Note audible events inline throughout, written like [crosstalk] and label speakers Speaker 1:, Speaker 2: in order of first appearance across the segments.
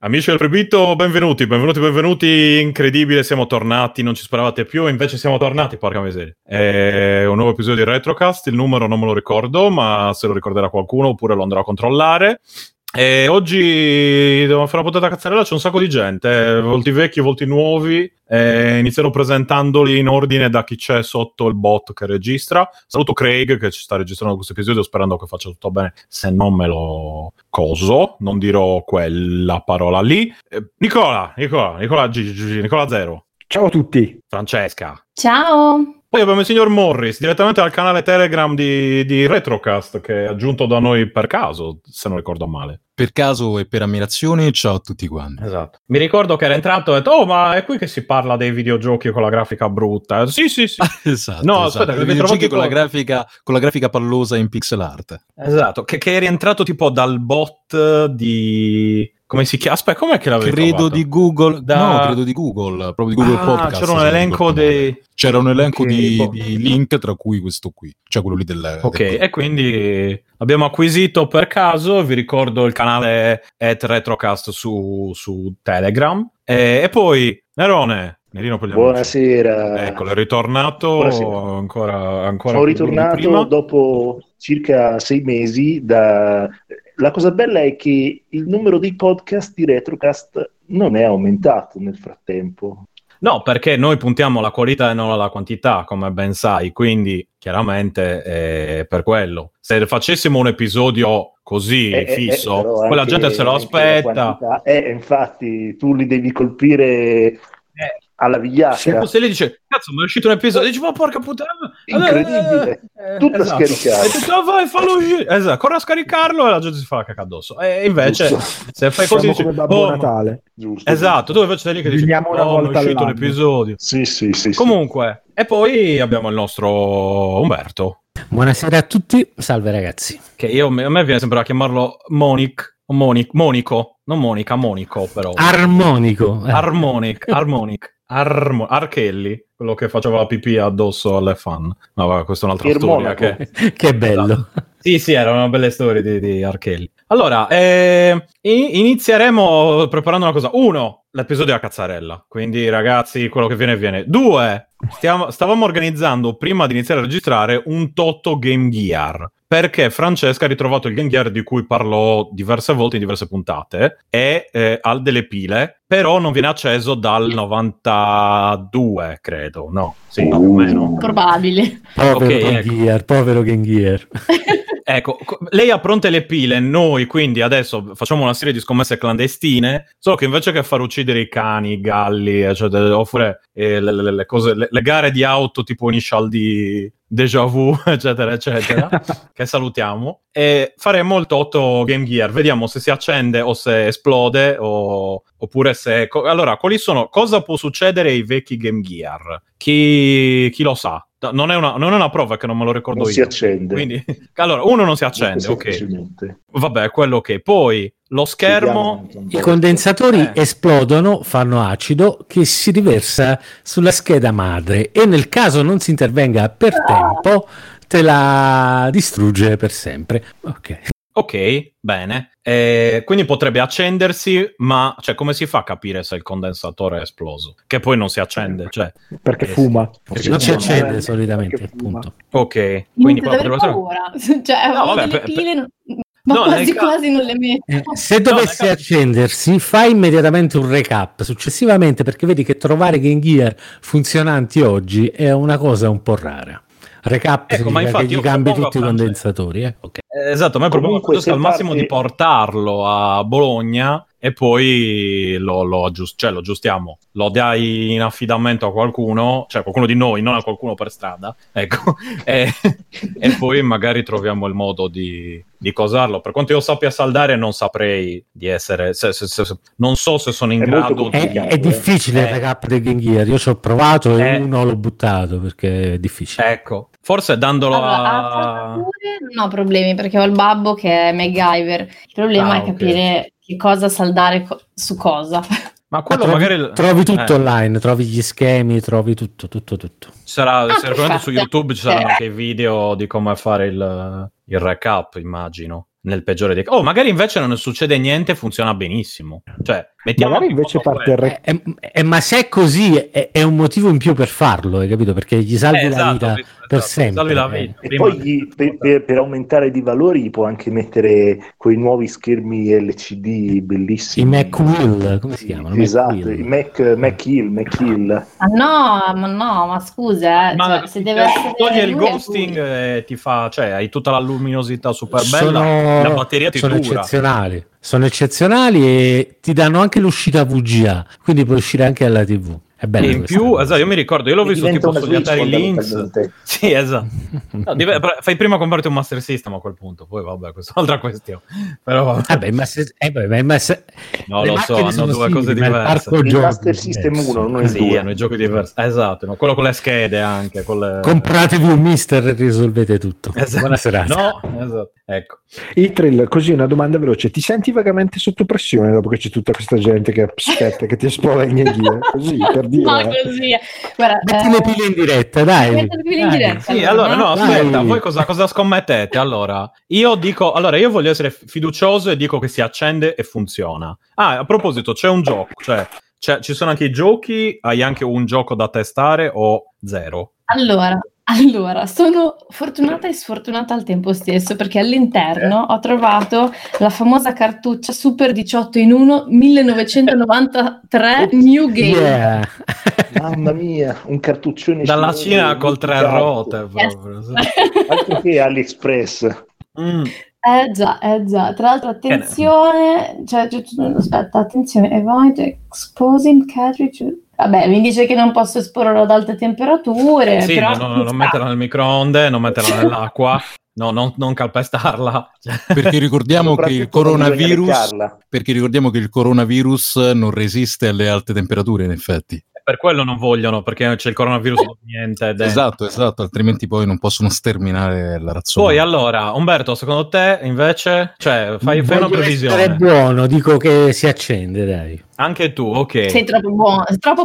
Speaker 1: Amici del Proibito, benvenuti, benvenuti, benvenuti, incredibile, siamo tornati, non ci speravate più, invece siamo tornati, porca miseria. È un nuovo episodio di Retrocast, il numero non me lo ricordo, ma se lo ricorderà qualcuno oppure lo andrò a controllare. E oggi devo fare una puntata cazzarella, c'è un sacco di gente, eh, volti vecchi, volti nuovi, eh, inizierò presentandoli in ordine da chi c'è sotto il bot che registra. Saluto Craig che ci sta registrando questo episodio sperando che faccia tutto bene, se non me lo coso, non dirò quella parola lì. Eh, Nicola, Nicola, Nicola Gigi, Nicola Zero,
Speaker 2: Ciao a tutti.
Speaker 1: Francesca.
Speaker 3: Ciao,
Speaker 1: Poi abbiamo il signor Morris, direttamente dal canale Telegram di, di Retrocast, che è aggiunto da noi per caso, se non ricordo male.
Speaker 4: Per caso e per ammirazione, ciao a tutti quanti.
Speaker 1: Esatto. Mi ricordo che era entrato e ho detto, oh, ma è qui che si parla dei videogiochi con la grafica brutta. Eh, Sì, sì, sì.
Speaker 4: [laughs] Esatto.
Speaker 1: No,
Speaker 4: esatto.
Speaker 1: aspetta,
Speaker 4: I
Speaker 1: mi
Speaker 4: videogiochi
Speaker 1: trovo tipo-
Speaker 4: con, la grafica, con la grafica pallosa in pixel art.
Speaker 1: [laughs] esatto. Che, che è rientrato tipo dal bot di... Come si chiama? Aspetta, com'è che l'avevi
Speaker 4: Credo
Speaker 1: trovato?
Speaker 4: di Google,
Speaker 1: Da-
Speaker 4: no, credo di Google, proprio di Google
Speaker 1: ah,
Speaker 4: Podcast.
Speaker 1: c'era un
Speaker 4: se non
Speaker 1: elenco
Speaker 4: ricordo male.
Speaker 1: dei...
Speaker 4: C'era un elenco
Speaker 2: Ok,
Speaker 4: di,
Speaker 2: boh.
Speaker 4: di link, tra cui questo qui, cioè quello lì del.
Speaker 1: Ok,
Speaker 4: del-
Speaker 1: e quindi abbiamo acquisito per caso, vi ricordo il canale at Retrocast su, su Telegram. E, e poi, Nerone, Nerino per gli amici.
Speaker 5: Buonasera.
Speaker 1: Eccolo, è ritornato
Speaker 5: Buonasera.
Speaker 1: ancora, Ecco, ancora
Speaker 5: Sono
Speaker 1: più di prima.
Speaker 5: ritornato dopo circa sei mesi. Da... La cosa bella è che il numero dei podcast di Retrocast non è aumentato nel frattempo.
Speaker 1: No, perché noi puntiamo alla qualità e non alla quantità, come ben sai, quindi chiaramente è per quello. Se facessimo un episodio così
Speaker 5: Eh, eh, eh,
Speaker 1: fisso,
Speaker 5: però
Speaker 1: quella
Speaker 5: anche-
Speaker 1: gente se lo
Speaker 5: anche la
Speaker 1: aspetta.
Speaker 5: quantità- Eh, infatti, tu li devi colpire alla
Speaker 1: Se
Speaker 5: vigliacca.
Speaker 1: lei dice, cazzo, mi è uscito un episodio, dici, ma porca puttana,
Speaker 5: Incredibile.
Speaker 1: Eh, eh,
Speaker 5: Tutto scaricato.
Speaker 1: E dici, "Ah, vai, fallo uscire. Esatto, corre a scaricarlo e la gente si fa la cacca addosso. E invece,
Speaker 5: Giusto.
Speaker 1: se fai così,
Speaker 2: Siamo
Speaker 1: dici,
Speaker 2: come Babbo
Speaker 1: "Oh, ma-"
Speaker 2: Natale.
Speaker 5: Giusto.
Speaker 1: cioè, esatto, tu invece sei lì che dici,
Speaker 2: Veniamo una
Speaker 1: oh, mi è
Speaker 2: volta
Speaker 1: uscito un
Speaker 2: all'anno."
Speaker 1: episodio.
Speaker 5: Sì, sì, sì. sì.
Speaker 1: Comunque, e poi abbiamo il nostro Umberto.
Speaker 6: Buonasera a tutti, salve ragazzi.
Speaker 1: che io, a me viene sempre a chiamarlo Monic, o Monic, Monico, non Monica, Monico però.
Speaker 6: Armonico. Eh,
Speaker 1: Harmonic, Harmonic, Armo- Archelli, quello che faceva la pipì addosso alle fan. Ma vabbè, questa è un'altra
Speaker 5: Il
Speaker 1: storia
Speaker 5: monaco.
Speaker 1: che...
Speaker 6: [laughs] che bello.
Speaker 1: Sì, sì, era una bella storia di, di Archelli. Allora, eh, in- inizieremo preparando una cosa. Uno, l'episodio a cazzarella. Quindi, ragazzi, quello che viene viene. Due, stiamo- stavamo organizzando, prima di iniziare a registrare, un Toto Game Gear. Perché Francesca ha ritrovato il Game Gear di cui parlò diverse volte in diverse puntate e eh, ha delle pile, però non viene acceso dal 92, credo. No, sì, no, più o meno.
Speaker 3: probabile.
Speaker 6: Esatto. Povero
Speaker 1: Ok,
Speaker 6: Game
Speaker 1: ecco.
Speaker 6: Gear, povero Game Gear.
Speaker 1: Ecco, co- lei ha pronte le pile, noi quindi adesso facciamo una serie di scommesse clandestine, solo che invece che far uccidere i cani, i galli, eccetera, oppure eh, le, le- le cose, le, le gare di auto tipo Initial di Deja Vu, [laughs] eccetera,
Speaker 5: [laughs]
Speaker 1: eccetera, che salutiamo, e faremo il Toto Game Gear, vediamo se si accende o se esplode o- oppure se... co- allora, quali sono... cosa può succedere ai vecchi Game Gear? Chi, chi lo sa? Da- Non è, una, non è una prova che non me lo ricordo
Speaker 5: Non
Speaker 1: io.
Speaker 5: si accende.
Speaker 1: Quindi, [laughs] allora, uno non si accende,
Speaker 5: Molto
Speaker 1: ok.
Speaker 5: semplicemente.
Speaker 1: Vabbè, quello che. Poi lo
Speaker 5: Vediamo
Speaker 1: schermo.
Speaker 5: anche un
Speaker 6: I
Speaker 5: po'.
Speaker 6: condensatori
Speaker 1: Eh.
Speaker 6: esplodono, fanno acido che si riversa sulla scheda madre e nel caso non si intervenga per tempo te la distrugge per sempre. Ok.
Speaker 1: Ok, bene. Eh, quindi potrebbe accendersi, ma cioè, come si fa a capire se il condensatore è esploso? Che poi non si accende. Cioè,
Speaker 2: Perché
Speaker 1: Eh,
Speaker 2: fuma.
Speaker 1: Sì,
Speaker 6: non si
Speaker 1: sì,
Speaker 2: sì.
Speaker 6: accende solitamente,
Speaker 2: Perché fuma.
Speaker 6: appunto.
Speaker 1: ok. Quindi
Speaker 3: Quindi
Speaker 1: qua
Speaker 3: avrei
Speaker 1: potrebbe essere-
Speaker 3: paura. Cioè,
Speaker 1: No,
Speaker 3: avevo
Speaker 1: vabbè,
Speaker 3: delle
Speaker 1: per-
Speaker 3: pile, non- ma
Speaker 1: No, nel
Speaker 3: quasi
Speaker 1: caso-
Speaker 3: quasi non le
Speaker 1: Eh, [laughs]
Speaker 3: metto.
Speaker 6: Eh, Se dovesse
Speaker 1: nel caso-
Speaker 6: accendersi, fai immediatamente un recap successivamente perché vedi che trovare Game Gear funzionanti oggi è una cosa un po' rara. Recap
Speaker 1: Ecco, ma
Speaker 6: significa
Speaker 1: infatti
Speaker 6: che
Speaker 1: io
Speaker 6: gli cambi
Speaker 1: propongo
Speaker 6: tutti i
Speaker 1: a Francesco.
Speaker 6: condensatori. eh. Ok.
Speaker 1: Eh, Esatto, ma è proprio
Speaker 5: Comunque,
Speaker 1: al
Speaker 5: se
Speaker 1: massimo
Speaker 5: parti-
Speaker 1: di portarlo a Bologna e poi lo, lo aggius- cioè, lo aggiustiamo, lo dai in affidamento a qualcuno, cioè qualcuno di noi, non a qualcuno per strada, ecco, [laughs] e, e poi magari troviamo il modo di, di cosarlo. Per quanto io sappia saldare non saprei di essere, se- se- se- se- non so se sono in
Speaker 5: È molto
Speaker 1: grado
Speaker 6: È,
Speaker 1: di...
Speaker 5: complicato.
Speaker 6: è difficile
Speaker 1: Eh.
Speaker 6: il recap del Game Gear. Io ci ho provato e
Speaker 1: Eh.
Speaker 6: uno l'ho buttato perché è difficile.
Speaker 1: Ecco, forse dandolo
Speaker 3: Allora,
Speaker 1: a...
Speaker 3: a saldature non ho problemi perché ho il babbo che è MacGyver. Il problema
Speaker 1: Ah,
Speaker 3: è
Speaker 1: ok.
Speaker 3: capire che cosa saldare co- su cosa.
Speaker 1: Ma
Speaker 6: Ma
Speaker 1: quello
Speaker 6: trovi,
Speaker 1: magari...
Speaker 6: trovi tutto
Speaker 1: eh.
Speaker 6: online, trovi gli schemi, trovi tutto, tutto, tutto.
Speaker 1: Ci sarà,
Speaker 3: Ah,
Speaker 1: sicuramente su
Speaker 3: perfetto.
Speaker 1: YouTube ci saranno
Speaker 3: Eh.
Speaker 1: anche i video di come fare il, il recap, immagino. Nel peggiore dei casi. Oh, magari invece non succede niente, funziona benissimo. Cioè, Mettiamo
Speaker 2: Magari
Speaker 1: che
Speaker 2: invece
Speaker 1: cosa
Speaker 2: parte il re-
Speaker 6: Eh, eh, eh, ma se è così, è, è un motivo in più per farlo, hai capito? Perché gli
Speaker 1: può-
Speaker 6: salvi
Speaker 1: Eh,
Speaker 6: la
Speaker 1: esatto,
Speaker 6: vita
Speaker 1: sì, esatto,
Speaker 6: per
Speaker 1: salvi
Speaker 6: sempre.
Speaker 1: la vita.
Speaker 5: E
Speaker 1: Prima
Speaker 5: poi
Speaker 1: di-
Speaker 5: gli- per, per- per aumentare di valori gli può anche mettere quei nuovi schermi LCD
Speaker 6: I
Speaker 5: bellissimi.
Speaker 6: Mac Will, come si chiamano? Mac
Speaker 5: Esatto,
Speaker 6: Wheel.
Speaker 5: i Mac, Mac Hill, Mac Hill.
Speaker 3: Ah, no, ma no, ma scusa, eh,
Speaker 1: Ma
Speaker 3: cioè, se
Speaker 1: ti-
Speaker 3: deve essere
Speaker 1: toglie il
Speaker 3: lui, è lui.
Speaker 1: ghosting e ti fa, cioè, hai tutta la luminosità super bella,
Speaker 6: sono,
Speaker 1: la batteria ti
Speaker 6: sono
Speaker 1: dura.
Speaker 6: eccezionali. Sono eccezionali e ti danno anche l'uscita VGA, quindi puoi uscire anche alla TV. È bello.
Speaker 1: E in
Speaker 6: questa
Speaker 1: più,
Speaker 6: cosa.
Speaker 1: esatto, io mi ricordo, io l'ho visto
Speaker 5: Diventa
Speaker 1: tipo
Speaker 5: una
Speaker 1: sugli
Speaker 5: Switch,
Speaker 1: Atari Lynx.
Speaker 5: fondamentalmente.
Speaker 1: Sì, esatto.
Speaker 6: [laughs]
Speaker 1: No, div- pra- fai prima comprarti un Master System a quel punto, poi vabbè, questa è un'altra questione. Però
Speaker 6: Ah, beh, ma se- eh, beh, ma- ma se-
Speaker 1: no,
Speaker 6: le
Speaker 1: lo so,
Speaker 6: macchine
Speaker 1: hanno
Speaker 6: sono
Speaker 1: due
Speaker 6: simili,
Speaker 1: cose
Speaker 6: ma il
Speaker 1: diverse.
Speaker 6: parco
Speaker 5: Il
Speaker 6: giochi
Speaker 5: Master
Speaker 6: è
Speaker 5: System
Speaker 6: diverso.
Speaker 5: 1, non il
Speaker 1: Sì,
Speaker 5: 2.
Speaker 1: hanno i giochi diversi. Esatto, no, quello con le schede anche, con le-
Speaker 6: Compratevi un mister e risolvete tutto.
Speaker 1: Esatto.
Speaker 6: Buona serata.
Speaker 1: No, esatto. Ecco.
Speaker 2: Itril, così una domanda veloce. Ti senti vagamente sotto pressione dopo che c'è tutta questa gente che aspetta, che ti spaventa in
Speaker 1: [laughs]
Speaker 2: giro? Così, per
Speaker 3: [laughs]
Speaker 2: dire. eh.
Speaker 3: No, così. Guarda,
Speaker 6: Metti le
Speaker 3: eh,
Speaker 6: pile in diretta, dai.
Speaker 3: metti le pile in
Speaker 6: Dai.
Speaker 3: diretta.
Speaker 1: Sì, allora, no,
Speaker 6: Dai.
Speaker 1: aspetta, voi cosa, cosa scommettete? Allora, io dico, allora, io voglio essere fiducioso e dico che si accende e funziona. Ah, a proposito, c'è un gioco, cioè, c'è- ci sono anche i giochi, hai anche un gioco da testare o zero?
Speaker 3: Allora, allora, sono fortunata e sfortunata al tempo stesso perché all'interno
Speaker 1: Eh.
Speaker 3: ho trovato la famosa cartuccia Super 18 in 1 1993 New Game.
Speaker 6: Yeah.
Speaker 5: Mamma mia, un cartuccione
Speaker 1: Dalla
Speaker 5: cinese,
Speaker 1: Cina col tre
Speaker 5: esatto.
Speaker 1: rote, proprio.
Speaker 5: Altro che
Speaker 4: Diciamo
Speaker 5: AliExpress.
Speaker 1: Mm.
Speaker 3: [laughs] Eh già, eh già. Tra l'altro, attenzione, cioè, gi- gi- aspetta, attenzione, avoid exposing cartridge. Vabbè, mi dice che non posso esporlo ad alte temperature,
Speaker 1: Sì,
Speaker 3: Eh, però
Speaker 1: no, no, no, non metterla nel microonde, non
Speaker 3: [laughs]
Speaker 1: metterla nell'acqua, no, non, non calpestarla. Cioè, [laughs]
Speaker 4: Perché ricordiamo che il
Speaker 5: Soprattutto non bisogna
Speaker 4: coronavirus
Speaker 5: leccarla.
Speaker 4: perché ricordiamo che il coronavirus non resiste alle alte temperature, in effetti.
Speaker 1: per quello non vogliono, perché c'è il coronavirus, niente. ed è-
Speaker 4: Esatto, esatto, altrimenti poi non possono sterminare la razzone.
Speaker 1: Poi allora, Umberto, secondo te invece, cioè, fai, fai una
Speaker 6: Voglio essere
Speaker 1: previsione.
Speaker 6: buono, dico che si accende, dai.
Speaker 1: Anche tu, ok.
Speaker 3: sei troppo buono, troppo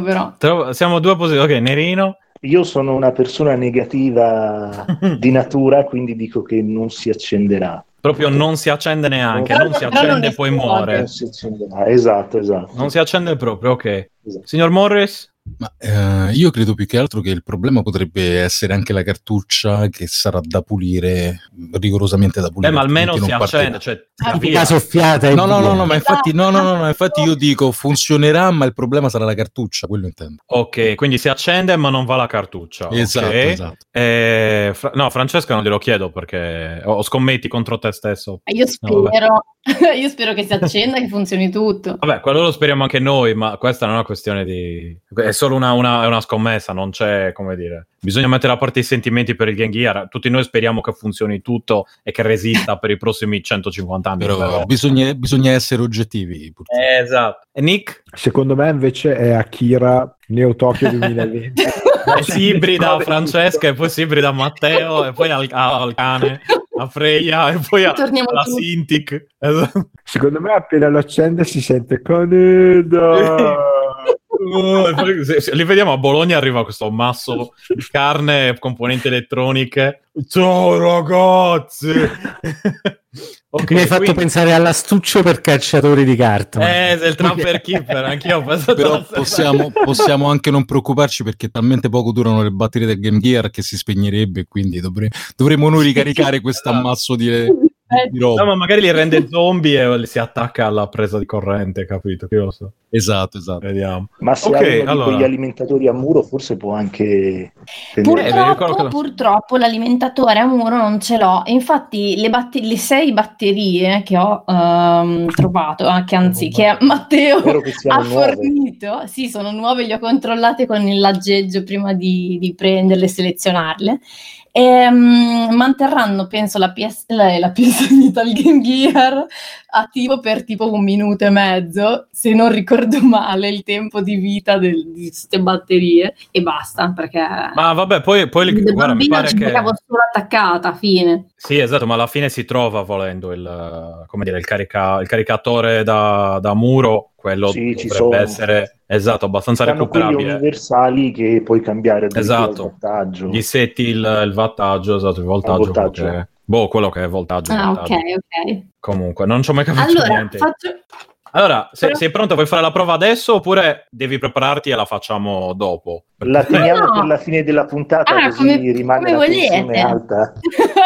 Speaker 1: Esatto.
Speaker 3: però.
Speaker 1: Tro- siamo due positivi. Ok, Nerino.
Speaker 5: Io sono una persona
Speaker 4: [laughs]
Speaker 5: negativa di natura, quindi dico che non si accenderà.
Speaker 1: Proprio non si accende neanche,
Speaker 5: Però-
Speaker 1: non si
Speaker 3: però non
Speaker 1: accende e
Speaker 3: è
Speaker 1: poi
Speaker 3: stato.
Speaker 1: muore.
Speaker 5: Non si accenderà. Esatto, esatto.
Speaker 1: Non si accende proprio, ok.
Speaker 5: Esatto.
Speaker 1: Signor Morris?
Speaker 4: Ma eh, io credo più che altro che il problema potrebbe essere anche la cartuccia che sarà da pulire, mm, rigorosamente da pulire.
Speaker 1: Beh, Eh, ma almeno
Speaker 4: altrimenti
Speaker 1: si
Speaker 4: non
Speaker 1: accende, esatto.
Speaker 4: partirà.
Speaker 1: cioè,
Speaker 3: Ah,
Speaker 1: va
Speaker 3: mica
Speaker 1: via.
Speaker 6: Una soffiata e
Speaker 4: No, no, no,
Speaker 6: via.
Speaker 4: no, ma infatti, no, no, no, no, infatti io dico funzionerà, ma il problema sarà la cartuccia, quello intendo.
Speaker 1: Ok, quindi si accende ma non va la cartuccia. ok?
Speaker 4: Esatto, esatto.
Speaker 1: Eh, Fra- no, Francesca non glielo chiedo perché o o scommetti contro te stesso.
Speaker 3: Ah, Io
Speaker 1: No, vabbè.
Speaker 3: spero, [laughs] io spero che si accenda e che
Speaker 1: [laughs]
Speaker 3: funzioni tutto.
Speaker 1: Vabbè, quello lo speriamo anche noi, ma questa non è una questione di... È solo una, una- è una scommessa, non c'è, come dire... Bisogna mettere a parte i sentimenti per il Game Gear. Tutti noi speriamo che funzioni tutto e che resista per i prossimi 150 anni.
Speaker 4: Però
Speaker 1: però.
Speaker 4: bisogna, bisogna essere oggettivi. purtroppo.
Speaker 1: Eh, esatto. E Nick?
Speaker 2: Secondo me invece è Akira Neo Tokyo
Speaker 1: [laughs]
Speaker 2: 2020.
Speaker 1: Poi si ibrida a Francesca e poi si ibrida a Matteo e poi al, a- al cane, a Freya e poi a-
Speaker 3: Torniamo
Speaker 1: alla
Speaker 3: tutti.
Speaker 1: Sintic. Esatto.
Speaker 2: Secondo me appena lo accende si
Speaker 1: [laughs]
Speaker 2: sente Conedo.
Speaker 1: Oh, e poi se- se- li vediamo a Bologna arriva questo masso di carne e componenti elettroniche ciao
Speaker 6: [laughs]
Speaker 1: ragazzi Ok,
Speaker 6: Mi hai fatto
Speaker 1: quindi-
Speaker 6: pensare all'astuccio per calciatori di carta.
Speaker 1: eh, se il trapper keeper anch'io ho pensato alla
Speaker 4: Però
Speaker 1: stessa- [laughs]
Speaker 4: possiamo, possiamo anche non preoccuparci perché talmente poco durano le batterie del Game Gear che si spegnerebbe, quindi dovremmo dovremo noi ricaricare questo ammasso di, di
Speaker 1: Esatto. Eh,
Speaker 3: Eh,
Speaker 1: No,
Speaker 4: roba.
Speaker 1: ma magari li rende zombie e si attacca alla presa di corrente capito che io lo so
Speaker 4: Esatto, esatto.
Speaker 1: vediamo
Speaker 5: Ma se
Speaker 1: Ok,
Speaker 5: ha uno
Speaker 1: allora.
Speaker 5: di quegli alimentatori a muro, forse può anche tenere-
Speaker 1: Eh, vi ricordo che
Speaker 3: Purtroppo,
Speaker 1: lo-
Speaker 3: purtroppo l'alimentatore a muro non ce l'ho. Infatti, le, batte- le sei batterie che ho ehm, trovato, ah,
Speaker 1: Oh,
Speaker 3: che anzi, che Matteo
Speaker 1: Eh,
Speaker 5: Spero che siano
Speaker 3: ha
Speaker 5: nuove.
Speaker 3: fornito, sì, sono nuove, le ho controllate con il laggeggio prima di, di prenderle e selezionarle. Ehm, manterranno, penso, la PS, la, la [laughs] PS Vita, il Game Gear attivo per tipo un minuto e mezzo, se non ricordo male, il tempo di vita del- di queste batterie e basta, perché
Speaker 1: ma vabbè poi, poi li-
Speaker 3: da
Speaker 1: guarda, mi
Speaker 3: bambina
Speaker 1: pare
Speaker 3: ci
Speaker 1: che
Speaker 3: giocavo solo attaccata, fine.
Speaker 1: Sì, esatto, ma alla fine si trova volendo il, eh, come dire, il, carica- il caricatore da, da muro, quello
Speaker 5: Sì, ci
Speaker 1: dovrebbe
Speaker 5: sono.
Speaker 1: essere esatto, abbastanza
Speaker 5: Fanno quelli
Speaker 1: recuperabile.
Speaker 5: universali che puoi cambiare addirittura
Speaker 1: eh. Esatto.
Speaker 5: il vantaggio.
Speaker 1: Gli setti il, il wattaggio, esatto, il voltaggio.
Speaker 5: Ah, voltaggio.
Speaker 1: quello che è- boh, quello che è voltaggio.
Speaker 3: Ah, ok,
Speaker 1: voltaggio.
Speaker 3: ok.
Speaker 1: Comunque, non ci ho mai capito
Speaker 3: Allora,
Speaker 1: niente.
Speaker 3: faccio, [laughs]
Speaker 1: Allora, se,
Speaker 3: Però-
Speaker 1: sei pronta, vuoi fare la prova adesso oppure devi prepararti e la facciamo dopo? [laughs]
Speaker 5: La teniamo
Speaker 3: No.
Speaker 5: per la fine della puntata
Speaker 3: Ah,
Speaker 5: così
Speaker 3: come-
Speaker 5: rimane
Speaker 3: come
Speaker 5: la
Speaker 3: volete.
Speaker 5: tensione alta.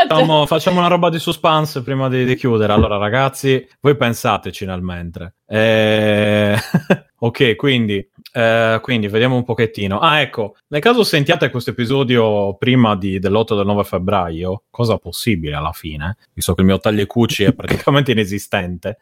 Speaker 1: Facciamo, facciamo una roba di suspense prima di, di chiudere. Allora, ragazzi, voi pensateci nel mentre. Eh, [laughs] ok, quindi, eh, quindi vediamo un pochettino. Ah, ecco, nel caso sentiate questo episodio prima di- dell'8 e del 9 febbraio, cosa possibile alla fine, visto che il mio tagliecucci è praticamente inesistente,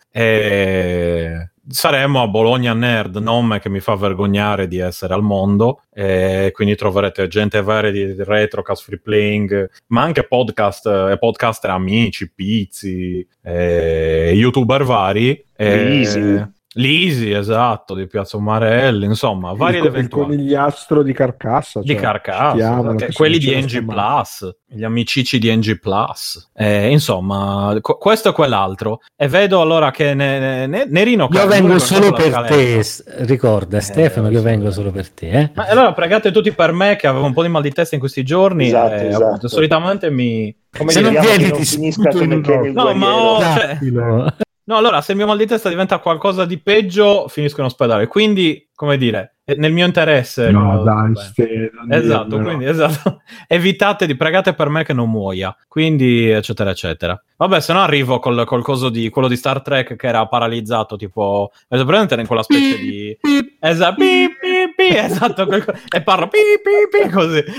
Speaker 1: eh, saremo a Bologna Nerd, nome che mi fa vergognare di essere al mondo, eh, quindi troverete gente varia di retrocast, free playing, ma anche podcast eh, e podcaster amici, pizzi, eh, youtuber vari. eh,
Speaker 5: Lisi.
Speaker 1: Lisi, esatto, di Piazza Umarelli, insomma, vari ed
Speaker 2: il, il
Speaker 1: eventuali.
Speaker 2: conigliastro di carcassa.
Speaker 1: Di
Speaker 2: cioè,
Speaker 1: Carcassa,
Speaker 2: stiamolo,
Speaker 1: eh,
Speaker 2: che si
Speaker 1: quelli di
Speaker 2: dice
Speaker 1: NG
Speaker 2: sta
Speaker 1: Plus, gli amicici di NG Plus, Eh, insomma, co- questo e quell'altro. E vedo allora che ne, ne- ne- Nerino.
Speaker 6: Io vengo solo per
Speaker 1: caletta.
Speaker 6: te, s- ricorda
Speaker 1: Eh,
Speaker 6: Stefano che io
Speaker 1: sì.
Speaker 6: vengo solo per te. eh.
Speaker 1: Ma allora pregate tutti per me che avevo un po' di mal di testa in questi giorni.
Speaker 5: Esatto,
Speaker 1: eh,
Speaker 5: esatto.
Speaker 1: appunto, solitamente mi. come
Speaker 6: Se
Speaker 1: dire, diciamo
Speaker 5: Speriamo
Speaker 6: non vieni,
Speaker 5: che non
Speaker 6: ti
Speaker 5: finisca
Speaker 6: sputo
Speaker 5: come
Speaker 6: in un
Speaker 5: Ken il
Speaker 1: No, ma
Speaker 5: guerriero.
Speaker 1: ho-
Speaker 6: Dattilo.
Speaker 1: No, allora, se il mio mal di testa diventa qualcosa di peggio, finisco in ospedale. Quindi, come dire, eh, nel mio interesse.
Speaker 2: No,
Speaker 1: eh,
Speaker 2: dai,
Speaker 1: beh.
Speaker 2: ste, non
Speaker 1: Esatto,
Speaker 2: dirmelo.
Speaker 1: quindi esatto. [laughs] evitate di pregate per me che non muoia. Quindi, eccetera, eccetera. Vabbè, se no arrivo col, col coso di quello di Star Trek che era paralizzato, tipo. Avete presente in quella specie di. Esatto, pi, pi, pi, esatto, quel co- e parlo pi, pi, pi, così. [laughs]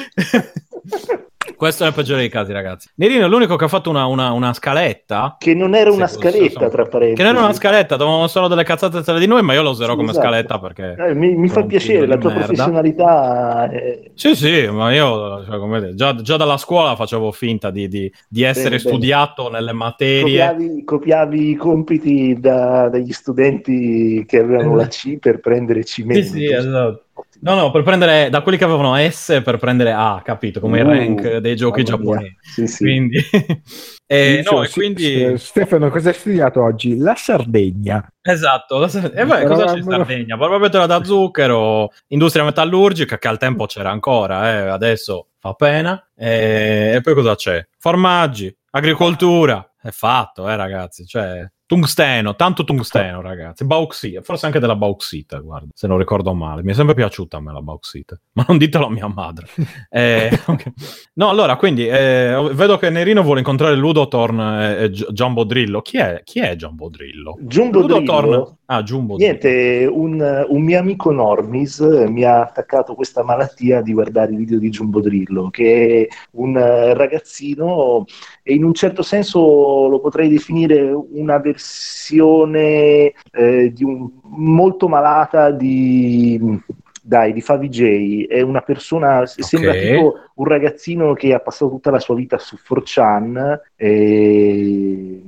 Speaker 1: Questo è il peggiore dei casi, ragazzi. Nerino è l'unico che ha fatto una, una- una scaletta.
Speaker 5: Che non era una
Speaker 1: Sì,
Speaker 5: scaletta,
Speaker 1: insomma,
Speaker 5: tra parentesi.
Speaker 1: Che non era una scaletta, dovevamo solo delle cazzate tra di noi, ma io la userò
Speaker 5: Sì,
Speaker 1: come
Speaker 5: esatto.
Speaker 1: scaletta perché.
Speaker 5: Eh, mi, mi fa
Speaker 1: Sono un
Speaker 5: piacere,
Speaker 1: figlio
Speaker 5: la
Speaker 1: di
Speaker 5: tua
Speaker 1: merda.
Speaker 5: professionalità eh, è...
Speaker 1: Sì, sì, ma io cioè, come dire, già, già dalla scuola facevo finta di, di- di essere
Speaker 5: Bene, bene.
Speaker 1: studiato nelle materie.
Speaker 5: Copiavi, copiavi i compiti da- dagli studenti che avevano la C per prendere C meno.
Speaker 1: Eh. Sì, sì,
Speaker 5: giusto?
Speaker 1: esatto. No, no, per prendere da quelli che avevano S per prendere A, capito? Come il
Speaker 5: Uh,
Speaker 1: rank dei giochi
Speaker 5: mamma mia.
Speaker 1: giapponesi.
Speaker 5: Sì, sì.
Speaker 1: Quindi, [laughs] eh,
Speaker 2: Dicevo,
Speaker 1: no, e
Speaker 2: sì,
Speaker 1: quindi
Speaker 2: sì, Stefano, cosa hai studiato oggi? La Sardegna.
Speaker 1: esatto. E beh,
Speaker 2: Però-
Speaker 1: cosa c'è in Sardegna? Barbabietola da zucchero, industria metallurgica che al tempo c'era ancora, eh, adesso fa pena. Eh, e poi cosa c'è? Formaggi, agricoltura, è fatto, eh, ragazzi. Cioè, tungsteno, tanto tungsteno, ragazzi. Bauxite, forse anche della bauxite, guarda, se non ricordo male. Mi è sempre piaciuta a me la bauxite, [laughs] ma non ditelo a mia madre. Eh, [laughs] ok. No, allora, quindi eh, vedo che Nerino vuole incontrare Ludotorn e, e Gi- Giambo Drillo. Chi è, chi è Giambo Drillo?
Speaker 5: Jumbo
Speaker 1: Ludotorn.
Speaker 5: Drillo,
Speaker 1: Ah, Giumbo Drillo.
Speaker 5: niente, un, un mio amico Normis eh, mi ha attaccato questa malattia di guardare i video di Jumbo Drillo, che è un eh, ragazzino e in un certo senso lo potrei definire una versione eh, di un, molto malata di... Dai, di Favij, è una persona, sembra tipo un ragazzino che ha passato tutta la sua vita su 4chan e...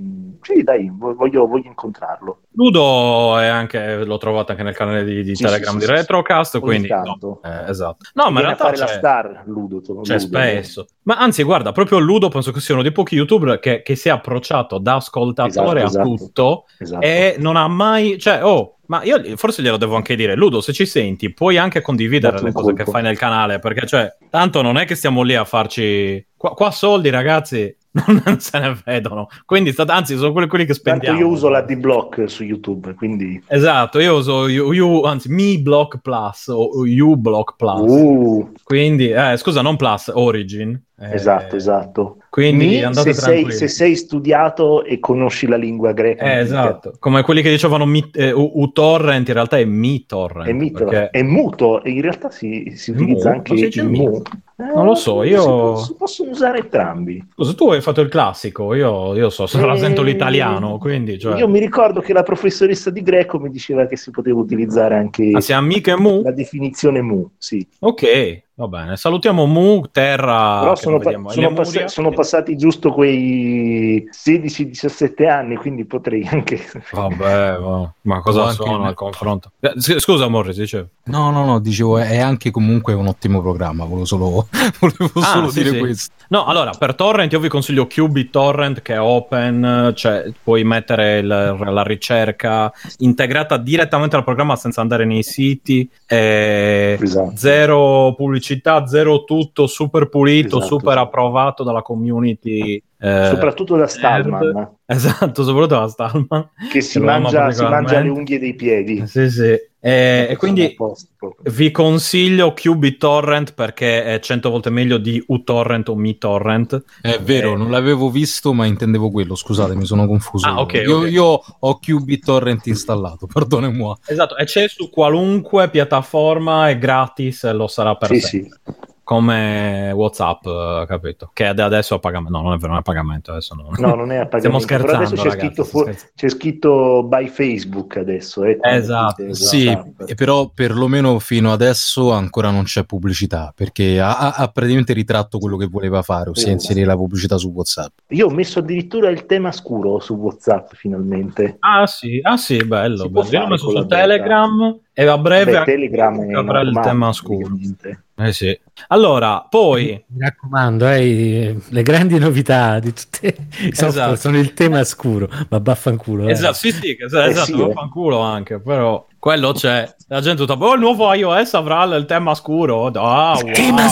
Speaker 5: Sì, dai, voglio, voglio incontrarlo.
Speaker 1: Ludo è anche, lo trovate anche nel canale di, di
Speaker 5: Sì,
Speaker 1: Telegram
Speaker 5: sì,
Speaker 1: di
Speaker 5: sì, sì.
Speaker 1: Retrocast,
Speaker 5: Ogni
Speaker 1: quindi...
Speaker 5: tanto.
Speaker 1: no, eh, esatto. No, ma in
Speaker 5: Viene a
Speaker 1: realtà
Speaker 5: fare
Speaker 1: c'è,
Speaker 5: la star Ludo. to-
Speaker 1: c'è
Speaker 5: Ludo.
Speaker 1: spesso. Ma anzi, guarda, proprio Ludo penso che sia uno dei pochi YouTuber che, che si è approcciato da ascoltatore
Speaker 5: Esatto,
Speaker 1: a
Speaker 5: esatto.
Speaker 1: tutto
Speaker 5: Esatto.
Speaker 1: e non ha mai, cioè, oh, ma io forse glielo devo anche dire, Ludo, se ci senti, puoi anche condividere
Speaker 5: Datti
Speaker 1: le
Speaker 5: un
Speaker 1: cose che
Speaker 5: colpo.
Speaker 1: fai nel canale, perché cioè, tanto non è che stiamo lì a farci qua, qua soldi, ragazzi, [laughs] non se ne vedono. Quindi state- anzi, sono quelli, quelli che
Speaker 5: Tanto
Speaker 1: spendiamo.
Speaker 5: io uso la D-Block su YouTube, quindi...
Speaker 1: Esatto, io uso U, U- anzi Mi Block Plus o U Block Plus.
Speaker 5: Uh,
Speaker 1: Quindi, eh, scusa, non Plus, Origin. Eh,
Speaker 5: esatto, esatto.
Speaker 1: Quindi
Speaker 5: Mi,
Speaker 1: andate
Speaker 5: se, sei,
Speaker 1: tranquilli.
Speaker 5: se sei studiato e conosci la lingua greca,
Speaker 1: Eh, esatto, come quelli che dicevano mi, eh, U- uTorrent, in realtà è MiTorrent.
Speaker 5: è, mito,
Speaker 1: perché-
Speaker 5: è muto, e in realtà si, si
Speaker 1: Mu?
Speaker 5: utilizza
Speaker 1: Non
Speaker 5: anche
Speaker 1: si dice
Speaker 5: il
Speaker 1: mito.
Speaker 5: mu. Eh,
Speaker 1: Non lo so, io-
Speaker 5: Si, può- si possono usare entrambi.
Speaker 1: Scusa, tu hai fatto il classico, io, io so, se la
Speaker 5: Eh,
Speaker 1: sento l'italiano, quindi... Cioè...
Speaker 5: Io mi ricordo che la professoressa di greco mi diceva che si poteva utilizzare anche
Speaker 1: Ah, siamo mica e Mu?
Speaker 5: la definizione mu, sì.
Speaker 1: Ok, va bene. Salutiamo Mu, Terra...
Speaker 5: Però
Speaker 1: che
Speaker 5: sono,
Speaker 1: non
Speaker 5: pa-
Speaker 1: Ah, vediamo,
Speaker 5: sono
Speaker 1: Lemuria.
Speaker 5: passa- sono passati giusto quei 16-17 anni, quindi potrei anche...
Speaker 1: Vabbè, ma, ma cosa
Speaker 4: Anche
Speaker 1: sono
Speaker 4: il-
Speaker 1: al confronto? Eh, s- Scusa, Morris, dicevo.
Speaker 4: No, no, no, dicevo, è anche comunque un ottimo programma, volevo solo, [laughs] volevo
Speaker 1: Ah,
Speaker 4: solo
Speaker 1: sì,
Speaker 4: dire
Speaker 1: sì.
Speaker 4: questo.
Speaker 1: No, allora, per torrent io vi consiglio QBTorrent che è open, cioè puoi mettere il- la ricerca integrata direttamente al programma senza andare nei siti, eh,
Speaker 5: [laughs] Esatto.
Speaker 1: zero pubblicità, zero tutto, super pulito,
Speaker 5: Esatto,
Speaker 1: super
Speaker 5: esatto.
Speaker 1: approvato dalla community eh, [laughs]
Speaker 5: soprattutto da Stallman,
Speaker 1: Esatto, soprattutto la Stallman.
Speaker 5: che si
Speaker 1: Che lo ama
Speaker 5: mangia, si mangia
Speaker 1: particolarmente.
Speaker 5: le unghie dei piedi.
Speaker 1: Sì, sì. Eh, e
Speaker 5: Sono a
Speaker 1: quindi Eh,
Speaker 5: posto proprio.
Speaker 1: vi consiglio QBTorrent perché è 100 volte meglio di uTorrent o MiTorrent.
Speaker 4: È vero,
Speaker 1: Eh.
Speaker 4: non l'avevo visto, ma intendevo quello. Scusate, mi sono confuso.
Speaker 1: Ah, ok,
Speaker 4: io,
Speaker 1: ok.
Speaker 4: io ho QBTorrent installato, [laughs] perdone moi.
Speaker 1: Esatto, e c'è su qualunque piattaforma, è gratis e lo sarà per
Speaker 5: Sì,
Speaker 1: sempre.
Speaker 5: sì.
Speaker 1: Come WhatsApp, eh, capito? Che ad- adesso è a pagamento. No, non è vero, non è a pagamento. Adesso no. [laughs]
Speaker 5: No, non è a
Speaker 1: Stiamo
Speaker 5: pagamento.
Speaker 1: scherzando,
Speaker 5: Però adesso c'è,
Speaker 1: ragazzi,
Speaker 5: scritto
Speaker 1: stiamo
Speaker 5: fu- c'è scritto by Facebook adesso. eh, quando
Speaker 1: Esatto,
Speaker 5: dite
Speaker 4: Sì,
Speaker 5: WhatsApp.
Speaker 4: e però perlomeno fino adesso ancora non c'è pubblicità perché ha, ha- ha praticamente ritratto quello che voleva fare, ossia
Speaker 5: Sì.
Speaker 4: inserire la pubblicità su WhatsApp.
Speaker 5: Io ho messo addirittura il tema scuro su WhatsApp finalmente.
Speaker 1: Ah sì, ah sì, bello.
Speaker 5: Si può
Speaker 1: bello. Io l'ho
Speaker 5: fare
Speaker 1: messo
Speaker 5: con la
Speaker 1: su
Speaker 5: beta.
Speaker 1: Telegram e a breve
Speaker 5: Beh,
Speaker 1: anche
Speaker 5: Telegram è
Speaker 1: avrà il
Speaker 5: normale,
Speaker 1: tema scuro.
Speaker 5: praticamente.
Speaker 1: Eh sì. Allora, poi
Speaker 6: Mi raccomando, eh, le grandi novità di tutti i software
Speaker 1: Esatto.
Speaker 6: sono il tema scuro, ma baffanculo. eh.
Speaker 1: Esatto, sì, sì, che-
Speaker 5: Eh,
Speaker 1: esatto,
Speaker 5: sì, eh.
Speaker 1: vaffanculo anche, però quello c'è. La gente tutta, oh, il nuovo iOS avrà il tema scuro. Ah, wow.
Speaker 6: Tema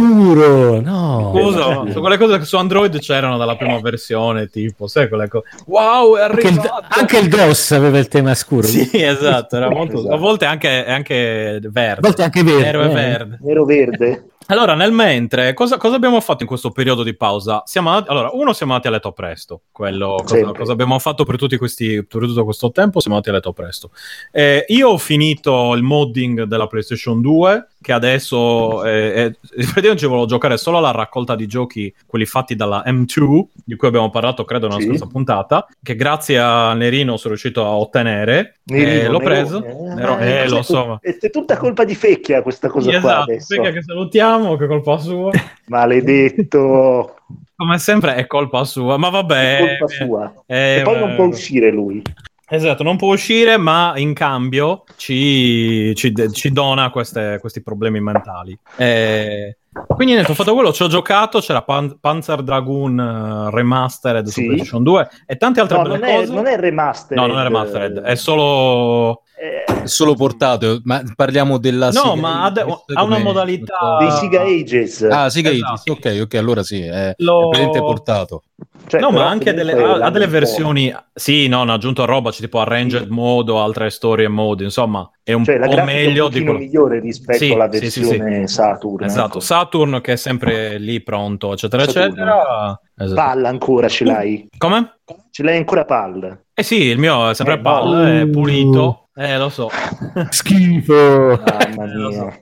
Speaker 6: scuro, no.
Speaker 1: Scusa, ma sono quelle cose che su Android c'erano dalla prima versione, tipo, sai quelle cose. Wow, è
Speaker 6: Anche il,
Speaker 1: arrivato.
Speaker 6: anche il DOS aveva il tema scuro.
Speaker 1: Sì, esatto, era molto-
Speaker 5: Esatto.
Speaker 1: a volte anche, è anche
Speaker 6: A
Speaker 1: verde.
Speaker 6: volte anche verde.
Speaker 1: Nero e
Speaker 6: eh.
Speaker 1: verde.
Speaker 5: Nero verde.
Speaker 1: Allora, nel mentre, cosa, cosa abbiamo fatto in questo periodo di pausa? Siamo andati- allora, uno, siamo andati a letto presto. Quello, cosa,
Speaker 5: Sempre.
Speaker 1: cosa abbiamo fatto per, tutti questi, per tutto questo tempo? Siamo andati a letto presto. Eh, io ho finito il modding della PlayStation 2, che adesso eh, è, [laughs] praticamente ci volevo giocare solo alla raccolta di giochi, quelli fatti dalla M2, di cui abbiamo parlato, credo, nella
Speaker 5: Sì.
Speaker 1: scorsa puntata, che grazie a Nerino sono riuscito a ottenere.
Speaker 5: Nerino,
Speaker 1: Eh, l'ho
Speaker 5: Nerone.
Speaker 1: preso. Nero-
Speaker 5: Eh,
Speaker 1: eh, lo
Speaker 5: cos'è
Speaker 1: so. ma-
Speaker 5: È è tutta colpa di Fecchia questa cosa qua
Speaker 1: Esatto,
Speaker 5: adesso.
Speaker 1: Sega che salutiamo, che colpa
Speaker 5: [laughs]
Speaker 1: sua. [laughs]
Speaker 5: Maledetto.
Speaker 1: Come sempre è colpa sua, ma vabbè.
Speaker 5: È colpa sua.
Speaker 1: eh,
Speaker 5: e poi non
Speaker 1: eh,
Speaker 5: può uscire lui.
Speaker 1: Esatto, non può uscire, ma in cambio ci, ci- ci dona queste- questi problemi mentali. Eh, quindi niente, ho fatto quello, ci ho giocato, c'era Pan- Panzer Dragoon eh, Remastered su
Speaker 5: Sì.
Speaker 1: PlayStation 2 e tante altre
Speaker 5: No,
Speaker 1: belle
Speaker 5: non è,
Speaker 1: cose.
Speaker 5: non è remastered.
Speaker 1: no, non è remastered, è solo...
Speaker 5: Eh,
Speaker 4: È solo portato, ma parliamo della...
Speaker 1: No,
Speaker 4: Sega
Speaker 1: ma ha de-
Speaker 4: Ages,
Speaker 1: ha una
Speaker 4: come-
Speaker 1: modalità-
Speaker 5: dei Siga Ages.
Speaker 4: Ah, Sega
Speaker 1: Esatto.
Speaker 4: Ages, ok, ok, allora sì, è,
Speaker 1: Lo-
Speaker 4: è presente portato.
Speaker 5: Cioè,
Speaker 1: no, ma
Speaker 5: però
Speaker 1: anche delle,
Speaker 5: comunque
Speaker 1: ha, ha
Speaker 5: l'hanno
Speaker 1: delle
Speaker 5: un po'.
Speaker 1: versioni... Sì, no, hanno aggiunto roba, c'è tipo Arranged Mode o altre storie mode, insomma, è un
Speaker 5: Cioè, la
Speaker 1: po'
Speaker 5: grafica è
Speaker 1: meglio
Speaker 5: un
Speaker 1: di
Speaker 5: pochino
Speaker 1: quello...
Speaker 5: migliore rispetto
Speaker 1: Sì,
Speaker 5: alla
Speaker 1: sì, sì, sì.
Speaker 5: versione Saturn.
Speaker 1: Esatto,
Speaker 5: ecco. Ah.
Speaker 1: Saturn che è sempre lì pronto, eccetera,
Speaker 5: Saturn.
Speaker 1: eccetera. Esatto. Uh.
Speaker 5: Palla ancora ce l'hai.
Speaker 1: Come?
Speaker 5: Ce l'hai ancora palla.
Speaker 1: Eh sì, il mio è sempre
Speaker 5: Eh,
Speaker 1: palla,
Speaker 6: no.
Speaker 1: è pulito. Eh, lo so.
Speaker 6: Schifo.
Speaker 5: Mamma
Speaker 1: [laughs] Eh, lo so.
Speaker 5: mia.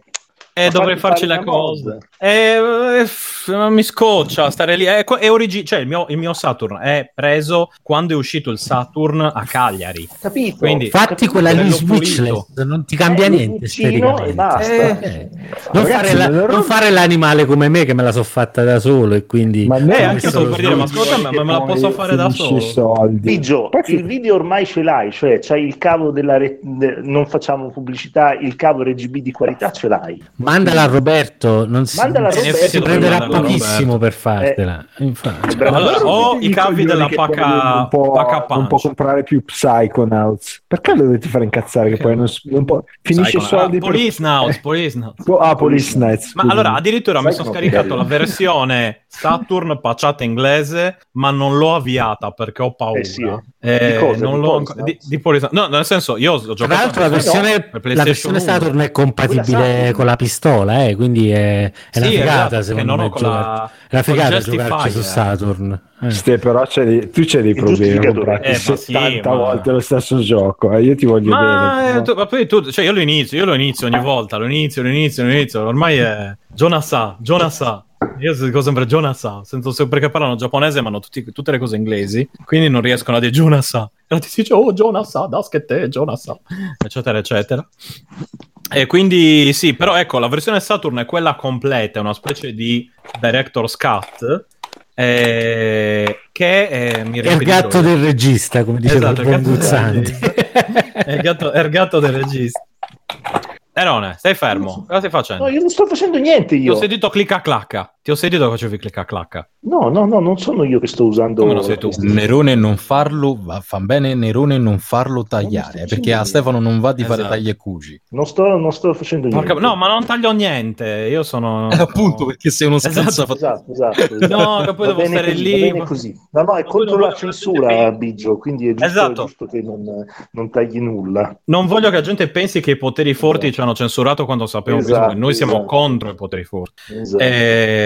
Speaker 1: E
Speaker 5: Ma
Speaker 1: Eh, dovrei
Speaker 5: fatti
Speaker 1: farci la
Speaker 5: fare una
Speaker 1: cosa.
Speaker 5: mod.
Speaker 1: Eh, eh, f- mi scoccia stare lì. È, co- è origi- cioè, il mio, il mio Saturn è preso quando è uscito il Saturn a Cagliari.
Speaker 5: Capito?
Speaker 1: Quindi-
Speaker 6: Fatti quella
Speaker 1: Bello
Speaker 6: lì
Speaker 1: pulito.
Speaker 6: switchless, non ti cambia
Speaker 5: Eh,
Speaker 6: niente.
Speaker 5: Lucino e
Speaker 6: esteticamente.
Speaker 5: basta.
Speaker 6: Eh, Non,
Speaker 2: Ragazzi,
Speaker 6: fare la-
Speaker 2: allora-
Speaker 6: non fare l'animale come me che me la so fatta da solo e quindi...
Speaker 2: Ma
Speaker 1: Eh,
Speaker 2: no,
Speaker 1: anche io
Speaker 6: solo
Speaker 1: stavo per dire, ma ascolta, ma, ma me la posso fare da
Speaker 2: Finisci
Speaker 1: solo?
Speaker 2: i soldi.
Speaker 5: Biggio,
Speaker 2: Poi fi-
Speaker 5: il video ormai ce l'hai, cioè c'hai il cavo della re- de- non facciamo pubblicità, il cavo RGB di qualità ce l'hai.
Speaker 6: Mandala a Roberto, non si,
Speaker 5: Mandala a
Speaker 6: si
Speaker 5: Roberto. Eh.
Speaker 1: Sì,
Speaker 6: prenderà
Speaker 1: mandala a
Speaker 6: pochissimo per fartela. Infatti.
Speaker 1: [laughs]
Speaker 5: Bravo.
Speaker 1: Allora, oh,
Speaker 5: Però
Speaker 1: ho
Speaker 2: Tutti
Speaker 1: i cavi
Speaker 2: coglioni
Speaker 1: della
Speaker 2: che vogliono
Speaker 1: pacca,
Speaker 2: un po'-
Speaker 1: pacca
Speaker 2: non può
Speaker 1: punch.
Speaker 2: comprare più Psychonauts perché lo dovete fare incazzare che poi non, non può finisce i
Speaker 1: Sai,
Speaker 2: soldi
Speaker 1: ah,
Speaker 2: per- Eh.
Speaker 1: Police Now, Police Now.
Speaker 2: Po- ah Police Knights
Speaker 1: Ma
Speaker 2: scusa.
Speaker 1: allora, addirittura mi
Speaker 2: Sai
Speaker 1: sono
Speaker 2: come
Speaker 1: scaricato
Speaker 2: bello.
Speaker 1: la versione Saturn pacciata inglese, ma non l'ho avviata perché ho paura.
Speaker 5: Eh sì, eh.
Speaker 1: Eh,
Speaker 5: Di cosa?
Speaker 1: non
Speaker 5: Di
Speaker 1: l'ho
Speaker 5: Police
Speaker 1: ancora- di-
Speaker 5: Knights?
Speaker 1: di Police- No, nel senso, io ho giocato
Speaker 6: Tra l'altro la versione,
Speaker 1: per
Speaker 6: la
Speaker 1: PlayStation
Speaker 6: versione
Speaker 1: 1.
Speaker 6: Saturn è
Speaker 5: Quella
Speaker 6: compatibile
Speaker 5: Saturn.
Speaker 6: con la pistola, eh, quindi è, è una
Speaker 1: Sì,
Speaker 6: figata
Speaker 1: esatto, che
Speaker 6: secondo
Speaker 1: non
Speaker 6: me.
Speaker 1: ho con la-
Speaker 6: giocare- È
Speaker 1: con
Speaker 6: una figata
Speaker 1: Justifier.
Speaker 6: giocarci su Saturn. Eh.
Speaker 2: Ste, però c'è dei- tu c'hai dei
Speaker 5: Il
Speaker 2: problemi a
Speaker 5: giustificatore.
Speaker 2: comprarti
Speaker 1: Eh, ma sì,
Speaker 2: 70
Speaker 1: ma-
Speaker 2: volte lo stesso gioco eh, io ti voglio
Speaker 1: Ma,
Speaker 2: bene
Speaker 1: eh,
Speaker 2: però-
Speaker 1: tu- ma poi tu, cioè io lo inizio, io lo inizio ogni volta, lo inizio, lo inizio, lo inizio. Ormai è Jonas sa, Jonas sa. Io dico sempre Jonas sa, sento se- perché parlano giapponese ma hanno tutti- tutte le cose inglesi, quindi non riescono a dire Jonas sa. E allora ti si dice oh Jonas sa, das che te, Jonas sa, eccetera, eccetera. E quindi sì, però ecco, la versione Saturn è quella completa, è una specie di director's cut eh, che eh, mi
Speaker 6: È il
Speaker 1: riempie di
Speaker 6: gatto
Speaker 1: gioia.
Speaker 6: del regista, come diceva
Speaker 1: Esatto,
Speaker 6: il buon
Speaker 1: il gatto del
Speaker 6: Guzzanti. [laughs]
Speaker 1: È il gatto, è il gatto del regista. Erone, stai fermo. Cosa stai facendo?
Speaker 5: No, io non sto facendo niente
Speaker 1: Ti Ho
Speaker 5: io.
Speaker 1: sentito clicca clacca. Ti ho sentito facevi clicca clacca.
Speaker 5: No, no, no, non sono io che sto usando.
Speaker 1: Come non sei tu?
Speaker 5: questi-
Speaker 4: Nerone non farlo, va, fa bene Nerone non farlo
Speaker 5: stai
Speaker 4: tagliare, eh, perché
Speaker 5: dicendo
Speaker 4: a Stefano non va di fare
Speaker 1: Esatto.
Speaker 4: tagli e cuci.
Speaker 5: Non sto, non sto facendo niente.
Speaker 1: Porca- No, ma non taglio niente. Io
Speaker 5: [laughs]
Speaker 1: sono.
Speaker 4: Eh, [laughs] appunto, perché sei uno
Speaker 1: Esatto.
Speaker 4: scherzo fatto-
Speaker 5: Esatto, esatto. esatto.
Speaker 1: No, che poi
Speaker 5: Va
Speaker 1: devo
Speaker 5: bene
Speaker 1: stare
Speaker 5: così,
Speaker 1: lì.
Speaker 5: va bene così. No, no, è
Speaker 1: Ma
Speaker 5: contro
Speaker 1: poi non
Speaker 5: la
Speaker 1: voglio che la gente
Speaker 5: censura,
Speaker 1: pensi-
Speaker 5: Biggio, quindi è giusto,
Speaker 1: Esatto.
Speaker 5: è giusto che non, non tagli nulla.
Speaker 1: Non voglio che la gente pensi che i poteri forti ci hanno censurato quando sapevamo
Speaker 5: Esatto,
Speaker 1: benissimo che noi siamo
Speaker 5: esatto.
Speaker 1: contro i poteri forti.
Speaker 5: Esatto.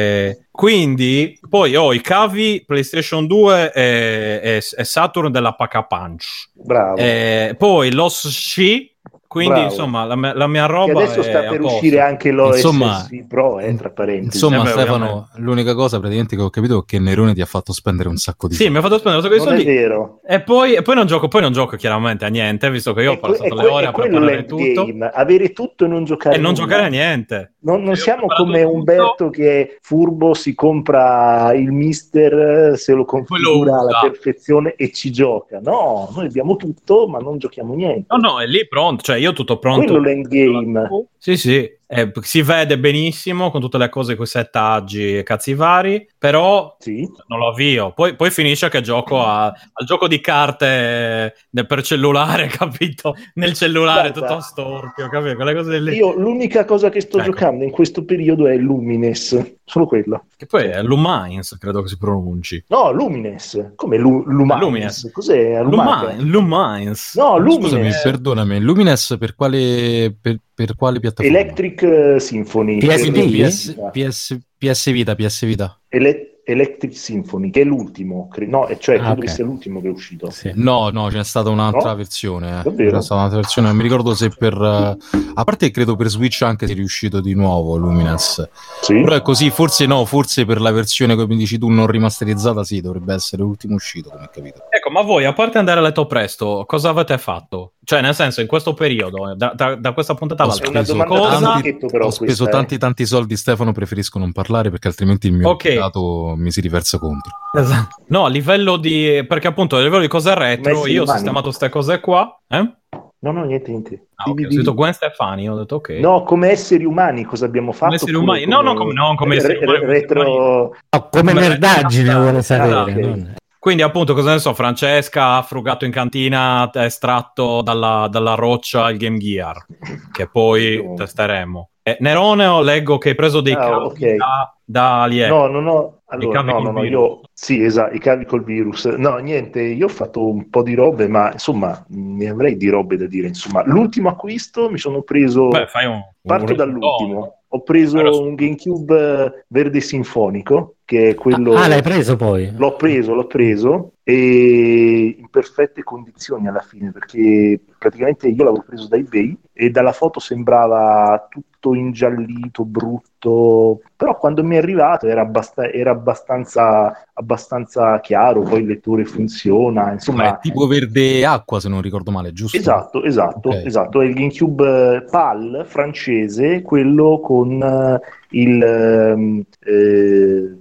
Speaker 1: Eh, quindi, poi ho i cavi PlayStation 2 e, e- e Saturn della Paca Punch.
Speaker 5: Bravo.
Speaker 1: Eh, poi l'Os Sci. Quindi,
Speaker 5: Bravo.
Speaker 1: insomma, la, me- la mia
Speaker 5: Che
Speaker 1: roba.
Speaker 5: adesso sta
Speaker 1: è a
Speaker 5: per
Speaker 1: posto.
Speaker 5: uscire anche l'OS
Speaker 4: Insomma-
Speaker 5: Pro, eh, tra parentesi.
Speaker 4: Insomma,
Speaker 1: Eh beh,
Speaker 4: Stefano,
Speaker 1: ovviamente.
Speaker 4: l'unica cosa praticamente che ho capito è che Nerone ti ha fatto spendere un sacco di
Speaker 1: Sì, mi ha fatto spendere un sacco di
Speaker 5: non è
Speaker 1: soldi.
Speaker 5: vero.
Speaker 1: E poi, e poi non gioco, poi non gioco chiaramente a niente, visto che io ho
Speaker 5: È que-
Speaker 1: passato le
Speaker 5: è que-
Speaker 1: ore
Speaker 5: è
Speaker 1: a
Speaker 5: quello
Speaker 1: preparare
Speaker 5: l'endgame,
Speaker 1: tutto
Speaker 5: avere tutto e non giocare
Speaker 1: e non
Speaker 5: nulla.
Speaker 1: giocare a niente.
Speaker 5: Non, non
Speaker 1: Io ho
Speaker 5: siamo
Speaker 1: preparato
Speaker 5: come
Speaker 1: tutto.
Speaker 5: Umberto che è furbo, si compra il mister, eh, se lo configura
Speaker 1: usa.
Speaker 5: alla perfezione e ci gioca. No, noi abbiamo tutto, ma non giochiamo niente.
Speaker 1: No, no, è lì pronto, cioè io tutto
Speaker 5: Quello
Speaker 1: pronto.
Speaker 5: l'endgame.
Speaker 1: Sì, sì, eh, si vede benissimo con tutte le cose, quei settaggi e cazzi vari, però
Speaker 5: Sì.
Speaker 1: non lo avvio. Poi, poi finisce che gioco a- al gioco di carte eh, per cellulare, [laughs] capito? Nel cellulare
Speaker 5: Guarda.
Speaker 1: tutto storpio, capito? Quelle cose lì.
Speaker 5: Io l'unica cosa che sto
Speaker 1: Ecco.
Speaker 5: giocando in questo periodo è Lumines, solo quello.
Speaker 1: Che poi è Lumines, credo che si pronunci.
Speaker 5: No, Lumines, come Lu- Lumines?
Speaker 1: Lumines.
Speaker 5: Cos'è? Lumate?
Speaker 1: Lumines. Lumines.
Speaker 5: No,
Speaker 4: Scusami,
Speaker 5: Lumines.
Speaker 4: perdonami, Lumines per quale, per, per quale piattaforma? Eh,
Speaker 5: Electric eh, Symphony.
Speaker 6: PSP?
Speaker 4: Quindi
Speaker 5: Che-
Speaker 4: PS, PS, PS Vita, PS Vita.
Speaker 5: Ele- Electric Symphony, che è l'ultimo, cre- no, e cioè
Speaker 6: Ah,
Speaker 5: credo
Speaker 6: ok.
Speaker 5: che sia l'ultimo che è uscito.
Speaker 6: Sì.
Speaker 4: No, no, c'è stata un'altra
Speaker 5: No?
Speaker 4: versione. eh.
Speaker 5: Davvero?
Speaker 4: C'era stata un'altra versione. Non mi ricordo se per. eh, A parte credo per Switch anche si è riuscito di nuovo Lumines.
Speaker 5: Sì?
Speaker 4: Però è così, forse no, forse per la versione come dici tu non rimasterizzata, sì, dovrebbe essere l'ultimo uscito, come ho capito.
Speaker 1: Ecco, ma voi, a parte andare a letto presto, cosa avete fatto? Cioè, nel senso, in questo periodo, eh, da, da- da questa puntata
Speaker 4: Ho
Speaker 5: È una
Speaker 1: all'altra.
Speaker 4: speso,
Speaker 5: domanda
Speaker 1: da
Speaker 4: tanti,
Speaker 5: pacchetto, però,
Speaker 4: ho speso
Speaker 5: questa, eh.
Speaker 4: tanti tanti soldi, Stefano, preferisco non parlare perché altrimenti il mio
Speaker 1: Ok.
Speaker 4: dato mi si riversa contro.
Speaker 1: Esatto. No, a livello di... perché appunto, a livello di cose retro,
Speaker 5: Messi in
Speaker 1: io ho
Speaker 5: mano.
Speaker 1: sistemato queste cose qua. Eh? Ah,
Speaker 5: No, no, niente, niente.
Speaker 4: Ah,
Speaker 1: ok,
Speaker 5: Dimmi,
Speaker 1: Ho
Speaker 5: dimmi.
Speaker 1: scritto Gwen Stefani, ho detto ok.
Speaker 5: No, come esseri umani cosa abbiamo fatto?
Speaker 1: esseri
Speaker 5: Oppure
Speaker 1: umani. No, no, come- no, come esseri umani, come esseri
Speaker 5: retro...
Speaker 6: No, Oh, come
Speaker 1: Beh,
Speaker 6: merdaggine
Speaker 1: basta.
Speaker 6: vuole
Speaker 5: Ah,
Speaker 6: sapere.
Speaker 5: ok.
Speaker 6: non-
Speaker 1: Quindi appunto, cosa ne so, Francesca ha frugato in cantina estratto dalla, dalla roccia il Game Gear, che poi
Speaker 5: No.
Speaker 1: testeremo. Eh, Neroneo, leggo che hai preso dei
Speaker 5: Ah,
Speaker 1: cavi
Speaker 5: ok.
Speaker 1: da, da
Speaker 4: Eh.
Speaker 1: Alien.
Speaker 5: No, no, no. Allora,
Speaker 1: cavi
Speaker 5: no,
Speaker 1: col
Speaker 5: no, no,
Speaker 1: virus.
Speaker 5: io... Sì, esatto, i cavi col virus. No, niente, io ho fatto un po' di robe, ma insomma, ne avrei di robe da dire. Insomma, l'ultimo acquisto mi sono preso...
Speaker 1: Beh, fai un...
Speaker 5: Parto
Speaker 1: un-
Speaker 5: dall'ultimo. Ho preso
Speaker 1: Allora, su-
Speaker 5: un GameCube eh, verde sinfonico, che è quello...
Speaker 6: Ah, l'hai preso poi?
Speaker 5: L'ho preso, l'ho preso e in perfette condizioni alla fine perché praticamente io l'avevo preso da eBay e dalla foto sembrava tutto ingiallito, brutto, però quando mi è arrivato era, abbasta- era abbastanza, abbastanza chiaro, poi il lettore funziona,
Speaker 4: Ma
Speaker 5: insomma...
Speaker 4: è tipo verde acqua, se non ricordo male, giusto?
Speaker 5: Esatto, esatto,
Speaker 4: Ok.
Speaker 5: esatto. È il GameCube eh, PAL francese, quello con eh, il ehm, eh,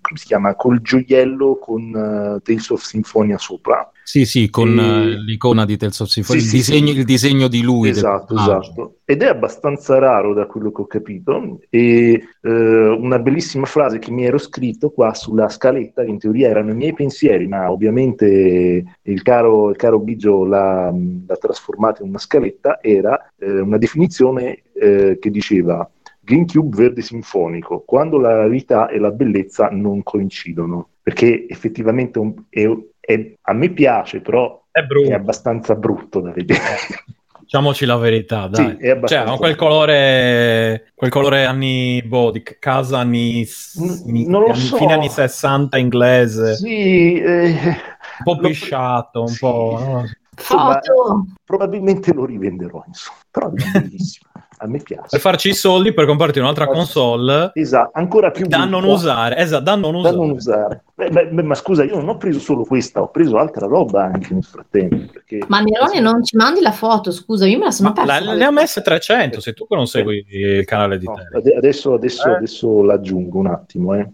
Speaker 5: come si chiama? Col gioiello con eh, Tales of Symphonia sopra.
Speaker 4: Sì, sì, con
Speaker 5: E-
Speaker 4: eh, l'icona di Tales of Symphonia,
Speaker 5: Sì,
Speaker 4: il,
Speaker 5: sì,
Speaker 4: disegno,
Speaker 5: sì.
Speaker 4: il disegno di lui. del
Speaker 5: esatto,
Speaker 4: personaggio.
Speaker 5: esatto. Ed è abbastanza raro da quello che ho capito. E eh, una bellissima frase che mi ero scritto qua sulla scaletta, che in teoria erano i miei pensieri, ma ovviamente il caro, il caro Biggio l'ha, l'ha trasformata in una scaletta, era eh, una definizione eh, che diceva GameCube verde sinfonico, quando la realtà e la bellezza non coincidono. Perché effettivamente un- è- è- a me piace, però
Speaker 1: È brutto.
Speaker 5: è abbastanza brutto da vedere.
Speaker 1: Diciamoci la verità,
Speaker 5: Sì,
Speaker 1: dai.
Speaker 5: è abbastanza.
Speaker 1: cioè, ha quel colore, quel colore anni, boh, di c- casa anni, s-
Speaker 5: N-
Speaker 1: ni-
Speaker 5: non lo
Speaker 1: anni-
Speaker 5: so.
Speaker 1: fine anni 60 inglese,
Speaker 5: Sì, eh,
Speaker 1: un po'
Speaker 5: lo-
Speaker 1: pisciato, un
Speaker 5: sì.
Speaker 1: po'... no?
Speaker 5: Insomma,
Speaker 3: Foto.
Speaker 5: probabilmente lo rivenderò, insomma. Però è bellissimo. A me
Speaker 1: Per
Speaker 5: piace.
Speaker 1: farci i soldi per comprarti un'altra console
Speaker 5: Esatto, ancora più
Speaker 1: da non
Speaker 5: brutta,
Speaker 1: usare, esatto, da non
Speaker 5: Da
Speaker 1: usare.
Speaker 5: non usare. Beh, beh, beh, ma scusa, io non ho preso solo questa, ho preso altra roba anche nel frattempo. Perché...
Speaker 3: Ma Nerone non ci mandi la foto, scusa, io me la sono
Speaker 1: Ma
Speaker 3: persa.
Speaker 1: la- le ha messe 300, sei tu che non segui il canale di
Speaker 5: No,
Speaker 1: te.
Speaker 5: ade- adesso, adesso,
Speaker 1: Eh?
Speaker 5: adesso l'aggiungo un attimo. eh.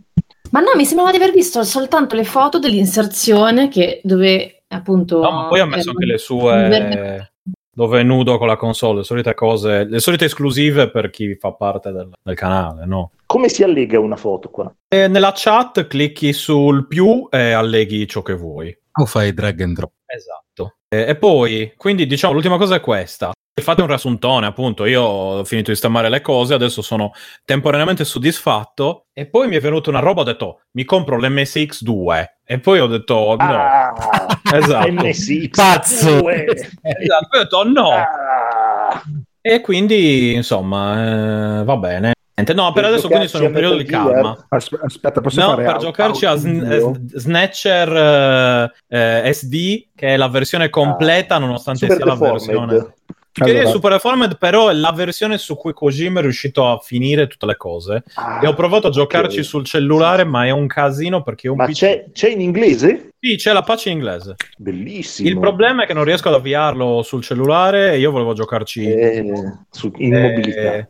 Speaker 3: Ma no, mi sembrava di aver visto soltanto le foto dell'inserzione che dove appunto... eh,
Speaker 1: No, ma poi ha messo anche le
Speaker 3: Verde-
Speaker 1: sue... Dove è nudo con la console, le solite cose, le solite esclusive per chi fa parte del, del canale, no?
Speaker 5: Come si allega una foto qua?
Speaker 1: Eh, nella chat clicchi sul più e alleghi ciò che vuoi.
Speaker 4: O fai drag and drop.
Speaker 1: Esatto. Eh, e poi, quindi diciamo, l'ultima cosa è questa. Fate un riassuntone, appunto. Io ho finito di stammare le cose, adesso sono temporaneamente soddisfatto. E poi mi è venuta una roba, ho detto, "Oh, mi compro l'MSX2. E poi ho detto, "Oh, no.
Speaker 5: Ah,
Speaker 1: [laughs] esatto.
Speaker 5: MSX.
Speaker 6: Pazzo.
Speaker 5: Uè.
Speaker 1: Esatto, poi ho detto, "Oh, no.
Speaker 5: Ah.
Speaker 1: E quindi, insomma, eh, va bene. Niente, no, per,
Speaker 5: Per
Speaker 1: adesso quindi sono in un periodo di
Speaker 5: giocarci a
Speaker 1: calma.
Speaker 2: Aspe- aspetta, posso
Speaker 1: No,
Speaker 2: fare
Speaker 1: per
Speaker 2: au-
Speaker 1: giocarci a Sn- eh,
Speaker 2: audio?
Speaker 1: S- Snatcher eh, eh, SD, che è la versione completa, nonostante
Speaker 5: Super
Speaker 1: sia la
Speaker 5: deformed.
Speaker 1: versione... Che è
Speaker 2: Allora,
Speaker 1: Super Deformed, però è la versione su cui Kojima è riuscito a finire tutte le cose.
Speaker 5: Ah,
Speaker 1: E ho provato a giocarci
Speaker 5: ok.
Speaker 1: sul cellulare, ma è un casino perché è un
Speaker 5: Ma
Speaker 1: PC.
Speaker 5: c'è, c'è in inglese?
Speaker 1: Sì, c'è la pace in inglese.
Speaker 5: Bellissimo.
Speaker 1: Il problema è che non riesco ad avviarlo sul cellulare e io volevo giocarci...
Speaker 5: Eh, su, in
Speaker 1: Eh,
Speaker 5: mobilità. E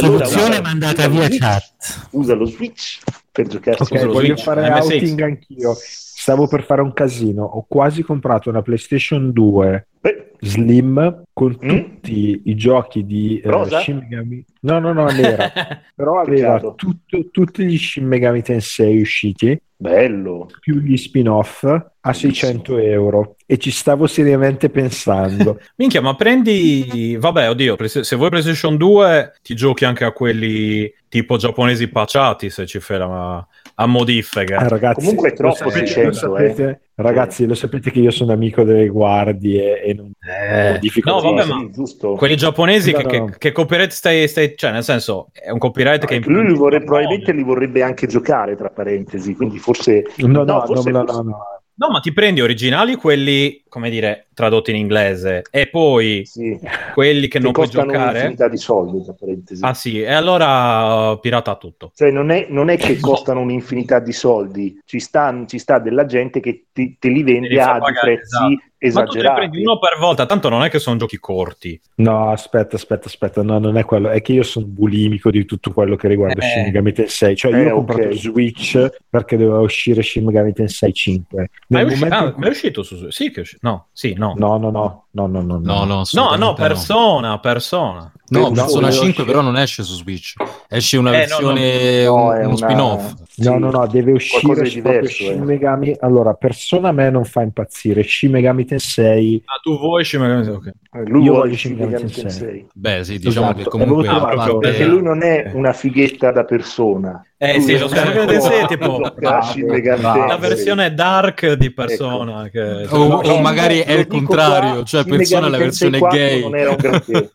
Speaker 5: allora
Speaker 6: Soluzione
Speaker 5: usa-
Speaker 6: mandata
Speaker 5: usa lo
Speaker 6: via
Speaker 5: Switch,
Speaker 6: chat.
Speaker 5: Usa lo Switch per giocarsi
Speaker 1: Ok,
Speaker 2: ok,
Speaker 5: con lo
Speaker 1: voglio-
Speaker 2: voglio
Speaker 5: Switch.
Speaker 2: fare
Speaker 1: MSX.
Speaker 2: outing anch'io. Stavo per fare un casino. Ho quasi comprato una PlayStation 2
Speaker 5: Beh,
Speaker 2: Slim con
Speaker 5: Mm?
Speaker 2: tutti i giochi di eh,
Speaker 5: Rosa?
Speaker 2: Shin Megami. No, no, no, nera.
Speaker 5: [laughs]
Speaker 2: Però aveva
Speaker 5: Peccato.
Speaker 2: tutto- tutti gli Shin Megami Tensei usciti,
Speaker 5: bello.
Speaker 2: più gli spin-off a 600 euro. E ci stavo seriamente
Speaker 5: [laughs]
Speaker 2: pensando.
Speaker 1: Minchia, ma prendi... Vabbè, oddio, pre- se vuoi PlayStation 2 ti giochi anche a quelli tipo giapponesi paciati, se ci fai la... a modifiche.
Speaker 2: Eh, ragazzi,
Speaker 5: Comunque è
Speaker 2: lo
Speaker 5: troppo
Speaker 2: sapete-
Speaker 5: eh. 600,
Speaker 2: lo sapete- Ragazzi, lo sapete che io sono amico delle guardie e non
Speaker 1: Eh,
Speaker 2: modifico
Speaker 1: no,
Speaker 2: cose.
Speaker 1: vabbè,
Speaker 5: Sì,
Speaker 1: ma
Speaker 5: giusto.
Speaker 1: quelli giapponesi
Speaker 2: No,
Speaker 1: che,
Speaker 2: no.
Speaker 1: che- che copyright stai, stai- cioè nel senso è un copyright che
Speaker 5: Ah, Lui li vorrebbe- probabilmente li vorrebbe anche giocare, tra parentesi, quindi forse...
Speaker 2: No, no, no,
Speaker 5: forse-
Speaker 2: no, no, no.
Speaker 1: no ma ti prendi originali quelli come dire tradotti in inglese e poi
Speaker 5: Sì. Che
Speaker 1: quelli che non puoi
Speaker 5: costano
Speaker 1: giocare
Speaker 5: un'infinità di soldi, tra parentesi.
Speaker 1: ah sì e allora uh, pirata tutto
Speaker 5: Cioè, non è, non è che
Speaker 1: Eh, No.
Speaker 5: costano un'infinità di soldi, ci sta, ci sta della gente che ti- te li
Speaker 1: Devi
Speaker 5: vende
Speaker 1: far
Speaker 5: a dei
Speaker 1: pagare,
Speaker 5: prezzi
Speaker 1: esatto. ma tu te ne prendi
Speaker 5: esagerati.
Speaker 1: uno per volta tanto non è che sono giochi corti
Speaker 2: No, aspetta, aspetta, aspetta, no, non è quello, è che io sono bulimico di tutto quello che riguarda
Speaker 1: Eh.
Speaker 2: Shin Megami Tensei, cioè io
Speaker 5: Eh,
Speaker 2: ho comprato
Speaker 5: ok.
Speaker 2: Switch perché doveva uscire Shin Megami Tensei 5.
Speaker 1: ma è,
Speaker 2: Nel
Speaker 1: usci-
Speaker 2: momento
Speaker 1: ah,
Speaker 2: in cui-
Speaker 1: ma è uscito su sì che è usci- no sì no no
Speaker 2: No, no, no, no, no, no,
Speaker 4: No, no,
Speaker 1: no,
Speaker 4: assolutamente
Speaker 1: persona persona
Speaker 5: Eh,
Speaker 4: No,
Speaker 2: No,
Speaker 4: Persona
Speaker 2: no,
Speaker 4: 5
Speaker 2: esce-
Speaker 4: però non esce su Switch. Esce una
Speaker 1: Eh, no,
Speaker 4: versione,
Speaker 5: No,
Speaker 4: un-
Speaker 5: è
Speaker 4: uno
Speaker 5: una-
Speaker 4: spin-off.
Speaker 2: No,
Speaker 5: sì,
Speaker 2: no, no, deve
Speaker 5: qualcosa
Speaker 2: uscire
Speaker 5: di
Speaker 2: su- proprio
Speaker 5: diverso,
Speaker 2: Shin
Speaker 5: eh.
Speaker 2: Megami. Allora, persona a me non fa impazzire. Shin Megami Tensei
Speaker 1: ah tu vuoi Shin Megami- ok.
Speaker 5: Lui
Speaker 2: Io
Speaker 5: vuole
Speaker 2: voglio Shin Megami
Speaker 5: Megami
Speaker 2: Tensei.
Speaker 5: Tensei.
Speaker 4: Beh, sì, diciamo
Speaker 2: Esatto,
Speaker 4: che comunque...
Speaker 2: avevo
Speaker 4: a
Speaker 2: trovato,
Speaker 4: parte- Eh.
Speaker 5: Perché lui non è una fighetta da persona.
Speaker 1: eh sì lo Shin Megami Tensei è tipo
Speaker 5: Ah, Oh, Shin Megami
Speaker 4: bravo.
Speaker 5: Tensei.
Speaker 1: la versione dark eh, cioè, di persona che
Speaker 4: O,
Speaker 5: No,
Speaker 4: o
Speaker 5: no,
Speaker 4: magari
Speaker 5: no,
Speaker 4: è
Speaker 5: lo
Speaker 4: il
Speaker 5: dico
Speaker 4: contrario,
Speaker 5: qua,
Speaker 4: cioè
Speaker 5: Shin Megami
Speaker 4: persona è la
Speaker 5: Tensei
Speaker 4: versione
Speaker 5: 4
Speaker 4: gay.
Speaker 5: non era
Speaker 4: [laughs]
Speaker 5: un granché.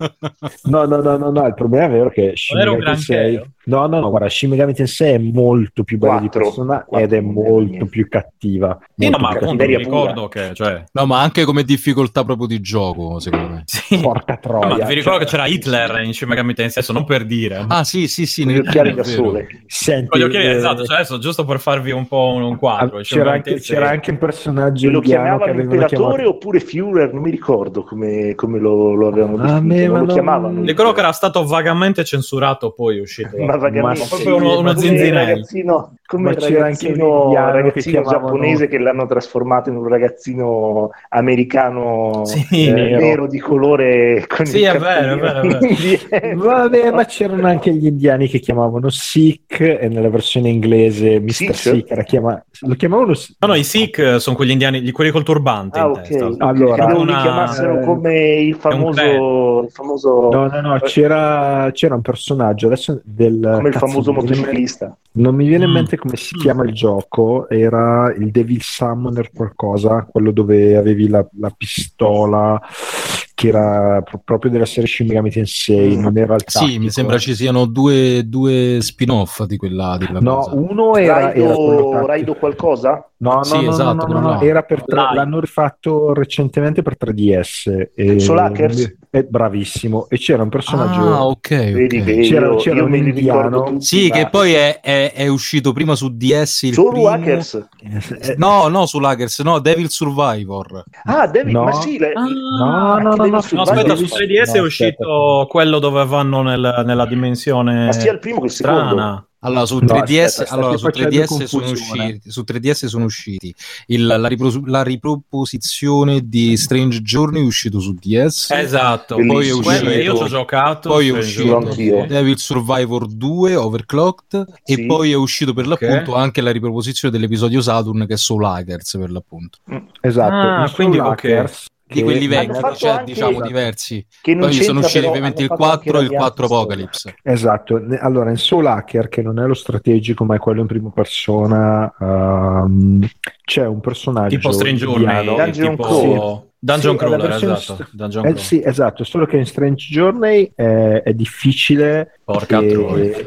Speaker 2: No, no, no, no, no, il problema è vero che Shin
Speaker 1: era un
Speaker 2: Megami
Speaker 1: granché? eh.
Speaker 2: Tensei... No, no, no, guarda, Shin Megami Tensei è molto più bello di
Speaker 5: Quattro.
Speaker 2: persona
Speaker 5: Quattro
Speaker 2: ed è
Speaker 5: non è
Speaker 2: molto
Speaker 5: niente.
Speaker 2: più cattiva.
Speaker 1: Sì, no,
Speaker 2: Molto
Speaker 1: ma
Speaker 2: più
Speaker 1: appunto mi
Speaker 5: cattiveria
Speaker 1: ricordo che, cioè,
Speaker 4: No, ma anche come difficoltà proprio di gioco, secondo me.
Speaker 1: sì.
Speaker 2: cattiva. Porca
Speaker 1: No, ma
Speaker 2: troia.
Speaker 1: vi
Speaker 2: cioè,
Speaker 1: ricordo che c'era Hitler in Shin Megami Tensei, adesso non per dire. ma-
Speaker 4: Ah, sì, sì, sì.
Speaker 5: Con gli
Speaker 4: nel-
Speaker 5: occhiali
Speaker 4: è
Speaker 5: da
Speaker 4: vero.
Speaker 5: sole.
Speaker 2: Senti,
Speaker 1: Voglio chiedere,
Speaker 2: eh,
Speaker 1: esatto, cioè adesso giusto per farvi un po' un, un quadro. cioè,
Speaker 2: ah,
Speaker 1: Shin
Speaker 2: c'era,
Speaker 1: Megami
Speaker 2: anche,
Speaker 1: Tensei-
Speaker 2: c'era anche un personaggio
Speaker 5: lo
Speaker 2: indiano che
Speaker 5: chiamavano
Speaker 2: avevano
Speaker 5: imperatore
Speaker 2: chiamato...
Speaker 5: oppure Führer, non mi ricordo come, come lo, lo avevano
Speaker 2: Ah,
Speaker 5: definito,
Speaker 2: me,
Speaker 5: non
Speaker 2: ma
Speaker 5: lo
Speaker 2: non-
Speaker 5: chiamavano.
Speaker 1: Ricordo che era stato vagamente censurato, poi è uscito.
Speaker 5: Ma vagamente,
Speaker 2: Ma
Speaker 1: proprio uno-
Speaker 5: ma
Speaker 1: uno
Speaker 5: come
Speaker 1: zinzinello.
Speaker 5: ragazzino, come
Speaker 2: Ma c'era anche un
Speaker 5: ragazzino,
Speaker 2: indiano che
Speaker 5: ragazzino
Speaker 2: chiamavano-
Speaker 5: giapponese che l'hanno trasformato in un ragazzino americano
Speaker 1: Sì,
Speaker 5: eh,
Speaker 1: nero.
Speaker 5: nero. di colore con
Speaker 1: Sì,
Speaker 5: il
Speaker 1: è vero, è vero, è vero.
Speaker 5: [laughs]
Speaker 2: [laughs]
Speaker 5: cappellino.
Speaker 2: Vabbè, ma c'erano anche gli indiani che chiamavano Sikh e nella versione inglese Mr.
Speaker 5: Sikh?
Speaker 2: Sikh, era chiama... lo chiamavano...
Speaker 1: No, no, i Sikh sono quegli indiani, gli- quelli col turbante
Speaker 5: Ah,
Speaker 1: in
Speaker 5: ok.
Speaker 1: testa.
Speaker 2: Allora,
Speaker 5: Credevo
Speaker 1: Una-
Speaker 5: li chiamassero
Speaker 2: eh,
Speaker 5: come il famoso,
Speaker 1: credo.
Speaker 5: il famoso
Speaker 2: No, no, no, c'era, c'era un personaggio adesso del
Speaker 5: come il
Speaker 2: cazzo,
Speaker 5: famoso
Speaker 2: non mi viene-
Speaker 5: motociclista.
Speaker 2: Non mi viene in
Speaker 1: Mm.
Speaker 2: mente come si
Speaker 1: Mm.
Speaker 2: chiama il gioco, era il Devil Summoner qualcosa, quello dove avevi la, la pistola che era pro- proprio della serie Shin Megami Tensei, non era il
Speaker 4: Mm. Sì, mi
Speaker 2: tattico. eh.
Speaker 4: sembra ci siano due, due spin-off di quella, di quella
Speaker 2: No,
Speaker 4: cosa.
Speaker 2: uno era, era quello
Speaker 5: Raido,
Speaker 2: tattico.
Speaker 5: Raido qualcosa?
Speaker 2: No, no,
Speaker 4: Sì,
Speaker 2: no, no,
Speaker 4: esatto,
Speaker 2: no,
Speaker 4: quello
Speaker 2: no,
Speaker 4: là.
Speaker 2: no, era per tre-
Speaker 1: Live.
Speaker 2: l'hanno rifatto recentemente per 3DS. E,
Speaker 5: Soul Hackers?
Speaker 2: È bravissimo. E c'era un personaggio...
Speaker 4: Ah, ok.
Speaker 5: Vedi
Speaker 4: ok.
Speaker 5: che
Speaker 2: C'era-
Speaker 5: io,
Speaker 2: c'era
Speaker 5: io
Speaker 2: un
Speaker 5: me li ricordo
Speaker 2: indiano.
Speaker 5: tutti,
Speaker 4: Sì,
Speaker 5: ma-
Speaker 4: che poi è, è- è uscito prima su DS il
Speaker 5: Soul
Speaker 4: primo...
Speaker 5: Hackers.
Speaker 2: Eh,
Speaker 4: No, no, su Hackers, no, Devil Survivor.
Speaker 5: Ah, David,
Speaker 2: No.
Speaker 5: ma sì, le- Ah,
Speaker 2: No, no, no, no.
Speaker 1: No, aspetta, su
Speaker 5: Survivor-
Speaker 4: Eh,
Speaker 1: 3DS è
Speaker 2: No,
Speaker 1: uscito
Speaker 2: aspetta.
Speaker 1: quello dove vanno nel- nella dimensione
Speaker 5: ma sia il primo che il secondo.
Speaker 1: strana.
Speaker 4: Allora, su
Speaker 2: No,
Speaker 4: 3DS,
Speaker 5: aspetta,
Speaker 4: allora, su
Speaker 5: state facendo
Speaker 4: 3DS sono
Speaker 5: confusione.
Speaker 4: usciti, su 3DS sono usciti il- la, ripro- la riproposizione di Strange Journey è uscito su DS,
Speaker 1: Esatto, poi è
Speaker 5: Bellissimo.
Speaker 1: uscito.
Speaker 4: Quello
Speaker 1: Io ci ho giocato,
Speaker 4: Poi è
Speaker 1: sì,
Speaker 4: uscito.
Speaker 1: gioco,
Speaker 5: Anch'io.
Speaker 1: sì.
Speaker 4: Devil Survivor 2 Overclocked
Speaker 5: Sì.
Speaker 4: e poi è uscito per
Speaker 1: Ok.
Speaker 4: l'appunto anche la riproposizione dell'episodio Saturn che è Soul Hackers per l'appunto.
Speaker 2: Esatto,
Speaker 1: Ah,
Speaker 2: il
Speaker 1: quindi,
Speaker 2: Soul
Speaker 1: ok.
Speaker 2: Hackers,
Speaker 4: Di
Speaker 2: che-
Speaker 4: quelli
Speaker 5: vecchi,
Speaker 4: vecchi,
Speaker 5: fatto
Speaker 4: cioè
Speaker 5: anche-
Speaker 4: diciamo
Speaker 2: esatto.
Speaker 4: diversi.
Speaker 5: Che non
Speaker 4: Poi sono
Speaker 5: c'entra,
Speaker 4: usciti
Speaker 5: però,
Speaker 4: ovviamente il
Speaker 5: hanno fatto
Speaker 4: 4 e
Speaker 5: anche
Speaker 4: il
Speaker 5: la
Speaker 4: 4
Speaker 5: Bianca
Speaker 4: Apocalypse.
Speaker 2: Esatto, Ne- allora in Soul Hacker che non è lo strategico ma è quello in prima persona, ehm, c'è un personaggio
Speaker 1: Tipo Strange Journey,
Speaker 2: indiano- Eh,
Speaker 5: Dungeon
Speaker 1: tipo
Speaker 5: Crawl.
Speaker 1: Dungeon
Speaker 2: Sì,
Speaker 1: Crawler,
Speaker 2: la versione
Speaker 1: esatto.
Speaker 2: st-
Speaker 1: Dungeon
Speaker 2: Eh,
Speaker 1: Crawl.
Speaker 2: sì, esatto, solo che in Strange Journey eh, è, è difficile.
Speaker 1: Porca
Speaker 2: e-
Speaker 1: troia.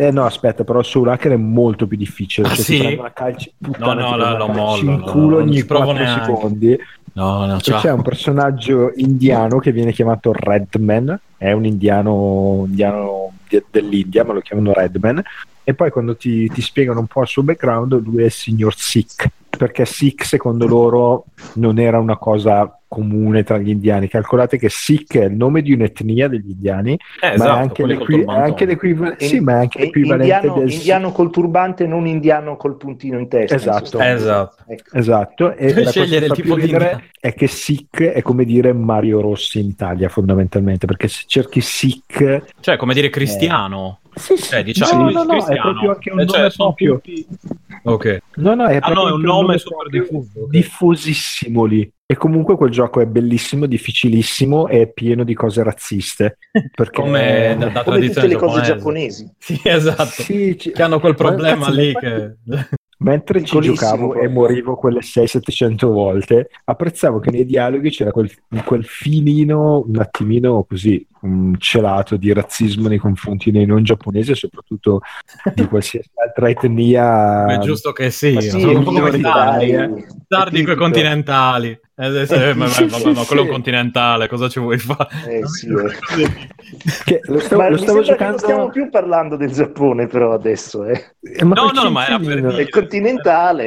Speaker 2: Eh, no, aspetta, però Soul Hacker è molto più difficile.
Speaker 1: Ah,
Speaker 2: cioè,
Speaker 1: sì?
Speaker 2: ti prendono a calci, puttana,
Speaker 1: no,
Speaker 2: ti
Speaker 1: la-
Speaker 2: prendono
Speaker 1: lo
Speaker 2: a calci
Speaker 1: mollo,
Speaker 2: in
Speaker 1: no,
Speaker 2: culo
Speaker 1: non
Speaker 2: ogni
Speaker 1: ci provo
Speaker 2: 4
Speaker 1: neanche.
Speaker 2: secondi.
Speaker 1: No, no,
Speaker 2: E
Speaker 1: ciao.
Speaker 2: c'è un personaggio indiano che viene chiamato Redman, è un indiano, indiano di- dell'India, ma lo chiamano Redman. E poi quando ti, ti spiegano un po' il suo background, lui è il signor Sikh, perché Sikh secondo loro non era una cosa comune tra gli indiani. Calcolate che Sikh è il nome di un'etnia degli indiani,
Speaker 1: Eh,
Speaker 2: ma
Speaker 1: esatto,
Speaker 2: è anche,
Speaker 1: quelli col
Speaker 2: l'equi- è
Speaker 1: turbantone.
Speaker 2: anche l'equivalente,
Speaker 5: In-
Speaker 2: sì, ma è anche
Speaker 5: E-
Speaker 2: l'equivalente
Speaker 5: indiano,
Speaker 2: del
Speaker 5: indiano col turbante, non indiano col puntino in testa. in
Speaker 2: Esatto.
Speaker 5: sostanza.
Speaker 1: Esatto.
Speaker 5: Ecco.
Speaker 2: Esatto,
Speaker 1: Per
Speaker 2: e la cosa
Speaker 1: scegliere
Speaker 2: che
Speaker 1: il
Speaker 2: fa più
Speaker 1: tipo di
Speaker 2: ridere
Speaker 1: indiano.
Speaker 2: è che Sikh è come dire Mario Rossi in Italia fondamentalmente, perché se cerchi Sikh...
Speaker 1: Cioè, come dire cristiano.
Speaker 2: Sì, sì.
Speaker 1: Cioè, diciamo,
Speaker 2: no, no, no, è
Speaker 1: cristiano.
Speaker 2: proprio anche un
Speaker 1: Eh, cioè,
Speaker 2: nome
Speaker 1: sono
Speaker 2: proprio...
Speaker 1: Ok.
Speaker 2: No, no, è
Speaker 1: Ah
Speaker 2: proprio
Speaker 1: no, è un
Speaker 2: anche
Speaker 1: nome super
Speaker 2: proprio
Speaker 1: diffuso. ok.
Speaker 2: diffusissimo lì. E comunque quel gioco è bellissimo, difficilissimo e è pieno di
Speaker 1: [laughs]
Speaker 2: cose razziste. Perché...
Speaker 1: Come
Speaker 2: [laughs]
Speaker 1: da, da
Speaker 5: Come tutte
Speaker 1: tradizione
Speaker 5: le cose
Speaker 1: giapponese.
Speaker 5: giapponesi.
Speaker 1: Sì, esatto.
Speaker 2: Sì, ci-
Speaker 1: Che hanno quel
Speaker 2: Ma
Speaker 1: problema
Speaker 2: cazzo,
Speaker 1: lì
Speaker 2: infatti-
Speaker 1: che...
Speaker 2: Mentre ci
Speaker 5: Piccolissimo
Speaker 2: giocavo e
Speaker 5: proprio.
Speaker 2: morivo quelle 6-700 volte, apprezzavo che nei dialoghi c'era quel, quel filino un attimino così mh, celato di razzismo nei confronti dei non giapponesi e soprattutto
Speaker 5: [laughs]
Speaker 2: di qualsiasi altra etnia.
Speaker 1: È giusto che sì,
Speaker 5: Ma sì,
Speaker 1: sono un po'
Speaker 5: i
Speaker 1: come i
Speaker 5: minoritari,
Speaker 1: tardi,
Speaker 2: tardi,
Speaker 5: è
Speaker 1: tardi coi
Speaker 5: tipico.
Speaker 1: continentali. Eh, sì, sì,
Speaker 2: Eh,
Speaker 1: ma,
Speaker 2: sì,
Speaker 1: ma-
Speaker 2: sì,
Speaker 1: ma- ma quello è un
Speaker 2: sì.
Speaker 1: continentale, cosa ci vuoi fare?
Speaker 5: Eh, sì, eh.
Speaker 2: Che lo stavo,
Speaker 5: Ma
Speaker 2: lo
Speaker 5: mi
Speaker 2: stavo
Speaker 5: sembra che non
Speaker 2: giocando.
Speaker 5: stiamo più parlando del Giappone, però adesso eh.
Speaker 2: Eh, ma
Speaker 1: No,
Speaker 2: quel
Speaker 1: no, ma era per
Speaker 2: filino-
Speaker 1: dire.
Speaker 5: è continentale.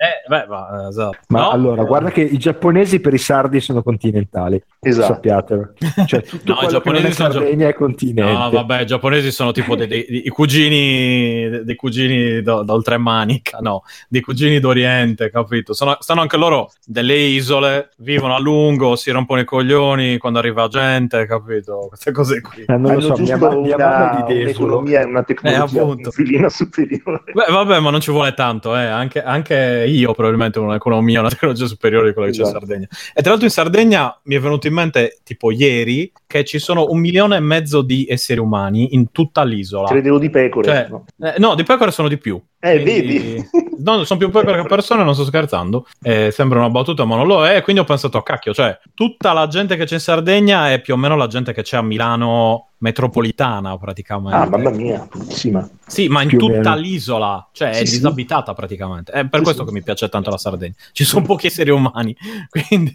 Speaker 1: Eh, beh, va, esatto.
Speaker 2: Ma
Speaker 1: No?
Speaker 2: allora, guarda che i giapponesi per i sardi sono continentali,
Speaker 5: Esatto.
Speaker 2: sappiatelo.
Speaker 1: [laughs]
Speaker 2: Cioè, tutto
Speaker 1: No, i
Speaker 2: quello
Speaker 1: giapponesi
Speaker 2: che non è
Speaker 1: sono gia-
Speaker 2: Sardegna è continente.
Speaker 1: No, vabbè, i giapponesi sono tipo dei, dei- i cugini, dei cugini do- d'oltremanica, no, dei cugini d'Oriente, capito? Sono, stanno anche loro delle isole, vivono a lungo, si rompono i coglioni quando arriva gente, capito? Queste cose qui.
Speaker 2: Eh, non lo
Speaker 5: Hanno
Speaker 2: so, mia,
Speaker 5: giusto
Speaker 2: ma- mia mamma
Speaker 5: una,
Speaker 2: è di Desolo.
Speaker 5: un'economia e una
Speaker 1: Eh,
Speaker 5: tecnologia
Speaker 1: appunto.
Speaker 5: un filino superiore.
Speaker 1: Beh, vabbè, ma non ci vuole tanto, eh. anche, anche io probabilmente ho un'economia, una tecnologia superiore di quella che c'è
Speaker 5: Esatto.
Speaker 1: in Sardegna. E tra l'altro in Sardegna mi è venuto in mente, tipo ieri, che ci sono un milione e mezzo di esseri umani in tutta l'isola.
Speaker 5: Credevo di pecore.
Speaker 1: Cioè,
Speaker 5: no.
Speaker 1: eh, no, di pecore sono di più.
Speaker 5: Eh,
Speaker 1: Quindi- [laughs]
Speaker 5: vedi?
Speaker 1: No, sono più pecore che persone, non sto scherzando. Eh, sembra una battuta, ma non lo è. Quindi ho pensato, cacchio, cioè, tutta la gente che c'è in Sardegna è più o meno la gente che c'è a Milano metropolitana, praticamente.
Speaker 5: Ah, mamma mia, pulissima.
Speaker 1: Sì, ma in
Speaker 2: Più o
Speaker 1: tutta
Speaker 2: meno.
Speaker 1: l'isola, cioè è
Speaker 5: Sì, sì.
Speaker 1: disabitata praticamente. È per
Speaker 5: Sì,
Speaker 1: questo
Speaker 5: sì.
Speaker 1: che mi piace tanto la Sardegna. Ci sono pochi esseri umani. [laughs] Quindi,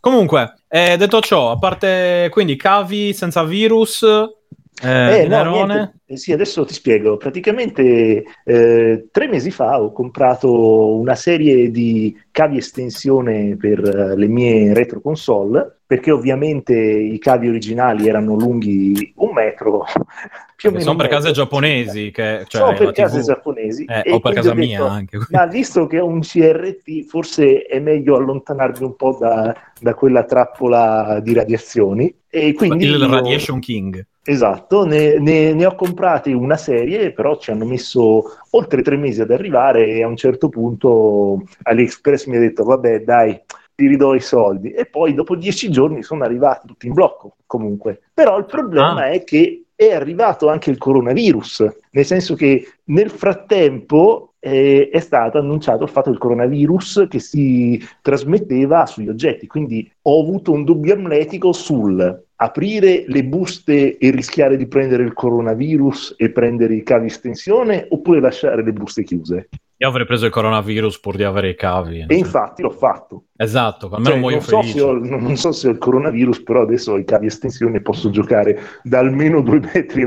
Speaker 1: comunque, eh, detto ciò, a parte quindi cavi senza virus, eh,
Speaker 5: Eh,
Speaker 1: di
Speaker 5: no,
Speaker 1: Nerone.
Speaker 5: niente. Eh, sì, adesso ti spiego. Praticamente eh, tre mesi fa ho comprato una serie di cavi estensione per eh, le mie retro console, perché ovviamente i cavi originali erano lunghi un metro, [laughs] più
Speaker 1: Che
Speaker 5: o meno.
Speaker 1: sono
Speaker 5: un
Speaker 1: per
Speaker 5: metro.
Speaker 1: case giapponesi, che, cioè,
Speaker 5: sono per
Speaker 1: la
Speaker 5: case
Speaker 1: TV.
Speaker 5: giapponesi.
Speaker 1: Eh,
Speaker 5: e
Speaker 1: o per
Speaker 5: quindi
Speaker 1: casa
Speaker 5: ho
Speaker 1: mia
Speaker 5: detto,
Speaker 1: [laughs] anche.
Speaker 5: Ma visto che ho un CRT, forse è meglio allontanarmi un po' da, da quella trappola di radiazioni. E quindi
Speaker 1: il
Speaker 5: io-
Speaker 1: Radiation King.
Speaker 5: Esatto, ne, ne- ne ho comprate una serie, però ci hanno messo oltre tre mesi ad arrivare e a un certo punto AliExpress mi ha detto vabbè dai, ti ridò i soldi e poi dopo dieci giorni sono arrivati tutti in blocco comunque. Però il problema
Speaker 1: Ah.
Speaker 5: è che è arrivato anche il coronavirus, nel senso che nel frattempo eh, è stato annunciato il fatto del coronavirus che si trasmetteva sugli oggetti, quindi ho avuto un dubbio amletico sul aprire le buste e rischiare di prendere il coronavirus e prendere i cavi estensione oppure lasciare le buste chiuse.
Speaker 1: Io avrei preso il coronavirus pur di avere i cavi.
Speaker 5: E infatti l'ho fatto.
Speaker 1: Esatto, almeno
Speaker 5: Cioè,
Speaker 1: muoio
Speaker 5: non, so
Speaker 1: felice.
Speaker 5: se ho, [laughs] non non so se ho il coronavirus, però adesso ho i cavi estensione e posso giocare da almeno due metri e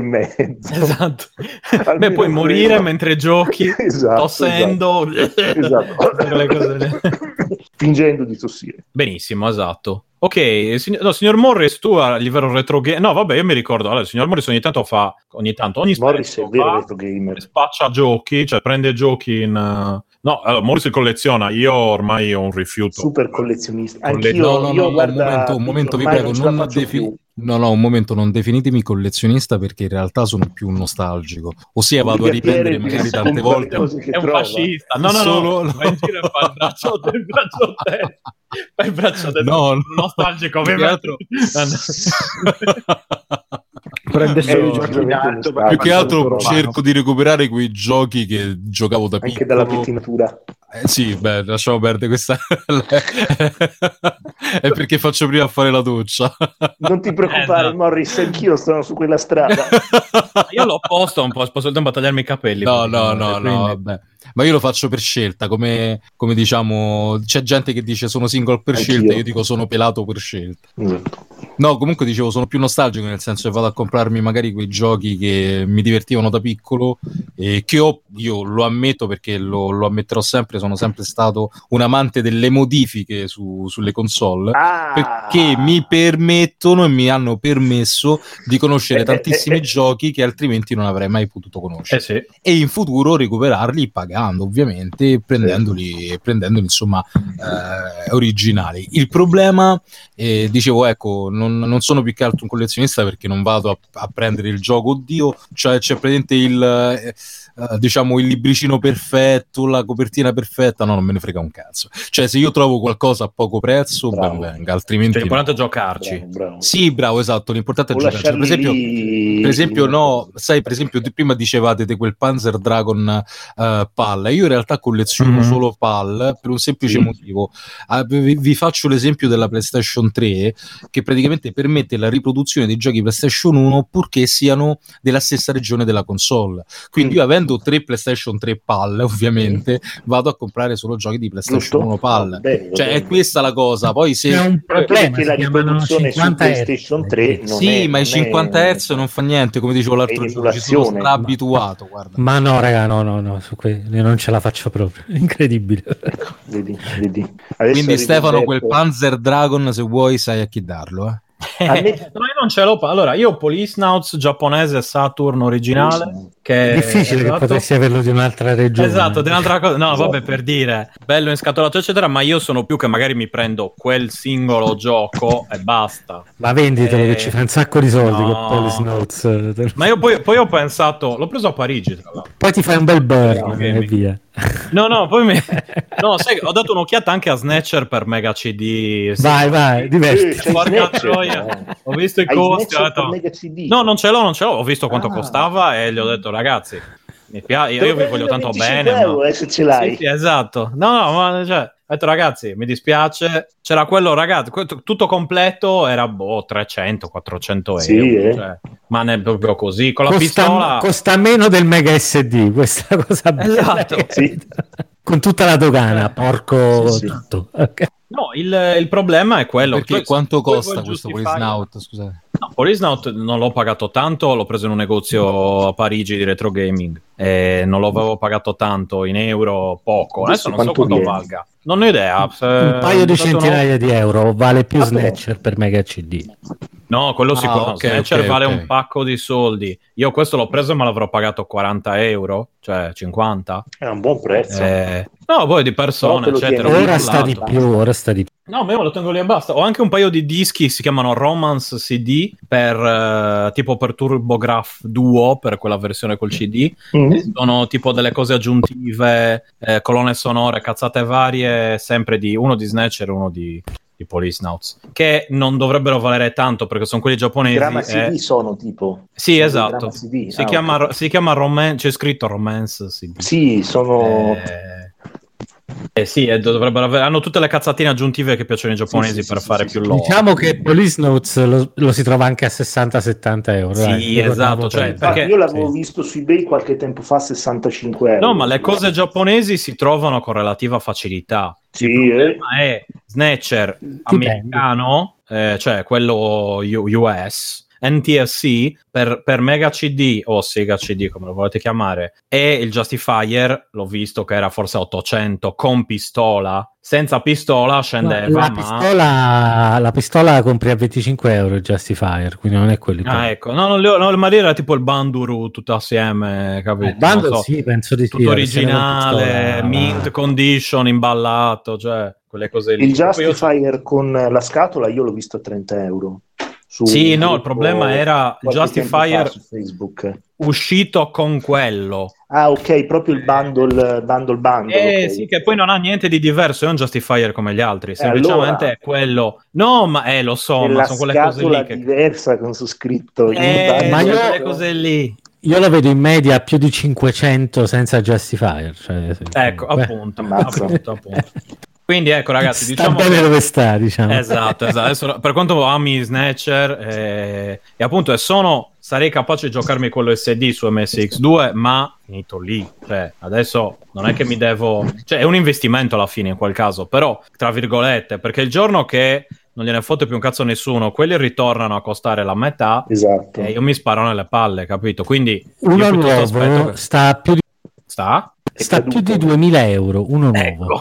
Speaker 1: [laughs] [laughs]
Speaker 5: mezzo. [laughs]
Speaker 1: Esatto. Beh,
Speaker 5: Almeno
Speaker 1: puoi morire
Speaker 5: quello.
Speaker 1: mentre giochi,
Speaker 5: [laughs] Esatto,
Speaker 1: tossendo. [laughs]
Speaker 5: esatto.
Speaker 1: Quelle cose lì.
Speaker 5: fingendo di tossire.
Speaker 1: Benissimo, esatto. Ok, il sign- no, signor Morris, tu a livello retro game... No, vabbè, io mi ricordo, allora, il signor Morris ogni tanto fa... Ogni tanto, ogni
Speaker 5: Morris è
Speaker 1: spezzo
Speaker 5: il vero
Speaker 1: fa-
Speaker 5: retro gamer.
Speaker 1: spaccia giochi, cioè prende giochi in... eh, No, allora, Morris li colleziona, io ormai ho un rifiuto.
Speaker 5: Super collezionista.
Speaker 1: Colle-
Speaker 5: Anch'io,
Speaker 4: No, no,
Speaker 5: io,
Speaker 4: no, un
Speaker 5: guarda,
Speaker 4: momento, un momento, vi
Speaker 5: ormai
Speaker 4: prego,
Speaker 5: ce la
Speaker 4: non
Speaker 5: faccio
Speaker 4: defini-
Speaker 5: più.
Speaker 4: No, no, un momento, non definitemi collezionista perché in realtà sono più un nostalgico. Ossia, vado a
Speaker 5: Libertiere
Speaker 4: riprendere
Speaker 5: di
Speaker 4: magari tante
Speaker 5: scompare
Speaker 4: volte.
Speaker 5: cose che
Speaker 1: è un
Speaker 5: trova.
Speaker 1: fascista. Ah, No, no,
Speaker 4: Solo-
Speaker 1: no. Vai in giro e fa il braccio
Speaker 5: [laughs]
Speaker 1: del braccio destro. Fa il braccio destro.
Speaker 4: No, no.
Speaker 1: nostalgico.
Speaker 4: Più
Speaker 1: Più
Speaker 4: che altro- [laughs]
Speaker 2: prende
Speaker 5: Eh,
Speaker 2: solo i
Speaker 5: no,
Speaker 2: giochi in
Speaker 5: veramente
Speaker 2: alto
Speaker 5: non
Speaker 4: Più che
Speaker 5: Ah,
Speaker 4: altro
Speaker 5: romano.
Speaker 4: cerco di recuperare quei giochi che giocavo da piccolo.
Speaker 5: Anche dalla pettinatura.
Speaker 4: Eh, sì, beh, lasciamo perdere questa. [laughs] è perché faccio prima a fare la doccia. [laughs]
Speaker 5: Non ti preoccupare,
Speaker 1: Eh, no.
Speaker 5: Morris, anch'io sono su quella strada.
Speaker 1: [laughs] Io l'ho posto un po', posso soltanto battagliarmi i capelli.
Speaker 4: [laughs] No,
Speaker 1: Quindi,
Speaker 4: no,
Speaker 5: Eh,
Speaker 4: no,
Speaker 1: quindi-
Speaker 4: no, vabbè. Ma io lo faccio per scelta, come, come diciamo, c'è gente che dice sono single per
Speaker 5: Anch'io.
Speaker 4: scelta, io dico sono pelato per scelta.
Speaker 5: Esatto.
Speaker 4: No, comunque dicevo, sono più nostalgico nel senso che vado a comprarmi magari quei giochi che mi divertivano da piccolo e che ho, io lo ammetto perché lo, lo ammetterò sempre, sono sempre stato un amante delle modifiche su- sulle console.
Speaker 5: Ah!
Speaker 4: Perché mi permettono e mi hanno permesso di conoscere
Speaker 5: Eh,
Speaker 4: tantissimi
Speaker 5: eh, eh, eh.
Speaker 4: giochi che altrimenti non avrei mai potuto conoscere
Speaker 1: Eh sì.
Speaker 4: e in futuro recuperarli pagando ovviamente e prendendoli,
Speaker 5: Certo.
Speaker 4: prendendoli insomma eh, originali il problema eh, dicevo ecco non, non sono più che altro un collezionista perché non vado a, a prendere il gioco oddio cioè c'è praticamente il eh, eh, diciamo il libricino perfetto la copertina perfetta no non me ne frega un cazzo cioè se io trovo qualcosa a poco prezzo
Speaker 5: Bravo.
Speaker 4: ben venga altrimenti
Speaker 1: Cioè,
Speaker 4: no.
Speaker 1: l'importante è giocarci. [laughs]
Speaker 5: Bravo, bravo.
Speaker 4: Sì, bravo, esatto. L'importante è
Speaker 5: O
Speaker 4: giocare. Cioè, per
Speaker 5: lasciarli
Speaker 4: esempio,
Speaker 5: lì-
Speaker 4: per esempio, no, sai, per esempio, di- prima dicevate di quel Panzer Dragon eh, PAL. Io in realtà colleziono
Speaker 1: Mhm.
Speaker 4: solo PAL per un semplice
Speaker 5: Sì.
Speaker 4: motivo. Ah, vi, vi faccio l'esempio della PlayStation 3, che praticamente permette la riproduzione dei giochi PlayStation 1 purché siano della stessa regione della console. Quindi,
Speaker 5: Mm.
Speaker 4: io avendo tre PlayStation 3 PAL, [laughs] ovviamente, vado a comprare solo giochi di PlayStation
Speaker 5: Giusto?
Speaker 4: 1 PAL.
Speaker 5: Bello,
Speaker 4: Cioè, è
Speaker 5: bello.
Speaker 4: questa la cosa. Poi se.
Speaker 6: C'è un problema,
Speaker 5: perché la
Speaker 6: si chiamano
Speaker 5: riproduzione su
Speaker 6: 50 Hz.
Speaker 5: PlayStation 3 non
Speaker 4: Eh, sì,
Speaker 5: è-
Speaker 4: ma i
Speaker 5: non è-
Speaker 4: 50 Hz non fa niente, come dicevo l'altro
Speaker 5: è
Speaker 4: giorno, ci sono
Speaker 5: emulazione.
Speaker 4: abituato,
Speaker 5: [laughs]
Speaker 4: guarda.
Speaker 6: Ma no, raga, no, no, no, su que- non ce la faccio proprio. [laughs] Incredibile.
Speaker 5: Vedi, vedi. Adesso
Speaker 4: Quindi
Speaker 5: arrivo
Speaker 4: Stefano,
Speaker 5: Zeppo.
Speaker 4: quel Panzer Dragon, se vuoi, sai a chi darlo, eh.
Speaker 5: A me-
Speaker 1: No, io non ce l'ho. pa- Allora, io ho Polisnauts giapponese Saturn originale. Che
Speaker 6: Difficile che
Speaker 1: esatto.
Speaker 6: potessi averlo di un'altra regione.
Speaker 1: Esatto, di un'altra cosa. No,
Speaker 5: Esatto.
Speaker 1: vabbè, per dire, bello inscatolato, eccetera, ma io sono più che magari mi prendo quel singolo gioco e basta.
Speaker 6: Ma venditelo
Speaker 1: Eh,
Speaker 6: che ci fa un sacco di soldi
Speaker 1: no.
Speaker 6: con Polis Notes. Te-
Speaker 1: Ma io poi, poi ho pensato, l'ho preso a Parigi, tra l'altro.
Speaker 6: Poi ti fai un bel burn
Speaker 1: No,
Speaker 6: e
Speaker 1: ok.
Speaker 6: via. [laughs]
Speaker 1: No, no, poi
Speaker 4: [laughs]
Speaker 1: mi... No, sai, ho dato un'occhiata anche a Snatcher per Mega CD. Sì.
Speaker 6: Vai, vai,
Speaker 5: Eh,
Speaker 6: divertiti.
Speaker 5: c'hai
Speaker 1: Porca
Speaker 5: Snatcher,
Speaker 1: troia.
Speaker 5: no?
Speaker 1: Ho visto i
Speaker 5: Hai
Speaker 1: costi, ho
Speaker 5: Snatcher
Speaker 1: detto-
Speaker 5: per Mega CD.
Speaker 1: No, non ce l'ho, non ce l'ho. Ho visto quanto
Speaker 5: Ah.
Speaker 1: costava e gli ho detto, ragazzi, mi piace, io vi voglio tanto
Speaker 5: 25
Speaker 1: bene. ma-
Speaker 5: euro, eh, se ce l'hai.
Speaker 1: Sì, sì, esatto. No, no, ma cioè, ho detto ragazzi, mi dispiace. C'era quello, ragazzi, que- tutto completo era boh, 300, 400 euro.
Speaker 5: Sì, eh.
Speaker 1: cioè, ma ne proprio così, con la
Speaker 6: Costa,
Speaker 1: pistola.
Speaker 6: costa meno del Mega SD, questa [laughs] cosa bella
Speaker 1: Esatto,
Speaker 6: [laughs]
Speaker 1: Eh.
Speaker 6: che-
Speaker 5: sì.
Speaker 6: Con tutta la dogana, porco
Speaker 5: Sì, sì.
Speaker 6: tutto. Ok.
Speaker 1: No, il, il problema è quello.
Speaker 4: Perché
Speaker 1: Poi-
Speaker 4: quanto
Speaker 1: poi
Speaker 4: costa
Speaker 1: vuoi
Speaker 4: questo
Speaker 1: giustificare-
Speaker 4: Polisnaut? Scusate.
Speaker 1: No, Polisnaut non l'ho pagato tanto, l'ho preso in un negozio a Parigi di retro gaming. E non lo avevo pagato tanto in euro, poco. Adesso
Speaker 5: Adesso
Speaker 1: non so
Speaker 5: quanto
Speaker 1: quanto
Speaker 5: viene?
Speaker 1: valga. Non ho idea. se-
Speaker 6: un paio di
Speaker 1: tanto Eh, non-
Speaker 6: centinaia di euro vale più
Speaker 5: Vabbè.
Speaker 6: Snatcher per Mega CD.
Speaker 1: No, quello
Speaker 4: Ah,
Speaker 1: sicuro. no,
Speaker 4: ok,
Speaker 1: Snatcher
Speaker 4: ok,
Speaker 1: vale
Speaker 4: ok.
Speaker 1: un pacco di soldi. Io questo l'ho preso, ma l'avrò pagato 40 euro, cioè 50.
Speaker 5: È un buon prezzo.
Speaker 1: Eh, no, poi di persona,
Speaker 5: Esatto. Però te lo
Speaker 1: eccetera.
Speaker 5: tieni.
Speaker 1: uno
Speaker 6: Ora sta di
Speaker 1: l'altro.
Speaker 6: più, ora sta di più.
Speaker 1: No, ma io me lo tengo lì e basta. Ho anche un paio di dischi, si chiamano Romance CD, per, eh, tipo per TurboGraf Duo, per quella versione col CD.
Speaker 5: Mm.
Speaker 1: Sono tipo delle cose aggiuntive, eh, colonne sonore, cazzate varie, sempre di uno di Snatcher e uno di, di Police Nauts, che non dovrebbero valere tanto perché sono quelli giapponesi.
Speaker 5: Gramma
Speaker 1: e-
Speaker 5: CD sono tipo.
Speaker 1: eh, Sì,
Speaker 5: Sono
Speaker 1: esatto.
Speaker 5: Gramma CD.
Speaker 1: si,
Speaker 5: Ah,
Speaker 1: chiama,
Speaker 5: ok.
Speaker 1: si chiama Romance, c'è scritto Romance CD.
Speaker 5: Sì, oh. sono.
Speaker 1: Eh, eh sì, eh, dovrebbero avere, hanno tutte le cazzatine aggiuntive che piacciono ai giapponesi
Speaker 5: Sì, sì,
Speaker 1: per
Speaker 5: sì,
Speaker 1: fare
Speaker 5: sì,
Speaker 1: più
Speaker 5: sì.
Speaker 1: lore.
Speaker 6: Diciamo che Police Notes lo, lo si trova anche a 60-70 euro.
Speaker 1: Sì,
Speaker 6: dai,
Speaker 1: esatto,
Speaker 6: ricordavo
Speaker 1: cioè,
Speaker 6: prima.
Speaker 5: Ah,
Speaker 1: perché-
Speaker 5: io l'avevo
Speaker 6: Sì.
Speaker 5: visto su eBay qualche tempo fa, 65 euro.
Speaker 1: No, ma le cose giapponesi si trovano con relativa facilità.
Speaker 5: Sì, eh.
Speaker 1: Ma è Snatcher
Speaker 6: Dipende.
Speaker 1: americano, eh, cioè quello U- US, NTSC per, per Mega CD o Sega CD come lo volete chiamare e il Justifier l'ho visto che era forse 800 con pistola senza pistola
Speaker 6: La,
Speaker 1: scendeva ma...
Speaker 6: pistola, la pistola la compri a 25 euro il Justifier, quindi non è quello.
Speaker 1: Ah, ecco, no, non le ho- no, ma lì era tipo il Banduru tutto assieme, capito?
Speaker 6: il bundle
Speaker 1: eh, Non so.
Speaker 6: Eh, sì, penso di sì.
Speaker 1: tutto
Speaker 6: la versione con
Speaker 1: originale,
Speaker 6: pistola,
Speaker 1: mint
Speaker 6: ma-
Speaker 1: condition, imballato, cioè quelle cose lì.
Speaker 5: Il
Speaker 1: Poi io-
Speaker 5: Justifier con la scatola io l'ho visto a 30 euro. Su
Speaker 1: Sì,
Speaker 5: un
Speaker 1: no, il
Speaker 5: gruppo
Speaker 1: problema era il
Speaker 5: qualche tempo fa
Speaker 1: Justifier
Speaker 5: su Facebook.
Speaker 1: uscito con quello.
Speaker 5: Ah, ok, proprio il bundle bundle bundle.
Speaker 1: Eh
Speaker 5: ok.
Speaker 1: sì, che poi non ha niente di diverso, è un Justifier come gli altri, semplicemente
Speaker 5: Eh, allora-
Speaker 1: è quello. No, ma eh, lo so,
Speaker 5: E
Speaker 1: ma
Speaker 5: la
Speaker 1: sono quelle cose
Speaker 5: scatola
Speaker 1: lì che...
Speaker 5: diversa con su scritto
Speaker 1: Eh,
Speaker 6: Ma
Speaker 1: ma
Speaker 6: io-
Speaker 1: quelle cose lì.
Speaker 6: Io la vedo in media più di 500 senza Justifier. Cioè, sì.
Speaker 1: Ecco,
Speaker 6: Beh,
Speaker 1: appunto,
Speaker 5: ammazza.
Speaker 1: appunto,
Speaker 6: [laughs]
Speaker 1: appunto. Quindi ecco ragazzi,
Speaker 6: sta
Speaker 1: diciamo
Speaker 6: bene
Speaker 1: che-
Speaker 6: dove sta, diciamo.
Speaker 1: Esatto, esatto. Adesso, per quanto ami Snatcher eh, e appunto e sono sarei capace di giocarmi con lo SD su MSX2, ma finito lì, cioè adesso non è che mi devo, cioè è un investimento alla fine in quel caso, però tra virgolette, perché il giorno che non gliene fotte più un cazzo a nessuno, quelli ritornano a costare la metà
Speaker 5: Esatto.
Speaker 1: e Eh, io mi sparo nelle palle, capito? Quindi
Speaker 6: [laughs] Uno
Speaker 1: io piuttosto aspetto
Speaker 6: nuovo
Speaker 1: che-
Speaker 6: sta a più di,
Speaker 1: sta
Speaker 6: sta a più di
Speaker 5: caduto.
Speaker 6: 2000 euro. Uno nuovo.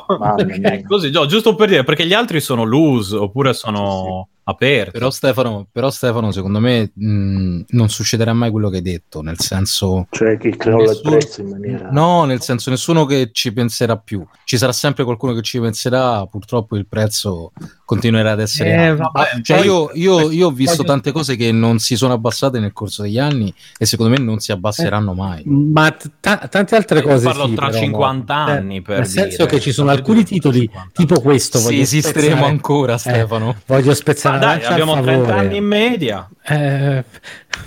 Speaker 1: Ecco.
Speaker 5: Mamma mia.
Speaker 1: Eh, [laughs] così, no, giusto per dire, perché gli altri sono loose oppure sono aperti.
Speaker 4: Però Stefano, però Stefano, secondo me mh, non succederà mai quello che hai detto, nel senso
Speaker 5: Cioè che crolla il
Speaker 4: Nessuno-
Speaker 5: prezzo in maniera
Speaker 4: No, nel senso nessuno che ci penserà più. Ci sarà sempre qualcuno che ci penserà, purtroppo il prezzo continuerà ad essere
Speaker 1: Eh,
Speaker 4: alto.
Speaker 1: vabbè,
Speaker 4: Ah, cioè,
Speaker 1: poi-
Speaker 4: io, io- io ho visto
Speaker 1: poi-
Speaker 4: tante cose che non si sono abbassate nel corso degli anni e secondo me non si
Speaker 6: Eh.
Speaker 4: abbasseranno mai.
Speaker 6: Ma t- ta- tante altre
Speaker 1: Io
Speaker 6: cose.
Speaker 1: parlo
Speaker 6: sì,
Speaker 1: tra
Speaker 6: però,
Speaker 1: 50
Speaker 6: no.
Speaker 1: anni, per
Speaker 6: nel senso
Speaker 1: dire.
Speaker 6: che ci sono
Speaker 1: Tra
Speaker 6: alcuni
Speaker 1: 50
Speaker 6: titoli, tipo questo.
Speaker 4: Sì,
Speaker 6: voglio
Speaker 4: esisteremo
Speaker 6: spezzare-
Speaker 4: ancora,
Speaker 6: Eh.
Speaker 4: Stefano.
Speaker 6: Voglio spezzare
Speaker 1: Ma
Speaker 6: la
Speaker 1: dai,
Speaker 6: lancia a
Speaker 1: abbiamo 30
Speaker 6: favore.
Speaker 1: anni in media.
Speaker 6: Eh,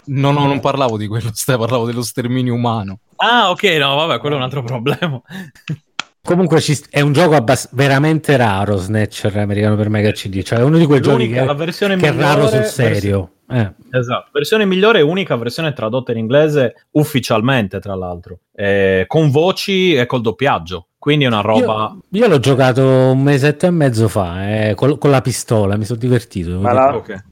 Speaker 4: No, no, non parlavo di quello, [laughs] Stefano, parlavo dello sterminio umano.
Speaker 1: Ah, ok, no, vabbè, quello è un altro [laughs] problema.
Speaker 6: Comunque ci st- è un gioco abbas- veramente raro Snatcher americano per Mega CD, cioè è uno di quei giochi
Speaker 1: L'unica,
Speaker 6: che,
Speaker 1: la versione
Speaker 6: che è
Speaker 1: migliore,
Speaker 6: raro sul
Speaker 1: vers-
Speaker 6: serio. Eh.
Speaker 1: esatto, versione migliore e unica versione tradotta in inglese ufficialmente, tra l'altro, Eh, con voci e col doppiaggio. Quindi è una roba.
Speaker 6: Io, io l'ho giocato un mesetto e mezzo fa eh, col- con la pistola, mi sono divertito. devo
Speaker 5: Ma
Speaker 6: dire.
Speaker 5: la-
Speaker 1: Ok.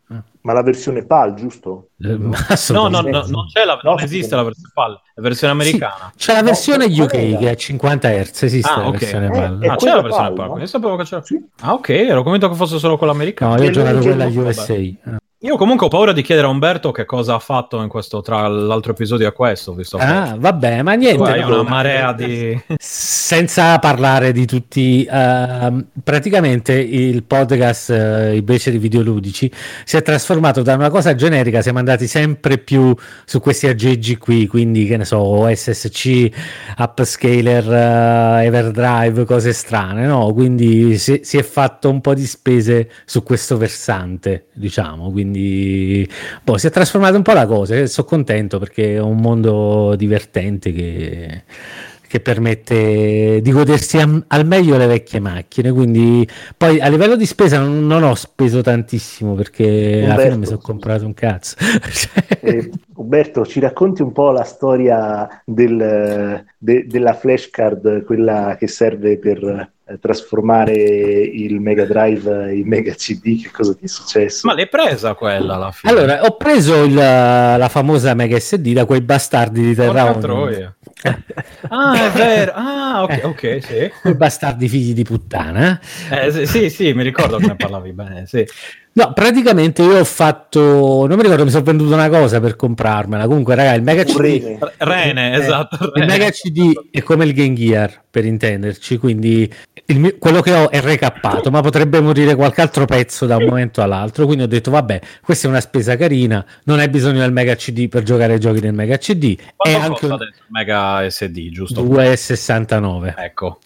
Speaker 5: Ma la versione PAL, giusto?
Speaker 6: Eh, ma
Speaker 1: No,
Speaker 6: [laughs] assolutamente.
Speaker 1: no, no, non, c'è la, non
Speaker 5: No,
Speaker 1: esiste
Speaker 5: scusa.
Speaker 1: la versione PAL, la versione
Speaker 6: Sì,
Speaker 1: americana.
Speaker 6: c'è la versione
Speaker 5: No,
Speaker 6: UK
Speaker 5: quella.
Speaker 6: che è a 50 Hz, esiste
Speaker 1: Ah,
Speaker 6: la
Speaker 1: ok.
Speaker 6: versione
Speaker 5: Eh,
Speaker 6: PAL.
Speaker 5: eh,
Speaker 1: Ah,
Speaker 5: è
Speaker 1: c'è la
Speaker 5: quella
Speaker 1: versione
Speaker 5: PAL,
Speaker 1: PAL,
Speaker 5: no?
Speaker 1: io sapevo che c'era.
Speaker 5: Sì.
Speaker 1: Ah, ok, ero convinto che fosse solo quella americana.
Speaker 6: No, io ho
Speaker 5: Che
Speaker 6: giocato
Speaker 5: lui-
Speaker 6: quella
Speaker 5: che-
Speaker 6: USA. eh.
Speaker 1: Io comunque ho paura di chiedere a Umberto che cosa ha fatto in questo, tra l'altro episodio e questo, visto che
Speaker 6: Ah, vabbè, ma eh, niente.
Speaker 1: Guarda, è
Speaker 6: no.
Speaker 1: una marea di...
Speaker 6: senza parlare di tutti ehm, praticamente il podcast eh, invece di videoludici si è trasformato da una cosa generica siamo andati sempre più su questi aggeggi qui quindi che ne so SSC upscaler eh, everdrive cose strane no quindi si, si è fatto un po' di spese su questo versante diciamo quindi boh, si è trasformata un po' la cosa e sono contento perché è un mondo divertente che che permette di godersi am- al meglio le vecchie macchine. Quindi, poi a livello di spesa non, non ho speso tantissimo perché alla fine
Speaker 5: Umberto.
Speaker 6: mi sono comprato un cazzo. [laughs] Cioè,
Speaker 5: Eh, Umberto, ci racconti un po' la storia del, de- della flashcard, quella che serve per eh, trasformare il Mega Drive in Mega CD? Che cosa ti è successo?
Speaker 1: Ma l'hai presa quella alla fine?
Speaker 6: Allora, ho preso il- la famosa Mega SD da quei bastardi di Terra
Speaker 1: Porca
Speaker 6: Onlus.
Speaker 1: troia.
Speaker 6: [laughs]
Speaker 1: Ah, è vero. Ah, ok, ok, sì.
Speaker 6: Eh, Quei bastardi figli di puttana.
Speaker 1: Eh, sì, sì, sì, mi ricordo che ne parlavi bene, sì.
Speaker 6: [laughs] No, praticamente io ho fatto. Non mi ricordo, mi sono venduto una cosa per comprarmela. Comunque, raga, il Mega
Speaker 5: Un
Speaker 6: CD.
Speaker 5: rene.
Speaker 1: R- Rene,
Speaker 6: Eh,
Speaker 1: esatto.
Speaker 6: Il
Speaker 1: Rene.
Speaker 6: Mega CD è come il Game Gear per intenderci, quindi il mio- quello che ho è recappato, ma potrebbe morire qualche altro pezzo da un momento all'altro. Quindi ho detto, vabbè, questa è una spesa carina. Non hai bisogno del Mega CD per giocare ai giochi del Mega CD. È
Speaker 1: Quanto
Speaker 6: anche
Speaker 1: costa
Speaker 6: un
Speaker 1: adesso il Mega SD, giusto?
Speaker 6: 2,69.
Speaker 1: Ecco.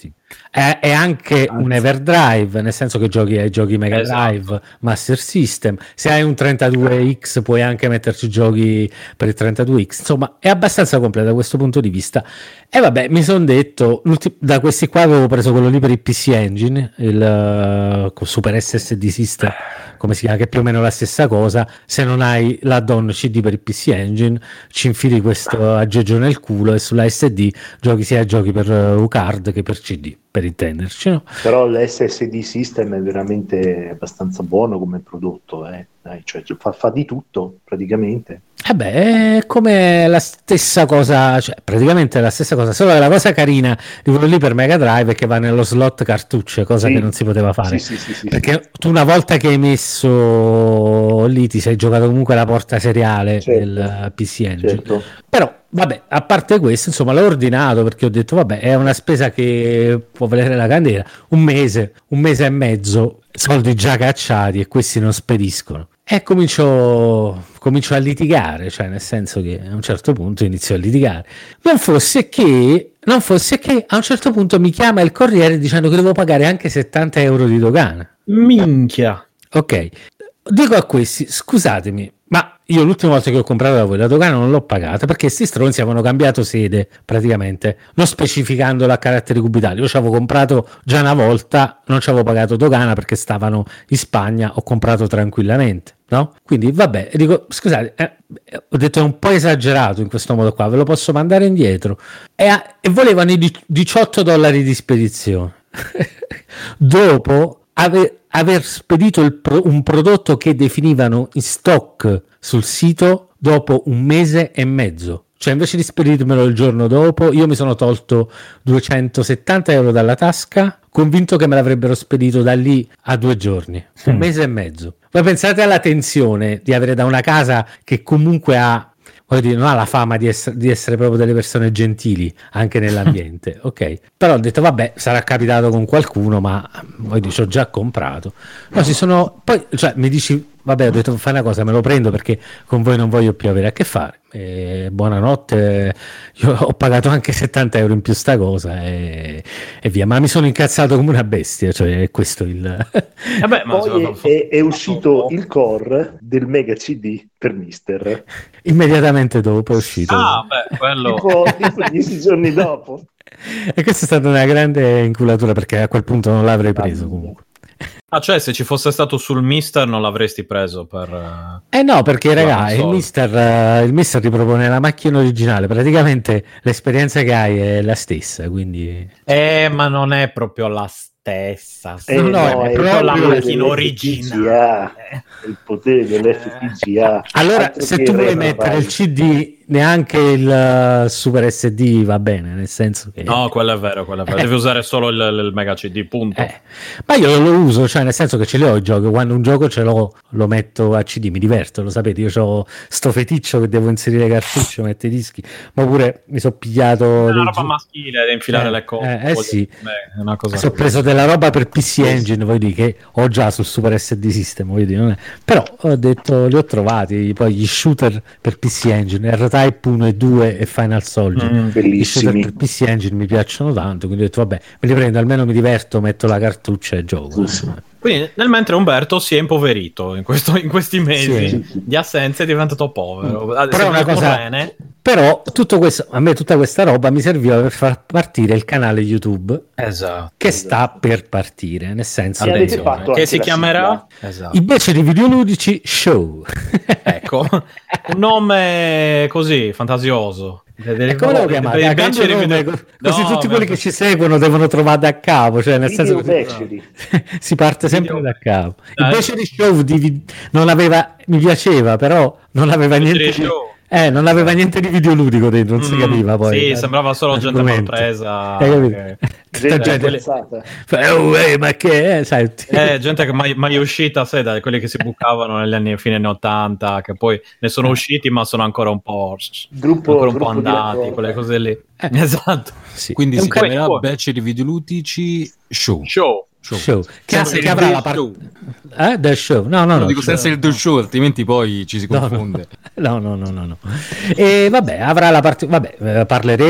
Speaker 6: È, è anche un Everdrive, nel senso che giochi ai giochi Mega
Speaker 1: Esatto.
Speaker 6: Drive, Master System. Se hai un 32X puoi anche metterci giochi per il 32X. Insomma, è abbastanza completa da questo punto di vista. E vabbè, mi sono detto, l'ulti- da questi qua avevo preso quello lì per il PC Engine, il eh, con Super SSD System, come si chiama, che è più o meno la stessa cosa. Se non hai l'add-on CD per il PC Engine, ci infili questo aggeggio nel culo e sulla SD giochi sia giochi per eh, UCard che per CD. per intenderci. No?
Speaker 5: Però l'SSD System è veramente abbastanza buono come prodotto, eh. Dai, cioè, fa, fa di tutto praticamente.
Speaker 6: Eh beh, è come la stessa cosa, cioè praticamente è la stessa cosa, solo che la cosa carina di quello lì per Mega Drive è che va nello slot cartucce, cosa
Speaker 5: Sì.
Speaker 6: che non si poteva fare.
Speaker 5: Sì, sì, sì, sì,
Speaker 6: Perché tu una volta che hai messo lì ti sei giocato comunque la porta seriale
Speaker 5: Certo.
Speaker 6: del PC
Speaker 5: sì,
Speaker 6: Engine.
Speaker 5: certo.
Speaker 6: Però, vabbè, a parte questo, insomma, l'ho ordinato perché ho detto, vabbè, è una spesa che può valere la candela. Un mese, un mese e mezzo, soldi già cacciati e questi non spediscono. E comincio, comincio a litigare, cioè nel senso che a un certo punto inizio a litigare. Non fosse che, non fosse che a un certo punto mi chiama il corriere dicendo che devo pagare anche 70 euro di dogana.
Speaker 1: Minchia.
Speaker 6: Ok, dico a questi, scusatemi, ma io l'ultima volta che ho comprato da voi la dogana non l'ho pagata perché questi stronzi avevano cambiato sede praticamente, non specificandola a caratteri cubitali. Io ci avevo comprato già una volta, non ci avevo pagato dogana perché stavano in Spagna, ho comprato tranquillamente. No? Quindi vabbè, dico scusate, eh, eh, ho detto è un po' esagerato in questo modo qua, ve lo posso mandare indietro. E, a- e volevano i di- 18 dollari di spedizione. Dopo ave- aver spedito il pro- un prodotto che definivano in stock sul sito dopo un mese e mezzo. Cioè, invece di spedirmelo il giorno dopo, io mi sono tolto 270 euro dalla tasca, convinto che me l'avrebbero spedito da lì a due giorni, un
Speaker 4: Mm.
Speaker 6: mese e mezzo. Poi pensate alla tensione di avere da una casa che comunque ha voglio dire, non ha la fama di, ess- di essere proprio delle persone gentili anche nell'ambiente, ok? Però ho detto, vabbè, sarà capitato con qualcuno, ma voglio dire, ci ho già comprato. No, si sono, poi, cioè, mi dici, vabbè, ho detto, fai una cosa, me lo prendo perché con voi non voglio più avere a che fare. E buonanotte, io ho pagato anche 70 euro in più sta cosa e, e via, ma mi sono incazzato come una bestia, cioè, è questo il... [laughs]
Speaker 1: Vabbè, Eh ma
Speaker 5: Poi è, è-
Speaker 1: [laughs]
Speaker 5: è uscito il core del Mega CD per Mister,
Speaker 6: immediatamente dopo è uscito.
Speaker 7: Ah,
Speaker 6: [laughs]
Speaker 7: beh, quello.
Speaker 5: tipo, tipo dieci giorni dopo.
Speaker 7: [laughs]
Speaker 6: E questa è stata una grande inculatura perché a quel punto non l'avrei preso comunque.
Speaker 7: Ah, cioè, se ci fosse stato sul Mister non l'avresti preso per... eh,
Speaker 6: Eh no, perché raga,
Speaker 7: Guarda,
Speaker 6: il
Speaker 7: solo.
Speaker 6: mister, eh, il mister ripropone la macchina originale, praticamente l'esperienza che hai è la stessa, quindi...
Speaker 7: Eh, ma non è proprio la stessa.
Speaker 5: Eh,
Speaker 6: No, no, è
Speaker 5: il
Speaker 6: proprio
Speaker 5: potere
Speaker 6: la
Speaker 5: delle
Speaker 7: macchina
Speaker 5: FPGA,
Speaker 7: originale.
Speaker 6: eh.
Speaker 5: Il potere dell'FPGA.
Speaker 6: Allora, se tu vuoi mettere il CD, neanche il eh, Super SD va bene, nel senso che...
Speaker 7: No, quello è vero, quello è vero.
Speaker 6: Eh.
Speaker 7: Devi usare solo il, il Mega CD, punto.
Speaker 6: Eh, ma io lo uso, cioè nel senso che ce li ho i giochi, quando un gioco ce l'ho lo metto a CD, mi diverto, lo sapete, io ho sto feticcio che devo inserire cartuccio, metto i dischi, ma pure mi sono pigliato... dei
Speaker 7: È una roba
Speaker 6: gio-
Speaker 7: maschile da infilare
Speaker 6: Eh,
Speaker 7: le cose.
Speaker 6: eh, eh,
Speaker 7: Voglio-
Speaker 6: sì.
Speaker 7: Beh, è una cosa...
Speaker 6: Se ho preso della roba per PC Engine, voglio dire, che ho già sul Super SD System, voglio dire, non è- però ho detto, li ho trovati, poi gli shooter per PC Engine, R-Type 1 e 2 e Final Soldier.
Speaker 7: Mm.
Speaker 6: Gli shooter
Speaker 5: Bellissimi.
Speaker 6: per PC Engine mi piacciono tanto, quindi ho detto vabbè, me li prendo, almeno mi diverto, metto la cartuccia e gioco.
Speaker 5: Sì, sì.
Speaker 7: Quindi, nel mentre Umberto si è impoverito in, questo- in questi mesi
Speaker 6: Sì. Mm.
Speaker 7: di assenza è diventato povero. Adesso
Speaker 6: Però è una
Speaker 7: vive con
Speaker 6: cosa-
Speaker 7: Rene.
Speaker 6: Però tutto questo, a me tutta questa roba mi serviva per far partire il canale YouTube
Speaker 4: Esatto.
Speaker 6: che sta per partire, nel senso
Speaker 5: E
Speaker 6: che-
Speaker 5: avete fatto
Speaker 7: eh. che
Speaker 5: anche
Speaker 7: si
Speaker 5: la eh.
Speaker 7: chiamerà...
Speaker 5: sigla?
Speaker 7: Esatto.
Speaker 6: invece di videoludici show. [laughs]
Speaker 7: Ecco, un nome così fantasioso.
Speaker 6: E come lo chiamate?
Speaker 7: Per i
Speaker 6: Ah, cambio
Speaker 7: beceri
Speaker 6: nome,
Speaker 7: video-
Speaker 6: co- così
Speaker 7: No,
Speaker 6: tutti
Speaker 7: ma-
Speaker 6: quelli che ci seguono devono trovare da capo, cioè nel senso
Speaker 5: Video
Speaker 6: che
Speaker 5: Beceri.
Speaker 6: [laughs] si parte sempre
Speaker 7: Video-
Speaker 6: da capo.
Speaker 7: Dai.
Speaker 6: Invece di show di vi- non aveva mi piaceva, però non aveva
Speaker 7: Invece
Speaker 6: niente
Speaker 7: di
Speaker 6: di,
Speaker 7: show.
Speaker 6: eh, non aveva niente di videoludico dentro, non si
Speaker 7: Mm,
Speaker 6: capiva poi.
Speaker 7: sì,
Speaker 6: Eh,
Speaker 7: sembrava solo gente
Speaker 6: l'argomento. [laughs]
Speaker 7: malpresa,
Speaker 6: Hai capito?
Speaker 7: eh,
Speaker 6: Tutta
Speaker 5: Gente
Speaker 6: gente-
Speaker 5: ammazzata.
Speaker 6: Eh, oh, eh, ma che è? Sai, ti-
Speaker 7: Eh, gente che mai, mai uscita, sai, da quelli che si bucavano negli anni fine anni 80, che poi ne sono usciti, ma sono ancora un po',
Speaker 5: Gruppo-
Speaker 7: ancora un po'
Speaker 5: gruppo di
Speaker 7: andati,
Speaker 5: raccolta.
Speaker 7: quelle cose lì.
Speaker 1: [laughs]
Speaker 6: Eh.
Speaker 7: Esatto.
Speaker 6: sì.
Speaker 4: Quindi
Speaker 6: È un
Speaker 4: si
Speaker 7: ca-
Speaker 4: chiamerà
Speaker 7: Poi-
Speaker 4: Beceri Videolutici Show.
Speaker 7: Show.
Speaker 4: Show.
Speaker 6: show. Che,
Speaker 4: Senza
Speaker 6: che
Speaker 4: il
Speaker 6: avrà
Speaker 4: del
Speaker 6: la parte
Speaker 4: show.
Speaker 6: eh, del show. No, no,
Speaker 4: No,
Speaker 6: no.
Speaker 4: dico senza il del show, altrimenti poi ci si
Speaker 6: No, no.
Speaker 4: confonde.
Speaker 6: No, no, no, no, no. E vabbè, avrà la parte- vabbè, eh,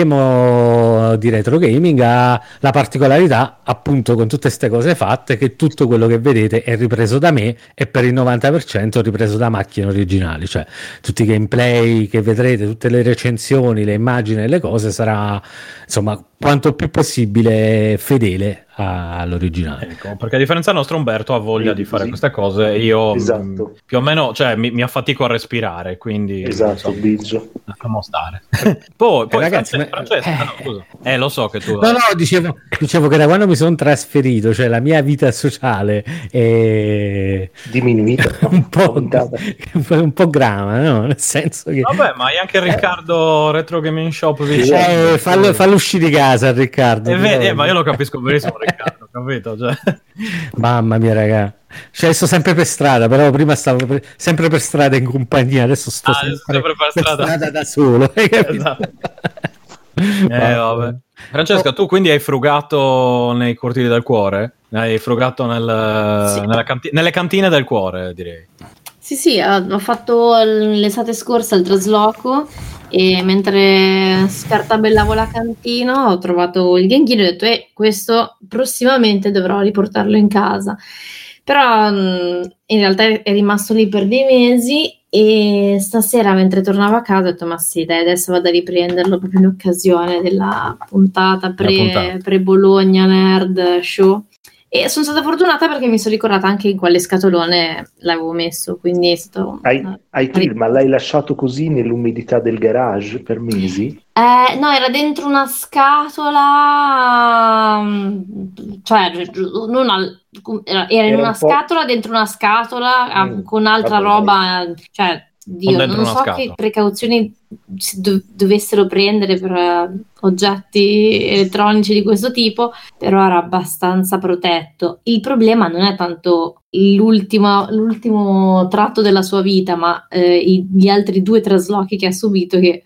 Speaker 6: parleremo eh, di retro gaming, ha la particolarità, appunto, con tutte queste cose fatte, che tutto quello che vedete è ripreso da me e per il 90% è ripreso da macchine originali, cioè tutti i gameplay che vedrete, tutte le recensioni, le immagini e le cose sarà, insomma, quanto più possibile fedele a- all'originale.
Speaker 1: Ecco, perché a differenza del nostro Umberto ha voglia
Speaker 5: Sì,
Speaker 1: di fare
Speaker 5: sì.
Speaker 1: queste cose e io
Speaker 5: Esatto.
Speaker 1: mh, più o meno cioè, mi, mi affatico a respirare, quindi
Speaker 5: Esatto,
Speaker 1: insomma,
Speaker 5: Biggio.
Speaker 1: lasciamo stare. [laughs] Poi, poi
Speaker 6: Eh, ragazzi,
Speaker 1: Francesco,
Speaker 6: ma-
Speaker 1: Francesco,
Speaker 6: eh.
Speaker 1: no, scusa. Eh, lo so che tu...
Speaker 6: No, no, dicevo, dicevo che da quando mi sono trasferito, cioè la mia vita sociale è
Speaker 5: Diminuito.
Speaker 6: [laughs] un po',
Speaker 5: Aumentata.
Speaker 6: [laughs] un po' grama, no? nel senso che
Speaker 1: Vabbè, ma hai anche Riccardo Retro Gaming Shop vicino.
Speaker 6: Eh, fallo, fallo uscire di casa Riccardo.
Speaker 1: Eh, vedi, eh, ma io [laughs] lo capisco benissimo, Riccardo, capito? Cioè,
Speaker 6: [laughs] Mamma mia, raga. Cioè, sto sempre per strada, però prima stavo per- sempre per strada in compagnia, adesso sto
Speaker 1: Ah,
Speaker 6: sempre,
Speaker 1: adesso sempre per strada.
Speaker 6: da solo. hai capito? [laughs]
Speaker 1: Esatto. eh, [laughs]
Speaker 6: Mamma
Speaker 1: vabbè.
Speaker 6: mia.
Speaker 1: Francesca, tu quindi hai frugato nei cortili del cuore? Hai frugato nel-
Speaker 3: Sì.
Speaker 1: nella canti- nelle cantine del cuore, direi.
Speaker 3: Sì, sì, eh, ho fatto l- l'estate scorsa il trasloco e mentre scartabellavo la cantina ho trovato il ghenghino e ho detto eh, questo prossimamente dovrò riportarlo in casa. Però mh, in realtà è è rimasto lì per dei mesi e stasera mentre tornavo a casa ho detto ma sì dai adesso vado a riprenderlo proprio in occasione della puntata pre-
Speaker 1: puntata.
Speaker 3: pre-Bologna Nerd Show. E sono stata fortunata perché mi sono ricordata anche in quale scatolone l'avevo messo, quindi è stato...
Speaker 5: Hai, hai Kill, ma l'hai lasciato così nell'umidità del garage per mesi?
Speaker 3: Eh, no, era dentro una scatola, mm, cioè non al- era, era in
Speaker 5: Era
Speaker 3: una
Speaker 5: un po'-
Speaker 3: scatola dentro una scatola ah,
Speaker 5: Mm,
Speaker 3: con altra
Speaker 5: vabbè,
Speaker 3: roba, cioè Dio,
Speaker 1: dentro
Speaker 3: non
Speaker 1: una
Speaker 3: so
Speaker 1: scatola.
Speaker 3: che precauzioni si dov- dovessero prendere per eh, oggetti elettronici di questo tipo, però era abbastanza protetto. Il problema non è tanto l'ultimo, l'ultimo tratto della sua vita, ma eh, i- gli altri due traslochi che ha subito che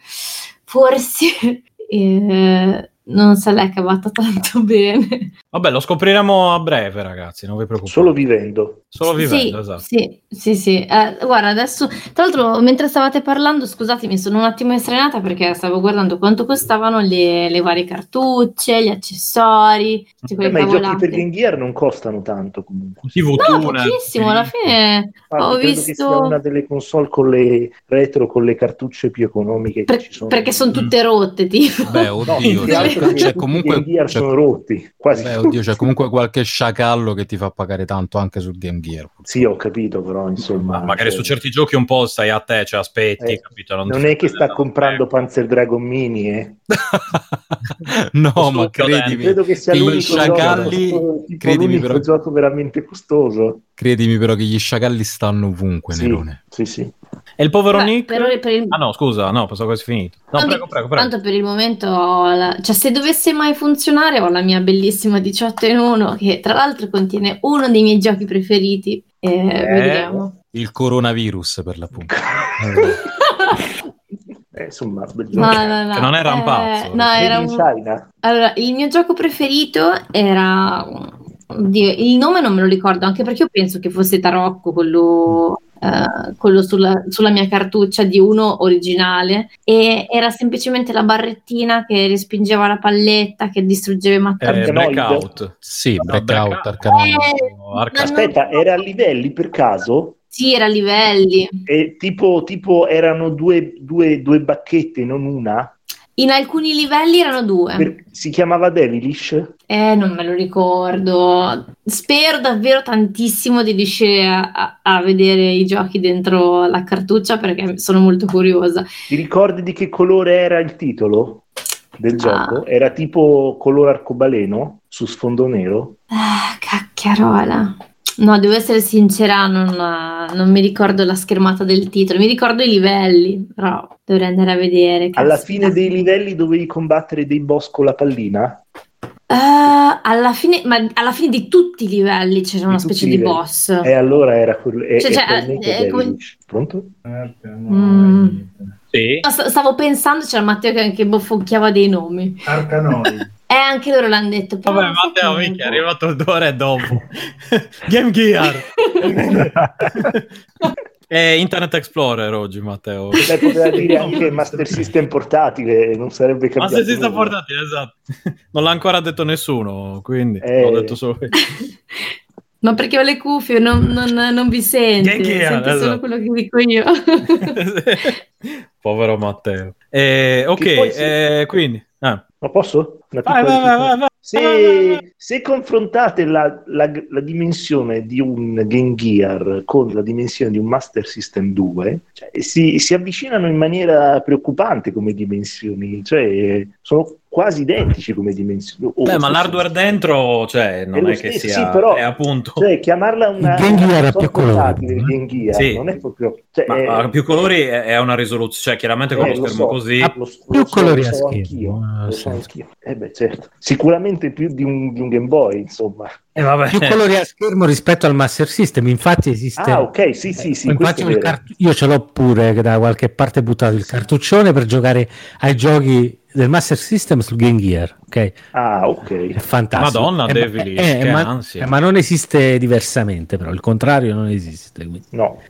Speaker 3: forse [laughs] eh, non se l'è cavata tanto [laughs] bene.
Speaker 1: Vabbè, lo scopriremo a breve, ragazzi, non vi preoccupate.
Speaker 5: Solo vivendo.
Speaker 1: Solo vivendo,
Speaker 3: sì,
Speaker 1: esatto.
Speaker 3: sì, sì, sì. Eh, guarda, adesso, tra l'altro, mentre stavate parlando, scusatemi, sono un attimo estrenata perché stavo guardando quanto costavano le, le varie cartucce, gli accessori, tutte
Speaker 5: Eh,
Speaker 3: quelle
Speaker 5: ma i giochi
Speaker 3: cavolate.
Speaker 5: per Game Gear non costano tanto comunque.
Speaker 1: TV
Speaker 3: No,
Speaker 1: Tuner,
Speaker 3: pochissimo, alla fine
Speaker 5: Infatti,
Speaker 3: Ho
Speaker 5: credo che
Speaker 3: visto-
Speaker 5: sia una delle console con le retro, con le cartucce più economiche
Speaker 3: per-
Speaker 5: che ci sono.
Speaker 3: perché sono
Speaker 1: Mm.
Speaker 3: tutte rotte, tipo.
Speaker 4: Beh,
Speaker 5: No,
Speaker 4: oddio,
Speaker 5: più che altro
Speaker 4: c'è,
Speaker 5: che
Speaker 4: c'è
Speaker 5: tutti i
Speaker 4: comunque,
Speaker 5: Game Gear
Speaker 4: c'è-
Speaker 5: sono rotti, quasi
Speaker 4: beh,
Speaker 5: tutti.
Speaker 4: oddio, c'è comunque qualche sciacallo che ti fa pagare tanto anche sul Game Gear.
Speaker 5: Sì, ho capito, però insomma...
Speaker 1: Ma magari su
Speaker 5: cioè,
Speaker 1: certi giochi un po' stai a te, cioè aspetti,
Speaker 5: Eh,
Speaker 1: capito? ti
Speaker 5: Non è
Speaker 1: fai
Speaker 5: che sta
Speaker 1: vedere.
Speaker 5: comprando Panzer Dragon Mini, eh.
Speaker 4: no,
Speaker 1: Sto
Speaker 4: ma credimi,
Speaker 5: Credo che sia
Speaker 4: Che i
Speaker 5: l'unico
Speaker 4: sciacalli-
Speaker 5: gioco, tipo,
Speaker 4: credimi,
Speaker 5: l'unico
Speaker 4: però-
Speaker 5: gioco veramente costoso.
Speaker 4: credimi però che gli sciacalli stanno ovunque,
Speaker 5: Sì,
Speaker 4: Nerone.
Speaker 5: sì, sì.
Speaker 1: E il povero
Speaker 3: Beh,
Speaker 1: Nick?
Speaker 3: per- per il-
Speaker 1: Ah no, scusa, no, pensavo fosse finito. No,
Speaker 3: Tanto-
Speaker 1: prego, prego, prego.
Speaker 3: Tanto per il momento, ho la- cioè, se dovesse mai funzionare, ho la mia bellissima 18 in 1, che tra l'altro contiene uno dei miei giochi preferiti. Eh, Vediamo. [laughs]
Speaker 4: Il coronavirus, per l'appunto.
Speaker 5: [laughs] Eh, insomma, bel
Speaker 3: No,
Speaker 5: gioco.
Speaker 3: no, no.
Speaker 1: Che non era un
Speaker 3: Eh,
Speaker 1: pazzo.
Speaker 3: no,
Speaker 5: Made
Speaker 3: era
Speaker 5: in
Speaker 3: un-
Speaker 5: China.
Speaker 3: Allora, il mio gioco preferito era. oddio, il nome non me lo ricordo, anche perché io penso che fosse Tarocco, quello, eh, quello sulla, sulla mia cartuccia di uno originale. E era semplicemente la barrettina che respingeva la palletta, che distruggeva i
Speaker 1: Eh,
Speaker 3: mattoni.
Speaker 1: blackout.
Speaker 4: Sì,
Speaker 1: No,
Speaker 4: Blackout,
Speaker 1: Blackout.
Speaker 4: Arcanum.
Speaker 3: Eh,
Speaker 1: Arca-
Speaker 3: no,
Speaker 5: Aspetta, era a livelli per caso?
Speaker 3: Sì, era a livelli.
Speaker 5: E tipo, tipo erano due, due, due bacchette, non una?
Speaker 3: In alcuni livelli erano due.
Speaker 5: Per- si chiamava Devilish?
Speaker 3: Eh, non me lo ricordo. Spero davvero tantissimo di riuscire a, a- a vedere i giochi dentro la cartuccia perché sono molto curiosa.
Speaker 5: Ti ricordi di che colore era il titolo
Speaker 3: Ah.
Speaker 5: del gioco? Era tipo colore arcobaleno su sfondo nero?
Speaker 3: Ah, cacchiarola. No, devo essere sincera, non, eh, non mi ricordo la schermata del titolo, mi ricordo i livelli, però dovrei andare a vedere.
Speaker 5: Alla
Speaker 3: caspita.
Speaker 5: fine dei livelli dovevi combattere dei boss con la pallina?
Speaker 3: Eh, alla fine, ma alla fine di tutti i livelli c'era una
Speaker 5: Di tutti
Speaker 3: specie
Speaker 5: i
Speaker 3: di
Speaker 5: livelli. Eh,
Speaker 3: boss.
Speaker 5: E allora era quello. e-
Speaker 3: Ah. Cioè,
Speaker 5: e
Speaker 3: cioè,
Speaker 5: probabilmente
Speaker 3: eh, come-
Speaker 5: Devilish. Pronto? eh.
Speaker 3: Mm.
Speaker 1: Sì.
Speaker 3: No, st- Stavo pensando, c'era Matteo che anche boffocchiava dei nomi.
Speaker 8: Arcanoi.
Speaker 3: [laughs] Eh, anche loro l'hanno detto. però
Speaker 1: Vabbè,
Speaker 3: non so
Speaker 1: Matteo,
Speaker 3: come.
Speaker 1: minchia, è arrivato due ore
Speaker 5: [laughs]
Speaker 1: dopo. Game Gear. [laughs] e Internet Explorer oggi, Matteo.
Speaker 5: Beh, poteva dire anche Master System portatile, non sarebbe
Speaker 1: Ma
Speaker 5: cambiato.
Speaker 1: se si sta
Speaker 5: nulla.
Speaker 1: portatile, esatto. Non l'ha ancora detto nessuno, quindi
Speaker 5: Eh.
Speaker 1: l'ho detto solo
Speaker 5: [laughs]
Speaker 1: io.
Speaker 3: [laughs] Ma perché ho le cuffie, non, non- non vi sento.
Speaker 1: Chi è chi è?
Speaker 3: Sento
Speaker 1: Esatto.
Speaker 3: solo quello che dico io. [laughs]
Speaker 1: Povero Matteo. Eh, ok,
Speaker 5: Che poi si-
Speaker 1: eh, ah. quindi... ah.
Speaker 5: Ma posso? Una
Speaker 1: Vai,
Speaker 5: piccola
Speaker 1: vai, vai, vai, vai,
Speaker 5: Se, se confrontate la, la- la dimensione di un Game Gear con la dimensione di un Master System 2, cioè, si, si avvicinano in maniera preoccupante come dimensioni, cioè sono quasi identici come dimensioni. Oh, O-
Speaker 1: Beh, ma
Speaker 5: forse-
Speaker 1: l'hardware dentro, cioè, non
Speaker 5: lo
Speaker 1: è, che
Speaker 5: stesso,
Speaker 1: sia...
Speaker 5: sì, però-
Speaker 1: è appunto...
Speaker 5: Cioè, chiamarla una
Speaker 6: Il Game Gear
Speaker 5: una console
Speaker 6: ha più colori,
Speaker 5: portatile, il
Speaker 6: eh?
Speaker 5: Game Gear,
Speaker 1: Sì.
Speaker 5: non è proprio... cioè,
Speaker 1: Ma,
Speaker 5: è-
Speaker 1: ma più colori è, è una risoluzione, cioè chiaramente con
Speaker 5: Eh,
Speaker 1: lo
Speaker 5: lo
Speaker 1: schermo
Speaker 5: so.
Speaker 1: così...
Speaker 6: Ah,
Speaker 5: lo, lo
Speaker 6: più colori
Speaker 5: lo
Speaker 6: a
Speaker 5: so
Speaker 6: schermo,
Speaker 5: anch'io,
Speaker 6: eh,
Speaker 5: lo so
Speaker 6: senso.
Speaker 5: anch'io. Eh beh, certo. Sicuramente più di un, di un Game Boy, insomma.
Speaker 1: Eh, vabbè.
Speaker 6: più colori a schermo rispetto al Master System. Infatti esiste.
Speaker 5: Ah, ok, sì, sì, sì.
Speaker 6: Mi
Speaker 5: questo è
Speaker 6: faccio il
Speaker 5: vero.
Speaker 6: cart- Io ce l'ho pure che da qualche parte buttato il cartuccione per giocare ai giochi del Master System sul Game Gear. Ok,
Speaker 5: Ah, ok.
Speaker 6: è fantastico.
Speaker 1: Madonna,
Speaker 6: Eh, ma-
Speaker 1: Devil Is,
Speaker 6: eh,
Speaker 1: che
Speaker 6: ma-
Speaker 1: ansia.
Speaker 6: eh, ma non esiste diversamente, però il contrario non esiste. quindi.
Speaker 5: No.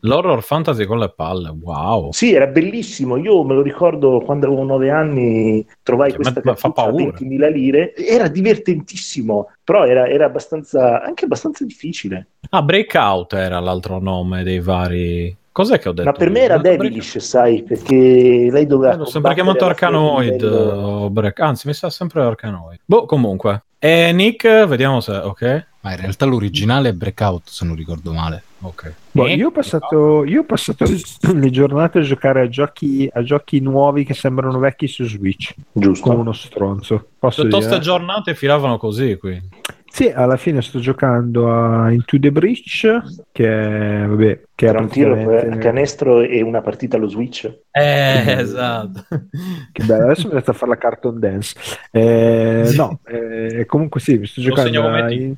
Speaker 1: L'horror fantasy con le palle, wow.
Speaker 5: Sì, era bellissimo. Io me lo ricordo quando avevo nove anni, trovai
Speaker 1: Cioè,
Speaker 5: questa
Speaker 1: ma- ma fa
Speaker 5: cartuccia a
Speaker 1: paura.
Speaker 5: 20.000 lire. Era divertentissimo, però era, era abbastanza, anche abbastanza difficile.
Speaker 1: Ah, Breakout era l'altro nome dei vari... Cos'è che ho detto?
Speaker 5: Ma per
Speaker 1: io?
Speaker 5: me era
Speaker 1: Ho detto Breakout.
Speaker 5: Devilish, sai, perché lei doveva...
Speaker 1: Certo, Eh, L'ho sempre
Speaker 5: combattere
Speaker 1: chiamato
Speaker 5: alla fine di un
Speaker 1: Arcanoid,
Speaker 5: livello-
Speaker 1: o Break- anzi mi sa sempre Arcanoid. Boh, comunque. E Nick, vediamo se... Ok?
Speaker 4: Ma in realtà l'originale è Breakout, se non ricordo male. Ok.
Speaker 2: Boh, io, ho passato, io ho passato [clears throat] le giornate a giocare a giochi, a giochi nuovi che sembrano vecchi su Switch,
Speaker 5: Giusto.
Speaker 2: come uno stronzo. Posso
Speaker 1: Piuttosto
Speaker 2: dire?
Speaker 1: giornate filavano così qui.
Speaker 2: Sì, alla fine sto giocando a Into the Breach, che è, vabbè, che
Speaker 5: Era un tiro eh, a
Speaker 2: praticamente-
Speaker 5: canestro e una partita allo Switch.
Speaker 1: Eh, esatto.
Speaker 2: Che bello, adesso mi metto a fare la carton dance. Eh,
Speaker 1: Sì.
Speaker 2: No, eh, comunque sì, mi sto
Speaker 1: Lo
Speaker 2: giocando.
Speaker 1: segniamo
Speaker 2: a-
Speaker 1: metti.
Speaker 2: in-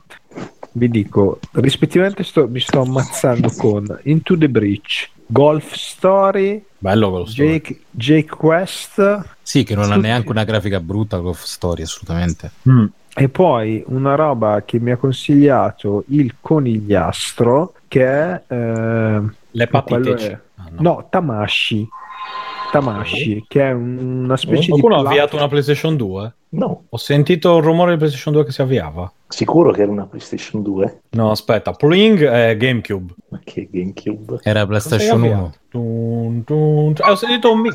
Speaker 2: Vi dico, rispettivamente sto- mi sto ammazzando con Into the Breach, Golf Story,
Speaker 1: Bello quello story.
Speaker 2: Jake, Jake Quest
Speaker 4: Sì, che non ha
Speaker 2: Tutti.
Speaker 4: neanche una grafica brutta con storia, assolutamente.
Speaker 1: Mm.
Speaker 2: e poi una roba che mi ha consigliato il conigliastro che è... eh,
Speaker 1: Le
Speaker 2: quello
Speaker 1: patite.
Speaker 2: è-
Speaker 1: C. Ah, no.
Speaker 2: no, Tamashi. Tamashi, che è un- una specie di...
Speaker 1: Oh, Qualcuno ha
Speaker 2: pla-
Speaker 1: avviato una PlayStation 2?
Speaker 5: No,
Speaker 1: Ho sentito il rumore di PlayStation 2 che si avviava.
Speaker 5: sicuro che era una PlayStation 2,
Speaker 1: No, aspetta, Pling e GameCube.
Speaker 5: ma che GameCube.
Speaker 4: Era PlayStation 1.
Speaker 1: Dun, dun, dun. Eh, ho sentito un mic.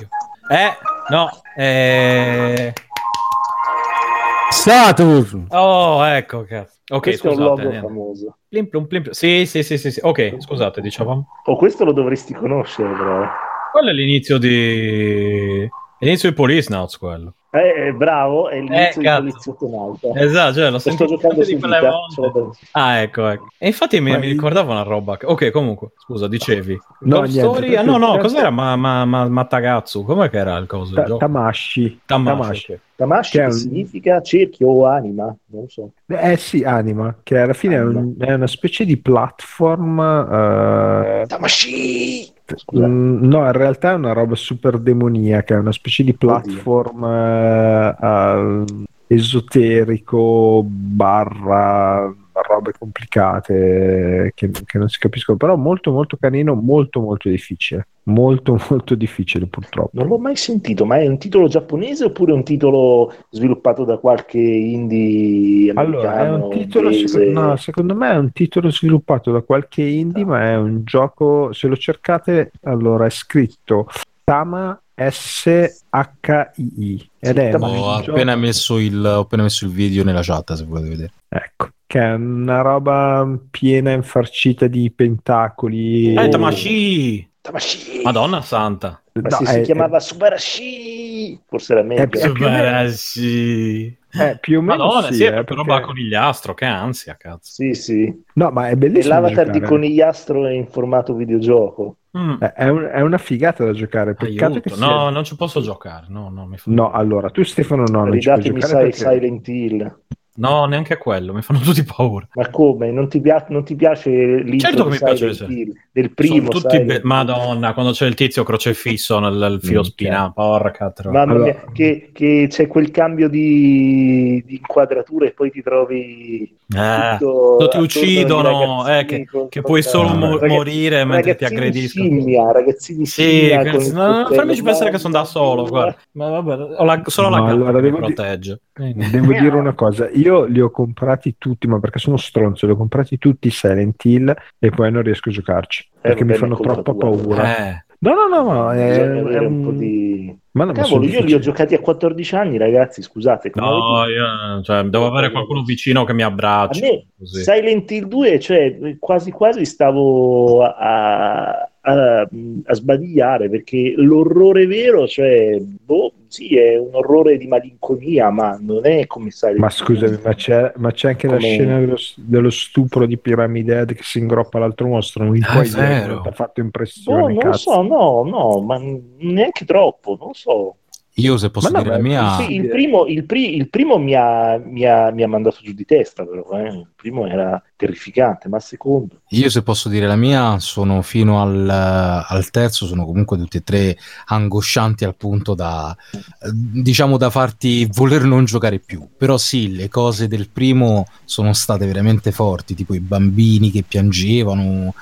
Speaker 1: Eh, no. Eh...
Speaker 6: Saturn!
Speaker 1: Oh, ecco, cazzo. Ok,
Speaker 5: questo è un
Speaker 1: scusate.
Speaker 5: logo
Speaker 1: niente.
Speaker 5: famoso.
Speaker 1: Plim, plum, plim, plum. Sì, sì, sì, sì, sì. Ok, scusate, dicevamo.
Speaker 5: Oh, questo lo dovresti conoscere, però.
Speaker 1: Quello è l'inizio di... L'inizio di Police Nauts, quello.
Speaker 5: Eh, eh, bravo, è l'inizio
Speaker 1: cazzo.
Speaker 5: di Poliziotonauta.
Speaker 1: Esatto, cioè, l'ho
Speaker 5: Lo sto
Speaker 1: sentito
Speaker 5: giocando
Speaker 1: tutte
Speaker 5: su
Speaker 1: di quelle
Speaker 5: Vita.
Speaker 1: volte.
Speaker 5: ce l'ho da-
Speaker 1: Ah, ecco, ecco. E infatti mi,
Speaker 2: Ma
Speaker 1: mi
Speaker 2: il-
Speaker 1: ricordavo una roba. che- Ok, comunque, scusa, dicevi.
Speaker 2: No,
Speaker 1: Golf
Speaker 2: niente, cioè
Speaker 1: Story- ah,
Speaker 2: perché-
Speaker 1: no, no, cos'era? Ma, ma, ma, ma Tagatsu, com'è che era il coso? il
Speaker 2: Ta-
Speaker 1: gioco?
Speaker 2: Tamashi.
Speaker 1: Tamashi, ok.
Speaker 5: Tamashi
Speaker 2: Che è
Speaker 5: che
Speaker 2: un-
Speaker 5: significa cerchio o anima, non lo so.
Speaker 2: Eh sì, Anima, che alla fine è, un- è una specie di platform. eh,
Speaker 5: Tamashi! Scusa.
Speaker 2: mm, no, in realtà è una roba super demoniaca, è una specie di platform eh, al- esoterico barra robe complicate che, che non si capiscono, però molto molto canino, molto molto difficile, molto molto difficile purtroppo.
Speaker 5: Non l'ho mai sentito, ma è un titolo giapponese oppure un titolo sviluppato da qualche indie
Speaker 2: Allora, è un
Speaker 5: americano,
Speaker 2: titolo,
Speaker 5: diciamo, inglese? Ah.
Speaker 2: secondo, no, secondo me è un titolo sviluppato da qualche indie, ma è un gioco, se lo cercate, allora è scritto Tama S-H-I-I ed è
Speaker 5: Tama-
Speaker 2: un
Speaker 4: Ho
Speaker 2: gioco-
Speaker 4: appena, messo il, ho appena messo il video nella chat, se volete vedere.
Speaker 2: ecco, che è una roba piena e infarcita di pentacoli.
Speaker 5: Oh.
Speaker 1: Eh, Tamashi!
Speaker 5: Tamashi!
Speaker 1: Madonna santa!
Speaker 5: Ma
Speaker 2: No,
Speaker 5: se
Speaker 2: è-
Speaker 5: si
Speaker 2: è-
Speaker 5: chiamava Subarashi! Forse era meglio.
Speaker 2: Eh, più o meno-
Speaker 1: Tamashi!
Speaker 2: eh, più o meno
Speaker 1: Madonna, sì,
Speaker 2: sì,
Speaker 1: è
Speaker 2: eh,
Speaker 1: proprio roba
Speaker 2: perché-
Speaker 1: conigliastro, che ansia, cazzo.
Speaker 5: Sì, sì.
Speaker 2: No, ma è
Speaker 5: E
Speaker 2: bellissimo da
Speaker 5: l'avatar di
Speaker 2: giocare.
Speaker 5: conigliastro in formato videogioco.
Speaker 1: Mm,
Speaker 2: Eh, È, un- è una figata da giocare, peccato
Speaker 1: aiuto.
Speaker 2: che sia-
Speaker 1: No, non ci posso giocare. No, no, mi fa-
Speaker 2: No, allora, tu Stefano no, non ci puoi
Speaker 5: Ridatemi
Speaker 2: giocare
Speaker 5: sai,
Speaker 2: perché...
Speaker 5: Silent Hill.
Speaker 1: No, neanche quello, mi fanno [laughs] tutti paura.
Speaker 5: Ma come? Non ti, pia- non ti piace l'intro
Speaker 1: Certo che
Speaker 5: di
Speaker 1: mi
Speaker 5: Silent
Speaker 1: piace le serie.
Speaker 5: Hill? Del primo
Speaker 1: Sono tutti
Speaker 5: Silent
Speaker 1: be-
Speaker 5: Hill?
Speaker 1: Madonna, quando c'è il tizio crocefisso nel, nel filo
Speaker 2: Mm,
Speaker 1: spinato, porca troia.
Speaker 5: Mamma mia,
Speaker 2: Allora.
Speaker 5: che, che c'è quel cambio di, di inquadratura e poi ti trovi
Speaker 1: Eh.
Speaker 5: tutto
Speaker 1: Quando ti
Speaker 5: attorno ai
Speaker 1: uccidono,
Speaker 5: ragazzini
Speaker 1: eh, che,
Speaker 5: con-
Speaker 1: che puoi solo mo-
Speaker 5: ragazz-
Speaker 1: morire mentre ti
Speaker 5: ragazzini
Speaker 1: aggrediscono.
Speaker 5: Scimmia, ragazzini
Speaker 1: Sì,
Speaker 5: scimmia
Speaker 1: quel-
Speaker 5: con-
Speaker 1: no, no,
Speaker 5: con-
Speaker 1: fammici pensare che sono da solo, guarda. Ma vabbè, ho la- solo la
Speaker 2: No,
Speaker 1: gamba
Speaker 2: allora
Speaker 1: che mi
Speaker 2: devo di-
Speaker 1: protegge.
Speaker 2: Devo dire una cosa, io li ho comprati tutti, ma perché sono stronzo, li ho comprati tutti i Silent Hill e poi non riesco a giocarci, perché
Speaker 5: vabbè,
Speaker 2: mi fanno
Speaker 5: è colpa
Speaker 2: troppa
Speaker 5: tua.
Speaker 2: paura.
Speaker 1: Eh,
Speaker 2: No, no, no, no, è,
Speaker 5: Bisogna
Speaker 2: è
Speaker 5: avere un po'
Speaker 2: un-
Speaker 5: di
Speaker 2: Ma non
Speaker 5: Cavolo, io li ho giocati a 14 anni, ragazzi, scusate. come
Speaker 7: No,
Speaker 5: avete-
Speaker 7: io cioè, devo avere qualcuno vicino che mi
Speaker 5: A
Speaker 7: abbraccia.
Speaker 5: me
Speaker 7: così.
Speaker 5: Silent Hill 2, cioè quasi quasi stavo a, a- a sbadigliare perché l'orrore vero, cioè, boh, sì, è un orrore di malinconia, ma non è come Silent
Speaker 2: Ma
Speaker 5: Hill.
Speaker 2: scusami, ma c'è, ma c'è anche la
Speaker 5: Come-
Speaker 2: scena dello, dello stupro di Pyramid Head che si ingroppa l'altro mostro. Non mi
Speaker 4: Ah,
Speaker 2: puoi
Speaker 4: è
Speaker 2: dire che
Speaker 4: vero.
Speaker 2: non ti ha fatto
Speaker 5: Boh,
Speaker 2: impressione.
Speaker 5: non lo
Speaker 2: cazzo.
Speaker 5: so, no, no, ma neanche troppo, non lo so.
Speaker 4: Io se posso
Speaker 2: Ma no,
Speaker 4: dire la
Speaker 2: beh,
Speaker 4: mia...
Speaker 5: Sì, il primo, il pri- il primo mi, ha, mi ha- mi ha mandato giù di testa, però eh. il primo era terrificante, ma il secondo...
Speaker 4: Io se posso dire la mia, sono fino al, al terzo, sono comunque tutti e tre angoscianti al punto da, eh, diciamo, da farti voler non giocare più. Però sì, le cose del primo sono state veramente forti, tipo i bambini che piangevano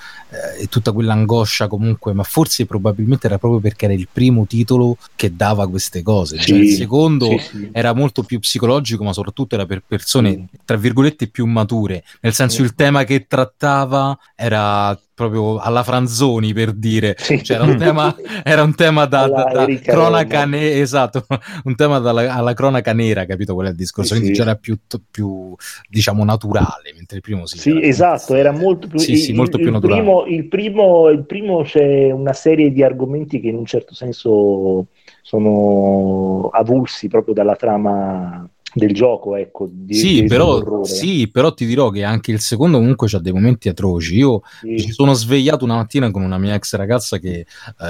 Speaker 4: eh, e tutta quell'angoscia comunque, ma forse probabilmente era proprio perché era il primo titolo che dava queste cose. Cioè,
Speaker 5: Sì,
Speaker 4: il secondo
Speaker 5: sì, sì.
Speaker 4: era molto più psicologico, ma soprattutto era per persone, tra virgolette, più mature. Nel senso, il tema che trattava era proprio alla Franzoni, per dire.
Speaker 5: Sì.
Speaker 4: Cioè, era un tema, era un tema da,
Speaker 5: Alla
Speaker 4: da- da
Speaker 5: Erika
Speaker 4: cronaca
Speaker 5: Roma.
Speaker 4: ne- esatto, [laughs] un tema dalla, alla cronaca nera, capito qual è il discorso?
Speaker 5: Sì,
Speaker 4: Quindi
Speaker 5: sì.
Speaker 4: c'era più, più, diciamo, naturale, mentre il primo sì.
Speaker 5: Sì,
Speaker 4: era-
Speaker 5: esatto, era molto più,
Speaker 4: Sì,
Speaker 5: il,
Speaker 4: sì, molto
Speaker 5: il-
Speaker 4: più
Speaker 5: il
Speaker 4: naturale.
Speaker 5: primo, il, primo, il primo c'è una serie di argomenti che in un certo senso sono avulsi proprio dalla trama del gioco, ecco, di,
Speaker 4: Sì,
Speaker 5: di-
Speaker 4: però,
Speaker 5: dell'orrore.
Speaker 4: sì, però ti dirò che anche il secondo comunque c'ha dei momenti atroci. Io Mi
Speaker 5: Sì.
Speaker 4: sono svegliato una mattina con una mia ex ragazza che eh,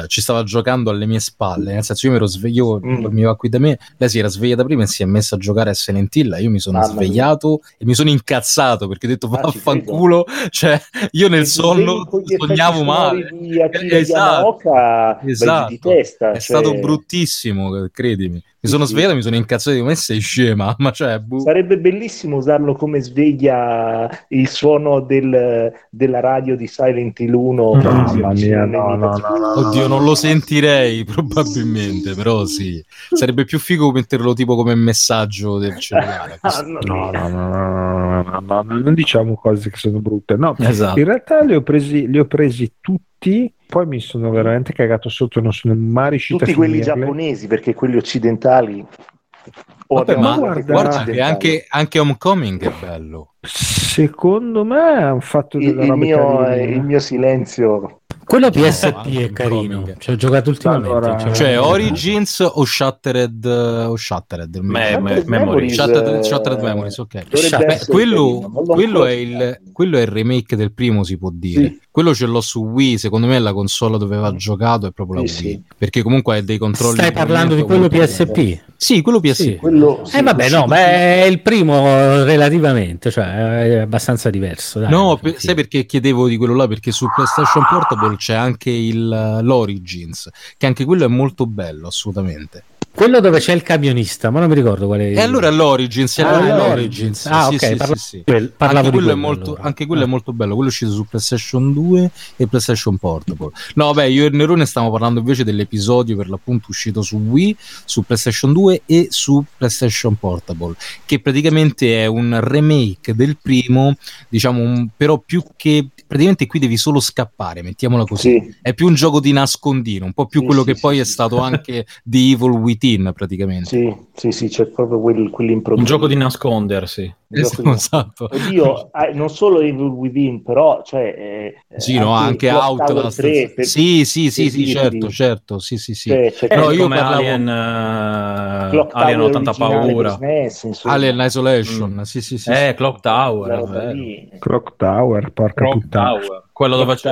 Speaker 4: ci stava giocando alle mie spalle. Nel senso, io mi ero sveglio,
Speaker 5: Mm.
Speaker 4: dormiva qui da me. Lei si era svegliata prima e si è messa a giocare a Silent Hill. Io mi sono
Speaker 5: Mamma mia.
Speaker 4: svegliato e mi sono incazzato perché ho detto
Speaker 5: Ah, ci
Speaker 4: vaffanculo. [laughs] Cioè, io nel
Speaker 5: Se ti svegli
Speaker 4: sonno
Speaker 5: con gli effetti
Speaker 4: sognavo
Speaker 5: sonori
Speaker 4: male.
Speaker 5: Di
Speaker 4: [laughs]
Speaker 5: Akira
Speaker 4: Esatto,
Speaker 5: Yamaoka, vai giù
Speaker 4: esatto.
Speaker 5: di testa,
Speaker 4: È
Speaker 5: cioè,
Speaker 4: stato bruttissimo, eh, credimi. Mi
Speaker 5: Sì,
Speaker 4: sono
Speaker 5: sì.
Speaker 4: svegliato e mi sono incazzato di me sei scema. [laughs] Ma cioè, boh.
Speaker 5: Sarebbe bellissimo usarlo come sveglia il suono del- della radio di Silent Hill 1.
Speaker 2: Mamma mia, no, no, no, no, no,
Speaker 4: Oddio,
Speaker 2: no,
Speaker 4: non
Speaker 2: no,
Speaker 4: lo
Speaker 2: no.
Speaker 4: sentirei probabilmente, però sì. Sarebbe più figo metterlo tipo come messaggio del
Speaker 5: [laughs]
Speaker 4: cellulare.
Speaker 5: Ah, no,
Speaker 2: No, no, no, no, no, no, no, no, non diciamo cose che sono brutte. No,
Speaker 4: Esatto.
Speaker 2: in realtà li ho presi, li ho presi tutti, poi mi sono veramente cagato sotto, non sono mai riuscito
Speaker 5: tutti
Speaker 2: a
Speaker 5: quelli
Speaker 2: finirli.
Speaker 5: giapponesi perché quelli occidentali o
Speaker 4: Vabbè,
Speaker 5: abbiamo
Speaker 4: ma
Speaker 5: guardati
Speaker 2: guarda-
Speaker 4: guarda
Speaker 5: quelli
Speaker 4: che anche,
Speaker 5: occidentali.
Speaker 4: anche Homecoming è bello.
Speaker 2: Secondo me hanno fatto
Speaker 5: il,
Speaker 2: delle
Speaker 5: il
Speaker 2: robe
Speaker 5: mio, eh,
Speaker 2: carine.
Speaker 5: il mio silenzio
Speaker 6: Quello PSP
Speaker 4: anche
Speaker 6: è
Speaker 4: un
Speaker 6: carino,
Speaker 4: comic.
Speaker 6: ci ho giocato ultimamente.
Speaker 2: Allora,
Speaker 5: Eh,
Speaker 6: c'è
Speaker 4: Cioè
Speaker 6: veramente-
Speaker 4: Origins o Shattered o Shattered, non mi
Speaker 7: Me-
Speaker 4: ricordo.
Speaker 7: me-
Speaker 5: Shattered
Speaker 7: Memories.
Speaker 4: Shattered,
Speaker 5: eh,
Speaker 4: Shattered Memories, ok.
Speaker 5: dovrebbe
Speaker 6: Shat-
Speaker 4: Beh,
Speaker 5: essere
Speaker 4: quello,
Speaker 5: carino, non l'ho
Speaker 4: quello
Speaker 5: ancora
Speaker 4: è il,
Speaker 5: giocato.
Speaker 4: quello è il remake del primo, si può dire.
Speaker 5: Sì. Mm.
Speaker 4: Quello ce l'ho su Wii, secondo me la console dove aveva giocato è proprio la
Speaker 5: Sì,
Speaker 4: Wii.
Speaker 5: sì.
Speaker 4: Perché comunque ha dei controlli.
Speaker 6: Stai
Speaker 4: di
Speaker 6: parlando di quello
Speaker 4: movimento molto
Speaker 6: PSP? Eh
Speaker 4: Sì, quello PSP.
Speaker 6: Sì.
Speaker 4: Eh,
Speaker 5: Quello- sì,
Speaker 6: Eh, vabbè,
Speaker 5: lo-
Speaker 6: no, ma è il primo relativamente, cioè è abbastanza diverso. dai,
Speaker 4: No,
Speaker 6: alla
Speaker 4: per- sai
Speaker 6: fine.
Speaker 4: perché chiedevo di quello là? Perché su PlayStation Portable c'è anche il, l'Origins, che anche quello è molto bello, assolutamente.
Speaker 6: Quello dove c'è il camionista, ma non mi ricordo qual è.
Speaker 4: E allora è l'Origins, è la-
Speaker 6: Ah, è l'Origins.
Speaker 4: l'Origins.
Speaker 6: Ah,
Speaker 4: sì,
Speaker 6: ok,
Speaker 4: sì,
Speaker 6: parla-
Speaker 4: sì, sì.
Speaker 6: Quel- parlavo
Speaker 4: Anche
Speaker 6: di
Speaker 4: quello, è
Speaker 6: quello,
Speaker 4: molto,
Speaker 6: allora.
Speaker 4: anche quello
Speaker 6: Ah.
Speaker 4: è molto bello, quello è uscito su PlayStation 2 e PlayStation Portable. No, beh, io e Nerone stiamo parlando invece dell'episodio per l'appunto uscito su Wii, su PlayStation 2 e su PlayStation Portable, che praticamente è un remake del primo, diciamo, un- però più che praticamente qui devi solo scappare, mettiamola così.
Speaker 5: sì.
Speaker 4: È più un gioco di nascondino, un po' più
Speaker 5: Sì,
Speaker 4: quello
Speaker 5: sì,
Speaker 4: che
Speaker 5: sì,
Speaker 4: poi
Speaker 5: sì.
Speaker 4: è
Speaker 6: [laughs]
Speaker 4: stato anche di Evil Within, praticamente.
Speaker 5: Sì, sì, sì, c'è proprio quel,
Speaker 7: Un
Speaker 5: quell'improvviso.
Speaker 7: gioco di
Speaker 2: Eh,
Speaker 7: nascondersi.
Speaker 5: Un gioco di-
Speaker 4: [laughs] Esatto.
Speaker 5: Oddio, eh, non solo Evil Within, però cioè, eh, eh,
Speaker 4: Sì, no, anche
Speaker 5: Clock
Speaker 4: Outlast.
Speaker 5: Tower 3, per-
Speaker 4: Sì, sì, sì,
Speaker 5: per
Speaker 4: sì,
Speaker 5: dirti.
Speaker 4: certo, certo, sì, sì, sì.
Speaker 5: Cioè, c'è
Speaker 7: Eh,
Speaker 4: No, io
Speaker 7: come
Speaker 4: parlavo-
Speaker 7: Alien, eh, Alien ho tanta paura.
Speaker 4: Alien Isolation, sì, sì, sì.
Speaker 1: Ecco,
Speaker 7: Eh, Clock Tower, è
Speaker 5: Tower,
Speaker 7: vero.
Speaker 2: Clock Tower, porca
Speaker 7: Clock
Speaker 2: puttana.
Speaker 7: Tower, quello dove c'è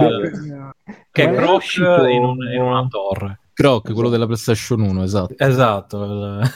Speaker 7: che è
Speaker 2: Ma è
Speaker 7: Croc
Speaker 2: uscito-
Speaker 7: in, un- in una torre.
Speaker 4: Croc, quello della PlayStation 1, esatto.
Speaker 7: Esatto, il-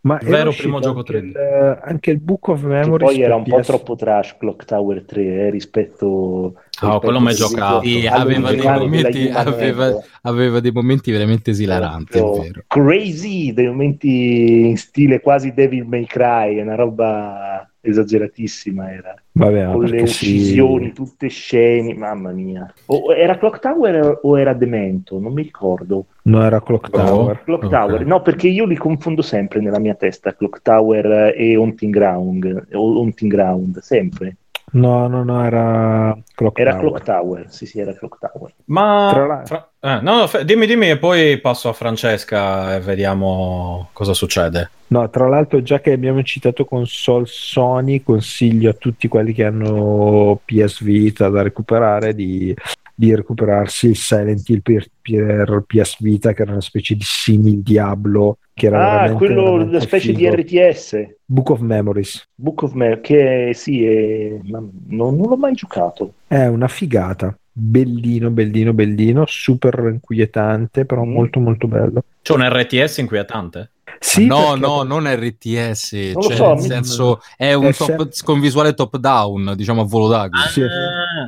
Speaker 2: Ma era
Speaker 7: Vero
Speaker 2: uscito
Speaker 7: primo gioco
Speaker 2: anche
Speaker 7: 3D.
Speaker 2: il- anche il Book of
Speaker 5: Che
Speaker 2: Memories
Speaker 5: poi era
Speaker 2: per
Speaker 5: un po'
Speaker 2: PS
Speaker 5: troppo trash Clock Tower 3 eh, rispetto
Speaker 7: Ah, quello mi è
Speaker 5: rispetto
Speaker 7: giocato.
Speaker 4: Sì, aveva dei
Speaker 5: all'originale della
Speaker 4: momenti,
Speaker 5: Human
Speaker 4: aveva-
Speaker 5: Record.
Speaker 4: Aveva dei momenti veramente esilaranti, è
Speaker 5: Proprio
Speaker 4: vero.
Speaker 5: Crazy, dei momenti in stile quasi Devil May Cry, è una roba esageratissima era.
Speaker 4: Ah,
Speaker 2: Vabbè, ma
Speaker 5: Con le
Speaker 2: perché si-
Speaker 5: uccisioni tutte scene, mamma mia. O- era Clock Tower o era Demento? Non mi ricordo.
Speaker 2: No, era
Speaker 7: Oh.
Speaker 2: Clock
Speaker 4: No.
Speaker 2: Tower.
Speaker 5: Clock
Speaker 4: Ok.
Speaker 5: Tower, no, perché io li confondo sempre nella mia testa, Clock Tower e Hunting Ground, o Hunting Ground, sempre.
Speaker 2: No, no, no, era Clock
Speaker 5: Era
Speaker 2: Tower.
Speaker 5: Clock Tower, sì, sì, era Clock Tower.
Speaker 2: Tra
Speaker 1: [laughs] Ma
Speaker 2: l'altro-
Speaker 1: fra- eh, no, no, fe- dimmi, dimmi, e poi passo a Francesca e vediamo cosa succede.
Speaker 2: No, tra l'altro, già che abbiamo citato console Sony, consiglio a tutti quelli che hanno PS Vita da recuperare di, di recuperarsi il Silent Hill per, per PS Vita, che era una specie di simil Diablo. Che era
Speaker 5: Ah,
Speaker 2: veramente-
Speaker 5: quello,
Speaker 2: veramente
Speaker 5: la specie
Speaker 2: figo.
Speaker 5: di RTS,
Speaker 2: Book of Memories.
Speaker 5: Book of Mer, che sì, è- ma non, non l'ho mai giocato.
Speaker 2: È una figata. Bellino, bellino, bellino, super inquietante, però
Speaker 5: Mm.
Speaker 2: molto, molto bello.
Speaker 1: C'è un RTS inquietante?
Speaker 2: Sì,
Speaker 4: no,
Speaker 2: perché-
Speaker 4: no, non RTS,
Speaker 5: lo
Speaker 4: cioè,
Speaker 5: so,
Speaker 4: nel
Speaker 5: mi-
Speaker 4: senso è un
Speaker 2: F-
Speaker 4: top- con visuale top down, diciamo a volo d'agro.
Speaker 2: Sì,
Speaker 1: Ah,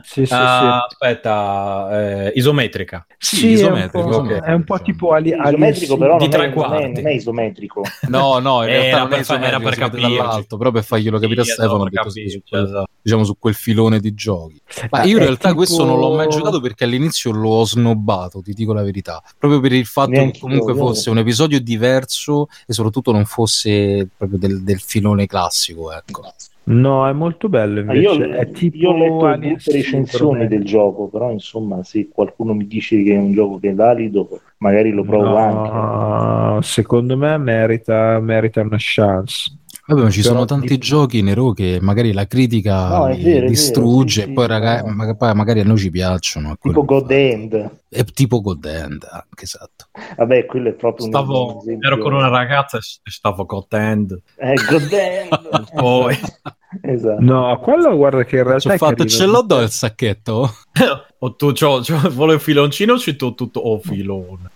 Speaker 2: sì, sì,
Speaker 1: ah, Aspetta, eh, isometrica.
Speaker 2: sì.
Speaker 4: sì,
Speaker 2: Sì, è un
Speaker 4: isometrico,
Speaker 2: po',
Speaker 4: ok.
Speaker 2: è un po' tipo Ali, Alien
Speaker 5: Isometrico, però,
Speaker 1: di
Speaker 5: non,
Speaker 1: tre
Speaker 5: è, non, è,
Speaker 1: quarti.
Speaker 5: non è
Speaker 2: [laughs]
Speaker 5: isometrico.
Speaker 4: No, no, in
Speaker 1: Era
Speaker 4: realtà non
Speaker 1: per
Speaker 4: è
Speaker 1: fa- era
Speaker 4: isometrico,
Speaker 1: per
Speaker 4: si vede
Speaker 1: capirci.
Speaker 4: dall'alto, però per farglielo capire
Speaker 1: Sì, esatto,
Speaker 4: a Stefano,
Speaker 1: per
Speaker 4: che così,
Speaker 1: capirci,
Speaker 4: su quel-
Speaker 1: esatto.
Speaker 4: diciamo su quel filone di giochi. Ma
Speaker 2: Ma
Speaker 5: Eh,
Speaker 4: io
Speaker 2: è
Speaker 4: in realtà
Speaker 2: tipo-
Speaker 4: questo non l'ho mai giocato perché all'inizio l'ho snobbato, ti dico la verità, proprio per il fatto
Speaker 5: Neanch'io,
Speaker 4: che comunque
Speaker 5: io-
Speaker 4: fosse un episodio diverso e soprattutto non fosse proprio del, del filone classico, ecco.
Speaker 2: No, è molto bello
Speaker 5: Ma
Speaker 2: invece.
Speaker 5: Ah, io,
Speaker 2: è tipo
Speaker 5: io ho letto
Speaker 2: Alien
Speaker 5: molte recensioni
Speaker 2: Syndrome.
Speaker 5: del gioco, però insomma, se qualcuno mi dice che è un gioco che è valido, magari lo provo anche.
Speaker 2: No, secondo me merita, merita una chance.
Speaker 4: Vabbè, ma ci
Speaker 2: Però
Speaker 4: sono
Speaker 2: di-
Speaker 4: tanti giochi Nero che magari la critica
Speaker 5: No, è
Speaker 4: li
Speaker 5: vero, è vero,
Speaker 4: distrugge,
Speaker 5: sì, sì,
Speaker 4: e poi, raga-
Speaker 5: no.
Speaker 4: ma- poi magari a noi ci piacciono. è quello
Speaker 5: Tipo
Speaker 4: il
Speaker 5: God
Speaker 4: fatto.
Speaker 5: End.
Speaker 4: È tipo God End, anche esatto.
Speaker 5: Vabbè, quello è proprio un-
Speaker 1: Stavo,
Speaker 5: un esempio.
Speaker 1: ero con una ragazza e s- stavo contento.
Speaker 5: Eh, God End.
Speaker 1: [laughs] Poi
Speaker 5: [laughs] esatto.
Speaker 2: No, quello guarda che in
Speaker 4: Ci
Speaker 2: realtà
Speaker 4: ho
Speaker 2: è
Speaker 4: fatto,
Speaker 2: carino.
Speaker 4: ce l'ho do il sacchetto?
Speaker 1: ho tu, c'ho, c'ho- [laughs] vuole il filoncino, ci tu tutto, oh filone.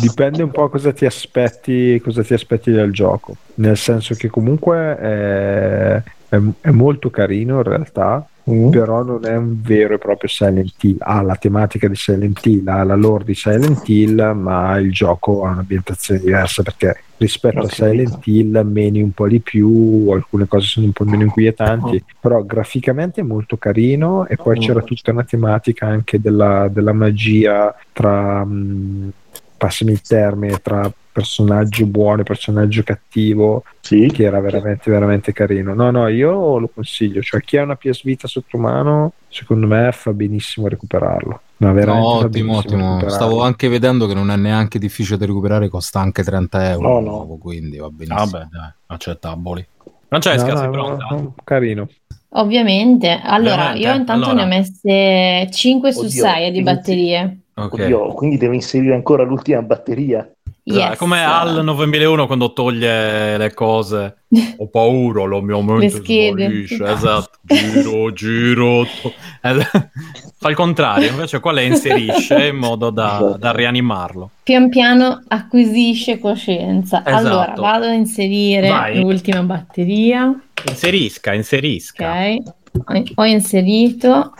Speaker 2: Dipende un po' cosa ti aspetti, cosa ti aspetti dal gioco. Nel senso che comunque è, è- è molto carino in realtà,
Speaker 5: Mm.
Speaker 2: però non è un vero e proprio Silent Hill. Ha la tematica di Silent Hill, ha la lore di Silent Hill, ma il gioco ha un'ambientazione diversa perché rispetto
Speaker 5: Ho
Speaker 2: a
Speaker 5: capito.
Speaker 2: Silent Hill meni un po' di più, alcune cose sono un po' meno inquietanti, però graficamente è molto carino e poi c'era tutta una tematica anche della, della magia tra, mh, passami il termine, tra personaggio buono e personaggio cattivo
Speaker 5: Sì.
Speaker 2: che era veramente veramente carino no no io lo consiglio cioè chi ha una PS Vita sotto mano secondo me fa benissimo a recuperarlo ma veramente
Speaker 4: No,
Speaker 2: fa
Speaker 4: ottimo,
Speaker 2: benissimo a
Speaker 4: ottimo.
Speaker 2: recuperarlo.
Speaker 4: Stavo anche vedendo che non è neanche difficile da recuperare, costa anche 30 euro.
Speaker 5: No,
Speaker 4: il
Speaker 5: no.
Speaker 4: gioco, Quindi va benissimo.
Speaker 1: Vabbè, dai, accettabili.
Speaker 2: No,
Speaker 1: Francesca,
Speaker 2: no,
Speaker 1: sei
Speaker 2: no,
Speaker 1: pronta?
Speaker 2: no, carino
Speaker 7: Ovviamente. Allora,
Speaker 1: Ovviamente,
Speaker 7: io intanto
Speaker 1: allora.
Speaker 7: ne ho messe 5 su
Speaker 5: Oddio,
Speaker 7: 6 di
Speaker 5: inizio.
Speaker 7: batterie.
Speaker 1: Ok.
Speaker 5: Oddio, quindi devo inserire ancora l'ultima batteria.
Speaker 1: Dai,
Speaker 7: Yes.
Speaker 1: Come Al 9001 quando toglie le
Speaker 7: [laughs]
Speaker 1: cose. Ho paura, lo mio
Speaker 7: Le
Speaker 1: mente
Speaker 7: schede.
Speaker 1: svanisce. Esatto. Giro, giro. to- Eh, [laughs] Fa il contrario, invece qua le inserisce in modo da, da rianimarlo.
Speaker 7: Pian piano acquisisce coscienza.
Speaker 1: Esatto.
Speaker 7: Allora, vado a inserire
Speaker 1: Vai.
Speaker 7: l'ultima batteria.
Speaker 1: Inserisca, inserisca.
Speaker 7: Ok. Ho- Ho inserito,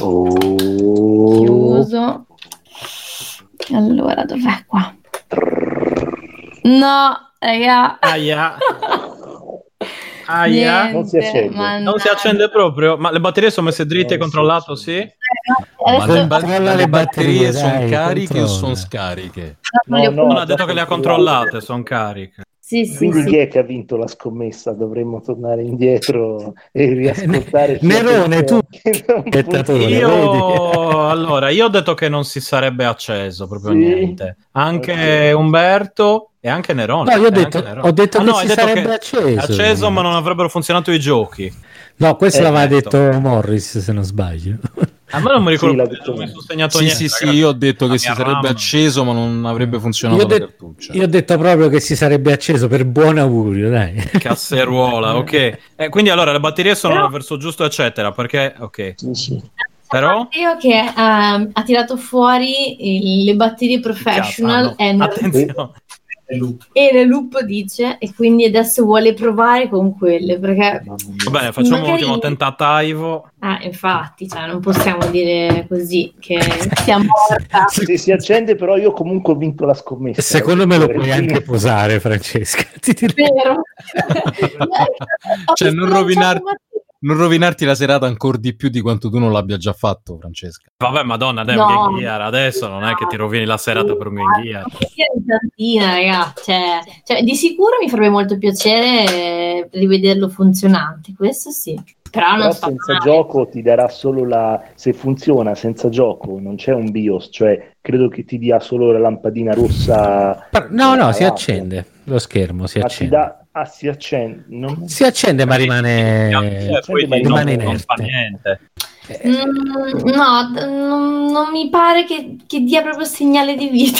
Speaker 6: Oh.
Speaker 5: Oh.
Speaker 7: chiuso. Allora, dov'è qua? No, raga.
Speaker 1: Aia. Aia.
Speaker 7: Niente,
Speaker 5: Non si accende.
Speaker 1: Non si accende proprio, ma le batterie sono messe dritte e
Speaker 5: Non si
Speaker 1: controllato,
Speaker 5: accende.
Speaker 1: sì?
Speaker 4: Ma
Speaker 7: Adesso
Speaker 4: le,
Speaker 6: ba-
Speaker 4: batterie,
Speaker 6: le batterie,
Speaker 4: sono
Speaker 6: dai,
Speaker 4: cariche o
Speaker 6: controlla.
Speaker 4: sono scariche?
Speaker 7: non le ho
Speaker 5: No,
Speaker 1: Non
Speaker 5: no.
Speaker 1: ha detto che le ha controllate, sono cariche.
Speaker 7: Sì, sì,
Speaker 5: Quindi
Speaker 7: sì.
Speaker 5: chi è che ha vinto la scommessa? Dovremmo tornare indietro e riascoltare. chi ha
Speaker 6: Eh, Nerone,
Speaker 5: detto
Speaker 6: tu,
Speaker 5: [laughs] che non può-
Speaker 6: spettatore. Vedi?
Speaker 1: Io, allora, io ho detto che non si sarebbe acceso proprio
Speaker 5: Sì. Eh,
Speaker 1: niente. Anche Umberto e anche Nerone.
Speaker 6: No, io ho
Speaker 1: E
Speaker 6: detto,
Speaker 1: anche Nerone.
Speaker 6: ho detto
Speaker 1: Ah,
Speaker 6: che
Speaker 1: no, hai
Speaker 6: si
Speaker 1: detto
Speaker 6: sarebbe
Speaker 1: che-
Speaker 6: acceso.
Speaker 1: acceso, ma non avrebbero funzionato i giochi.
Speaker 6: No, questo
Speaker 5: Eh,
Speaker 6: l'aveva
Speaker 1: certo.
Speaker 6: detto Morris, se non sbaglio.
Speaker 1: A me non mi
Speaker 5: Sì,
Speaker 1: ricordo,
Speaker 5: l'ha
Speaker 1: perché
Speaker 5: detto
Speaker 1: non mi
Speaker 5: lui.
Speaker 1: sono segnato
Speaker 4: Sì,
Speaker 1: niente.
Speaker 4: sì, sì,
Speaker 1: ragazzi.
Speaker 4: io ho detto
Speaker 1: La
Speaker 4: che si
Speaker 1: mia
Speaker 4: sarebbe
Speaker 1: RAM.
Speaker 4: acceso, ma non avrebbe funzionato
Speaker 6: Io ho
Speaker 4: la
Speaker 6: de-
Speaker 4: cartuccia.
Speaker 6: Io ho detto proprio che si sarebbe acceso per buon augurio, dai.
Speaker 1: Casseruola, ok. Eh, quindi allora le batterie sono verso giusto, eccetera, perché ok.
Speaker 5: Sì, sì.
Speaker 1: Però
Speaker 7: Io che ehm, ha tirato fuori il- le batterie professional
Speaker 1: Cazzo, ah,
Speaker 7: e
Speaker 1: no.
Speaker 7: non-
Speaker 1: Attenzione.
Speaker 7: [laughs] e le loop dice e quindi adesso vuole provare con quelle perché
Speaker 5: Mamma mia.
Speaker 1: Va bene, facciamo
Speaker 7: Magari-
Speaker 1: un ultimo tentativo.
Speaker 7: ah, infatti cioè, non possiamo dire
Speaker 1: [laughs]
Speaker 7: così che sia morta
Speaker 5: Se si accende, però io comunque ho vinto la scommessa.
Speaker 6: Secondo me lo puoi
Speaker 5: Quindi-
Speaker 6: anche posare, Francesca. Ti direi.
Speaker 1: [laughs]
Speaker 7: vero Ho
Speaker 4: Cioè, non
Speaker 7: visto
Speaker 4: rovinar-
Speaker 7: lanciare un
Speaker 4: Non rovinarti la serata ancora di più di quanto tu non l'abbia già fatto, Francesca.
Speaker 1: Vabbè, madonna, dai,
Speaker 7: No.
Speaker 1: un Game Gear, adesso non è che ti rovini la serata per un Game Gear.
Speaker 7: Sì, in tantina, raga. Cioè, cioè, di sicuro mi farebbe molto piacere eh, rivederlo funzionante. Questo sì.
Speaker 3: Però
Speaker 1: Ah,
Speaker 3: non
Speaker 5: Però
Speaker 3: sta
Speaker 5: senza
Speaker 3: male.
Speaker 5: gioco ti darà solo la se funziona senza gioco non c'è un BIOS cioè credo che ti dia solo la lampadina rossa
Speaker 6: Però- No, no, si
Speaker 5: Ah,
Speaker 6: accende lo schermo, si
Speaker 5: ma ti
Speaker 6: accende.
Speaker 5: dà- ah, si accende non-
Speaker 6: Si accende ma
Speaker 7: Cioè,
Speaker 6: Eh, rimane...
Speaker 7: poi
Speaker 5: rimane
Speaker 7: non- non,
Speaker 6: inerte.
Speaker 7: fa niente.
Speaker 3: Mm, no, d- non, non mi pare che, che dia proprio segnale di vita.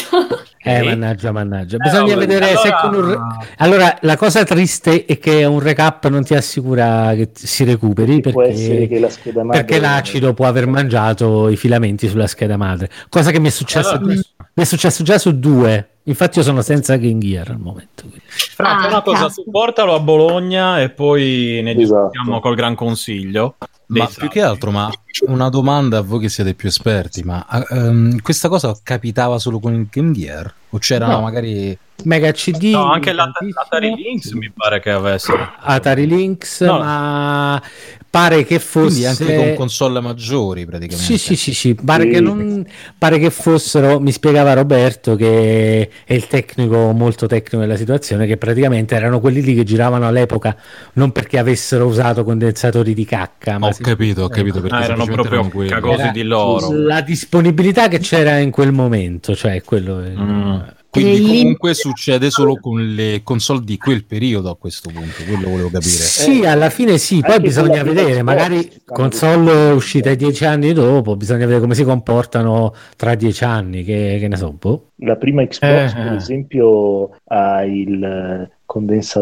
Speaker 6: Eh,
Speaker 7: Ok.
Speaker 6: mannaggia, mannaggia.
Speaker 7: Eh,
Speaker 6: Bisogna
Speaker 7: vabbè,
Speaker 6: vedere se
Speaker 7: allora-
Speaker 6: con un... re- Allora, la cosa triste è che un recap non ti assicura che t- si recuperi
Speaker 5: può essere che
Speaker 6: perché,
Speaker 5: la scheda madre
Speaker 6: perché l'acido può aver mangiato i filamenti sulla scheda madre. Cosa che mi è successa,
Speaker 7: Allora-
Speaker 6: mi è successo già su due. Infatti, io sono senza King Gear al momento. quindi.
Speaker 7: Fra,
Speaker 3: Ah,
Speaker 7: c'è una cosa,
Speaker 3: cazzo.
Speaker 7: tu portalo a Bologna e poi ne
Speaker 5: Esatto.
Speaker 7: discutiamo col Gran Consiglio.
Speaker 4: Ma
Speaker 1: Esatto.
Speaker 7: Dei
Speaker 4: più che altro, ma una domanda a voi che siete più esperti, ma ehm, questa cosa capitava solo con il Game Gear? O c'erano
Speaker 6: No.
Speaker 4: magari...
Speaker 6: Mega CD,
Speaker 7: No, anche la,
Speaker 6: tantissimo.
Speaker 7: l'Atari Lynx mi pare che avesse.
Speaker 6: Atari Lynx,
Speaker 7: No.
Speaker 6: ma pare che
Speaker 4: Quindi
Speaker 6: fosse
Speaker 4: anche con console maggiori praticamente.
Speaker 6: Sì, sì, sì, sì. Pare,
Speaker 5: Sì.
Speaker 6: Che non- pare che fossero, mi spiegava Roberto, che è il tecnico, molto tecnico della situazione, che praticamente erano quelli lì che giravano all'epoca non perché avessero usato condensatori di cacca, ma
Speaker 4: Ho
Speaker 6: sì-
Speaker 4: capito, ho
Speaker 5: Ecco.
Speaker 4: capito. Perché
Speaker 7: Ah, erano
Speaker 4: semplicemente
Speaker 7: proprio
Speaker 4: quelli.
Speaker 7: cagosi
Speaker 6: Era-
Speaker 7: di loro.
Speaker 6: la disponibilità che c'era in quel momento, cioè quello... è-
Speaker 7: Mm.
Speaker 4: Quindi
Speaker 3: Che lì-
Speaker 4: comunque succede solo con le console di quel periodo a questo punto, quello volevo capire.
Speaker 6: Sì,
Speaker 5: Eh,
Speaker 6: alla fine sì, poi
Speaker 5: anche
Speaker 6: bisogna
Speaker 5: quella di
Speaker 6: vedere,
Speaker 5: Xbox,
Speaker 6: magari
Speaker 5: stanno
Speaker 6: console
Speaker 5: dicendo.
Speaker 6: uscite dieci anni dopo, bisogna vedere come si comportano tra dieci anni, che, che ne so, boh.
Speaker 5: la prima Xbox
Speaker 7: Eh,
Speaker 5: per
Speaker 7: eh.
Speaker 5: esempio ha il eh,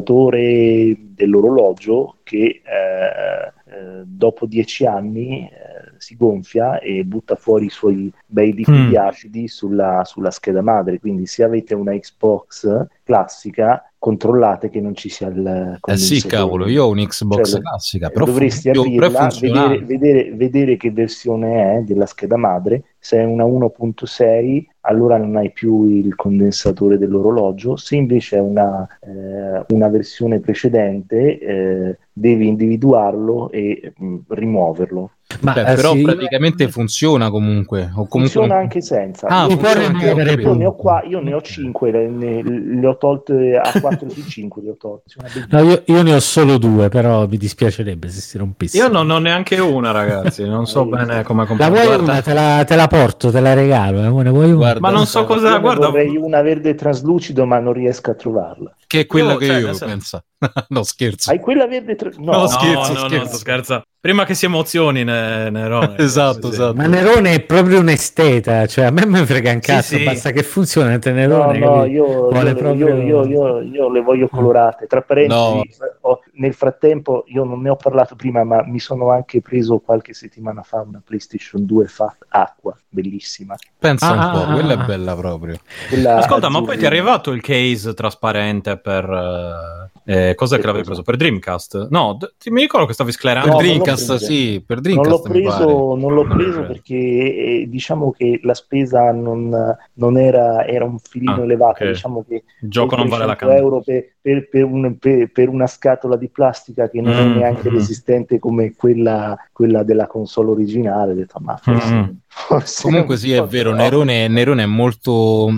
Speaker 5: condensatore dell'orologio che eh, eh, dopo dieci anni eh, si gonfia e butta fuori i suoi bei liquidi
Speaker 7: Mm.
Speaker 5: acidi sulla, sulla scheda madre quindi se avete una Xbox classica controllate che non ci sia il
Speaker 4: Eh sì,
Speaker 5: condensatore
Speaker 4: cavolo, io ho un Xbox
Speaker 5: Cioè,
Speaker 4: classica,
Speaker 5: eh,
Speaker 4: però
Speaker 5: dovresti
Speaker 4: fun- però è
Speaker 5: aprirla, vedere,
Speaker 4: funzionante.
Speaker 5: vedere- vedere che versione è della scheda madre. Se è una 1.6, allora non hai più il condensatore dell'orologio. Se invece è una, eh, una versione precedente, eh, devi individuarlo e mh, rimuoverlo.
Speaker 6: Ma
Speaker 4: Cioè,
Speaker 6: eh,
Speaker 4: però
Speaker 6: sì,
Speaker 4: praticamente funziona comunque. O comunque
Speaker 5: Funziona anche senza.
Speaker 4: Ah,
Speaker 5: Io-
Speaker 4: funziona anche
Speaker 5: io,
Speaker 4: avere
Speaker 5: io ne ho
Speaker 6: punti.
Speaker 5: qua, io ne ho 5, le, ne- le ho tolte a 4 su 5, le ho tolte. Sono bellissime.
Speaker 6: No, io, io ne ho solo due, però mi dispiacerebbe se si rompesse.
Speaker 7: Io non ho neanche una, ragazzi. Non so bene come
Speaker 6: La
Speaker 7: comprare.
Speaker 6: vuoi una? Te la, te la porto, te la regalo. eh, ne vuoi una?
Speaker 4: Guarda,
Speaker 7: Ma non so
Speaker 5: Io
Speaker 7: [laughs] cosa.
Speaker 5: ne
Speaker 7: Guarda,
Speaker 5: vorrei una verde traslucido, ma non riesco a trovarla.
Speaker 4: che è quella
Speaker 7: Io,
Speaker 4: che
Speaker 7: cioè,
Speaker 4: io
Speaker 7: nel senso-
Speaker 4: penso. [laughs] no, scherzo.
Speaker 5: Hai quella verde traslucido?
Speaker 4: No,
Speaker 7: No,
Speaker 4: scherzo,
Speaker 7: no,
Speaker 4: scherzo.
Speaker 7: no, sto scherzando. Prima che si emozioni, ne-
Speaker 4: [laughs]
Speaker 7: eh, Nerone.
Speaker 4: Esatto, esatto.
Speaker 6: Ma Nerone è proprio un esteta, cioè a me mi frega un
Speaker 7: Sì,
Speaker 6: cazzo,
Speaker 7: sì.
Speaker 6: basta che funziona te
Speaker 5: No,
Speaker 6: Nerone.
Speaker 5: no,
Speaker 6: capito?
Speaker 5: io,
Speaker 6: Vuole
Speaker 5: io-
Speaker 6: proprio-
Speaker 5: io- io- io le
Speaker 4: Mm.
Speaker 5: voglio colorate. Tra parentesi, ho- nel frattempo, io non ne ho parlato prima, ma mi sono anche preso qualche settimana fa una PlayStation 2 Fat Acqua, bellissima.
Speaker 4: Pensa
Speaker 6: Ah,
Speaker 4: un po',
Speaker 6: ah,
Speaker 4: quella
Speaker 6: ah.
Speaker 4: è bella proprio.
Speaker 5: Quella
Speaker 7: Ascolta, ma
Speaker 5: azzurra.
Speaker 7: poi ti è arrivato il case trasparente per. eh, eh, cos'è
Speaker 5: Che
Speaker 7: che l'avevi
Speaker 5: cosa?
Speaker 7: preso? Per Dreamcast? No, d- ti- mi ricordo che stavi
Speaker 4: Per
Speaker 7: sclerando.
Speaker 5: No, non l'ho
Speaker 4: Dreamcast,
Speaker 5: preso.
Speaker 4: sì, per
Speaker 5: Non l'ho
Speaker 4: Dreamcast mi pare.
Speaker 5: preso, non l'ho
Speaker 7: Non l'ho
Speaker 5: preso
Speaker 7: preso.
Speaker 5: perché eh, diciamo che la spesa non, non era, era un filino
Speaker 7: Ah,
Speaker 5: elevato.
Speaker 7: ok.
Speaker 5: Diciamo che
Speaker 7: Il gioco non vale
Speaker 5: 300
Speaker 7: la [laughs] candela.
Speaker 5: euro per, per- per un- per- per una scatola di plastica che non
Speaker 7: Mm,
Speaker 5: è neanche
Speaker 7: mm.
Speaker 5: resistente come quella, quella della console originale. Ho detto, ma forse-
Speaker 7: Mm.
Speaker 5: forse-
Speaker 4: Comunque sì, è vero,
Speaker 5: forse no.
Speaker 4: Nerone, Nerone è molto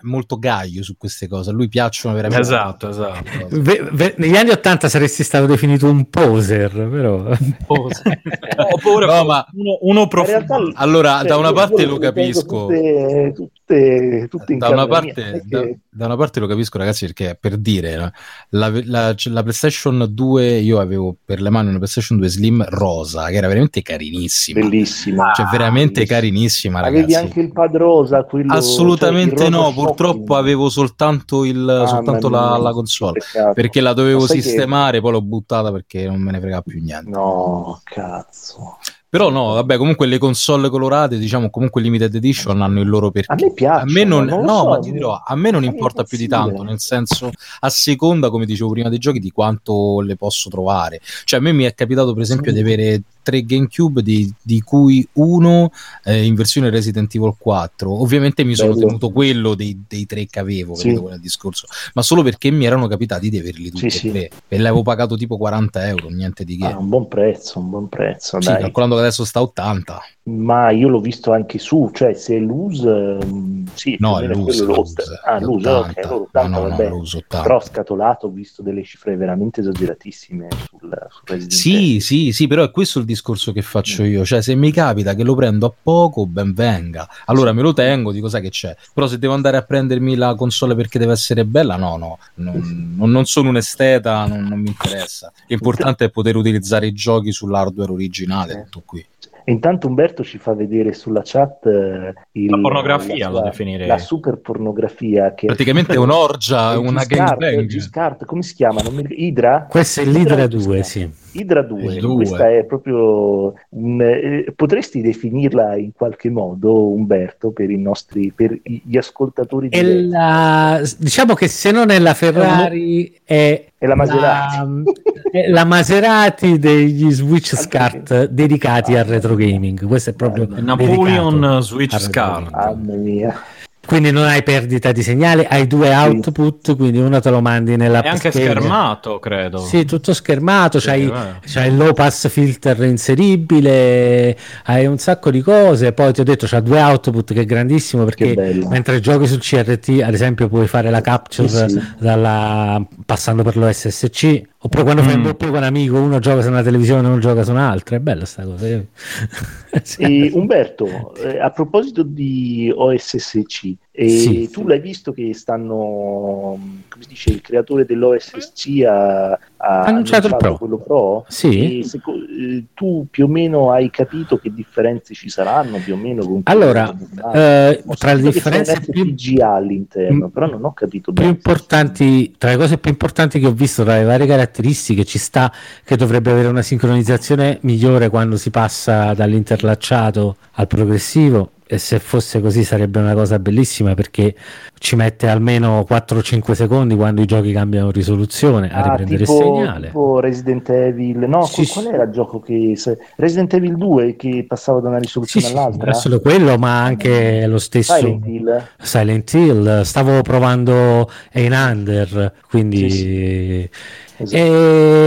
Speaker 4: molto gaio su queste cose, a lui piacciono veramente.
Speaker 7: Esatto, esatto.
Speaker 6: Ve- ve- negli anni 80 saresti stato definito un poser, però...
Speaker 7: Oppure
Speaker 4: No, ma-
Speaker 7: uno, uno
Speaker 5: In
Speaker 7: profumo.
Speaker 5: realtà,
Speaker 4: Allora,
Speaker 5: cioè,
Speaker 4: da una
Speaker 5: io-
Speaker 4: parte
Speaker 5: io
Speaker 4: lo
Speaker 5: le tengo
Speaker 4: capisco.
Speaker 5: Tutte, tutte, tutte in
Speaker 4: da una,
Speaker 5: camera mia, non
Speaker 4: parte,
Speaker 5: è
Speaker 4: da,
Speaker 5: che-
Speaker 4: da una parte lo capisco, ragazzi, perché per dire no? la, la- c- la PlayStation 2, io avevo per le mani una PlayStation 2 Slim rosa, che era veramente carinissima.
Speaker 5: Bellissima.
Speaker 4: Cioè, veramente
Speaker 5: Bellissima.
Speaker 4: carinissima, ragazzi.
Speaker 5: Avevi anche cioè, il padrosa, quello
Speaker 4: Assolutamente
Speaker 5: cioè, il
Speaker 4: no,
Speaker 5: Roboshock.
Speaker 4: purtroppo avevo soltanto, il,
Speaker 5: Mamma
Speaker 4: soltanto
Speaker 5: mia,
Speaker 4: la, la
Speaker 5: che
Speaker 4: console
Speaker 5: peccato.
Speaker 4: perché la dovevo
Speaker 5: Ma sai che-
Speaker 4: sistemare, poi l'ho buttata perché non me ne frega più niente.
Speaker 5: No, cazzo.
Speaker 4: Però no, vabbè, comunque le console colorate, diciamo comunque limited edition hanno il loro perché.
Speaker 5: A me piace.
Speaker 4: A me non, no, ma ti dirò, a me non importa più di tanto, nel senso, a seconda, come dicevo prima, dei giochi, di quanto le posso trovare. Cioè, a me mi è capitato, per esempio, di avere tre GameCube, di, di cui uno eh, in versione Resident Evil 4. Ovviamente mi sono
Speaker 5: Bello.
Speaker 4: tenuto quello dei, dei tre che avevo,
Speaker 5: Sì.
Speaker 4: capito, quello è il discorso, ma solo perché mi erano capitati di averli tutti
Speaker 5: Sì,
Speaker 4: e
Speaker 5: sì.
Speaker 4: tre. E l'avevo pagato tipo 40 euro, niente di che.
Speaker 5: Ah, un buon Ah, prezzo, un buon prezzo,
Speaker 4: Sì,
Speaker 5: dai.
Speaker 4: calcolando che adesso sta a 80.
Speaker 5: ma io l'ho visto anche su, cioè se è l'US, ehm, sì,
Speaker 4: No,
Speaker 5: più o
Speaker 4: è
Speaker 5: meno
Speaker 4: l'US,
Speaker 5: quello
Speaker 4: l'US,
Speaker 5: l'otta- ah, l'US,
Speaker 4: l'ottanta.
Speaker 5: ok, allora l'ottanta,
Speaker 4: No, no, no,
Speaker 5: vabbè.
Speaker 4: l'US, ottanta.
Speaker 5: però scatolato ho visto delle cifre veramente esageratissime sul, sul Resident Evil.
Speaker 4: Sì, sì, sì, però è questo il discorso che
Speaker 1: Mm.
Speaker 4: faccio io. Cioè, se mi capita che lo prendo a poco, ben venga. Allora me lo tengo, dico sai che c'è. Però se devo andare a prendermi la console perché deve essere bella, no, no, non, non- non sono un esteta, non, non mi interessa. L'importante è poter utilizzare i giochi sull'hardware originale,
Speaker 1: Eh.
Speaker 4: tutto qui.
Speaker 5: E Intanto Umberto ci fa vedere sulla chat eh, il-
Speaker 7: La pornografia,
Speaker 5: sua-
Speaker 7: lo definirei.
Speaker 5: la super pornografia che
Speaker 4: Praticamente è
Speaker 5: è [laughs]
Speaker 4: un'orgia, una
Speaker 5: G-Scarp,
Speaker 4: gangbang.
Speaker 5: G-Scarp, come si chiama? Non mi ricordo. Idra?
Speaker 6: [laughs] Questo è l'Idra 2, sì.
Speaker 5: Idra 2,
Speaker 4: Il due.
Speaker 5: questa è proprio un- eh, potresti definirla in qualche modo, Umberto, per i nostri per i- gli ascoltatori
Speaker 6: È
Speaker 5: di
Speaker 6: la- diciamo che se non è la Ferrari è,
Speaker 5: È la Maserati.
Speaker 6: è la Maserati degli Switch SCART dedicati al retro gaming. Questo è proprio
Speaker 7: Napoleon
Speaker 6: dedicato
Speaker 7: Switch
Speaker 4: Ah,
Speaker 6: al retro
Speaker 7: SCART.
Speaker 6: gaming.
Speaker 5: [laughs] Mamma mia.
Speaker 6: Quindi non hai perdita di segnale, hai due output, quindi uno te lo mandi nella
Speaker 7: È anche
Speaker 6: schegna.
Speaker 7: schermato, credo.
Speaker 6: Sì, tutto schermato,
Speaker 7: Sì,
Speaker 6: c'hai,
Speaker 7: eh.
Speaker 6: c'hai il low pass filter inseribile, hai un sacco di cose, poi ti ho detto c'ha due output che è grandissimo
Speaker 5: Che
Speaker 6: perché
Speaker 5: bello.
Speaker 6: mentre giochi sul CRT ad esempio puoi fare la capture
Speaker 5: Sì, sì.
Speaker 6: dalla- passando per l'OSSC oppure quando fai un
Speaker 7: Mm.
Speaker 6: doppio con un amico uno gioca su una televisione e uno gioca su un'altra, è bella sta cosa. io-
Speaker 5: E, Umberto, eh, a proposito di OSSC, eh,
Speaker 6: Sì.
Speaker 5: tu l'hai visto che stanno, come si dice, il creatore dell'OSSC ha, ha
Speaker 6: annunciato il Pro.
Speaker 5: quello Pro?
Speaker 6: Sì.
Speaker 5: E seco- eh, tu più o meno hai capito che differenze ci saranno più o meno con quello
Speaker 6: Allora,
Speaker 5: originale?
Speaker 6: eh,
Speaker 5: Ho
Speaker 6: tra le
Speaker 5: sentito che c'è un
Speaker 6: differenze più,
Speaker 5: FPGA all'interno,
Speaker 6: Mm.
Speaker 5: però non ho capito
Speaker 6: più
Speaker 5: bene.
Speaker 6: importanti, tra le cose più importanti che ho visto, tra le varie caratteristiche, ci sta che dovrebbe avere una sincronizzazione migliore quando si passa dall'interlacciato al progressivo. E se fosse così sarebbe una cosa bellissima perché ci mette almeno 4-5 secondi quando i giochi cambiano risoluzione a
Speaker 5: Ah,
Speaker 6: riprendere
Speaker 5: tipo,
Speaker 6: il segnale.
Speaker 5: tipo Resident Evil, no? qual,
Speaker 6: Sì, sì.
Speaker 5: qual era il gioco che se- Resident Evil 2 che passava da una
Speaker 6: Sì,
Speaker 5: risoluzione
Speaker 6: sì,
Speaker 5: all'altra?
Speaker 6: non solo quello, ma anche lo stesso
Speaker 5: Mm. Silent Hill.
Speaker 6: Silent Hill. Stavo provando Ein Under, quindi
Speaker 5: Sì, sì. Esatto.
Speaker 6: Eh,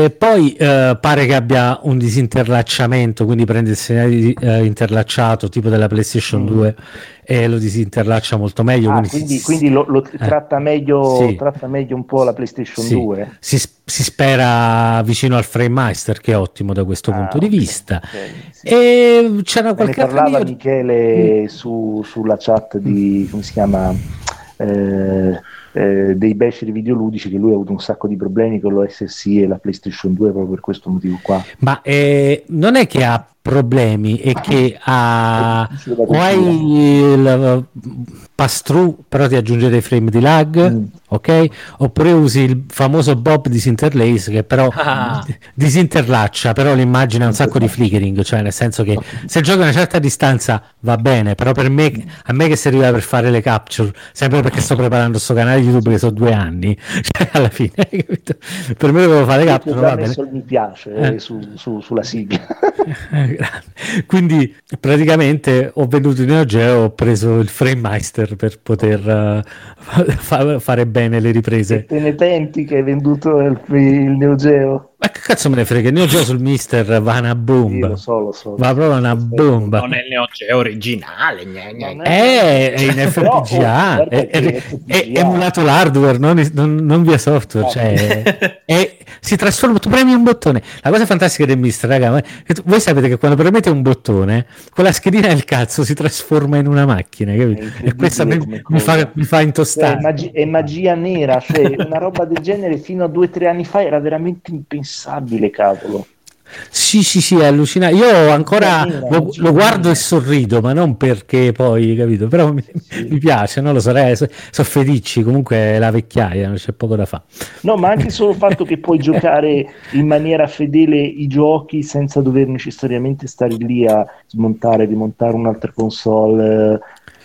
Speaker 6: E poi eh, pare che abbia un disinterlacciamento, quindi prende il segnale di- eh, interlacciato tipo della PlayStation
Speaker 5: Mm.
Speaker 6: 2 e lo disinterlaccia molto meglio.
Speaker 5: Ah,
Speaker 6: quindi si-
Speaker 5: quindi,
Speaker 6: si-
Speaker 5: quindi lo, lo tratta, meglio,
Speaker 6: Eh. Sì.
Speaker 5: tratta meglio un po' la PlayStation
Speaker 6: Sì.
Speaker 5: 2.
Speaker 6: si, si spera vicino al Frame Master, che è ottimo da questo
Speaker 5: Ah,
Speaker 6: punto di
Speaker 5: ok,
Speaker 6: vista.
Speaker 5: ok, sì.
Speaker 6: E c'era
Speaker 5: Ne
Speaker 6: qualche altro
Speaker 5: parlava
Speaker 6: miglior-
Speaker 5: Michele su- sulla chat di come si chiama eh, eh, dei beceri videoludici che lui ha avuto un sacco di problemi con l'OSC e la PlayStation 2 proprio per questo motivo qua.
Speaker 6: Ma eh, non è che ha problemi, è che ha.
Speaker 5: È difficile da
Speaker 6: Ah, O
Speaker 5: gestire.
Speaker 6: hai il pass through, però ti aggiunge dei frame di lag,
Speaker 5: Mm.
Speaker 6: ok? Oppure usi il famoso Bob disinterlace che però
Speaker 7: Ah.
Speaker 6: d- [laughs] disinterlaccia, però l'immagine ha un sacco di flickering, cioè nel senso che se giochi a una certa distanza va bene, però per me, a me che serviva per fare le capture, sempre perché sto preparando sto canale YouTube che sono due anni, [laughs] cioè alla fine, capito? Per me dovevo fare le
Speaker 5: Tu
Speaker 6: capture,
Speaker 5: già
Speaker 6: va bene.
Speaker 5: messo il mi piace eh,
Speaker 6: Eh.
Speaker 5: su- su- sulla
Speaker 6: [laughs]
Speaker 5: sigla.
Speaker 6: Eh, [laughs] grande. Quindi praticamente ho venduto il Neo Geo, ho preso il Frame Meister per poter eh, [laughs] fa- fare bene le riprese.
Speaker 5: Te ne penti che hai venduto il, il Neo Geo?
Speaker 6: Ma che cazzo me ne frega, il Neo Geo sul Mister va una
Speaker 5: Sì,
Speaker 6: bomba.
Speaker 5: lo so, lo so. Eh,
Speaker 6: Va proprio una bomba.
Speaker 7: Non è il Neo Geo originale. gne, gne,
Speaker 5: Non
Speaker 7: gne.
Speaker 5: [laughs]
Speaker 6: Eh, è in
Speaker 5: Però, oh,
Speaker 6: FPGA,
Speaker 5: guarda
Speaker 6: eh, è,
Speaker 5: che
Speaker 6: è- è-
Speaker 5: FPGA.
Speaker 6: è emulato l'hardware, non, is- non- non via software.
Speaker 5: Ah.
Speaker 6: Cioè, è- si trasforma, tu premi un bottone. La cosa fantastica del mister, raga, è che tu- voi sapete che quando premete un bottone, quella schedina del cazzo si trasforma in una macchina, capito?
Speaker 5: incredibile
Speaker 6: E questa mi,
Speaker 5: Eh, come
Speaker 6: mi
Speaker 5: cosa.
Speaker 6: fa, mi fa
Speaker 5: Cioè,
Speaker 6: intostare.
Speaker 5: è, magi- è magia nera, cioè una roba del genere fino a due o tre anni fa era veramente impensabile, cavolo.
Speaker 6: Sì, sì, sì, è allucinante. Io ancora
Speaker 5: Magia nera,
Speaker 6: lo,
Speaker 5: magia
Speaker 6: lo guardo
Speaker 5: nera.
Speaker 6: e sorrido, ma non perché poi, capito? Però mi, mi piace, non lo so, raga, so- sono felicci, comunque è la vecchiaia, non c'è poco da fare.
Speaker 5: No, ma anche solo il fatto che puoi giocare in maniera fedele i giochi senza dover necessariamente stare lì a smontare, rimontare un'altra console. eh,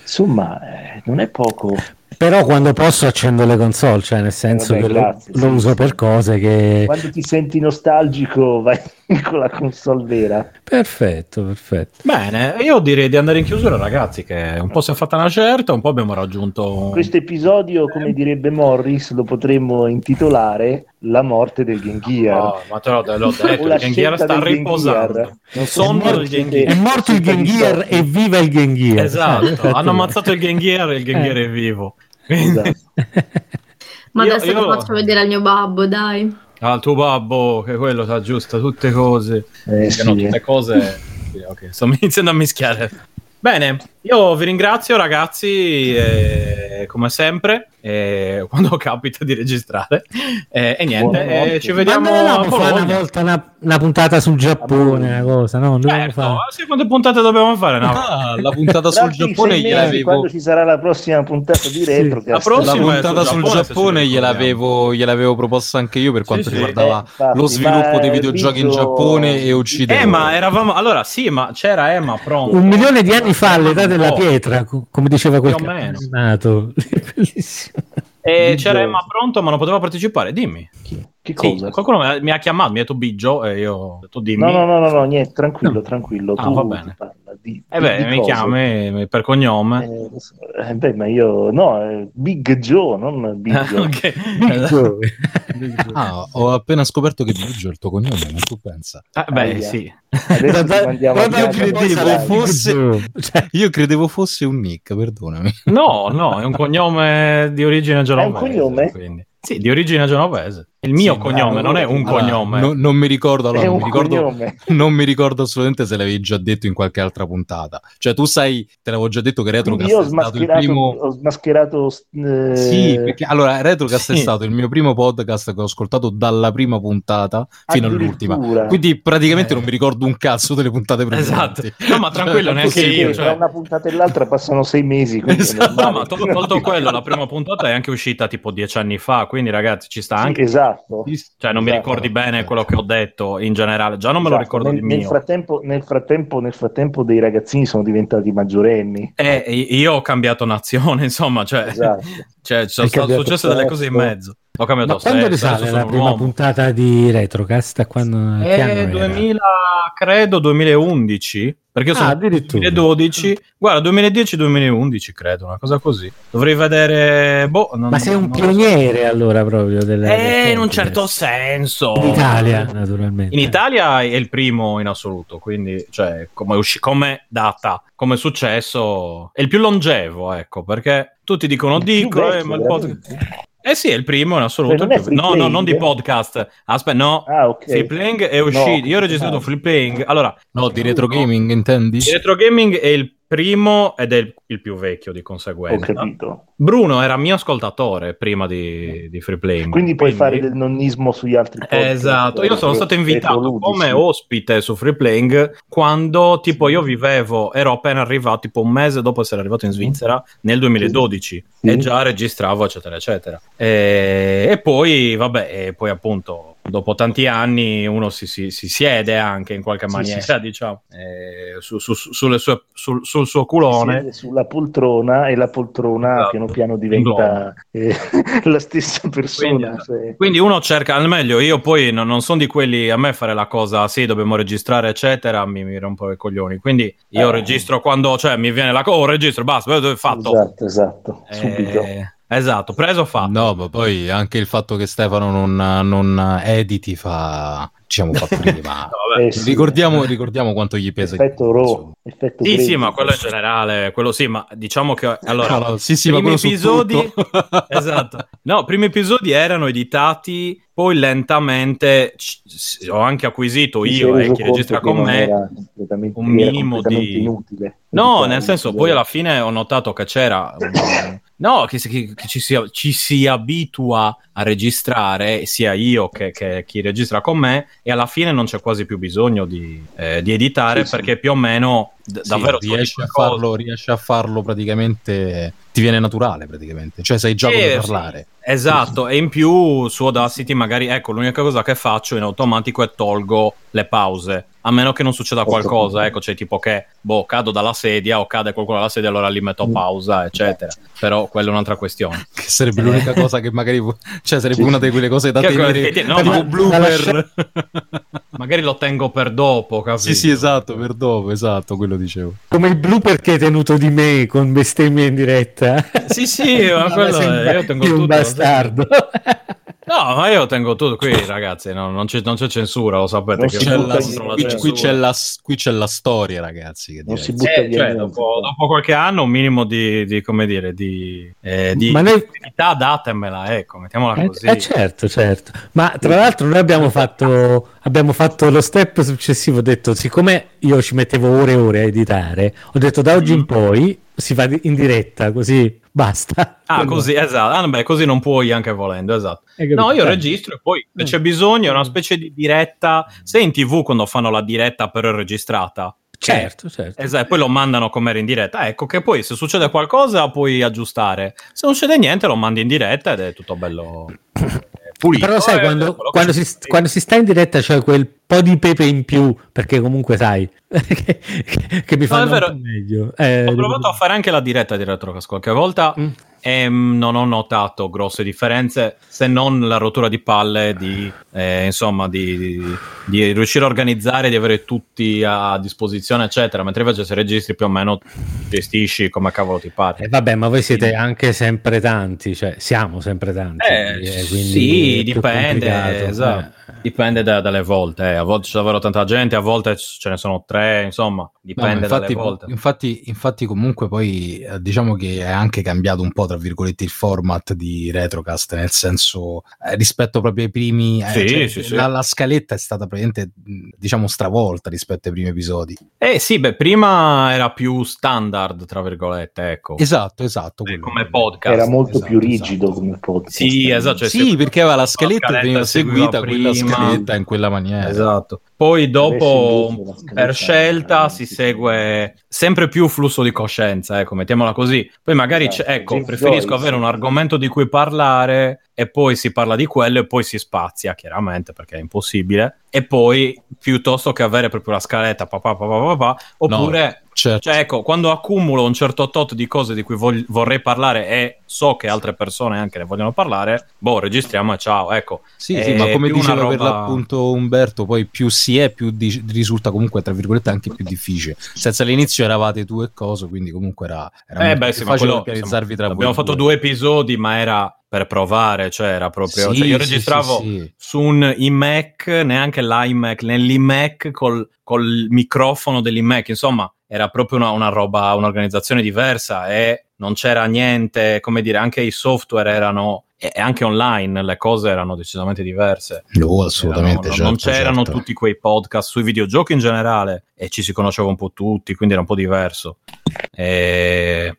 Speaker 5: Insomma, eh, non è poco.
Speaker 6: Però quando posso accendo le console, cioè nel senso
Speaker 5: vabbè,
Speaker 6: che
Speaker 5: grazie,
Speaker 6: lo, lo
Speaker 5: sì,
Speaker 6: uso
Speaker 5: sì.
Speaker 6: per cose che...
Speaker 5: Quando ti senti nostalgico vai [laughs] con la console vera.
Speaker 6: Perfetto, perfetto.
Speaker 7: Bene, io direi di andare in chiusura, ragazzi, che un po' si è fatta una certa, un po' abbiamo raggiunto... un-
Speaker 5: Questo episodio, come direbbe Morris, lo potremmo intitolare la morte del Game Gear.
Speaker 1: No, ma te l'ho, te l'ho detto,
Speaker 5: O la
Speaker 1: il Game Gear
Speaker 5: scelta
Speaker 1: sta
Speaker 5: del Game
Speaker 1: riposando.
Speaker 5: Gear.
Speaker 1: Un sonno del Game Gear.
Speaker 6: È morto il Game Gear e viva il Game Gear. [laughs]
Speaker 1: Esatto, [laughs]
Speaker 6: Eh,
Speaker 1: hanno ammazzato il Game Gear e il Game
Speaker 6: Eh. [laughs]
Speaker 1: Gear è vivo.
Speaker 5: Esatto.
Speaker 3: Ma
Speaker 1: Io-
Speaker 3: adesso
Speaker 1: io-
Speaker 3: lo faccio vedere al mio babbo, dai.
Speaker 1: Ah, tuo babbo, che quello sa giusta tutte cose.
Speaker 5: Eh,
Speaker 1: Che no,
Speaker 5: sì,
Speaker 1: tutte
Speaker 5: eh.
Speaker 1: cose. sì, ok, Sto iniziando a mischiare. Bene, io vi ringrazio ragazzi, eh, come sempre, eh, quando capita di registrare. Eh, e niente,
Speaker 5: Buonanotte.
Speaker 1: eh, ci
Speaker 6: Vediamo
Speaker 1: vediamo a
Speaker 6: fare una
Speaker 1: Bologna.
Speaker 6: volta una, una puntata sul Giappone, una cosa, no? Non dobbiamo
Speaker 1: Certo,
Speaker 6: fare.
Speaker 1: eh, sì, quante puntate dobbiamo fare? No.
Speaker 4: Ah, la puntata
Speaker 5: Tra
Speaker 4: sul
Speaker 5: circa
Speaker 4: Giappone
Speaker 5: sei mesi,
Speaker 4: gliel'avevo
Speaker 5: quando ci sarà la prossima puntata di retro
Speaker 1: La prossima
Speaker 4: la
Speaker 1: è sul
Speaker 4: puntata sul
Speaker 1: Giappone, se ce
Speaker 4: Giappone
Speaker 1: ne
Speaker 4: gliel'avevo, gliel'avevo proposta anche io per quanto
Speaker 1: sì.
Speaker 4: riguardava
Speaker 5: Eh, infatti,
Speaker 4: lo sviluppo
Speaker 5: ma
Speaker 4: dei videogiochi in
Speaker 5: Biggio-
Speaker 4: Giappone e Occidente.
Speaker 1: Eh, ma eravamo... Allora, sì, ma c'era Emma pronto.
Speaker 6: Un milione di anni fa, all'età della
Speaker 1: No.
Speaker 6: pietra, co- come diceva quel
Speaker 1: Più o meno.
Speaker 6: nato. [laughs] Bellissimo.
Speaker 1: Eh,
Speaker 5: Biggio.
Speaker 1: c'era Emma pronto, ma non poteva partecipare. Dimmi.
Speaker 5: Chi- Che
Speaker 1: Sì,
Speaker 5: cosa?
Speaker 1: qualcuno mi ha, mi ha chiamato, mi ha detto Biggio e io ho detto dimmi.
Speaker 5: No, no, no, no, no, niente, tranquillo, tranquillo.
Speaker 1: Ah,
Speaker 5: tu
Speaker 1: va bene.
Speaker 5: ti parla di,
Speaker 1: E Eh, beh,
Speaker 5: di
Speaker 1: mi
Speaker 5: cose.
Speaker 1: chiami per cognome.
Speaker 5: Eh, lo so. Eh, beh, ma io no, eh, Big Joe, non
Speaker 1: [laughs]
Speaker 5: Big Joe.
Speaker 1: ok.
Speaker 4: Ah, ho appena scoperto che Biggio è il tuo cognome, non tu pensa.
Speaker 1: Eh, beh,
Speaker 5: Aia.
Speaker 1: sì.
Speaker 5: Adesso
Speaker 6: Guarda-
Speaker 5: ti mandiamo a
Speaker 6: guarda
Speaker 5: casa,
Speaker 6: che
Speaker 5: poi
Speaker 6: devo-
Speaker 5: sarai-
Speaker 6: fu-
Speaker 4: fosse-
Speaker 6: Cioè,
Speaker 4: Io credevo fosse un nick, perdonami.
Speaker 1: No, no, è un cognome di origine genovese.
Speaker 5: cognome?
Speaker 1: quindi. Sì, di origine genovese. Il mio
Speaker 4: Sì,
Speaker 1: cognome,
Speaker 5: bravo.
Speaker 1: non è un
Speaker 5: Ah,
Speaker 1: cognome.
Speaker 4: No- non mi ricordo, allora,
Speaker 5: È
Speaker 4: non,
Speaker 5: un
Speaker 4: mi ricordo
Speaker 5: cognome.
Speaker 4: non mi ricordo assolutamente se l'avevi già detto in qualche altra puntata. Cioè, tu sai, te l'avevo già detto che
Speaker 5: Quindi
Speaker 4: Retrocast
Speaker 5: io ho
Speaker 4: è stato il
Speaker 5: smascherato,
Speaker 4: primo...
Speaker 5: ho smascherato eh,
Speaker 4: Sì, perché allora Retrocast è
Speaker 1: sì.
Speaker 4: stato il mio primo podcast che ho ascoltato dalla prima puntata fino all'ultima.
Speaker 5: addirittura.
Speaker 4: Quindi praticamente
Speaker 1: Eh.
Speaker 4: non mi ricordo un cazzo delle puntate precedenti.
Speaker 6: [laughs]
Speaker 1: Esatto. No, ma tranquillo, neanche
Speaker 5: Sì,
Speaker 1: io.
Speaker 5: tra
Speaker 1: Cioè,
Speaker 5: una puntata e l'altra passano sei mesi. quindi è
Speaker 4: Esatto.
Speaker 1: No,
Speaker 5: normale.
Speaker 1: ma
Speaker 6: [laughs]
Speaker 1: tol- tolto quello, la prima puntata è anche uscita tipo dieci anni fa, quindi ragazzi ci sta
Speaker 5: Sì,
Speaker 1: anche.
Speaker 5: esatto.
Speaker 1: Cioè, non mi
Speaker 5: Esatto.
Speaker 1: ricordi bene quello che ho detto in generale, già non me lo
Speaker 5: Esatto.
Speaker 1: ricordo
Speaker 5: nel,
Speaker 1: il
Speaker 5: nel
Speaker 1: mio.
Speaker 5: frattempo, nel, frattempo, nel frattempo dei ragazzini sono diventati maggiorenni.
Speaker 1: Eh, io ho cambiato nazione, [laughs] insomma, cioè,
Speaker 5: Esatto.
Speaker 1: cioè ci sono
Speaker 6: Hai
Speaker 1: state
Speaker 6: cambiato
Speaker 1: successe delle cose in
Speaker 5: sesso.
Speaker 1: mezzo. Ho cambiato
Speaker 6: ma quando
Speaker 1: sesso,
Speaker 6: risale
Speaker 1: adesso
Speaker 6: la
Speaker 1: sono
Speaker 6: prima
Speaker 1: uomo.
Speaker 6: puntata di Retrocast? A Quando, che anno
Speaker 1: Eh,
Speaker 6: era?
Speaker 1: 2000, credo 2011, perché io
Speaker 6: Ah,
Speaker 1: sono
Speaker 6: addirittura.
Speaker 1: 2012, guarda 2010-2011 credo, una cosa così. Dovrei vedere, boh, non-
Speaker 6: Ma sei un
Speaker 1: non lo so.
Speaker 6: pioniere allora proprio delle,
Speaker 1: Eh, in un certo senso.
Speaker 6: In Italia, naturalmente.
Speaker 1: In Italia è il primo in assoluto, quindi cioè, come, usci- come data, come successo, è il più longevo, ecco, perché tutti dicono
Speaker 5: Il più
Speaker 1: dico, eh,
Speaker 5: vecchio,
Speaker 1: ma il podcast...
Speaker 5: veramente.
Speaker 1: Eh sì, è il primo in assoluto.
Speaker 5: Cioè, non è
Speaker 1: il più- No,
Speaker 5: free
Speaker 1: no,
Speaker 5: playing,
Speaker 1: non di
Speaker 5: eh?
Speaker 1: podcast. Aspetta, no.
Speaker 5: Ah, ok.
Speaker 1: Free playing è
Speaker 5: No, esatto.
Speaker 1: uscito. Io ho registrato
Speaker 5: no.
Speaker 1: free playing. Allora,
Speaker 4: No, di retro gaming, intendi?
Speaker 1: il retro gaming è il primo ed è il, il più vecchio di
Speaker 5: Ho
Speaker 1: conseguenza.
Speaker 5: capito.
Speaker 1: Bruno era mio ascoltatore prima di, di free playing.
Speaker 5: Quindi puoi fare del nonnismo sugli altri podcast.
Speaker 1: Esatto, io sono
Speaker 5: Eh,
Speaker 1: stato
Speaker 5: eh,
Speaker 1: invitato
Speaker 5: ludici.
Speaker 1: come ospite su Free Playing quando tipo io vivevo, ero appena arrivato tipo un mese dopo essere arrivato in Svizzera nel 2012
Speaker 5: Sì.
Speaker 1: e già registravo eccetera eccetera. E, e poi vabbè, e poi appunto dopo tanti anni uno si, si- si siede anche in qualche
Speaker 5: Sì,
Speaker 1: maniera
Speaker 5: sì, sì.
Speaker 1: diciamo eh, su- su- su- sulle sue- sul, sul suo
Speaker 5: Si
Speaker 1: culone.
Speaker 5: siede sulla poltrona e la poltrona
Speaker 1: Esatto.
Speaker 5: piano piano diventa eh, [laughs] la stessa persona.
Speaker 1: Quindi-
Speaker 5: cioè.
Speaker 1: Quindi uno cerca al meglio, io poi non, non sono di quelli a me fare la cosa, sì, dobbiamo registrare, eccetera, mi, mi rompo i coglioni. Quindi io
Speaker 5: Eh.
Speaker 1: registro quando, cioè, mi viene la cosa, oh, registro, basta, beh, fatto.
Speaker 5: Esatto, esatto,
Speaker 1: Eh,
Speaker 5: subito.
Speaker 1: esatto, preso, fatto.
Speaker 4: No, ma poi anche il fatto che Stefano non, non editi fa, diciamo, fa prima.
Speaker 1: [laughs] No, vabbè.
Speaker 5: Eh, sì.
Speaker 4: ricordiamo, ricordiamo quanto gli pesa.
Speaker 5: Effetto Raw.
Speaker 4: Insomma.
Speaker 5: Effetto
Speaker 1: Sì, sì,
Speaker 5: Grey.
Speaker 1: ma quello in generale, quello sì, ma diciamo che allora...
Speaker 4: No, no, sì, sì, ma
Speaker 1: primi
Speaker 4: quello su
Speaker 1: episodi-
Speaker 4: tutto.
Speaker 1: [laughs] Esatto, no, i primi episodi erano editati, poi lentamente c- s- ho anche acquisito
Speaker 5: Mi
Speaker 1: io
Speaker 5: sono
Speaker 1: e
Speaker 5: reso
Speaker 1: chi registra
Speaker 5: conto
Speaker 1: con
Speaker 5: che non
Speaker 1: me
Speaker 5: era completamente-
Speaker 1: un
Speaker 5: era
Speaker 1: minimo
Speaker 5: completamente
Speaker 1: di-
Speaker 5: inutile.
Speaker 1: No,
Speaker 5: Quindi,
Speaker 1: nel senso,
Speaker 5: eh,
Speaker 1: poi alla fine ho notato che c'era. mm, No, che, si- che- che ci, si, ci si abitua a registrare, sia io che, che chi registra con me, e alla fine non c'è quasi più bisogno di, eh, di editare
Speaker 5: Sì, sì.
Speaker 1: perché più o meno d-
Speaker 4: Sì,
Speaker 1: davvero tu
Speaker 4: riesci
Speaker 1: dici
Speaker 4: a,
Speaker 1: le cose.
Speaker 4: farlo, riesci a farlo praticamente, ti viene naturale praticamente, cioè sai già
Speaker 1: Sì,
Speaker 4: come
Speaker 1: sì.
Speaker 4: parlare.
Speaker 1: Eh, Esatto, e in più su Audacity magari, ecco, l'unica cosa che faccio in automatico è tolgo le pause, a meno che non succeda qualcosa, ecco, c'è tipo che, boh, cado dalla sedia o cade qualcuno dalla sedia, allora lì
Speaker 4: Mm.
Speaker 1: metto pausa, eccetera. Però quella è un'altra questione.
Speaker 4: Che sarebbe l'unica cosa che magari, pu- cioè sarebbe
Speaker 5: Sì,
Speaker 4: una
Speaker 5: sì.
Speaker 4: di quelle cose da
Speaker 1: Eh. Che quella-
Speaker 4: tenere,
Speaker 1: no,
Speaker 4: tipo
Speaker 1: ma-
Speaker 4: blooper.
Speaker 1: [laughs] Magari lo tengo per dopo, capito?
Speaker 4: sì, sì, esatto, per dopo, esatto, quello dicevo.
Speaker 6: Come il blooper che hai tenuto di me con bestemmie in diretta.
Speaker 1: Sì, sì, ma
Speaker 6: [laughs] Ma
Speaker 1: quello è-
Speaker 6: sembra
Speaker 1: io tengo
Speaker 6: di un
Speaker 1: tutto.
Speaker 6: bastardo.
Speaker 1: No, No, ma io tengo tutto qui, ragazzi. no, non, c'è, non c'è censura, lo sapete.
Speaker 5: Non
Speaker 1: che
Speaker 5: si
Speaker 4: C'è
Speaker 5: butta
Speaker 4: la-
Speaker 5: dietro
Speaker 1: contro la
Speaker 4: qui,
Speaker 5: censura.
Speaker 4: qui c'è la, qui c'è la storia, ragazzi. Che
Speaker 5: Non
Speaker 4: direi.
Speaker 5: si
Speaker 1: Eh,
Speaker 5: butta via
Speaker 1: cioè,
Speaker 5: niente.
Speaker 1: dopo, dopo qualche anno un minimo di, di, come dire di, eh, di
Speaker 6: Ma noi-
Speaker 1: utilità datemela ecco mettiamola
Speaker 6: Eh,
Speaker 1: così
Speaker 6: eh, certo, certo. Ma tra l'altro noi abbiamo fatto, abbiamo fatto lo step successivo, ho detto, siccome io ci mettevo ore e ore a editare, ho detto da oggi in
Speaker 1: Mm.
Speaker 6: poi si va di- in diretta, così basta.
Speaker 1: ah così esatto ah, beh, così non puoi anche volendo esatto
Speaker 6: Hai capito?
Speaker 1: no io
Speaker 6: Eh.
Speaker 1: registro e poi se
Speaker 6: Eh.
Speaker 1: c'è bisogno è
Speaker 5: Mm.
Speaker 1: una specie di diretta se in tv quando fanno la diretta però è registrata
Speaker 6: Certo, certo.
Speaker 1: Esatto, e poi lo mandano come era in diretta. Ecco che poi se succede qualcosa puoi aggiustare. Se non succede niente lo mandi in diretta ed è tutto bello eh, pulito.
Speaker 6: Però sai,
Speaker 1: eh,
Speaker 6: quando,
Speaker 1: quello che
Speaker 6: quando
Speaker 1: c'è.
Speaker 6: si, quando si sta in diretta c'è quel po' di pepe in più, perché comunque sai [laughs] che, che- che
Speaker 1: No,
Speaker 6: mi fanno
Speaker 1: è vero.
Speaker 6: un po' meglio. Eh,
Speaker 1: Ho provato a fare anche la diretta di Retrocast qualche volta
Speaker 6: Mm.
Speaker 1: e mm, non ho notato grosse differenze se non la rottura di palle di, eh, insomma, di, di- di riuscire a organizzare, di avere tutti a disposizione, eccetera. Mentre invece se registri più o meno gestisci come cavolo ti pare.
Speaker 6: Eh, vabbè, ma voi siete anche sempre tanti, cioè siamo sempre tanti.
Speaker 1: Eh,
Speaker 6: eh, quindi
Speaker 1: sì,
Speaker 6: è più
Speaker 1: dipende,
Speaker 6: complicato,
Speaker 1: esatto.
Speaker 6: eh.
Speaker 1: dipende da- dalle volte. eh. A volte c'è davvero tanta gente, a volte c- ce ne sono tre, insomma,
Speaker 4: No, ma
Speaker 1: dipende dalle
Speaker 4: infatti,
Speaker 1: volte.
Speaker 4: infatti, infatti comunque poi eh, diciamo che è anche cambiato un po' tra virgolette il format di Retrocast nel senso eh, rispetto proprio ai primi eh,
Speaker 1: Sì,
Speaker 4: cioè,
Speaker 1: sì, sì.
Speaker 4: la, la scaletta è stata praticamente mh, diciamo stravolta rispetto ai primi episodi
Speaker 1: Eh sì, beh, prima era più standard, tra virgolette, ecco.
Speaker 4: esatto esatto
Speaker 1: Eh,
Speaker 4: quello.
Speaker 1: Come podcast.
Speaker 4: cazzo,
Speaker 5: Era molto
Speaker 4: esatto,
Speaker 5: più
Speaker 4: esatto.
Speaker 5: rigido come podcast.
Speaker 1: Sì, esatto. cioè,
Speaker 4: sì
Speaker 1: se-
Speaker 4: perché aveva la scaletta e
Speaker 1: scaletta
Speaker 4: veniva
Speaker 1: seguiva
Speaker 4: seguita quella
Speaker 1: prima.
Speaker 4: scaletta in quella maniera
Speaker 1: Esatto. Poi dopo,
Speaker 5: Adesso invece la
Speaker 1: per
Speaker 5: scaletta- eh,
Speaker 1: scelta, si segue sempre più flusso di coscienza, ecco, mettiamola così. Poi magari, c'è-
Speaker 5: Esatto,
Speaker 1: ecco,
Speaker 5: James
Speaker 1: preferisco
Speaker 5: Joyce.
Speaker 1: avere un argomento di cui parlare e poi si parla di quello e poi si spazia, chiaramente, perché è impossibile. E poi, piuttosto che avere proprio la scaletta, pa, pa, pa, pa, pa, pa, oppure...
Speaker 4: certo.
Speaker 1: Cioè, ecco, quando accumulo un certo tot di cose di cui vog- vorrei parlare e so che altre persone anche ne vogliono parlare, boh, registriamo e ciao, ecco.
Speaker 4: Sì, sì,
Speaker 1: È
Speaker 4: ma come
Speaker 1: più una
Speaker 4: diceva per
Speaker 1: roba-
Speaker 4: l'appunto Umberto, poi più si è, più di- risulta comunque, tra virgolette, anche più difficile. Senza all'inizio eravate tu e coso, quindi comunque era, era
Speaker 1: Eh
Speaker 4: molto
Speaker 1: beh,
Speaker 4: più
Speaker 1: sì, ma
Speaker 4: facile
Speaker 1: quello,
Speaker 4: organizzarvi tra
Speaker 1: insomma, abbiamo
Speaker 4: voi
Speaker 1: fatto due episodi, ma era per provare, cioè era proprio...
Speaker 4: Sì,
Speaker 1: cioè, io
Speaker 4: sì,
Speaker 1: registravo
Speaker 4: sì, sì.
Speaker 1: su un iMac, neanche l'iMac, nell'iMac col, col microfono dell'iMac, insomma, era proprio una, una roba, un'organizzazione diversa e non c'era niente, come dire, anche i software erano... E e anche online le cose erano decisamente diverse.
Speaker 4: No, assolutamente.
Speaker 1: Erano-
Speaker 4: certo,
Speaker 1: non c'erano
Speaker 4: certo.
Speaker 1: tutti quei podcast sui videogiochi in generale e ci si conosceva un po' tutti, quindi era un po' diverso. E...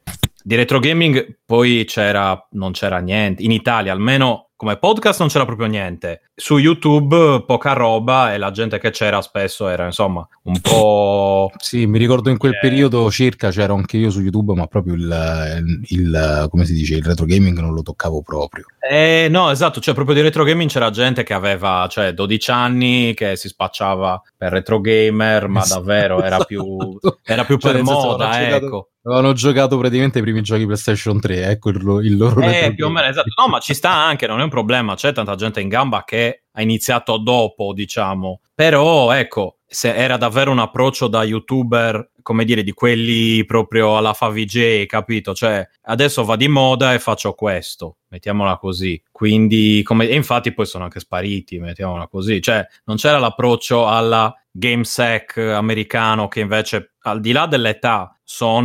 Speaker 1: Di retro gaming poi c'era, non c'era niente, in Italia almeno come podcast non c'era proprio niente. Su YouTube poca roba e la gente che c'era spesso era insomma un po'...
Speaker 4: Sì, mi ricordo in quel
Speaker 1: Eh.
Speaker 4: periodo circa c'ero anche io su YouTube, ma proprio il, il- come si dice, il retro gaming non lo toccavo proprio.
Speaker 1: Eh, no, esatto, cioè proprio di retro gaming c'era gente che aveva cioè, 12 anni che si spacciava per retro gamer, ma davvero era più,
Speaker 4: [laughs] Esatto.
Speaker 1: era più
Speaker 4: Cioè,
Speaker 1: per
Speaker 4: nel senso,
Speaker 1: moda,
Speaker 4: avevano giocato-
Speaker 1: ecco.
Speaker 4: Avevano giocato praticamente i primi giochi PlayStation 3, ecco il, lo- il loro
Speaker 1: Eh,
Speaker 4: retro
Speaker 1: più o meno
Speaker 4: gaming.
Speaker 1: esatto. No, ma ci sta anche, non è un problema. C'è tanta gente in gamba che ha iniziato dopo, diciamo. Però, ecco, se era davvero un approccio da youtuber, come dire, di quelli proprio alla Favij, capito? Cioè, adesso va di moda e faccio questo, mettiamola così. Quindi, come... e infatti poi sono anche spariti, mettiamola così. Cioè, non c'era l'approccio alla GameSec americano che invece al di là dell'età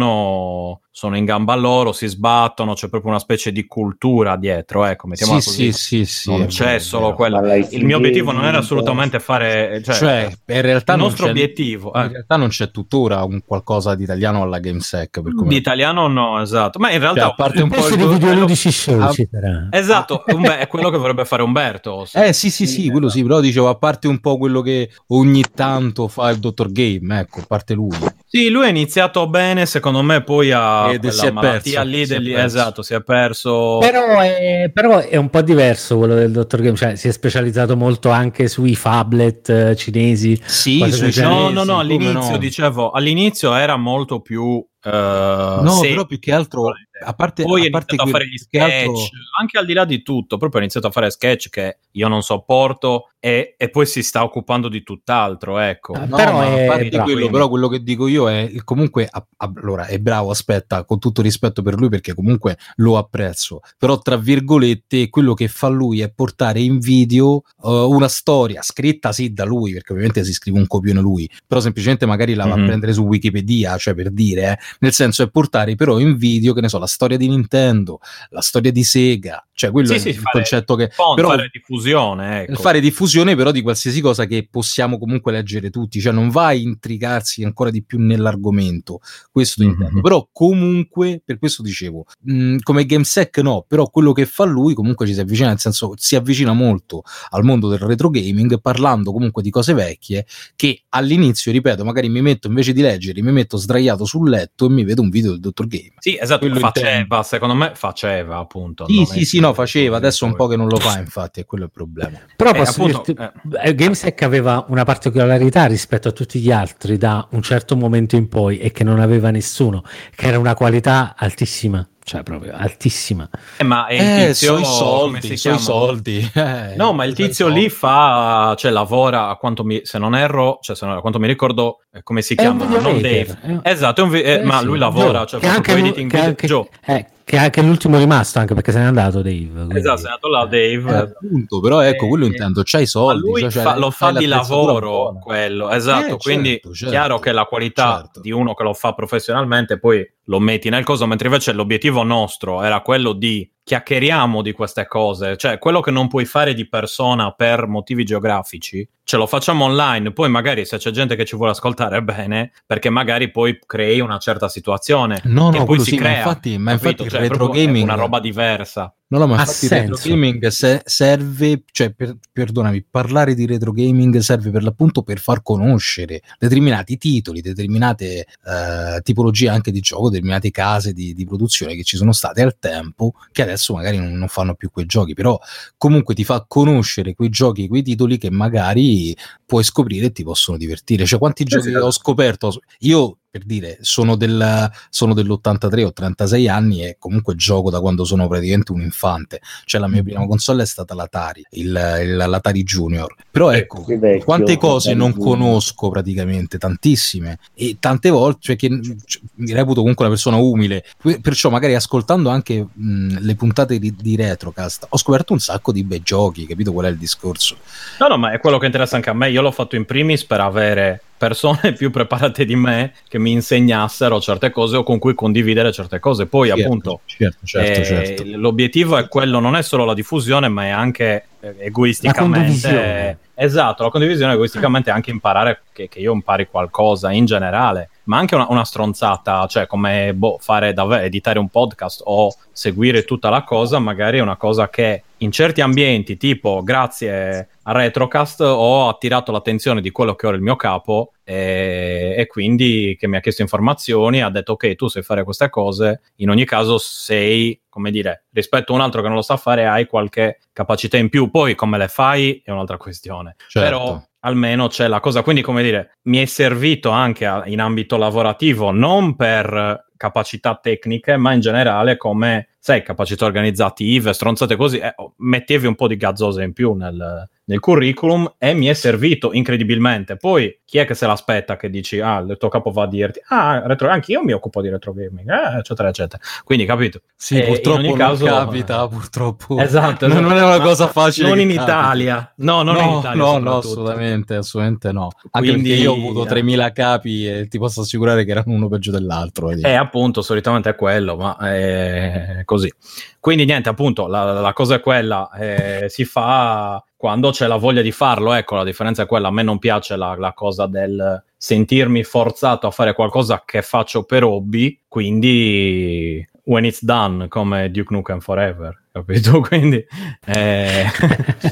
Speaker 1: sono, sono in gamba loro, si sbattono, c'è proprio una specie di cultura dietro, ecco, mettiamola così.
Speaker 4: Sì, sì, sì, sì.
Speaker 1: non
Speaker 4: è
Speaker 1: c'è
Speaker 4: vero, è
Speaker 1: solo
Speaker 4: vero.
Speaker 1: quello.
Speaker 5: Parlai
Speaker 1: Il mio obiettivo non era
Speaker 5: inglese,
Speaker 1: assolutamente fare... Cioè,
Speaker 4: Cioè, in realtà
Speaker 1: il
Speaker 4: non
Speaker 1: nostro
Speaker 4: c'è- Ah, ecco,
Speaker 1: obiettivo... eh.
Speaker 4: In realtà non c'è tuttora un qualcosa di italiano alla GameSec. Per come...
Speaker 1: Di italiano no, esatto. Ma in realtà...
Speaker 4: Cioè, a parte un po'
Speaker 6: Questo
Speaker 4: il
Speaker 6: è il
Speaker 4: go-
Speaker 6: video
Speaker 1: quello-
Speaker 6: ludici show,
Speaker 4: Ah,
Speaker 6: ci sarà.
Speaker 1: Esatto, Umbe- è quello che dovrebbe fare Umberto. sì.
Speaker 4: Eh sì sì sì, quello sì, però dicevo a parte un po' quello che ogni tanto fa il dottor Game, ecco, a parte lui.
Speaker 1: Sì, lui ha iniziato bene, secondo me, poi ha
Speaker 4: Ed
Speaker 1: quella
Speaker 4: si è
Speaker 1: malattia
Speaker 4: perso,
Speaker 1: lì
Speaker 4: si è
Speaker 1: degli-
Speaker 4: perso.
Speaker 1: Esatto, si è perso.
Speaker 6: Però è, però è un po' diverso quello del dottor Game, cioè si è specializzato molto anche sui phablet eh, cinesi.
Speaker 4: Sì,
Speaker 6: Quasi
Speaker 4: sui
Speaker 6: tutti i
Speaker 1: No,
Speaker 4: cinesi,
Speaker 1: no, no,
Speaker 4: come
Speaker 1: all'inizio
Speaker 4: no.
Speaker 1: dicevo, all'inizio era molto più... eh,
Speaker 4: No,
Speaker 1: serio.
Speaker 4: però più che altro a parte,
Speaker 1: Poi ho
Speaker 4: a parte
Speaker 1: iniziato a
Speaker 4: che-
Speaker 1: fare gli
Speaker 4: che
Speaker 1: sketch,
Speaker 4: altro-
Speaker 1: anche al di là di tutto, proprio ho iniziato a fare sketch che io non sopporto e, e poi si sta occupando di tutt'altro, ecco.
Speaker 6: Ah,
Speaker 4: No,
Speaker 6: Però
Speaker 4: ma
Speaker 6: è
Speaker 4: a parte
Speaker 6: bravo.
Speaker 4: quello, però quello che dico io è comunque a- a- allora è bravo, aspetta, con tutto rispetto per lui perché comunque lo apprezzo, però tra virgolette quello che fa lui è portare in video eh, una storia scritta sì da lui, perché ovviamente si scrive un copione lui, però semplicemente magari la va a
Speaker 1: Mhm.
Speaker 4: prendere su Wikipedia, cioè per dire, eh. nel senso è portare però in video, che ne so, la storia di Nintendo, la storia di Sega, cioè quello
Speaker 1: Sì,
Speaker 4: è
Speaker 1: sì,
Speaker 4: il
Speaker 1: fare-
Speaker 4: concetto che
Speaker 1: Font,
Speaker 4: però-
Speaker 1: fare diffusione, ecco.
Speaker 4: fare diffusione però di qualsiasi cosa che possiamo comunque leggere tutti, cioè non va a intricarsi ancora di più nell'argomento, questo
Speaker 1: Mhm.
Speaker 4: intendo, però comunque, per questo dicevo, mh, come GameSec no, però quello che fa lui comunque ci si avvicina, nel senso si avvicina molto al mondo del retro gaming parlando comunque di cose vecchie che all'inizio, ripeto, magari mi metto invece di leggere, mi metto sdraiato sul letto e mi vedo un video del Dottor Game.
Speaker 1: Sì, esatto,
Speaker 4: Quello
Speaker 1: faceva,
Speaker 4: intendo.
Speaker 1: secondo me faceva appunto.
Speaker 4: Sì,
Speaker 1: non
Speaker 4: sì,
Speaker 1: è-
Speaker 4: sì, no, faceva, adesso è un po' che non lo [laughs] fa, infatti, è quello il problema.
Speaker 6: Però
Speaker 1: Eh,
Speaker 6: posso
Speaker 1: appunto,
Speaker 6: dirti, eh, GameSec aveva una particolarità rispetto a tutti gli altri da un certo momento in poi e che non aveva nessuno, che era una qualità altissima, cioè proprio altissima.
Speaker 1: Eh, ma è il
Speaker 4: Eh,
Speaker 1: tizio,
Speaker 4: so i
Speaker 1: come si
Speaker 4: soldi, so i
Speaker 1: chiama?
Speaker 4: soldi.
Speaker 1: [laughs]
Speaker 4: eh.
Speaker 1: No, ma il
Speaker 4: So i
Speaker 1: tizio
Speaker 4: soldi.
Speaker 1: lì fa, cioè lavora, a quanto mi, se non erro, cioè se non, a quanto mi ricordo, eh, come si
Speaker 6: È un
Speaker 1: chiama? Non
Speaker 6: videomaker,
Speaker 1: Dave.
Speaker 6: è un-
Speaker 1: Esatto, è un vi- eh,
Speaker 6: Eh
Speaker 1: ma
Speaker 6: sì,
Speaker 1: lui lavora,
Speaker 6: Joe,
Speaker 1: cioè
Speaker 6: che
Speaker 1: fa
Speaker 6: anche
Speaker 1: proprio
Speaker 6: lui-
Speaker 1: editing
Speaker 6: che
Speaker 1: video.
Speaker 6: anche-
Speaker 1: Joe.
Speaker 6: eh, che è anche l'ultimo rimasto, anche perché se n'è andato Dave. quindi-
Speaker 1: Esatto, è andato là
Speaker 4: Eh,
Speaker 1: Dave.
Speaker 4: appunto, però ecco,
Speaker 1: Eh,
Speaker 4: quello
Speaker 1: eh.
Speaker 4: intendo, c'hai i
Speaker 1: Ma
Speaker 4: soldi,
Speaker 1: lui
Speaker 4: cioè, c'hai-
Speaker 1: fa- lo
Speaker 4: c'hai
Speaker 1: fa di
Speaker 4: l'attrezzatura
Speaker 1: lavoro
Speaker 4: buona.
Speaker 1: quello, esatto,
Speaker 4: Eh,
Speaker 1: quindi
Speaker 4: certo, certo.
Speaker 1: chiaro che la qualità
Speaker 4: Certo.
Speaker 1: di uno che lo fa professionalmente poi lo metti nel coso, mentre invece l'obiettivo nostro era quello di chiacchieriamo di queste cose, cioè quello che non puoi fare di persona per motivi geografici, ce lo facciamo online, poi magari se c'è gente che ci vuole ascoltare bene, perché magari poi crei una certa situazione.
Speaker 4: No,
Speaker 1: che
Speaker 4: no,
Speaker 1: poi
Speaker 4: quello
Speaker 1: si
Speaker 4: sì, ma
Speaker 1: crea,
Speaker 4: infatti, ma
Speaker 1: capito?
Speaker 4: infatti il
Speaker 1: Cioè,
Speaker 4: retro
Speaker 1: proprio è
Speaker 4: gaming
Speaker 1: una roba diversa.
Speaker 4: No, no, ma
Speaker 6: Ha
Speaker 4: infatti il retro
Speaker 6: senso.
Speaker 4: gaming se- serve, cioè, per- perdonami, parlare di retro gaming serve per l'appunto per far conoscere determinati titoli, determinate eh, tipologie anche di gioco, determinate case di, di produzione che ci sono state al tempo, che adesso magari non, non fanno più quei giochi, però comunque ti fa conoscere quei giochi, quei titoli che magari puoi scoprire e ti possono divertire. Cioè, quanti giochi
Speaker 9: sì,
Speaker 4: ho scoperto? Io, per dire, sono, del, sono dell'83 o 36 anni e comunque gioco da quando sono praticamente un infante cioè la
Speaker 1: Mm-hmm.
Speaker 4: mia prima console è stata l'Atari, il, il- l'Atari Junior. Però
Speaker 1: Eh,
Speaker 4: ecco,
Speaker 5: che vecchio,
Speaker 4: quante cose
Speaker 5: Atari
Speaker 4: non
Speaker 5: Junior.
Speaker 4: conosco praticamente, tantissime, e tante volte, cioè che cioè, mi reputo comunque una persona umile, que- perciò magari ascoltando anche mh, le puntate di, di Retrocast ho scoperto un sacco di bei giochi, capito qual è il discorso?
Speaker 1: No, no, ma è quello che interessa anche a me. Io l'ho fatto in primis per avere persone [laughs] più preparate di me che mi insegnassero certe cose o con cui condividere certe cose. Poi,
Speaker 4: Certo,
Speaker 1: appunto,
Speaker 4: certo, certo,
Speaker 1: eh,
Speaker 4: certo.
Speaker 1: l'obiettivo è quello, non è solo la diffusione, ma è anche eh,
Speaker 6: La
Speaker 1: egoisticamente.
Speaker 6: condivisione.
Speaker 1: esatto, la condivisione egoisticamente è anche imparare che, che io impari qualcosa in generale, ma anche una, una stronzata, cioè come boh, fare da editare un podcast o seguire tutta la cosa, magari è una cosa che in certi ambienti, tipo grazie a Retrocast, ho attirato l'attenzione di quello che ora è il mio capo e, e quindi che mi ha chiesto informazioni, ha detto ok, tu sai fare queste cose, in ogni caso sei, come dire, rispetto a un altro che non lo sa fare, hai qualche capacità in più, poi come le fai è un'altra questione
Speaker 4: certo.
Speaker 1: però almeno c'è la cosa. Quindi, come dire, mi è servito anche a- in ambito lavorativo, non per eh, capacità tecniche, ma in generale come, sai, capacità organizzative, stronzate così, eh, oh, mettevi un po' di gazzose in più nel, nel curriculum e mi è servito incredibilmente. Poi, chi è che se l'aspetta che dici, ah, il tuo capo va a dirti, ah, retro, anche io mi occupo di retro gaming, eh, eccetera, eccetera. Quindi, capito?
Speaker 4: sì,
Speaker 1: eh, in
Speaker 4: purtroppo
Speaker 1: ogni
Speaker 4: non
Speaker 1: caso-
Speaker 4: capita, purtroppo.
Speaker 1: Esatto,
Speaker 4: Uh, Non non è una
Speaker 1: Ma
Speaker 4: cosa facile.
Speaker 1: Non
Speaker 4: che
Speaker 1: in
Speaker 4: capita.
Speaker 1: Italia. No, non in
Speaker 4: no,
Speaker 1: Italia.
Speaker 4: no, no,
Speaker 1: soprattutto.
Speaker 4: assolutamente, assolutamente no. Anche
Speaker 1: Quindi- eh.
Speaker 4: perché io ho avuto 3000 capi e ti posso assicurare che erano uno peggio dell'altro. vedi.
Speaker 1: Eh, appunto, solitamente è quello, ma eh, è così. Quindi, niente, appunto, la, la cosa è quella, eh, si fa quando c'è la voglia di farlo, ecco, la differenza è quella, a me non piace la, la cosa del sentirmi forzato a fare qualcosa che faccio per hobby, quindi when it's done, come Duke Nukem Forever, capito? [laughs] Quindi... eh, [laughs]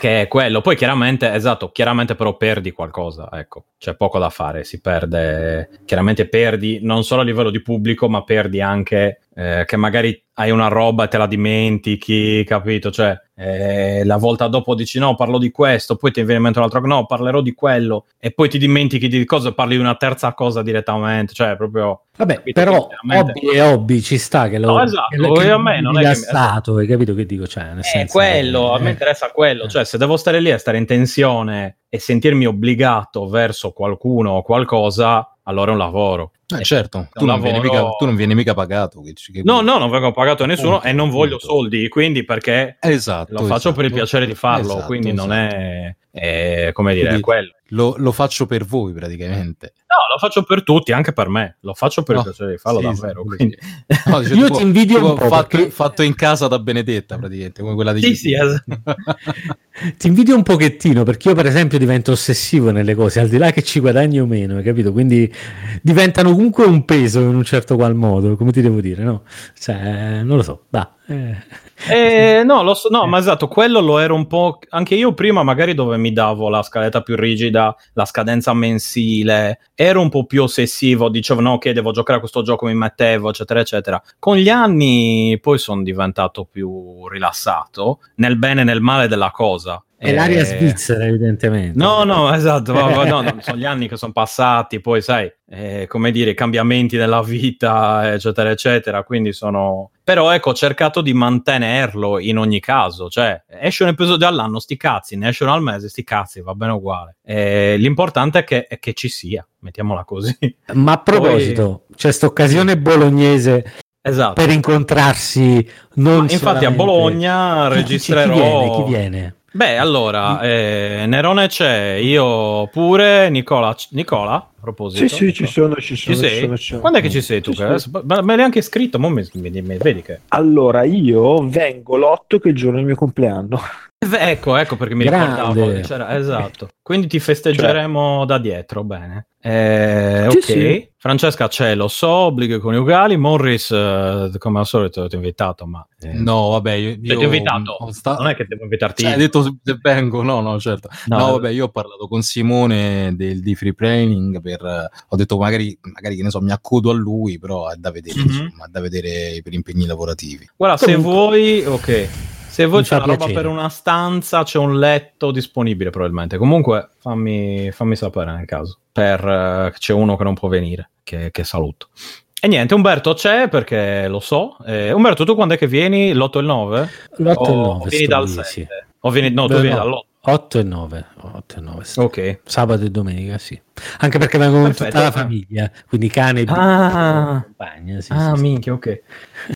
Speaker 1: che è quello. Poi chiaramente, esatto, chiaramente però perdi qualcosa, ecco, c'è poco da fare, si perde, chiaramente perdi non solo a livello di pubblico, ma perdi anche eh, che magari hai una roba e te la dimentichi, capito? Cioè, eh, la volta dopo dici no, parlo di questo, poi ti viene in mente un'altra cosa, no, parlerò di quello, e poi ti dimentichi di cosa, parli di una terza cosa direttamente, cioè proprio...
Speaker 6: Vabbè,
Speaker 1: Capito,
Speaker 6: però
Speaker 1: quindi, veramente-
Speaker 6: hobby e hobby ci sta che lo
Speaker 1: No, esatto,
Speaker 6: che lo-
Speaker 1: e
Speaker 6: che
Speaker 1: a me non è che mi-
Speaker 6: rilassato, hai capito che dico? Cioè, nel
Speaker 1: Eh,
Speaker 6: senso-
Speaker 1: quello, a me
Speaker 6: eh.
Speaker 1: interessa quello, cioè se devo stare lì a stare in tensione e sentirmi obbligato verso qualcuno o qualcosa, allora è un lavoro.
Speaker 4: Eh, certo, tu
Speaker 1: un
Speaker 4: non, vieni
Speaker 1: lavoro-
Speaker 4: mica, tu non vieni mica pagato. che ci- che-
Speaker 1: No, no, non vengo pagato a nessuno
Speaker 4: Punto,
Speaker 1: e non voglio
Speaker 4: punto.
Speaker 1: soldi, quindi perché
Speaker 4: Esatto.
Speaker 1: lo faccio
Speaker 4: esatto.
Speaker 1: per il piacere di farlo,
Speaker 4: Esatto,
Speaker 1: quindi non
Speaker 4: esatto.
Speaker 1: è, è, come dire,
Speaker 4: Quindi-
Speaker 1: quello.
Speaker 4: Lo, lo faccio per voi praticamente.
Speaker 1: No, lo faccio per tutti, anche per me, lo faccio per
Speaker 4: No,
Speaker 1: il piacere di farlo
Speaker 4: sì,
Speaker 1: davvero.
Speaker 4: sì,
Speaker 1: quindi-
Speaker 4: No, dice,
Speaker 6: [laughs] Io
Speaker 4: tipo-
Speaker 6: ti invidio
Speaker 4: tipo
Speaker 6: un po'
Speaker 4: fatto,
Speaker 6: perché-
Speaker 4: fatto in casa da Benedetta praticamente, come quella di
Speaker 1: Sì, sì, esatto.
Speaker 6: [laughs] Ti invidio un pochettino perché io, per esempio, divento ossessivo nelle cose, al di là che ci guadagni o meno, hai capito? Quindi diventano comunque un peso in un certo qual modo, come ti devo dire, no? Cioè, non lo so, va. eh.
Speaker 1: Eh, no, lo so- no, ma esatto, quello lo ero un po'. Anche io prima, magari dove mi davo la scaletta più rigida, la scadenza mensile, ero un po' più ossessivo, dicevo no, che devo giocare a questo gioco, mi mettevo, eccetera, eccetera. Con gli anni poi sono diventato più rilassato, nel bene e nel male della cosa.
Speaker 6: È l'area
Speaker 1: Eh,
Speaker 6: svizzera, evidentemente.
Speaker 1: No, no, esatto, va- va- no, no, sono gli anni che sono passati, poi sai, eh, come dire, i cambiamenti nella vita, eccetera, eccetera, quindi sono... Però ecco, ho cercato di mantenerlo in ogni caso, cioè esce un episodio all'anno, sti cazzi, ne esce uno al mese, sti cazzi, va bene uguale. Eh, l'importante è che, è che ci sia, mettiamola così. [laughs]
Speaker 6: Ma a proposito, c'è st'occasione bolognese
Speaker 1: esatto.
Speaker 6: per incontrarsi. Non
Speaker 1: Ma infatti a
Speaker 6: solamente-
Speaker 1: Bologna
Speaker 6: Chi- chi-
Speaker 1: registrerò...
Speaker 6: Chi viene? Chi viene?
Speaker 1: Beh, allora, eh, Nerone c'è, io pure, Nicola, Nicola a proposito.
Speaker 2: Sì, sì, ci sono,
Speaker 1: Ci
Speaker 2: ci sono. ci
Speaker 1: sei?
Speaker 2: sono, ci sono.
Speaker 1: Quando è che ci sei tu?
Speaker 2: Sì,
Speaker 1: che
Speaker 2: sì.
Speaker 1: adesso- ma- Me l'hai anche scritto, mo mi- mi- mi- vedi che...
Speaker 2: Allora, io vengo l'otto che è il giorno del mio compleanno.
Speaker 1: Eh, Ecco, ecco perché mi
Speaker 6: Grande.
Speaker 1: ricordavo che c'era- Esatto. Quindi ti festeggeremo da dietro, bene. Eh,
Speaker 2: Sì,
Speaker 1: ok.
Speaker 2: sì.
Speaker 1: Francesca c'è, lo so, obblighi coniugali. Morris, eh, come al solito, ti ho invitato, ma... eh,
Speaker 4: [laughs] No, vabbè, io,
Speaker 1: ti ho
Speaker 4: io
Speaker 1: invitato.
Speaker 4: ho sta-
Speaker 1: Non è che devo invitarti
Speaker 4: Cioè,
Speaker 1: io.
Speaker 4: hai detto se se vengo, no, no, certo. No, vabbè, io ho parlato con Simone del, di free planning per, eh, ho detto magari, magari che ne so, mi accodo a lui, però è da vedere,
Speaker 1: Mhm.
Speaker 4: insomma, è da vedere per impegni lavorativi.
Speaker 1: Guarda,
Speaker 6: Comunque.
Speaker 1: se vuoi, ok. Se vuoi
Speaker 6: Mi
Speaker 1: c'è una
Speaker 6: fa
Speaker 1: roba
Speaker 6: piacere.
Speaker 1: per una stanza, c'è un letto disponibile probabilmente. Comunque fammi, fammi sapere nel caso. Per, eh, c'è uno che non può venire, che, che saluto. E niente, Umberto c'è perché lo so. Eh, Umberto, tu quando è che vieni? L'8 e il 9?
Speaker 6: L'8
Speaker 1: o,
Speaker 6: e il
Speaker 1: o
Speaker 6: 9.
Speaker 1: Oh, vieni
Speaker 6: sto
Speaker 1: dal
Speaker 6: lì,
Speaker 1: 7?
Speaker 6: sì.
Speaker 1: O vieni, no, tu
Speaker 6: Beh,
Speaker 1: vieni
Speaker 6: no.
Speaker 1: dall'8.
Speaker 6: 8 e 9. 8 e 9. sì.
Speaker 1: Ok.
Speaker 6: Sabato e domenica, sì. Anche perché vengo con
Speaker 1: Perfetto.
Speaker 6: tutta la famiglia, quindi cane e
Speaker 1: Ah.
Speaker 6: compagna, sì,
Speaker 1: ah,
Speaker 6: sì, sì.
Speaker 1: minchia, ok.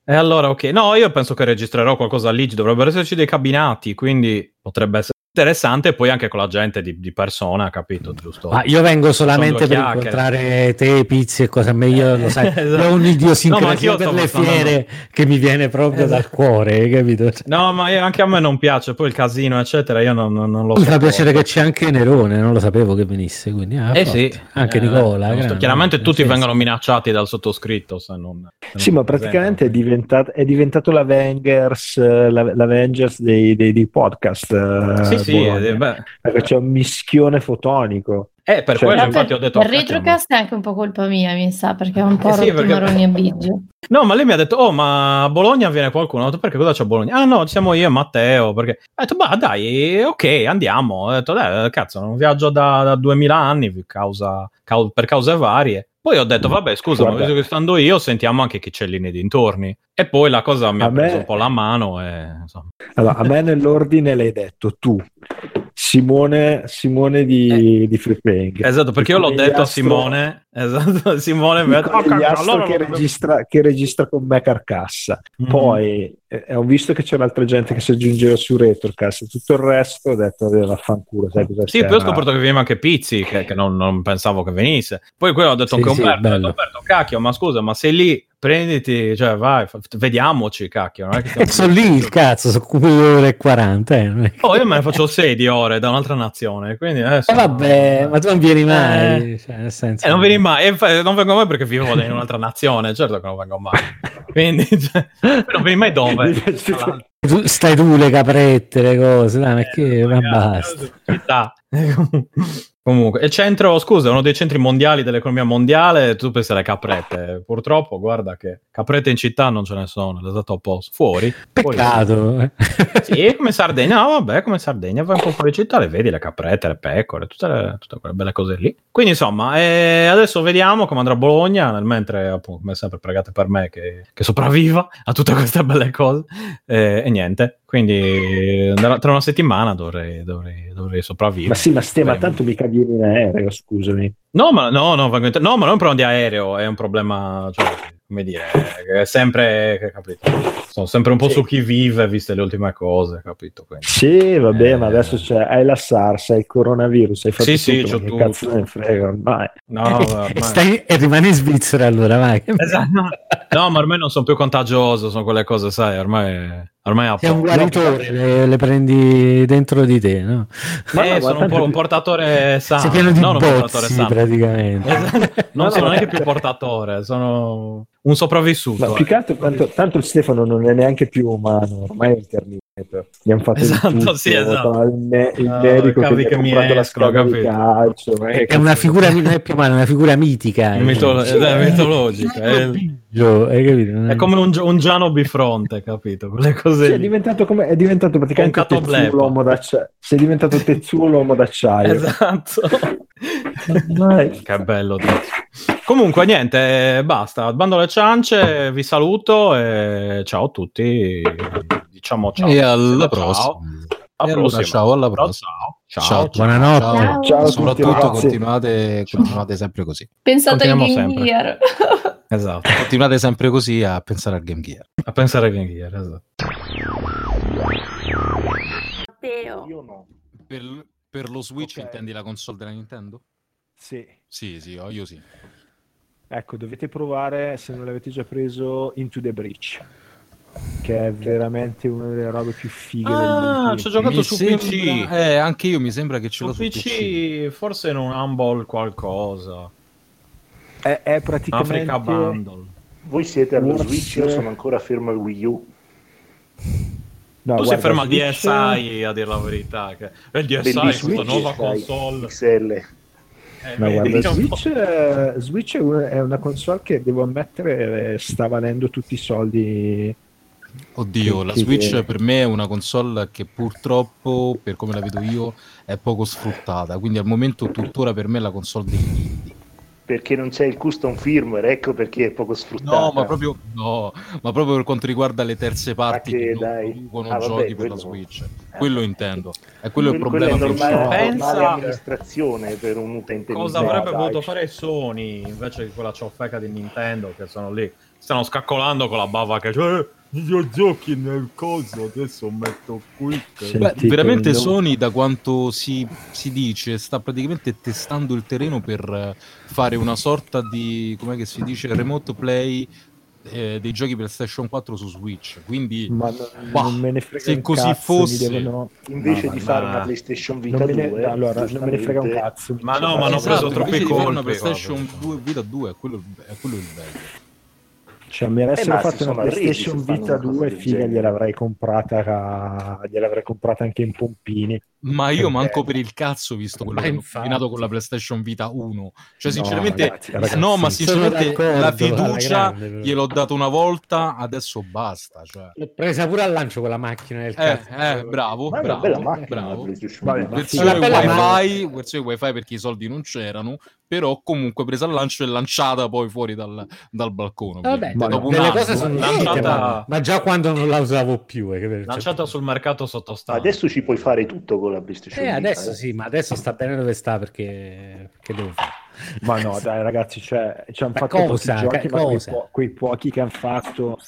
Speaker 1: E allora, ok. No, io penso che registrerò qualcosa lì. Ci dovrebbero esserci dei cabinati, quindi potrebbe essere interessante. E poi anche con la gente di, di persona, capito? Giusto?
Speaker 6: Ma io vengo solamente
Speaker 1: Sono due
Speaker 6: per
Speaker 1: chiacchiere.
Speaker 6: incontrare te, pizze e cose meglio, lo
Speaker 1: [laughs]
Speaker 6: sai.
Speaker 1: Esatto.
Speaker 6: Io
Speaker 1: No,
Speaker 6: ho
Speaker 1: ma
Speaker 6: un'idiosincrasia
Speaker 1: anch'io
Speaker 6: per
Speaker 1: sto
Speaker 6: le
Speaker 1: pensando-
Speaker 6: fiere che mi viene proprio
Speaker 1: Esatto.
Speaker 6: dal cuore, hai capito? Cioè,
Speaker 1: No, ma io- anche a me non piace. Poi il casino, eccetera, io non, non- non lo
Speaker 6: mi fa
Speaker 1: sopporto.
Speaker 6: piacere che c'è anche Nerone, non lo sapevo che venisse, quindi ah,
Speaker 1: Eh
Speaker 6: forza.
Speaker 1: sì,
Speaker 6: anche
Speaker 1: eh,
Speaker 6: Nicola.
Speaker 1: giusto.
Speaker 6: grande,
Speaker 1: chiaramente
Speaker 6: nel
Speaker 1: tutti
Speaker 6: senso.
Speaker 1: vengono minacciati dal sottoscritto. Se non, se non
Speaker 2: Sì, ma
Speaker 1: si presentano.
Speaker 2: praticamente è, diventato, è diventato l'Avengers, eh, la- l'Avengers dei, dei- dei podcast.
Speaker 1: Sì,
Speaker 2: eh,
Speaker 1: sì,
Speaker 2: Bologna.
Speaker 1: eh, beh,
Speaker 2: Perché c'è un mischione fotonico.
Speaker 1: eh, per
Speaker 2: Cioè,
Speaker 1: quello
Speaker 2: Però
Speaker 1: infatti ho detto.
Speaker 3: il
Speaker 1: "Aspettiamo".
Speaker 3: retrocast è anche un po' colpa mia, mi sa, perché è un po'
Speaker 1: Eh sì,
Speaker 3: rotto
Speaker 1: perché-
Speaker 3: Maroni e Biggio.
Speaker 1: No, ma lei mi ha detto, oh, ma a Bologna viene qualcuno. Ho detto, perché cosa c'è a Bologna? Ah, no, siamo io e Matteo. Perché... Ho detto, bah, dai, ok, andiamo. Ho detto, dai, cazzo, non viaggio da, da 2000 anni causa- cau- per cause varie. Poi ho detto, vabbè, scusa, ma
Speaker 2: Guarda.
Speaker 1: visto che stando io, sentiamo anche chi c'è lì nei dintorni. E poi la cosa mi ha
Speaker 2: A me-
Speaker 1: preso un po' la mano e, insomma.
Speaker 2: Allora, a me nell'ordine l'hai detto tu, Simone, Simone
Speaker 1: Eh.
Speaker 2: di, di Free Playing.
Speaker 1: Esatto, perché io l'ho
Speaker 2: Conigliastro-
Speaker 1: detto a Simone. [laughs] Esatto, Simone mi ha
Speaker 2: il
Speaker 1: detto, "Oh, cacchio,
Speaker 2: conigliastro
Speaker 1: allora
Speaker 2: che,
Speaker 1: lo-
Speaker 2: registra, che registra con me Carcassa.
Speaker 1: Mhm.
Speaker 2: Poi eh, ho visto che c'era altra gente che si aggiungeva su Retrocast, tutto il resto ho detto "Vabbè, vaffanculo, sai cosa
Speaker 1: Sì,
Speaker 2: c'è,
Speaker 1: poi ho
Speaker 2: ma-
Speaker 1: scoperto che veniva anche Pizzi, che, che non, non pensavo che venisse. Poi quello ho detto
Speaker 6: Sì,
Speaker 1: anche a
Speaker 6: sì,
Speaker 1: Umberto, ho detto,
Speaker 6: bello.
Speaker 1: Umberto, cacchio, ma scusa, ma sei lì, prenditi, cioè vai, fa- vediamoci, cacchio. Non è che
Speaker 6: E
Speaker 1: stiamo-
Speaker 6: [laughs] sono lì il cazzo, sono come due ore e 40. Eh. non è che-
Speaker 1: Oh, io me ne faccio 6 di ore da un'altra nazione, quindi adesso...
Speaker 6: Eh, vabbè, ma tu non vieni mai.
Speaker 1: Eh.
Speaker 6: cioè, nel senso-
Speaker 1: Eh, non vieni mai, e fa- non vengo mai perché vivo in un'altra nazione, certo che non vengo
Speaker 6: [laughs]
Speaker 1: mai. Quindi, cioè, poi non vieni mai dove?
Speaker 2: Mi piace-
Speaker 1: Tra l'altro. Eh,
Speaker 6: Tu- stai tu le caprette, le cose, dai, Ah, ma che- ma
Speaker 1: Magari.
Speaker 6: basta.
Speaker 1: età. eh, [laughs] Comunque, il centro, scusa, è uno dei centri mondiali dell'economia mondiale, tu pensi alle caprette. Purtroppo, guarda che caprette in città non ce ne sono, l'esatto opposto. Fuori. fuori.
Speaker 6: Peccato. [laughs] eh.
Speaker 1: Sì, come Sardegna, no, vabbè, come Sardegna, vai un po' fuori città, le vedi le caprette, le pecore, tutte, le- tutte quelle belle cose lì. Quindi, insomma, eh, adesso vediamo come andrà Bologna, nel mentre, appunto, come sempre, pregate per me che, che sopravviva a tutte queste belle cose. Eh, e niente, quindi andrà- tra una settimana dovrei, dovrei, dovrei sopravvivere.
Speaker 2: Ma sì, ma ste, ma
Speaker 1: Vedremo.
Speaker 2: tanto mica vieni in aereo, scusami.
Speaker 1: No, ma no, no, vengo in te- no, ma non è un problema di aereo, è un problema, cioè, come dire, è sempre, che- capito, sono sempre un po'
Speaker 2: Sì.
Speaker 1: su chi vive, viste le ultime cose, capito? Quindi.
Speaker 2: Sì, vabbè, ma
Speaker 1: Eh.
Speaker 2: adesso c'è, hai la SARS, hai il coronavirus, hai fatto
Speaker 1: Sì, sì,
Speaker 2: tutto,
Speaker 1: c'ho
Speaker 2: ma
Speaker 1: tutto.
Speaker 2: che cazzo ne frega ormai.
Speaker 1: No, ormai-
Speaker 6: Stai- e rimani in Svizzera allora, vai.
Speaker 1: Esatto, no. No, ma ormai non sono più contagioso, sono quelle cose, sai, ormai, ormai a
Speaker 6: Sei un
Speaker 1: poco.
Speaker 6: guaritore, le, le prendi dentro di te, no?
Speaker 1: Eh,
Speaker 2: Ma no, ma
Speaker 1: sono un,
Speaker 2: tanto-
Speaker 1: po- un portatore sano,
Speaker 6: Sei pieno di
Speaker 1: non un portatore
Speaker 6: bozzi
Speaker 1: sano.
Speaker 6: praticamente.
Speaker 1: Esatto. Non
Speaker 2: No,
Speaker 1: sono
Speaker 2: no,
Speaker 1: neanche
Speaker 2: ma-
Speaker 1: più portatore, sono un sopravvissuto.
Speaker 2: Ma più
Speaker 1: eh.
Speaker 2: che altro, tanto, tanto il Stefano non è neanche più umano, ormai è il Terminator. Gli hanno fatto
Speaker 1: Esatto,
Speaker 2: il tutto,
Speaker 1: sì, esatto.
Speaker 2: il, me- il
Speaker 1: Ah,
Speaker 2: medico che
Speaker 1: capi
Speaker 2: gli
Speaker 1: che
Speaker 2: ha
Speaker 1: mi
Speaker 2: comprato la
Speaker 1: escono,
Speaker 2: squadra di
Speaker 1: capito.
Speaker 2: calcio. eh, ma che
Speaker 6: È una
Speaker 2: cazzo-
Speaker 6: figura, non è più umana, è una figura mitica. eh.
Speaker 1: Mito-
Speaker 6: Sì.
Speaker 1: eh, mitologica, eh.
Speaker 6: Gio, hai capito? Non
Speaker 1: È come un, un Giano bifronte, capito? Quelle cose
Speaker 2: Sì, è
Speaker 1: lì.
Speaker 2: diventato, come, è diventato praticamente
Speaker 1: Con Cato
Speaker 2: Tetsuo
Speaker 1: Black.
Speaker 2: l'uomo d'acciaio. Sei diventato Tetsuo l'uomo d'acciaio.
Speaker 1: Esatto.
Speaker 2: [laughs] Ormai.
Speaker 1: che bello. Tizio. Comunque, niente, eh, basta. Bando alle ciance, vi saluto e ciao a tutti. Diciamo ciao.
Speaker 4: E
Speaker 1: Ciao.
Speaker 4: alla prossima.
Speaker 1: Alla
Speaker 4: E allora,
Speaker 1: prossima.
Speaker 4: ciao, alla
Speaker 1: Ciao,
Speaker 4: prossima.
Speaker 1: Ciao.
Speaker 4: Ciao,
Speaker 1: ciao.
Speaker 6: Buonanotte.
Speaker 4: Ciao.
Speaker 2: Ciao a tutti,
Speaker 4: Soprattutto
Speaker 2: ragazzi.
Speaker 4: continuate, continuate sempre così.
Speaker 3: Pensate al
Speaker 1: Continuiamo
Speaker 3: Game
Speaker 1: sempre. [laughs]
Speaker 3: Gear.
Speaker 1: Esatto.
Speaker 4: Continuate sempre così a pensare al Game Gear.
Speaker 1: A pensare a Game Gear, esatto.
Speaker 7: Matteo.
Speaker 5: Io no.
Speaker 4: Per, lo Switch
Speaker 2: Ok.
Speaker 4: intendi la console della Nintendo?
Speaker 2: Sì.
Speaker 4: Sì, sì, io sì.
Speaker 2: Ecco, dovete provare, se non l'avete già preso, Into the Breach, che è veramente una delle robe più fighe
Speaker 1: Ah,
Speaker 2: del
Speaker 1: ci ho
Speaker 2: mondo.
Speaker 1: giocato
Speaker 4: Mi
Speaker 1: su
Speaker 4: sembra-
Speaker 1: PC.
Speaker 4: Eh, anche io mi sembra che ce l'ho
Speaker 1: Su
Speaker 4: su PC.
Speaker 1: PC, forse in un Humble qualcosa.
Speaker 2: È, è praticamente...
Speaker 1: Africa Bundle.
Speaker 5: Voi siete allo
Speaker 2: Forse-
Speaker 5: Switch, io sono ancora fermo al Wii U.
Speaker 2: No,
Speaker 1: tu
Speaker 2: guarda,
Speaker 1: sei fermo al
Speaker 2: Switch-
Speaker 1: DSI a dire la verità. Che... eh, E il DSI è
Speaker 5: Bellissimo.
Speaker 1: Cioè, questa nuova
Speaker 5: Dai,
Speaker 1: console.
Speaker 5: XL.
Speaker 1: Eh,
Speaker 2: No,
Speaker 1: vedi,
Speaker 2: guarda,
Speaker 1: diciamo-
Speaker 2: Switch, eh, Switch è una, è una console che, devo ammettere, eh, sta valendo tutti i soldi.
Speaker 4: Oddio,
Speaker 2: Che-
Speaker 4: la
Speaker 2: che-
Speaker 4: Switch per me è una console che purtroppo, per come la vedo io, è poco sfruttata. Quindi al momento tuttora per me è la console degli indie.
Speaker 5: Perché non c'è il custom firmware, ecco perché è poco sfruttato.
Speaker 4: No, ma proprio, no, ma proprio per quanto riguarda le terze parti
Speaker 5: Ma che
Speaker 4: che, non
Speaker 5: dai.
Speaker 4: producono
Speaker 5: Ah, vabbè,
Speaker 4: giochi per la
Speaker 5: quello-
Speaker 4: Switch. Quello intendo. È quello, il
Speaker 5: Quella
Speaker 4: problema
Speaker 5: è
Speaker 4: principale.
Speaker 5: normale,
Speaker 1: c'è.
Speaker 5: normale
Speaker 1: Pensa-
Speaker 5: amministrazione per un utente
Speaker 1: cosa
Speaker 5: migliore,
Speaker 1: avrebbe
Speaker 5: dai.
Speaker 1: potuto fare Sony invece di quella ciofeca di Nintendo che sono lì stanno scaccolando con la bava che eh, io giochi nel coso adesso metto qui che-"
Speaker 2: Sì.
Speaker 4: Beh,
Speaker 2: Sentite,
Speaker 4: veramente
Speaker 2: non-
Speaker 4: Sony, da quanto si, si dice, sta praticamente testando il terreno per eh, fare una sorta di, com'è che si dice, remote play eh, dei giochi PlayStation 4 su Switch. Quindi
Speaker 2: Ma non,
Speaker 4: Bah,
Speaker 2: non me ne frega
Speaker 4: se
Speaker 2: un
Speaker 4: così
Speaker 2: cazzo,
Speaker 4: fosse-
Speaker 2: mi devono-
Speaker 5: Invece
Speaker 1: No,
Speaker 5: di
Speaker 1: ma-
Speaker 5: fare
Speaker 1: ma-
Speaker 5: una PlayStation Vita
Speaker 2: Non me ne,
Speaker 5: 2,
Speaker 2: no, allora, non me ne frega un
Speaker 5: giustamente,
Speaker 2: cazzo.
Speaker 1: Ma no, ma hanno
Speaker 2: Esatto,
Speaker 1: preso
Speaker 4: Esatto,
Speaker 1: troppi
Speaker 4: invece di fare una
Speaker 1: colpi,
Speaker 4: PlayStation
Speaker 1: guarda.
Speaker 4: 2 Vita 2 è quello, è quello il bello.
Speaker 2: Cioè, mi
Speaker 5: Eh,
Speaker 2: avessero
Speaker 5: ma si
Speaker 2: fatto una
Speaker 5: sono arrisi,
Speaker 2: PlayStation
Speaker 5: si fanno
Speaker 2: Vita
Speaker 5: una cosa
Speaker 2: 2,
Speaker 5: del
Speaker 2: figa,
Speaker 5: genere.
Speaker 2: gliel'avrei comprata, eh, gliel'avrei comprata anche in pompini.
Speaker 4: ma io
Speaker 2: Perché-
Speaker 4: manco per il cazzo visto quello
Speaker 6: Ma
Speaker 4: che hanno
Speaker 6: infatti.
Speaker 4: combinato con la PlayStation Vita 1
Speaker 2: No,
Speaker 4: cioè sinceramente
Speaker 2: ragazzi, ragazzi,
Speaker 4: no ma
Speaker 6: sono
Speaker 4: sinceramente la
Speaker 6: d'accordo, alla
Speaker 4: fiducia
Speaker 6: grande, però.
Speaker 4: gliel'ho dato una volta adesso basta cioè.
Speaker 6: L'ho presa pure al lancio con la macchina del
Speaker 4: eh,
Speaker 6: cazzo.
Speaker 4: eh, bravo
Speaker 5: Ma è una
Speaker 4: bravo,
Speaker 5: bella macchina la
Speaker 4: bravo.
Speaker 5: PlayStation
Speaker 2: Vabbè,
Speaker 5: Vita.
Speaker 2: ma-
Speaker 4: Versione
Speaker 6: Una bella
Speaker 4: wifi,
Speaker 2: macchina.
Speaker 4: versione wifi perché i soldi non c'erano, però comunque presa al lancio e lanciata poi fuori dal, dal balcone.
Speaker 6: Vabbè,
Speaker 4: ovviamente.
Speaker 2: Ma
Speaker 4: dopo un
Speaker 6: delle
Speaker 4: anno.
Speaker 6: cose sono uscite, ma,
Speaker 1: lanciata-
Speaker 6: ma già quando non la usavo più, eh, capito? Cioè,
Speaker 1: lanciata sul mercato sottostante
Speaker 5: Adesso ci puoi fare tutto con la PlayStation
Speaker 6: eh,
Speaker 5: Vita.
Speaker 6: adesso
Speaker 5: eh.
Speaker 6: sì, ma adesso sta bene dove sta perché, perché devo fare.
Speaker 2: Ma no, dai, ragazzi, cioè, ci hanno
Speaker 6: Ma
Speaker 2: fatto pochi
Speaker 6: cosa?
Speaker 2: giochi,
Speaker 6: Che
Speaker 2: ma quei,
Speaker 6: cosa?
Speaker 2: po- quei pochi che hanno fatto,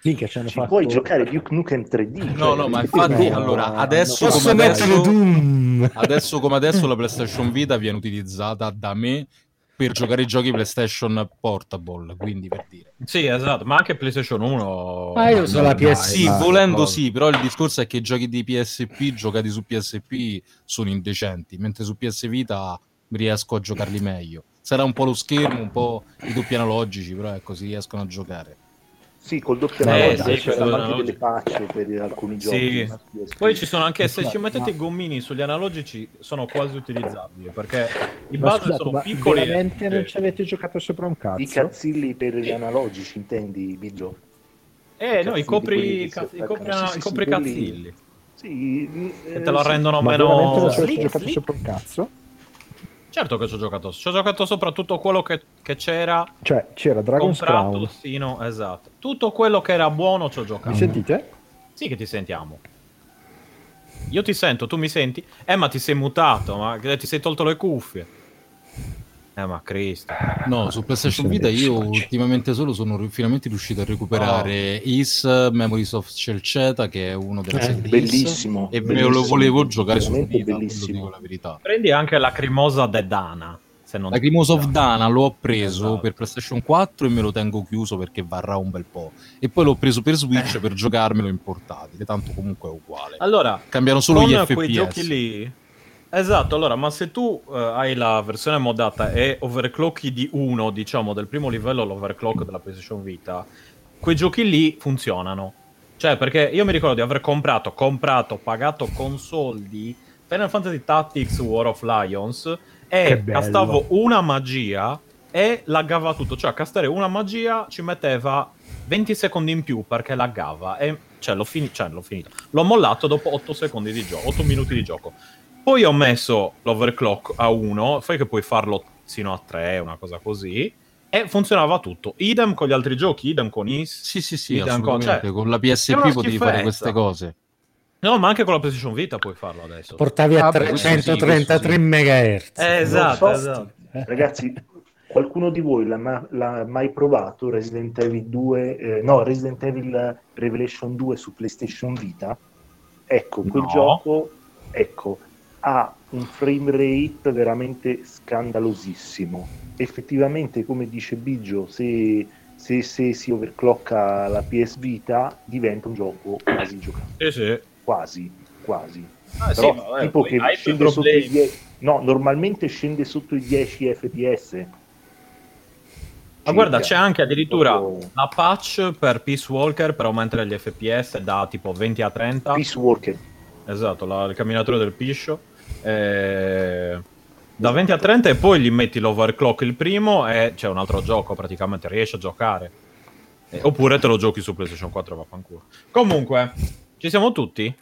Speaker 2: finché ci hanno
Speaker 5: Ci
Speaker 2: fatto.
Speaker 5: puoi giocare Duke Nukem cioè, 3D.
Speaker 4: No, no, ma infatti, allora, adesso
Speaker 2: no.
Speaker 4: come
Speaker 6: Posso
Speaker 4: adesso-
Speaker 6: mettere Doom?
Speaker 4: Adesso come adesso la PlayStation Vita viene utilizzata da me per giocare ai giochi PlayStation Portable, quindi per dire.
Speaker 1: sì esatto ma anche PlayStation 1
Speaker 6: Ma io uso la
Speaker 1: dai,
Speaker 6: PS.
Speaker 4: Sì,
Speaker 1: dai,
Speaker 4: volendo
Speaker 1: dai.
Speaker 4: sì, però il discorso è che i giochi di PSP giocati su PSP sono indecenti, mentre su PS Vita riesco a giocarli ecco, meglio. Sarà un po' lo schermo, un po' i doppi analogici, però è così riescono a giocare.
Speaker 5: Sì, col doppio
Speaker 1: Eh,
Speaker 5: analogico,
Speaker 1: sì, questo
Speaker 5: c'erano anche
Speaker 1: analogico.
Speaker 5: delle patch per alcuni giochi.
Speaker 1: Sì.
Speaker 5: ma-
Speaker 1: Poi ci sono anche, se
Speaker 2: Infatti,
Speaker 1: ci mettete i
Speaker 2: ma-
Speaker 1: gommini sugli analogici, sono quasi utilizzabili, perché i
Speaker 2: Ma
Speaker 1: buzzer
Speaker 2: scusate,
Speaker 1: sono
Speaker 2: ma
Speaker 1: piccoli. e-
Speaker 2: veramente non ci avete giocato sopra un
Speaker 5: I
Speaker 2: cazzo?
Speaker 5: cazzilli per gli analogici, intendi, Biggio?
Speaker 1: Eh, no, i
Speaker 5: quelli
Speaker 1: copri,
Speaker 5: che
Speaker 1: i
Speaker 5: si
Speaker 1: cazz- i
Speaker 5: attaccano.
Speaker 1: copri,
Speaker 5: Sì,
Speaker 1: i
Speaker 5: sì, sì,
Speaker 1: copri
Speaker 5: quelli- Eh,
Speaker 1: cazzilli.
Speaker 5: Sì,
Speaker 1: Che te lo rendono
Speaker 2: Ma veramente
Speaker 1: meno...
Speaker 2: non ci avete
Speaker 1: Slick,
Speaker 2: giocato
Speaker 1: slick.
Speaker 2: sopra un cazzo?
Speaker 1: Certo che ci ho giocato. Ci ho giocato soprattutto quello che, che c'era
Speaker 2: Cioè, c'era Dragon's
Speaker 1: comprato.
Speaker 2: Crown.
Speaker 1: sino- esatto. Tutto quello che era buono ci ho giocato.
Speaker 2: Mi sentite?
Speaker 1: Sì, che ti sentiamo. Io ti sento, tu mi senti? Eh, ma ti sei mutato, ma che- ti sei tolto le cuffie. Eh, ma Cristo.
Speaker 4: No, su PlayStation
Speaker 2: Sì,
Speaker 4: Vita
Speaker 2: adesso
Speaker 4: io
Speaker 2: oggi.
Speaker 4: ultimamente solo sono ri- finalmente riuscito a recuperare Is Memories of Celceta, che è uno della
Speaker 6: Eh,
Speaker 4: serie di Is,
Speaker 5: Bellissimo.
Speaker 4: E me
Speaker 5: bellissimo.
Speaker 4: lo volevo giocare su
Speaker 5: Veramente
Speaker 4: Vita, quello dico
Speaker 5: bellissimo.
Speaker 4: la verità.
Speaker 1: Prendi anche la cremosa Dedana. Se non
Speaker 4: Lacrimosa of Dana l'ho preso
Speaker 1: Esatto.
Speaker 4: per PlayStation 4 e me lo tengo chiuso perché varrà un bel po'. E poi l'ho preso per Switch per giocarmelo in portatile, tanto comunque è uguale.
Speaker 1: Allora,
Speaker 4: Cambiano solo
Speaker 1: con
Speaker 4: gli
Speaker 1: quei giochi
Speaker 4: FPS.
Speaker 1: lì. Esatto, allora, ma se tu eh, hai la versione modata e overclocki di uno, diciamo, del primo livello l'overclock della PlayStation Vita, quei giochi lì funzionano. Cioè, perché io mi ricordo di aver comprato, comprato, pagato con soldi Final Fantasy Tactics War of Lions
Speaker 2: Che
Speaker 1: e
Speaker 2: bello.
Speaker 1: castavo una magia e laggava tutto. Cioè, a castare una magia ci metteva 20 secondi in più perché laggava. E cioè, l'ho, fini- cioè, l'ho finito. L'ho mollato dopo 8 secondi di gioco, 8 minuti di gioco. Poi ho messo l'overclock a 1, sai che puoi farlo sino a 3, una cosa così. E funzionava tutto. Idem con gli altri giochi, idem con Is.
Speaker 4: Sì, sì, sì,
Speaker 1: Vita ancora,
Speaker 4: assolutamente.
Speaker 1: cioè,
Speaker 4: con la
Speaker 1: è una
Speaker 4: PSP potevi fare
Speaker 1: schifezza.
Speaker 4: queste cose.
Speaker 1: No, ma anche con la PlayStation Vita puoi farlo adesso.
Speaker 6: Portavi a
Speaker 4: Ah, beh, questo sì, questo
Speaker 6: 333
Speaker 4: sì.
Speaker 6: MHz.
Speaker 1: Eh, esatto,
Speaker 5: Non so.
Speaker 1: esatto.
Speaker 5: Ragazzi, qualcuno di voi l'ha, ma- l'ha mai provato Resident Evil 2, eh, no, Resident Evil Revelation 2 su PlayStation Vita? Ecco, quel
Speaker 1: No.
Speaker 5: gioco ecco, ha un frame rate veramente scandalosissimo. Effettivamente, come dice Biggio, se, se- se si overclocka la PS Vita diventa un gioco quasi giocato,
Speaker 1: Sì, sì.
Speaker 5: quasi, quasi.
Speaker 1: Ah,
Speaker 5: Però,
Speaker 1: sì, ma, vabbè,
Speaker 5: tipo
Speaker 1: poi
Speaker 5: che
Speaker 1: hai i tuoi
Speaker 5: scende sotto i
Speaker 1: problemi.
Speaker 5: 10 no, normalmente scende sotto i 10 fps.
Speaker 1: Ma guarda, c'è anche addirittura
Speaker 5: Cioè, Proprio-
Speaker 1: la patch per Peace Walker per aumentare gli FPS da tipo 20 a 30.
Speaker 5: Peace Walker.
Speaker 1: Esatto, la- il camminatore del piscio. Eh, da 20 a 30 e poi gli metti l'overclock il primo e c'è un altro gioco praticamente, riesci a giocare. Eh, oppure te lo giochi su PlayStation 4 e vaffanculo. Comunque, ci siamo tutti?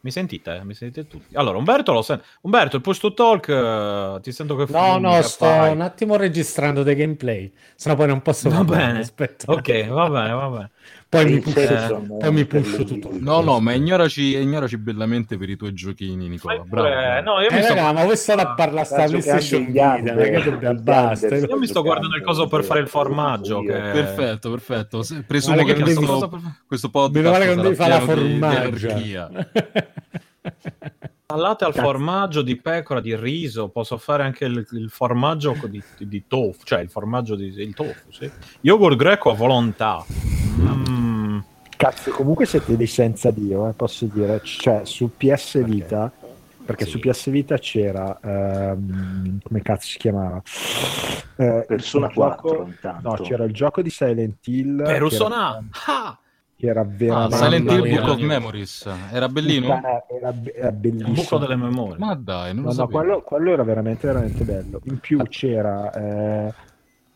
Speaker 1: Mi sentite? Mi sentite tutti? Allora, Umberto lo sen- Umberto, il push to talk, eh, ti sento che
Speaker 6: No,
Speaker 1: fumi,
Speaker 6: no,
Speaker 1: che
Speaker 6: sto
Speaker 1: fai.
Speaker 6: un attimo registrando dei gameplay, sennò poi non posso...
Speaker 1: Va
Speaker 6: parlare,
Speaker 1: bene.
Speaker 6: aspetta.
Speaker 1: Ok, va bene, va bene.
Speaker 6: Poi mi
Speaker 5: Sì, certo,
Speaker 6: pusso,
Speaker 5: sono
Speaker 6: poi mi
Speaker 5: per
Speaker 6: pusso
Speaker 5: le-
Speaker 6: tutto. il
Speaker 4: No, no,
Speaker 6: resto.
Speaker 4: ma ignoraci, ignoraci bellamente per i tuoi giochini, Nicola. Bravo.
Speaker 1: Eh, no, io mi
Speaker 6: Eh,
Speaker 1: sto
Speaker 6: raga, ma questa
Speaker 5: Ah,
Speaker 6: la parla sta
Speaker 5: Cazzo,
Speaker 6: PlayStation
Speaker 5: che anche gli
Speaker 6: Vita,
Speaker 5: under-
Speaker 6: ma che dobbiamo-
Speaker 5: gli
Speaker 6: basta.
Speaker 5: under-
Speaker 1: Io mi sto guardando il coso per fare il formaggio. Che...
Speaker 5: eh.
Speaker 4: Perfetto, perfetto. Se- Presumo
Speaker 6: Guarda
Speaker 4: che
Speaker 6: che
Speaker 4: questo,
Speaker 6: non
Speaker 4: questo podcast
Speaker 6: Meno male che non
Speaker 4: sarà
Speaker 6: devi fare la
Speaker 4: pieno di- di
Speaker 6: [laughs] formaggia.
Speaker 4: anarchia.
Speaker 1: Salate al formaggio di pecora, di riso. Posso fare anche il, il formaggio co- di, di tofu, cioè il formaggio di il tofu. Sì. Yogurt greco a volontà. Mm.
Speaker 2: Cazzo, comunque siete dei senza Dio, eh, posso dire. Cioè, su PS Vita, perché
Speaker 1: Sì.
Speaker 2: su PS Vita c'era, ehm, come cazzo si chiamava? Eh,
Speaker 5: Persona
Speaker 2: il gioco-
Speaker 5: 4 intanto.
Speaker 2: No, c'era il gioco di Silent Hill.
Speaker 1: Perusona.
Speaker 2: Che
Speaker 1: Ah!
Speaker 2: era, che era
Speaker 4: Ah,
Speaker 2: veramente...
Speaker 4: Silent Hill
Speaker 6: mia.
Speaker 4: Book of Memories. Era bellino?
Speaker 2: Puttana, Era, be- era
Speaker 1: Il buco
Speaker 2: bellissimo.
Speaker 1: delle memorie.
Speaker 4: Ma dai, non
Speaker 2: No,
Speaker 4: lo
Speaker 2: no,
Speaker 4: sapevo.
Speaker 2: quello, quello era veramente, veramente bello. In
Speaker 1: Ah.
Speaker 2: più c'era. eh,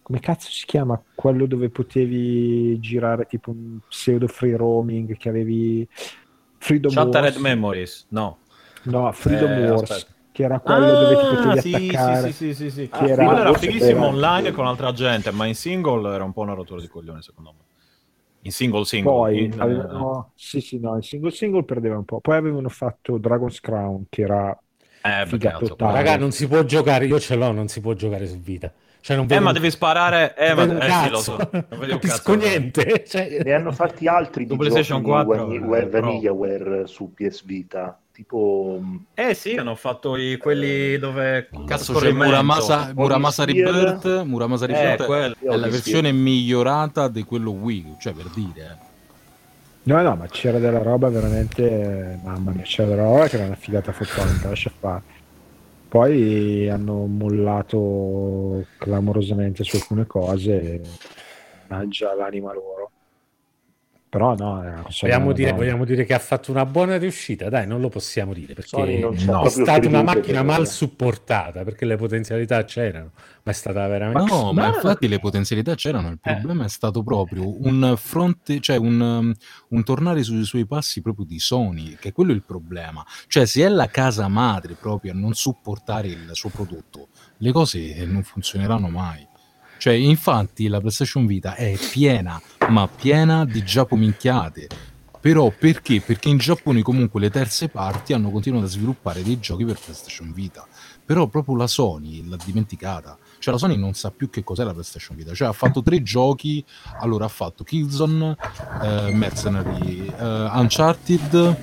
Speaker 2: come cazzo si chiama? Quello dove potevi girare tipo un pseudo free roaming che avevi. Freedom
Speaker 1: Shattered
Speaker 2: Wars.
Speaker 1: Memories. No.
Speaker 2: No, Freedom
Speaker 1: Eh,
Speaker 2: Wars.
Speaker 1: aspetta.
Speaker 2: Che era quello dove ti
Speaker 1: Ah,
Speaker 2: potevi
Speaker 1: sì, sì,
Speaker 2: attaccare.
Speaker 1: sì, sì, sì, sì.
Speaker 2: Che era-
Speaker 1: Quello era
Speaker 5: forse
Speaker 1: fighissimo
Speaker 5: era-
Speaker 1: online con altra gente, ma in single era un po' una rottura di coglione, secondo me. In single single.
Speaker 2: Poi
Speaker 1: in- eh.
Speaker 2: avevano. Sì, sì, no, il single single perdeva un po'. Poi avevano fatto Dragon's Crown, che era.
Speaker 1: Eh, beh,
Speaker 2: figa
Speaker 1: cazzo,
Speaker 2: totale.
Speaker 6: Raga, non si può giocare, io ce l'ho, non si può giocare su Vita. Cioè, non
Speaker 1: Eh,
Speaker 6: vedo
Speaker 1: ma
Speaker 6: un-
Speaker 1: devi sparare. Eh,
Speaker 6: non
Speaker 1: ma
Speaker 6: vedo un
Speaker 1: eh, sì, lo
Speaker 6: cazzo.
Speaker 1: so. Non vedi
Speaker 6: [laughs] Non
Speaker 1: un
Speaker 6: capisco
Speaker 1: cazzo.
Speaker 6: niente. Cioè,
Speaker 5: Ne hanno fatti altri
Speaker 1: Su
Speaker 5: di
Speaker 1: PlayStation
Speaker 5: PlayStation
Speaker 1: 4,
Speaker 5: 4
Speaker 1: eh, Pro.
Speaker 5: Vanillaware su PS Vita, tipo mm, mh,
Speaker 1: Eh sì, hanno fatto i, quelli dove Eh,
Speaker 4: Cazzo, c'è
Speaker 1: scorrimento.
Speaker 4: Muramasa, Muramasa
Speaker 5: Odysseus.
Speaker 4: Rebirth. Muramasa
Speaker 1: Eh,
Speaker 4: Rebirth
Speaker 1: quello.
Speaker 4: è la versione migliorata di quello Wii, cioè per dire. eh.
Speaker 2: No, no, ma c'era della roba veramente. Mamma mia, c'era della roba che era una figata fotonica, lascia fare. Poi hanno mollato clamorosamente su alcune cose. e Mangia l'anima loro. Però no, è una console
Speaker 6: Vogliamo dire,
Speaker 2: madonna.
Speaker 6: vogliamo dire che ha fatto una buona riuscita, dai, non lo possiamo dire perché
Speaker 5: Sony non c'è
Speaker 2: no,
Speaker 5: proprio
Speaker 6: è stata una
Speaker 5: credibile,
Speaker 6: macchina
Speaker 5: però.
Speaker 6: mal supportata perché le potenzialità c'erano, ma è stata veramente.
Speaker 4: No, Eh. ma infatti le potenzialità c'erano, il problema è stato proprio un fronte, cioè un, um, un tornare sui suoi passi proprio di Sony, che è quello il problema. Cioè se è la casa madre proprio a non supportare il suo prodotto, le cose non funzioneranno mai. Cioè infatti la PlayStation Vita è piena, ma piena di giacominchiate. Però perché? Perché in Giappone comunque le terze parti hanno continuato a sviluppare dei giochi per PlayStation Vita. Però proprio la Sony l'ha dimenticata. Cioè la Sony non sa più che cos'è la PlayStation Vita. Cioè ha fatto tre giochi. Allora ha fatto Killzone, eh, Mercenary, eh, Uncharted,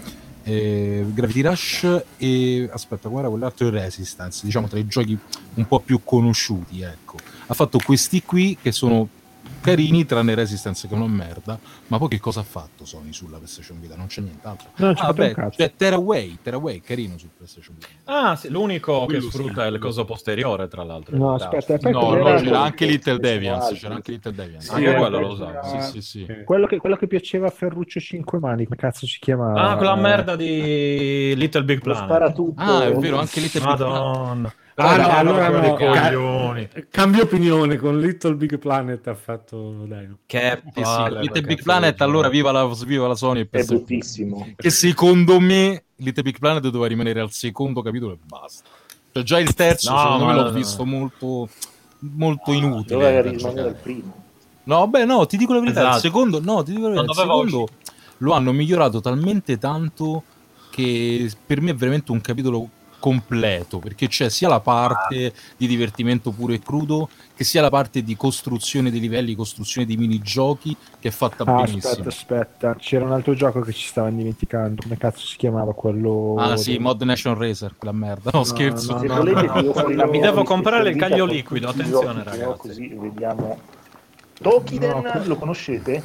Speaker 4: eh, Gravity Rush e aspetta, guarda quell'altro è Resistance, diciamo tra i giochi un po' più conosciuti, ecco. Ha fatto questi qui che sono carini tranne Resistance che è una merda, ma poi che cosa ha fatto Sony sulla PlayStation Vita? Non c'è nient'altro.
Speaker 2: No, non c'è
Speaker 4: Ah,
Speaker 2: proprio
Speaker 4: beh,
Speaker 2: un cazzo.
Speaker 4: c'è Tearaway, Tearaway, carino sul PlayStation Vita.
Speaker 7: Ah, sì, l'unico che
Speaker 4: Quello sì.
Speaker 7: sfrutta è il coso posteriore, tra l'altro.
Speaker 2: No,
Speaker 7: in realtà.
Speaker 2: aspetta, poi
Speaker 4: No,
Speaker 2: quello
Speaker 4: no,
Speaker 2: era-
Speaker 4: c'era anche Little Deviants,
Speaker 5: Deviance,
Speaker 4: c'era anche Little Deviants.
Speaker 5: Sì,
Speaker 7: Anche
Speaker 2: eh,
Speaker 7: quello lo
Speaker 2: era-
Speaker 7: usavo.
Speaker 4: Sì, sì, sì.
Speaker 2: Quello che, quello che piaceva a Ferruccio Cinque Mani, come cazzo si chiama? Eh,
Speaker 7: Ah, quella merda di Little Big
Speaker 5: Lo
Speaker 7: Planet.
Speaker 5: spara tutto.
Speaker 4: Ah, è vero, anche Little Big Planet.
Speaker 7: Madonna.
Speaker 6: Ah, no, allora
Speaker 7: proprio
Speaker 6: no,
Speaker 7: dei
Speaker 6: ca-
Speaker 7: coglioni.
Speaker 6: Cambio opinione con Little Big Planet ha fatto dai. no.
Speaker 7: Che
Speaker 4: Sì, sì,
Speaker 7: palle,
Speaker 4: Little
Speaker 7: ma
Speaker 4: Big
Speaker 7: cazzo
Speaker 4: Planet,
Speaker 7: di-
Speaker 4: allora viva la, viva la Sony e
Speaker 5: È
Speaker 4: PlayStation.
Speaker 5: bruttissimo.
Speaker 4: Che secondo me Little Big Planet doveva rimanere al secondo capitolo e basta. Cioè già il terzo,
Speaker 7: No,
Speaker 4: secondo me
Speaker 7: ma-
Speaker 4: l'ho visto molto, molto inutile.
Speaker 5: Ah,
Speaker 4: cioè.
Speaker 5: Doveva
Speaker 4: da
Speaker 5: rimanere
Speaker 4: giocare.
Speaker 5: al primo.
Speaker 4: No, beh, no, ti dico la verità.
Speaker 7: Esatto.
Speaker 4: Il secondo, no, ti dico la verità, il
Speaker 7: Non doveva
Speaker 4: secondo lo hanno migliorato talmente tanto che per me è veramente un capitolo completo perché c'è sia la parte di divertimento puro e crudo che sia la parte di costruzione dei livelli, costruzione di minigiochi che è fatta
Speaker 2: Ah,
Speaker 4: benissimo.
Speaker 2: aspetta, aspetta, c'era un altro gioco che ci stavano dimenticando. Come cazzo si chiamava quello?
Speaker 4: Ah sì, Mod Nation Racer, quella merda. No,
Speaker 2: No,
Speaker 4: scherzo.
Speaker 2: no,
Speaker 5: Se
Speaker 2: no,
Speaker 5: volete,
Speaker 2: no.
Speaker 5: tiro fuori la
Speaker 7: Mi
Speaker 5: mia
Speaker 7: devo
Speaker 5: lista
Speaker 7: comprare il
Speaker 5: vita
Speaker 7: caglio
Speaker 5: con
Speaker 7: liquido,
Speaker 5: tutti i
Speaker 7: attenzione,
Speaker 5: giochi, no?
Speaker 7: ragazzi.
Speaker 5: Così vediamo. Tokiden
Speaker 2: No, que-
Speaker 5: lo conoscete?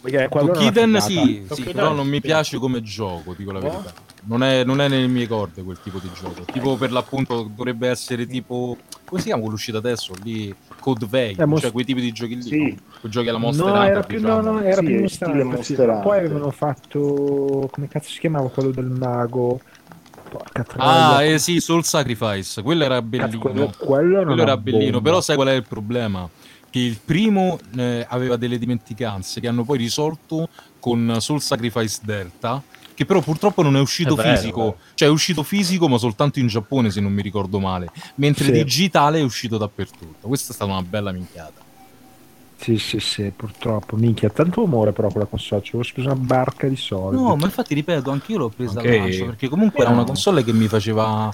Speaker 2: Perché Eh, quello era una
Speaker 4: Tokiden
Speaker 2: figata.
Speaker 4: sì, sì,
Speaker 7: Tokiden,
Speaker 4: però non mi
Speaker 7: sì.
Speaker 4: piace come gioco, dico la verità. Non è, non è nelle mie corde quel tipo di gioco. Tipo per l'appunto dovrebbe essere tipo. Come si chiama quell'uscita adesso? Lì Code Vein,
Speaker 2: Eh, mos-
Speaker 4: cioè quei tipi di giochi lì.
Speaker 5: Sì.
Speaker 4: Quei giochi alla Monster
Speaker 2: no,
Speaker 4: Hunter,
Speaker 2: era più,
Speaker 4: diciamo.
Speaker 2: no, no, era
Speaker 5: Sì,
Speaker 2: più
Speaker 5: è
Speaker 2: uno
Speaker 5: stile
Speaker 2: stile
Speaker 5: Monster
Speaker 2: sì.
Speaker 5: Hunter.
Speaker 2: Poi avevano fatto come cazzo si chiamava quello del mago? Porca troia.
Speaker 4: Ah, eh sì, Soul Sacrifice, quello era
Speaker 2: Cazzo,
Speaker 4: bellino.
Speaker 2: quello, quello era,
Speaker 4: quello
Speaker 2: una
Speaker 4: era bellino,
Speaker 2: bomba.
Speaker 4: però sai qual è il problema? Che il primo eh, aveva delle dimenticanze che hanno poi risolto con Soul Sacrifice Delta, che però purtroppo non è uscito
Speaker 7: È vero,
Speaker 4: fisico,
Speaker 7: vero.
Speaker 4: cioè è uscito fisico ma soltanto in Giappone se non mi ricordo male, mentre
Speaker 2: Sì.
Speaker 4: digitale è uscito dappertutto. Questa è stata una bella minchiata.
Speaker 2: Sì, sì, sì, purtroppo. Minchia, tanto amore però quella console. Ci avevo speso una barca di soldi.
Speaker 4: No, ma infatti ripeto, anche io l'ho presa
Speaker 7: Ok.
Speaker 4: al lancio perché comunque era una console che mi faceva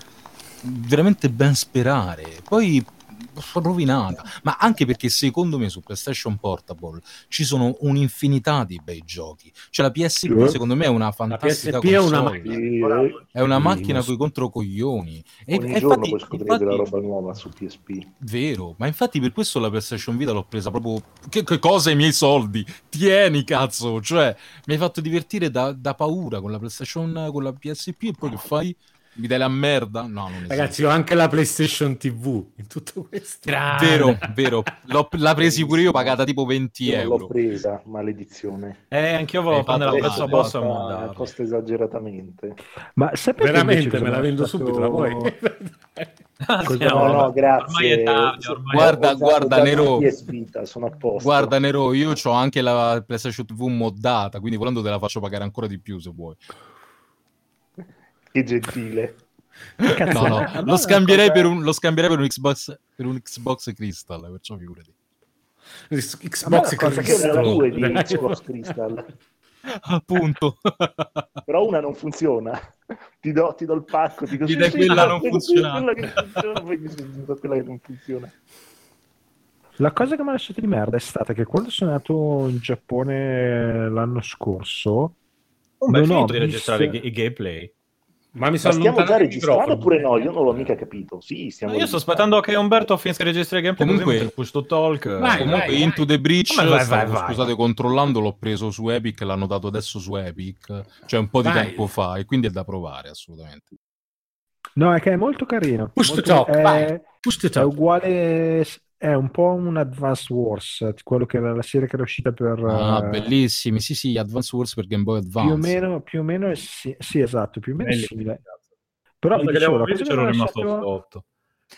Speaker 4: veramente ben sperare. Poi pff, rovinata, ma anche perché secondo me su PlayStation Portable ci sono un'infinità di bei giochi. Cioè la PSP
Speaker 2: Sì.
Speaker 4: secondo me è una
Speaker 6: La
Speaker 4: fantastica
Speaker 6: PSP è una
Speaker 4: console.
Speaker 6: macchina.
Speaker 5: Sì, eh,
Speaker 4: È una
Speaker 6: Sì,
Speaker 4: macchina
Speaker 6: ma-
Speaker 4: coi controcoglioni. E,
Speaker 5: ogni
Speaker 4: e
Speaker 5: giorno
Speaker 4: infatti,
Speaker 5: puoi scoprire
Speaker 4: infatti-
Speaker 5: della roba nuova su PSP.
Speaker 4: Vero, ma infatti per questo la PlayStation Vita l'ho presa proprio. Che, che cosa i miei soldi? Tieni, cazzo! Cioè, mi hai fatto divertire da, da paura con la PlayStation, con la PSP e poi che fai? Mi dai la merda? No, non esiste.
Speaker 6: Ragazzi, ho anche la PlayStation TV in tutto questo.
Speaker 4: Vero, vero. L'ho, l'ha presi pure io, pagata tipo 20
Speaker 5: Io non l'ho
Speaker 4: euro.
Speaker 5: presa, maledizione.
Speaker 7: Eh, anch'io volevo
Speaker 4: Eh,
Speaker 7: prendere un
Speaker 4: vabbè,
Speaker 7: pezzo
Speaker 4: sì,
Speaker 7: boss e
Speaker 5: Costa-
Speaker 7: mandarlo.
Speaker 5: Costa esageratamente.
Speaker 2: Ma sai perché invece
Speaker 6: Veramente,
Speaker 2: cosa
Speaker 6: me la
Speaker 2: mi è
Speaker 6: vendo
Speaker 2: stato-
Speaker 6: subito, la vuoi? [laughs]
Speaker 7: [laughs]
Speaker 2: Cosa-
Speaker 5: No, no, grazie.
Speaker 7: Ormai è tardi, ormai.
Speaker 4: Guarda,
Speaker 5: Ho usato
Speaker 4: guarda,
Speaker 5: già
Speaker 4: Nero.
Speaker 5: PS Vita, sono a posto.
Speaker 4: Guarda, Nero, io ho anche la PlayStation TV moddata, quindi volendo te la faccio pagare ancora di più se vuoi.
Speaker 5: Che gentile. [laughs]
Speaker 4: No, no, lo scambierei per un, lo scambierei per un Xbox, per un Xbox Crystal, perciò figurati.
Speaker 6: Xbox
Speaker 2: Ma la cosa
Speaker 5: Perché ne erano due
Speaker 6: [laughs]
Speaker 5: di
Speaker 6: Dai.
Speaker 5: Xbox Crystal,
Speaker 4: Appunto.
Speaker 5: però una non funziona. Ti do, ti do il pacco, ti do
Speaker 4: Ti dai quella non funzionante.
Speaker 5: Quella che funziona, poi mi do quella che non funziona.
Speaker 2: La cosa che mi ha lasciato di merda è stata che quando sono andato in Giappone l'anno scorso,
Speaker 7: Oh, ma è
Speaker 2: non ho
Speaker 7: finito di
Speaker 2: visto-
Speaker 7: registrare i, i gameplay.
Speaker 6: Ma mi
Speaker 5: Ma
Speaker 6: sono
Speaker 5: stiamo già
Speaker 6: allontanato il
Speaker 5: registrando
Speaker 6: microfono.
Speaker 5: oppure no? Io non l'ho mica capito. Sì, stiamo
Speaker 7: Ma io
Speaker 5: registrando.
Speaker 7: sto aspettando che Umberto finisca di registrare i gameplay.
Speaker 4: Comunque-
Speaker 7: Comunque, push to talk.
Speaker 1: eh,
Speaker 6: Vai,
Speaker 4: Comunque,
Speaker 6: vai.
Speaker 4: Into the Breach,
Speaker 7: Come vai,
Speaker 4: stavo-
Speaker 7: vai, vai?
Speaker 4: scusate, controllando, l'ho preso su Epic, l'hanno dato adesso su Epic, cioè un po' di
Speaker 6: Vai.
Speaker 4: tempo fa, e quindi è da provare assolutamente.
Speaker 2: no, è che è molto carino.
Speaker 6: Push to
Speaker 2: Molto-
Speaker 6: talk,
Speaker 2: è,
Speaker 4: Certo.
Speaker 6: vai. Push to
Speaker 2: è
Speaker 6: talk.
Speaker 2: uguale è un po' un Advanced Wars, quello che era la serie che era uscita per...
Speaker 4: Ah,
Speaker 2: eh,
Speaker 4: bellissimi. Sì, sì, Advance Wars per Game Boy Advance.
Speaker 2: Più o meno, più o meno è si- sì, esatto, più o meno è
Speaker 1: Belli.
Speaker 2: simile. Però vi
Speaker 1: Guarda che
Speaker 2: dicevo,
Speaker 1: abbiamo
Speaker 2: la cosa
Speaker 1: visto,
Speaker 2: che
Speaker 1: c'ero
Speaker 2: non
Speaker 1: rimasto
Speaker 2: sapevo-
Speaker 1: sotto.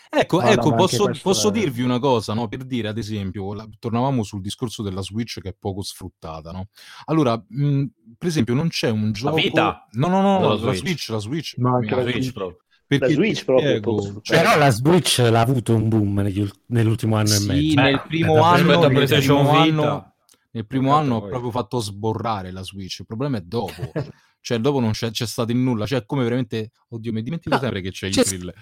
Speaker 4: Ecco,
Speaker 2: Ah, no,
Speaker 4: ecco,
Speaker 2: ma anche
Speaker 4: posso,
Speaker 2: questo
Speaker 4: posso
Speaker 2: è-
Speaker 4: dirvi una cosa, no? Per dire, ad esempio, la- tornavamo sul discorso della Switch che è poco sfruttata, no? Allora, mh, per esempio, non c'è un gioco...
Speaker 7: Vita?
Speaker 4: No, no, no,
Speaker 7: Della
Speaker 4: la
Speaker 7: Switch.
Speaker 4: Switch, la Switch.
Speaker 2: Ma anche
Speaker 4: Mi-
Speaker 7: La
Speaker 2: la
Speaker 7: Switch proprio.
Speaker 4: perché
Speaker 5: La Switch
Speaker 4: ti
Speaker 5: proprio
Speaker 4: spiego,
Speaker 5: è poco sfruttata.
Speaker 4: cioè,
Speaker 6: Però la Switch l'ha avuto un boom negli ul- nell'ultimo anno
Speaker 4: sì,
Speaker 6: e mezzo.
Speaker 4: nel
Speaker 6: Beh,
Speaker 4: primo
Speaker 6: da-
Speaker 4: anno...
Speaker 7: rispetto a
Speaker 4: nel
Speaker 7: PlayStation
Speaker 4: primo
Speaker 7: Vita.
Speaker 4: anno- Nel primo
Speaker 7: Guardate
Speaker 4: anno ha
Speaker 7: voi.
Speaker 4: proprio fatto sborrare la Switch, il problema è dopo. Cioè, dopo non c'è, c'è stato il nulla, cioè, come veramente... Oddio, mi dimentico
Speaker 6: No,
Speaker 4: sempre che c'è, c'è- il grill.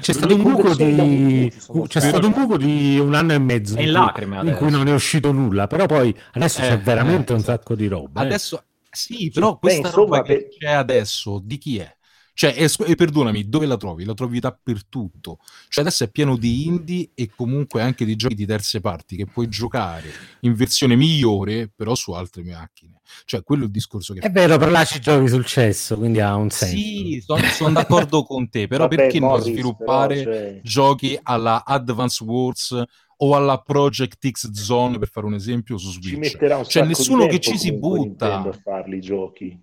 Speaker 6: C'è stato un buco di... C'è stato un buco di un anno e mezzo.
Speaker 7: È in
Speaker 6: di-
Speaker 7: lacrime
Speaker 6: in
Speaker 7: adesso.
Speaker 6: cui non è uscito nulla, però poi adesso
Speaker 4: Eh,
Speaker 6: c'è veramente
Speaker 4: eh,
Speaker 6: un
Speaker 4: esatto.
Speaker 6: sacco di roba. eh.
Speaker 4: Adesso sì, però questa
Speaker 5: Beh, insomma,
Speaker 4: roba che
Speaker 5: per-
Speaker 4: c'è adesso di chi è? Cioè, e, scu- e perdonami, dove la trovi? La trovi dappertutto. Cioè, adesso è pieno di indie e comunque anche di giochi di terze parti che puoi giocare in versione migliore, però su altre macchine. Cioè, quello è il discorso che
Speaker 6: È vero, però là ci giochi sul cesso, quindi ha un Eh, senso.
Speaker 4: Sì, sono d'accordo con te, però perché non sviluppare
Speaker 5: cioè,
Speaker 4: giochi alla Advance Wars o alla Project X Zone, per fare un esempio, su
Speaker 5: ci
Speaker 4: Switch?
Speaker 5: metterà un
Speaker 4: Cioè,
Speaker 5: sacco
Speaker 4: nessuno
Speaker 5: di
Speaker 4: che
Speaker 5: tempo
Speaker 4: ci si
Speaker 5: comunque
Speaker 4: butta.
Speaker 5: Nintendo a farli i giochi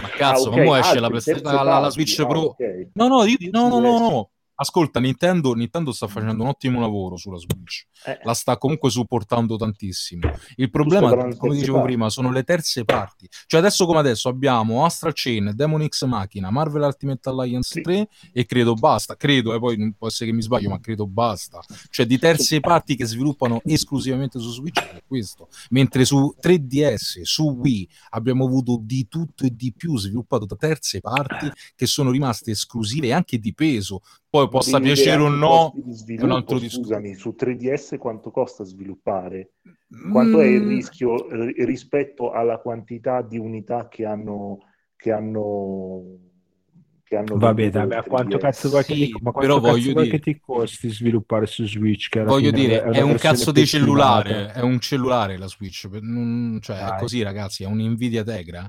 Speaker 4: Ma cazzo,
Speaker 5: Ah,
Speaker 4: ma
Speaker 5: ok,
Speaker 4: mo esce
Speaker 5: altri,
Speaker 4: la, PlayStation-
Speaker 5: terzo
Speaker 4: la- la
Speaker 5: parti,
Speaker 4: Switch
Speaker 5: ah,
Speaker 4: Pro.
Speaker 5: ok.
Speaker 4: No, no, io- no, no, no, no. Ascolta, Nintendo, Nintendo sta facendo un ottimo lavoro sulla Switch,
Speaker 5: Eh,
Speaker 4: la sta comunque supportando tantissimo. Il problema,
Speaker 5: parlando di
Speaker 4: come
Speaker 5: terze
Speaker 4: dicevo
Speaker 5: parti.
Speaker 4: prima, sono le terze parti. Cioè, adesso come adesso abbiamo Astral Chain, Demon X Machina, Marvel Ultimate Alliance
Speaker 5: Sì.
Speaker 4: 3 e credo basta. Credo, e poi non può essere che mi sbaglio, ma credo basta. Cioè, di terze parti che sviluppano esclusivamente su Switch è questo. Mentre su 3DS, su Wii, abbiamo avuto di tutto e di più sviluppato da terze
Speaker 5: Eh.
Speaker 4: parti che sono rimaste esclusive e anche di peso. Poi possa
Speaker 5: devi vedere
Speaker 4: piacere o
Speaker 5: anche i
Speaker 4: no,
Speaker 5: costi di
Speaker 4: è un
Speaker 5: sviluppo,
Speaker 4: altro discorso.
Speaker 5: scusami, su 3DS quanto costa sviluppare? Quanto è il
Speaker 4: Mm,
Speaker 5: rischio eh, rispetto alla quantità di unità che hanno che hanno che hanno
Speaker 2: Vabbè,
Speaker 5: venduto
Speaker 2: dai, ma
Speaker 5: il
Speaker 2: quanto
Speaker 5: 3DS?
Speaker 2: cazzo vuoi che
Speaker 4: Sì,
Speaker 2: ti, ma quanto
Speaker 4: però
Speaker 2: cazzo
Speaker 4: voglio
Speaker 2: vuoi
Speaker 4: dire-
Speaker 2: che ti costi sviluppare su Switch? Che alla
Speaker 4: Voglio
Speaker 2: fine
Speaker 4: dire,
Speaker 2: una
Speaker 4: è un
Speaker 2: versione
Speaker 4: cazzo di
Speaker 2: pettinata.
Speaker 4: cellulare, è un cellulare la Switch, per- non- cioè è
Speaker 2: Dai.
Speaker 4: così ragazzi, è un Nvidia Tegra.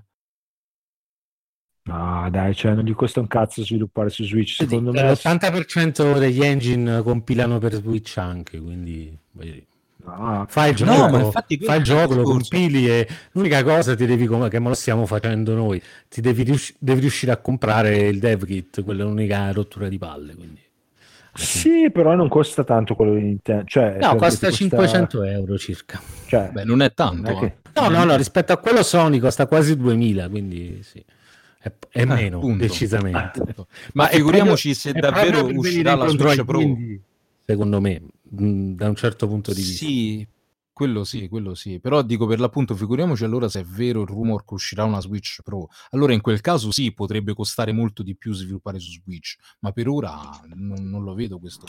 Speaker 2: No, dai, cioè non gli costa un cazzo sviluppare su Switch. Secondo
Speaker 6: Eh,
Speaker 2: me,
Speaker 6: l'80% degli engine compilano per Switch anche, quindi voglio dire,
Speaker 2: no,
Speaker 6: fai il
Speaker 4: No,
Speaker 6: gioco,
Speaker 4: ma infatti
Speaker 6: fai il
Speaker 4: questo è il
Speaker 6: gioco, lo
Speaker 4: discorso.
Speaker 6: compili e l'unica cosa ti devi com- che me lo stiamo facendo noi, ti devi, rius- devi riuscire a comprare il dev kit, quella è l'unica rottura di palle, quindi.
Speaker 2: sì, però non costa tanto quello di Nintendo. Cioè,
Speaker 6: No,
Speaker 2: perché
Speaker 6: Eh, costa
Speaker 2: ti
Speaker 6: 500 euro circa.
Speaker 2: Cioè,
Speaker 4: Beh, non è
Speaker 2: non
Speaker 4: tanto.
Speaker 2: è
Speaker 4: eh.
Speaker 2: che-
Speaker 6: No, no, no, rispetto a quello Sony costa quasi 2000, quindi sì. È, è
Speaker 4: Eh,
Speaker 6: meno,
Speaker 4: appunto.
Speaker 6: decisamente.
Speaker 4: Appunto. Ma
Speaker 6: è proprio-
Speaker 4: figuriamoci se
Speaker 6: è
Speaker 4: davvero
Speaker 6: proprio per
Speaker 4: uscirà
Speaker 6: venire
Speaker 4: la
Speaker 6: contro
Speaker 4: Switch
Speaker 6: agli
Speaker 4: Pro.
Speaker 6: indie, Secondo me, mh, da un certo punto di vista.
Speaker 4: Sì, quello sì, quello sì. Però dico per l'appunto, figuriamoci allora se è vero il rumor che uscirà una Switch Pro. Allora in quel caso sì, potrebbe costare molto di più sviluppare su Switch, ma per ora non, non lo vedo questo,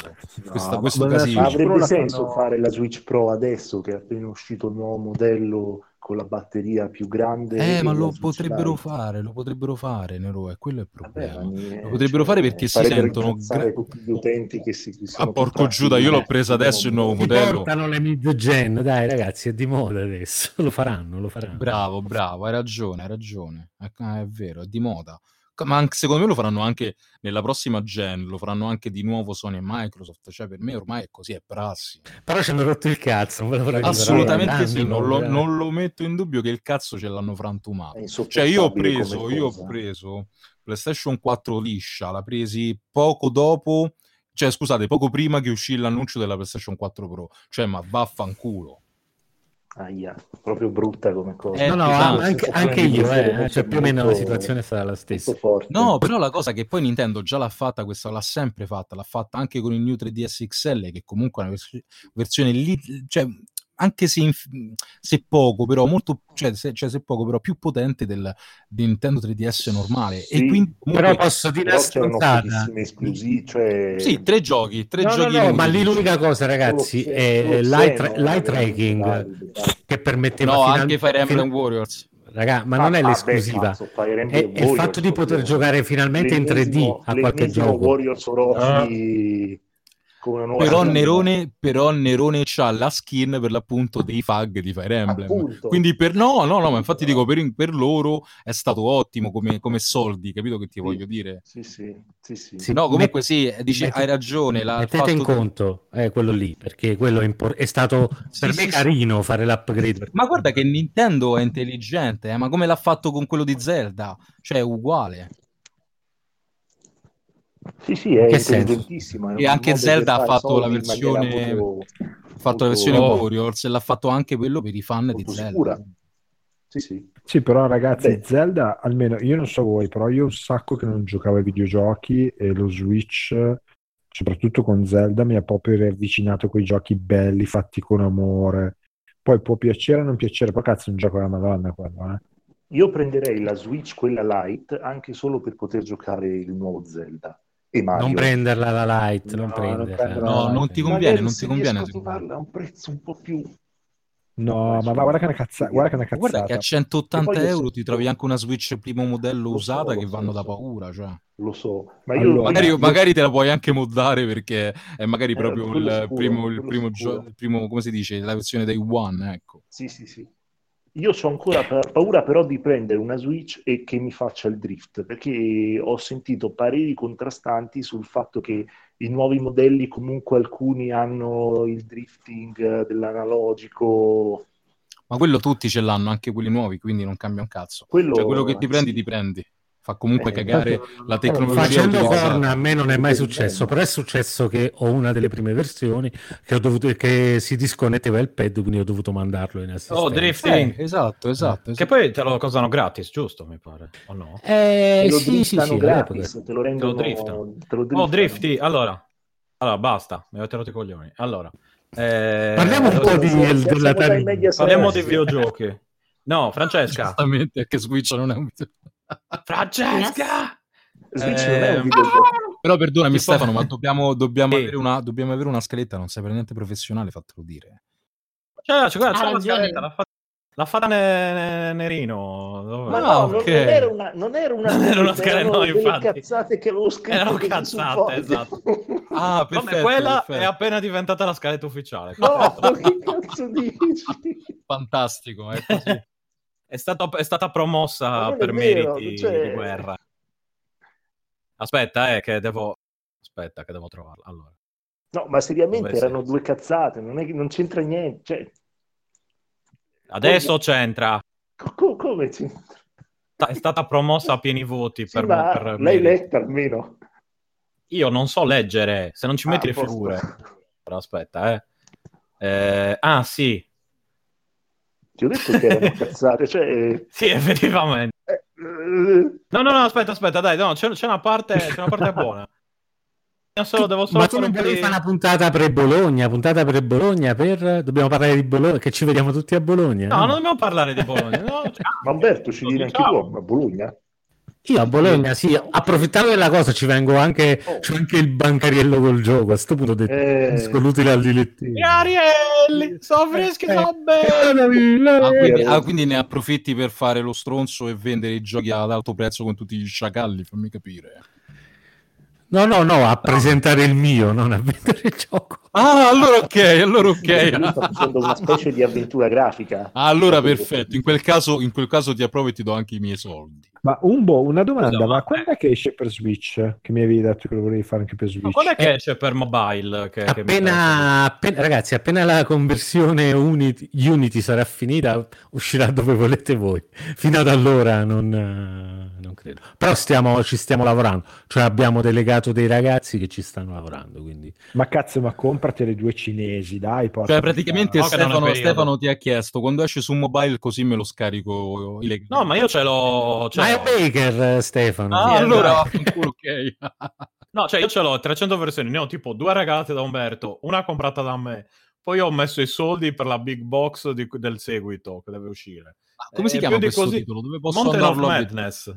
Speaker 4: questa-
Speaker 2: ma-
Speaker 4: questo
Speaker 2: ma-
Speaker 4: casino.
Speaker 5: Ma
Speaker 2: Switch Pro
Speaker 5: avrebbe
Speaker 2: la
Speaker 5: senso
Speaker 2: fanno-
Speaker 5: fare la Switch Pro adesso che è appena uscito il nuovo modello con la batteria più grande
Speaker 4: Eh,
Speaker 5: e
Speaker 4: ma
Speaker 5: la
Speaker 4: lo
Speaker 5: Switch
Speaker 4: potrebbero
Speaker 5: Lite?
Speaker 4: fare, lo potrebbero fare, Nero, è quello è il
Speaker 5: Vabbè,
Speaker 4: problema.
Speaker 5: ma mi-
Speaker 4: Lo potrebbero fare perché si
Speaker 5: farebbero
Speaker 4: sentono
Speaker 5: incazzare
Speaker 4: gra-
Speaker 5: tutti gli utenti che si che
Speaker 4: Ah,
Speaker 5: sono Eh,
Speaker 4: porco
Speaker 5: contratti
Speaker 4: Giuda, io l'ho
Speaker 5: diversi
Speaker 4: presa
Speaker 5: di
Speaker 4: adesso il
Speaker 5: mondo.
Speaker 4: nuovo
Speaker 6: Si
Speaker 4: modello.
Speaker 6: portano le mid-gen, dai ragazzi, è di moda adesso, [laughs] lo faranno, lo faranno.
Speaker 4: Bravo, bravo, hai ragione, hai ragione. Eh, ah, È vero, è di moda. Co- Ma anche- secondo me lo faranno anche nella prossima gen, lo faranno anche di nuovo Sony e Microsoft. Cioè, per me ormai è così, è prassi.
Speaker 6: Però ci hanno rotto il cazzo, non ve lo farò
Speaker 4: Assolutamente sì, non lo, non lo metto in dubbio che il cazzo ce l'hanno
Speaker 5: È
Speaker 4: frantumato. Cioè,
Speaker 5: insopportabile
Speaker 4: io ho
Speaker 5: come
Speaker 4: preso, io
Speaker 5: cosa.
Speaker 4: ho preso PlayStation 4 liscia, la presi poco dopo, cioè scusate, poco prima che uscì l'annuncio della PlayStation 4 Pro. Cioè, ma vaffanculo.
Speaker 5: Aia, proprio brutta come cosa.
Speaker 4: Eh,
Speaker 6: No, no,
Speaker 4: esatto.
Speaker 6: anche, anche io, eh, cioè più o meno la situazione è stata la stessa.
Speaker 5: molto forte.
Speaker 4: No, però la cosa che poi Nintendo già l'ha fatta, questa l'ha sempre fatta, l'ha fatta anche con il New 3DS XL, che comunque è una vers- versione lì, cioè, anche se, inf- se poco, però molto, cioè se, cioè, se poco, però più potente del di Nintendo 3DS normale.
Speaker 5: Sì,
Speaker 4: e quindi,
Speaker 6: Però
Speaker 4: comunque,
Speaker 6: posso dire
Speaker 5: Però
Speaker 6: una
Speaker 5: c'erano
Speaker 6: stronzata.
Speaker 5: pochissime esclusive, cioè...
Speaker 4: sì, tre giochi, tre
Speaker 6: No, no,
Speaker 4: giochi.
Speaker 6: no,
Speaker 4: lunghi.
Speaker 6: ma lì l'unica cosa, ragazzi,
Speaker 4: eh,
Speaker 6: è l'eye, tra- l'eye tracking che permetteva
Speaker 4: No,
Speaker 6: fino a-
Speaker 4: anche Fire Emblem
Speaker 6: fino-
Speaker 4: Warriors.
Speaker 6: Raga, ma
Speaker 5: Ah,
Speaker 6: non è l'esclusiva. è, è il fatto di poter giocare finalmente in 3D a qualche gioco.
Speaker 5: Warriors Orochi con una nuova
Speaker 4: Però Nerone, però Nerone ha la skin per l'appunto dei fag di Fire Emblem.
Speaker 5: Appunto.
Speaker 4: Quindi per no, no, no, ma infatti dico per, per loro è stato ottimo come, come soldi, capito che ti voglio dire?
Speaker 5: Sì, sì, sì, sì.
Speaker 6: Sì.
Speaker 4: No, comunque sì, eh, dici,
Speaker 6: metti-
Speaker 4: hai ragione. La, il
Speaker 6: Mettete
Speaker 4: fatto
Speaker 6: in
Speaker 4: di-
Speaker 6: conto eh, quello lì, perché quello è, impor- è stato
Speaker 4: Sì,
Speaker 6: per
Speaker 4: sì,
Speaker 6: me
Speaker 4: sì.
Speaker 6: carino fare l'upgrade. perché-
Speaker 4: Ma guarda che Nintendo è intelligente, eh, ma come l'ha fatto con quello di Zelda? Cioè è uguale.
Speaker 5: Sì, sì, è
Speaker 6: Che senso?
Speaker 5: intelligentissima.
Speaker 4: E anche Zelda ha fatto la versione- Ha fatto la versione
Speaker 5: molto, oh.
Speaker 4: Warriors e l'ha fatto anche quello per i fan di
Speaker 5: molto
Speaker 4: Zelda.
Speaker 5: sicura. Sì, sì.
Speaker 2: Sì, però ragazzi,
Speaker 5: Beh.
Speaker 2: Zelda, almeno io non so voi, però io un sacco che non giocavo ai videogiochi e lo Switch, soprattutto con Zelda, mi ha proprio riavvicinato quei giochi belli fatti con amore. Poi può piacere o non piacere, poi cazzo è un gioco della Madonna quello, eh.
Speaker 5: Io prenderei la Switch, quella Lite, anche solo per poter giocare il nuovo Zelda e Mario.
Speaker 6: Non prenderla la light, non
Speaker 2: No, non
Speaker 6: prenderla.
Speaker 2: prenderla.
Speaker 4: No, non ti conviene,
Speaker 5: Magari
Speaker 4: non
Speaker 5: se
Speaker 4: ti conviene.
Speaker 5: riesco a
Speaker 4: secondo me.
Speaker 5: trovarla a un prezzo un po' più...
Speaker 2: No, ma va- guarda che è una cazza- guarda che è una
Speaker 4: Ma Guarda che a
Speaker 2: cazzata.
Speaker 4: 180
Speaker 5: E poi io
Speaker 4: euro
Speaker 5: so-
Speaker 4: ti trovi anche una Switch primo modello
Speaker 5: Lo so,
Speaker 4: usata
Speaker 5: lo
Speaker 4: che
Speaker 5: so,
Speaker 4: vanno
Speaker 5: lo
Speaker 4: da
Speaker 5: so.
Speaker 4: paura. Cioè.
Speaker 5: Lo so, ma io...
Speaker 2: Allora,
Speaker 4: Magari,
Speaker 5: io-
Speaker 4: magari te la puoi anche moddare perché è magari
Speaker 5: Eh,
Speaker 4: proprio
Speaker 5: quello
Speaker 4: il
Speaker 5: sicuro,
Speaker 4: primo, il
Speaker 5: quello
Speaker 4: primo
Speaker 5: sicuro.
Speaker 4: gio- il primo- come si dice, la versione dei One. Ecco.
Speaker 5: Sì, sì, sì. Io ho ancora pa- paura però di prendere una Switch e che mi faccia il drift, perché ho sentito pareri contrastanti sul fatto che i nuovi modelli comunque alcuni hanno il drifting eh, dell'analogico.
Speaker 4: Ma quello tutti ce l'hanno, anche quelli nuovi, quindi non cambia un cazzo.
Speaker 5: Quello,
Speaker 4: Cioè, quello che ti prendi,
Speaker 5: sì.
Speaker 4: ti prendi. Fa comunque
Speaker 5: Eh,
Speaker 4: cagare la tecnologia.
Speaker 6: Facendo
Speaker 4: utilizzata.
Speaker 6: corna a me non è mai
Speaker 5: Quello è
Speaker 6: successo,
Speaker 5: bello.
Speaker 6: però è successo che ho una delle prime versioni che, ho dovuto, che si disconnetteva il pad, quindi ho dovuto mandarlo in assistenza.
Speaker 1: Oh, drifting.
Speaker 4: Eh, esatto, esatto.
Speaker 1: Che
Speaker 4: esatto.
Speaker 1: poi te lo cosano gratis, giusto? Mi pare. O no?
Speaker 6: Eh,
Speaker 5: Te lo
Speaker 6: sì, sì,
Speaker 5: driftano
Speaker 6: sì, all'epoca.
Speaker 5: gratis, te lo rendono
Speaker 1: driftano.
Speaker 5: te lo
Speaker 1: Oh,
Speaker 5: driftano.
Speaker 1: drifty. Allora, allora basta. Mi avete rotto i coglioni. Allora, eh,
Speaker 6: Parliamo un po' di-
Speaker 5: Siamo dai
Speaker 6: della Tarina.
Speaker 5: Mediaset.
Speaker 1: parliamo dei videogiochi. No,
Speaker 5: esatto.
Speaker 1: Francesca.
Speaker 4: Giustamente, perché Switch non è un video.
Speaker 1: Francesca!
Speaker 5: Switch non è
Speaker 1: Eh,
Speaker 5: un videogioco.
Speaker 4: Però perdonami
Speaker 1: Tipo-
Speaker 4: Stefano, ma dobbiamo, dobbiamo
Speaker 1: Sì.
Speaker 4: avere una, dobbiamo avere una scaletta, non sei per niente professionale, fatelo dire.
Speaker 1: Cioè, cioè, guarda,
Speaker 7: Ha
Speaker 1: c'è la
Speaker 7: ragione.
Speaker 1: scaletta, l'ha fatta, l'ha fatta Ne- Ne- Nerino. Dov'è?
Speaker 5: Ma
Speaker 4: Ah,
Speaker 5: no, non-
Speaker 4: ok.
Speaker 5: non era una, non era una,
Speaker 1: [laughs] Non era una
Speaker 5: scaletta,
Speaker 1: scala,
Speaker 5: erano
Speaker 1: no,
Speaker 5: delle
Speaker 1: infatti.
Speaker 5: cazzate che avevo scritto
Speaker 1: Erano
Speaker 5: così sul
Speaker 1: cazzate,
Speaker 5: foglio.
Speaker 1: esatto.
Speaker 4: Ah,
Speaker 1: Vabbè,
Speaker 4: perfetto,
Speaker 1: quella
Speaker 4: perfetto.
Speaker 1: è appena diventata la scaletta ufficiale.
Speaker 5: [laughs] No, [laughs] che cazzo dici?
Speaker 4: fantastico, ecco. è così.
Speaker 1: È, stato- è stata
Speaker 5: Ma
Speaker 1: promossa
Speaker 5: non è
Speaker 1: per
Speaker 5: vero,
Speaker 1: meriti
Speaker 5: cioè-
Speaker 1: di guerra. Aspetta, eh, che devo. Aspetta, che devo trovarla. Allora.
Speaker 5: No, ma seriamente
Speaker 1: Dove sei?
Speaker 5: erano due cazzate, non, è che, non c'entra niente. Cioè,
Speaker 1: Adesso c'entra.
Speaker 5: co- co- come c'entra?
Speaker 1: Sta- È stata promossa a pieni voti
Speaker 5: Sì,
Speaker 1: per,
Speaker 5: ma
Speaker 1: per
Speaker 5: l'hai
Speaker 1: meriti.
Speaker 5: letta almeno.
Speaker 1: Io non so leggere, se non ci metti
Speaker 5: Ah,
Speaker 1: le
Speaker 5: posto.
Speaker 1: figure. Però aspetta, eh. Eh, ah, sì.
Speaker 5: Ti ho detto che erano cazzate, cioè... eh,
Speaker 1: Sì, [laughs] effettivamente.
Speaker 5: eh,
Speaker 1: No, no, no, aspetta, aspetta, dai, no, c'è, c'è una parte, c'è una parte buona. Io solo, devo solo
Speaker 6: Ma tu
Speaker 1: fare
Speaker 6: non
Speaker 1: un po'
Speaker 6: volevi
Speaker 1: di-
Speaker 6: fare una puntata per Bologna, puntata per Bologna, per... dobbiamo parlare di Bologna, che ci vediamo tutti a Bologna.
Speaker 1: No, non dobbiamo parlare di Bologna. no,
Speaker 6: [laughs]
Speaker 1: cioè-
Speaker 5: ma Umberto ci viene anche
Speaker 1: Ciao.
Speaker 5: tu a Bologna?
Speaker 6: Io a Bologna, sì, approfittando della cosa ci vengo anche,
Speaker 5: Oh.
Speaker 6: c'è anche il bancariello col gioco, a sto punto ho detto,
Speaker 5: Eh.
Speaker 6: unisco l'utile al dilettino.
Speaker 1: Arielli,
Speaker 6: Eh,
Speaker 1: sono freschi, sono belli.
Speaker 4: Ah, quindi,
Speaker 5: Vero.
Speaker 4: ah, quindi ne approfitti per fare lo stronzo e vendere i giochi ad alto prezzo con tutti gli sciacalli, fammi capire.
Speaker 6: No, no, no,
Speaker 1: Ah,
Speaker 6: a presentare il mio, non a [laughs] vendere il gioco.
Speaker 4: Ah, allora ok, allora
Speaker 5: Lui sta
Speaker 4: ok.
Speaker 5: facendo una specie di avventura grafica.
Speaker 4: [laughs] Ah, Allora perfetto, in quel, caso, in quel caso ti approvo e ti do anche i miei soldi.
Speaker 2: Ma Umbo, una domanda,
Speaker 1: Scusa,
Speaker 2: ma
Speaker 1: ma-
Speaker 2: quando è che esce per Switch? Che mi avevi detto che lo volevi fare anche per
Speaker 1: Ma
Speaker 2: Switch?
Speaker 1: quando è che c'è per mobile? Che, che mi interessa?
Speaker 6: Appena, appena- ragazzi, appena la conversione Unity, Unity sarà finita, uscirà dove volete voi. Fino ad allora non, eh, non credo. Però stiamo, ci stiamo lavorando, cioè abbiamo delegato dei ragazzi che ci stanno lavorando, quindi
Speaker 2: Ma cazzo, ma comprati le due cinesi, dai, porca
Speaker 4: Cioè praticamente
Speaker 1: No, che non è
Speaker 4: Stefano,
Speaker 1: periodo.
Speaker 4: Stefano ti ha chiesto, quando esce su mobile così me lo scarico illegale.
Speaker 1: No, ma io ce l'ho. ce
Speaker 6: Ma è
Speaker 1: l'ho.
Speaker 6: Baker eh, Stefano.
Speaker 4: Ah,
Speaker 1: Sì,
Speaker 4: allora,
Speaker 1: dai. [laughs]
Speaker 4: vaffanculo, ok. Ah,
Speaker 1: No, cioè io ce l'ho 300 versioni, ne ho tipo due regalate da Umberto, una comprata da me. Poi ho messo i soldi per la big box di- del seguito che deve uscire.
Speaker 4: Ah, Come si
Speaker 1: Eh,
Speaker 4: chiama
Speaker 1: più di
Speaker 4: questo
Speaker 1: così.
Speaker 4: titolo? Dove posso
Speaker 1: Mountain of
Speaker 4: andarlo a vedere?
Speaker 1: Madness.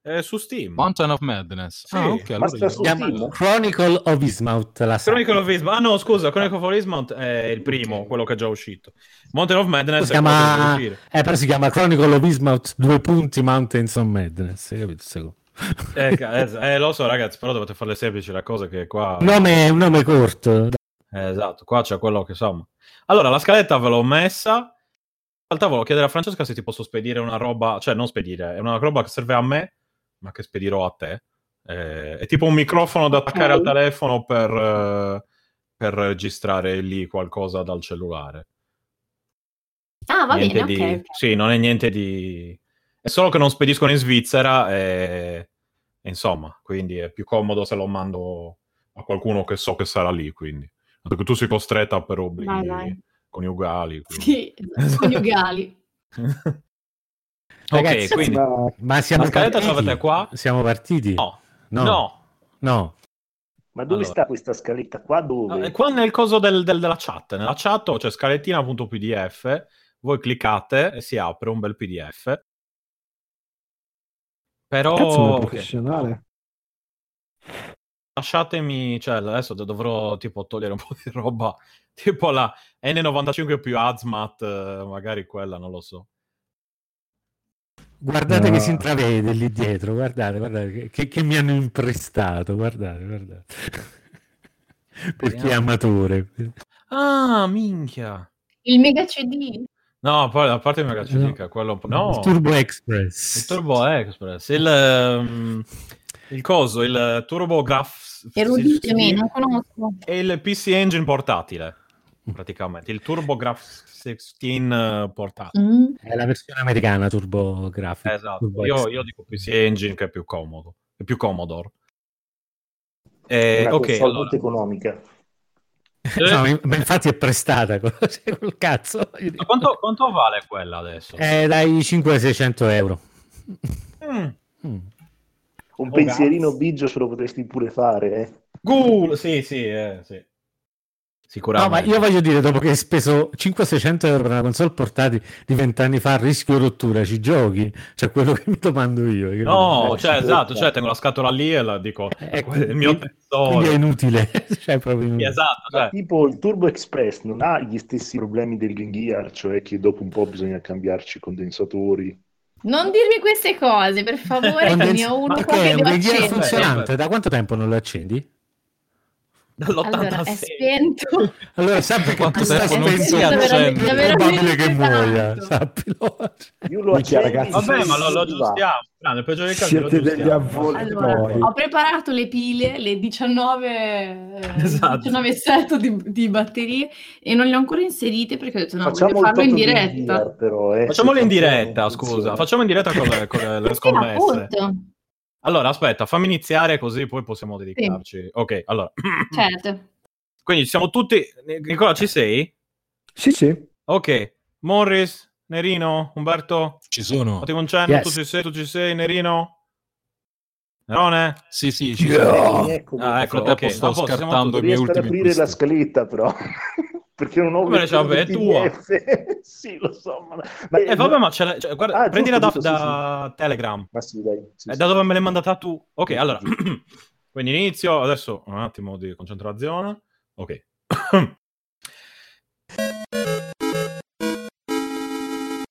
Speaker 1: È su Steam.
Speaker 4: Mountain of Madness.
Speaker 1: Sì,
Speaker 4: ah, ok.
Speaker 1: ma
Speaker 4: Allora
Speaker 5: sta
Speaker 4: io-
Speaker 5: su
Speaker 6: Si chiama
Speaker 5: Steam?
Speaker 6: Chronicle of Ismouth la saga.
Speaker 1: Chronicle of Ismouth. Ah no, scusa, Chronicle of Ismouth è il primo, quello che è già uscito. Mountain of Madness
Speaker 6: Si
Speaker 1: è quello che
Speaker 6: chiama-
Speaker 1: deve uscire.
Speaker 6: Eh, però si chiama Chronicle of Ismouth due punti Mountains of Madness, hai capito? Secondo-
Speaker 1: Eh, ca- eh, eh, lo so ragazzi, però dovete farle semplici la cosa che qua...
Speaker 6: Un nome, un nome corto.
Speaker 1: Eh, esatto, qua c'è quello che insomma. Allora, la scaletta ve l'ho messa. In realtà volevo chiedere a Francesca se ti posso spedire una roba, cioè non spedire, è una roba che serve a me, ma che spedirò a te. Eh, è tipo un microfono da attaccare
Speaker 10: Ok.
Speaker 1: al telefono per, eh, per registrare lì qualcosa dal cellulare.
Speaker 10: Ah, va
Speaker 1: Niente
Speaker 10: bene,
Speaker 1: di-
Speaker 10: ok.
Speaker 1: Sì, non è niente di... È solo che non spediscono in Svizzera e... e insomma, quindi è più comodo se lo mando a qualcuno che so che sarà lì, quindi. Perché tu sei costretta per obblighi
Speaker 10: Vai, vai.
Speaker 1: coniugali. quindi.
Speaker 10: Sì, coniugali.
Speaker 1: ok,
Speaker 6: Ragazzi,
Speaker 1: quindi...
Speaker 2: Ma
Speaker 6: Ma siamo
Speaker 1: La scaletta ce
Speaker 6: partiti.
Speaker 1: l'avete qua?
Speaker 6: Siamo partiti?
Speaker 1: No.
Speaker 6: No.
Speaker 1: No,
Speaker 6: no.
Speaker 5: Ma dove
Speaker 1: Allora.
Speaker 5: sta questa scaletta qua? Dove?
Speaker 1: Eh, qua nel coso del- del- della chat, nella chat c'è scalettina.pdf, voi cliccate e si apre un bel pdf. Però...
Speaker 2: cazzo, ma è
Speaker 1: ok.
Speaker 2: professionale.
Speaker 1: lasciatemi, cioè adesso do- dovrò tipo togliere un po' di roba, [laughs] tipo la N95 più Azmat, eh, magari quella, non lo so.
Speaker 6: Guardate
Speaker 2: No.
Speaker 6: che si intravede lì dietro, guardate, guardate che, che mi hanno imprestato, guardate, guardate. [laughs] Per chi è amatore.
Speaker 1: Ah, minchia.
Speaker 3: Il mega CD.
Speaker 1: No, poi la parte mega
Speaker 6: Eh, No.
Speaker 1: citica, quello un po'... No,
Speaker 6: Il Turbo Express.
Speaker 1: il Turbo Express, il, ehm, il coso, il Turbo Graph...
Speaker 3: Eruditemi, non conosco.
Speaker 1: E il PC Engine portatile, praticamente. Il Turbo Graph 16 eh, portatile.
Speaker 3: Mm.
Speaker 6: È la versione americana Turbo Graphics.
Speaker 1: Esatto,
Speaker 6: Turbo
Speaker 1: io,
Speaker 6: Express.
Speaker 1: io dico PC Engine che è più comodo, è più Commodore. Eh,
Speaker 5: Una
Speaker 1: ok,
Speaker 5: console
Speaker 1: allora.
Speaker 5: molto economica.
Speaker 1: Eh,
Speaker 6: [laughs] No, in- ma infatti è prestata [laughs] con col cazzo. Io
Speaker 1: ma
Speaker 6: dico-
Speaker 1: quanto, quanto vale quella adesso?
Speaker 6: Eh, dai 500-600 euro.
Speaker 1: Mm,
Speaker 6: Mm.
Speaker 5: Un
Speaker 1: Oh,
Speaker 5: pensierino
Speaker 1: cazzo.
Speaker 5: bigio ce lo potresti pure fare, eh.
Speaker 1: Ghoul, sì, sì, eh, sì.
Speaker 6: No, ma
Speaker 1: Sicuramente.
Speaker 6: io voglio dire, dopo che hai speso 500-600 euro per una console portatile di 20 anni fa, rischio rottura, ci giochi? Cioè, quello che mi domando io. io-
Speaker 1: No,
Speaker 5: Eh,
Speaker 1: cioè,
Speaker 5: ci
Speaker 1: esatto,
Speaker 5: può
Speaker 1: cioè,
Speaker 5: fare.
Speaker 1: tengo la scatola lì e la dico,
Speaker 6: Eh,
Speaker 1: "Quello è il mio
Speaker 6: quindi- quindi è
Speaker 1: tesoro.
Speaker 6: inutile. [laughs] cioè, è proprio inutile.
Speaker 1: Esatto, cioè,
Speaker 5: Tipo il Turbo Express non ha gli stessi problemi del Game Gear, cioè che dopo un po' bisogna cambiarci i condensatori.
Speaker 3: Non dirmi queste cose, per
Speaker 6: [laughs]
Speaker 3: favore, che ne
Speaker 6: Condensa-
Speaker 3: ho uno
Speaker 6: Ma
Speaker 3: qua
Speaker 6: che è
Speaker 3: che
Speaker 6: un
Speaker 3: devo
Speaker 6: regista
Speaker 3: accendere.
Speaker 6: funzionante? Da quanto tempo non lo accendi?
Speaker 3: Allora, è
Speaker 1: dall'86.
Speaker 3: spento.
Speaker 6: Allora, sappi che
Speaker 7: Quanto
Speaker 6: tu stai
Speaker 7: tempo non
Speaker 6: spendendo
Speaker 7: si accende?
Speaker 6: tempo, è
Speaker 3: Veramente
Speaker 6: probabile che
Speaker 3: tanto.
Speaker 6: muoia, sappilo.
Speaker 5: Io lo
Speaker 2: Minchia,
Speaker 5: accendo,
Speaker 2: ragazzi,
Speaker 1: [laughs]
Speaker 5: sono
Speaker 1: Vabbè, ma lo, lo
Speaker 5: in diva.
Speaker 1: aggiustiamo. Ah, nel peggiore dei casi lo
Speaker 2: Siete degli
Speaker 1: aggiustiamo.
Speaker 2: avvolti
Speaker 3: Allora,
Speaker 2: poi.
Speaker 3: ho preparato le pile, le 19, eh,
Speaker 1: Esatto.
Speaker 3: 19 set di, di batterie e non le ho ancora inserite perché ho detto no,
Speaker 5: Facciamo
Speaker 3: voglio farlo
Speaker 5: il
Speaker 3: in
Speaker 5: toto Game
Speaker 3: diretta.
Speaker 5: Gear, però, eh.
Speaker 1: Facciamolo in
Speaker 5: Se funziona,
Speaker 1: diretta,
Speaker 5: non
Speaker 1: scusa.
Speaker 5: funziona.
Speaker 1: Facciamo in diretta con le, con le- le
Speaker 3: Sì,
Speaker 1: scommesse.
Speaker 3: appunto,
Speaker 1: Allora, aspetta, fammi iniziare così poi possiamo dedicarci. Ok, allora. [clears throat]
Speaker 3: certo.
Speaker 1: Quindi siamo tutti... Nicola, ci sei?
Speaker 2: Sì, sì.
Speaker 1: Ok. Morris, Nerino, Umberto,
Speaker 4: Ci sono.
Speaker 1: fatti un cenno,
Speaker 6: Yes.
Speaker 1: tu ci sei, tu ci sei, Nerino? Nerone?
Speaker 4: Sì, sì, ci sono.
Speaker 5: Eh, eccomi.
Speaker 1: Ah,
Speaker 4: Nel
Speaker 1: ecco,
Speaker 4: frattempo
Speaker 1: ok, a
Speaker 4: sto
Speaker 1: posto, siamo
Speaker 4: scartando i
Speaker 5: Non
Speaker 4: miei
Speaker 5: riesco ad
Speaker 4: ultimi
Speaker 5: aprire
Speaker 4: acquisti.
Speaker 5: la scaletta, però. [laughs] Perché non ho
Speaker 1: Come
Speaker 5: messo
Speaker 1: la
Speaker 5: il
Speaker 1: c'avevi? È
Speaker 5: PDF. [laughs] sì, lo so. Ma... ma-
Speaker 1: Eh vabbè, ma ce l'hai- cioè, guarda,
Speaker 5: Ah,
Speaker 1: prendila da,
Speaker 5: giusto, giusto,
Speaker 1: da Telegram.
Speaker 5: Ma sì, dai. sì,
Speaker 1: È
Speaker 5: sì.
Speaker 1: da dove me l'hai mandata tu? Ok,
Speaker 5: Sì,
Speaker 1: allora. [clears throat]
Speaker 5: giusto.
Speaker 1: Quindi inizio, adesso un attimo di concentrazione. Ok. [clears throat]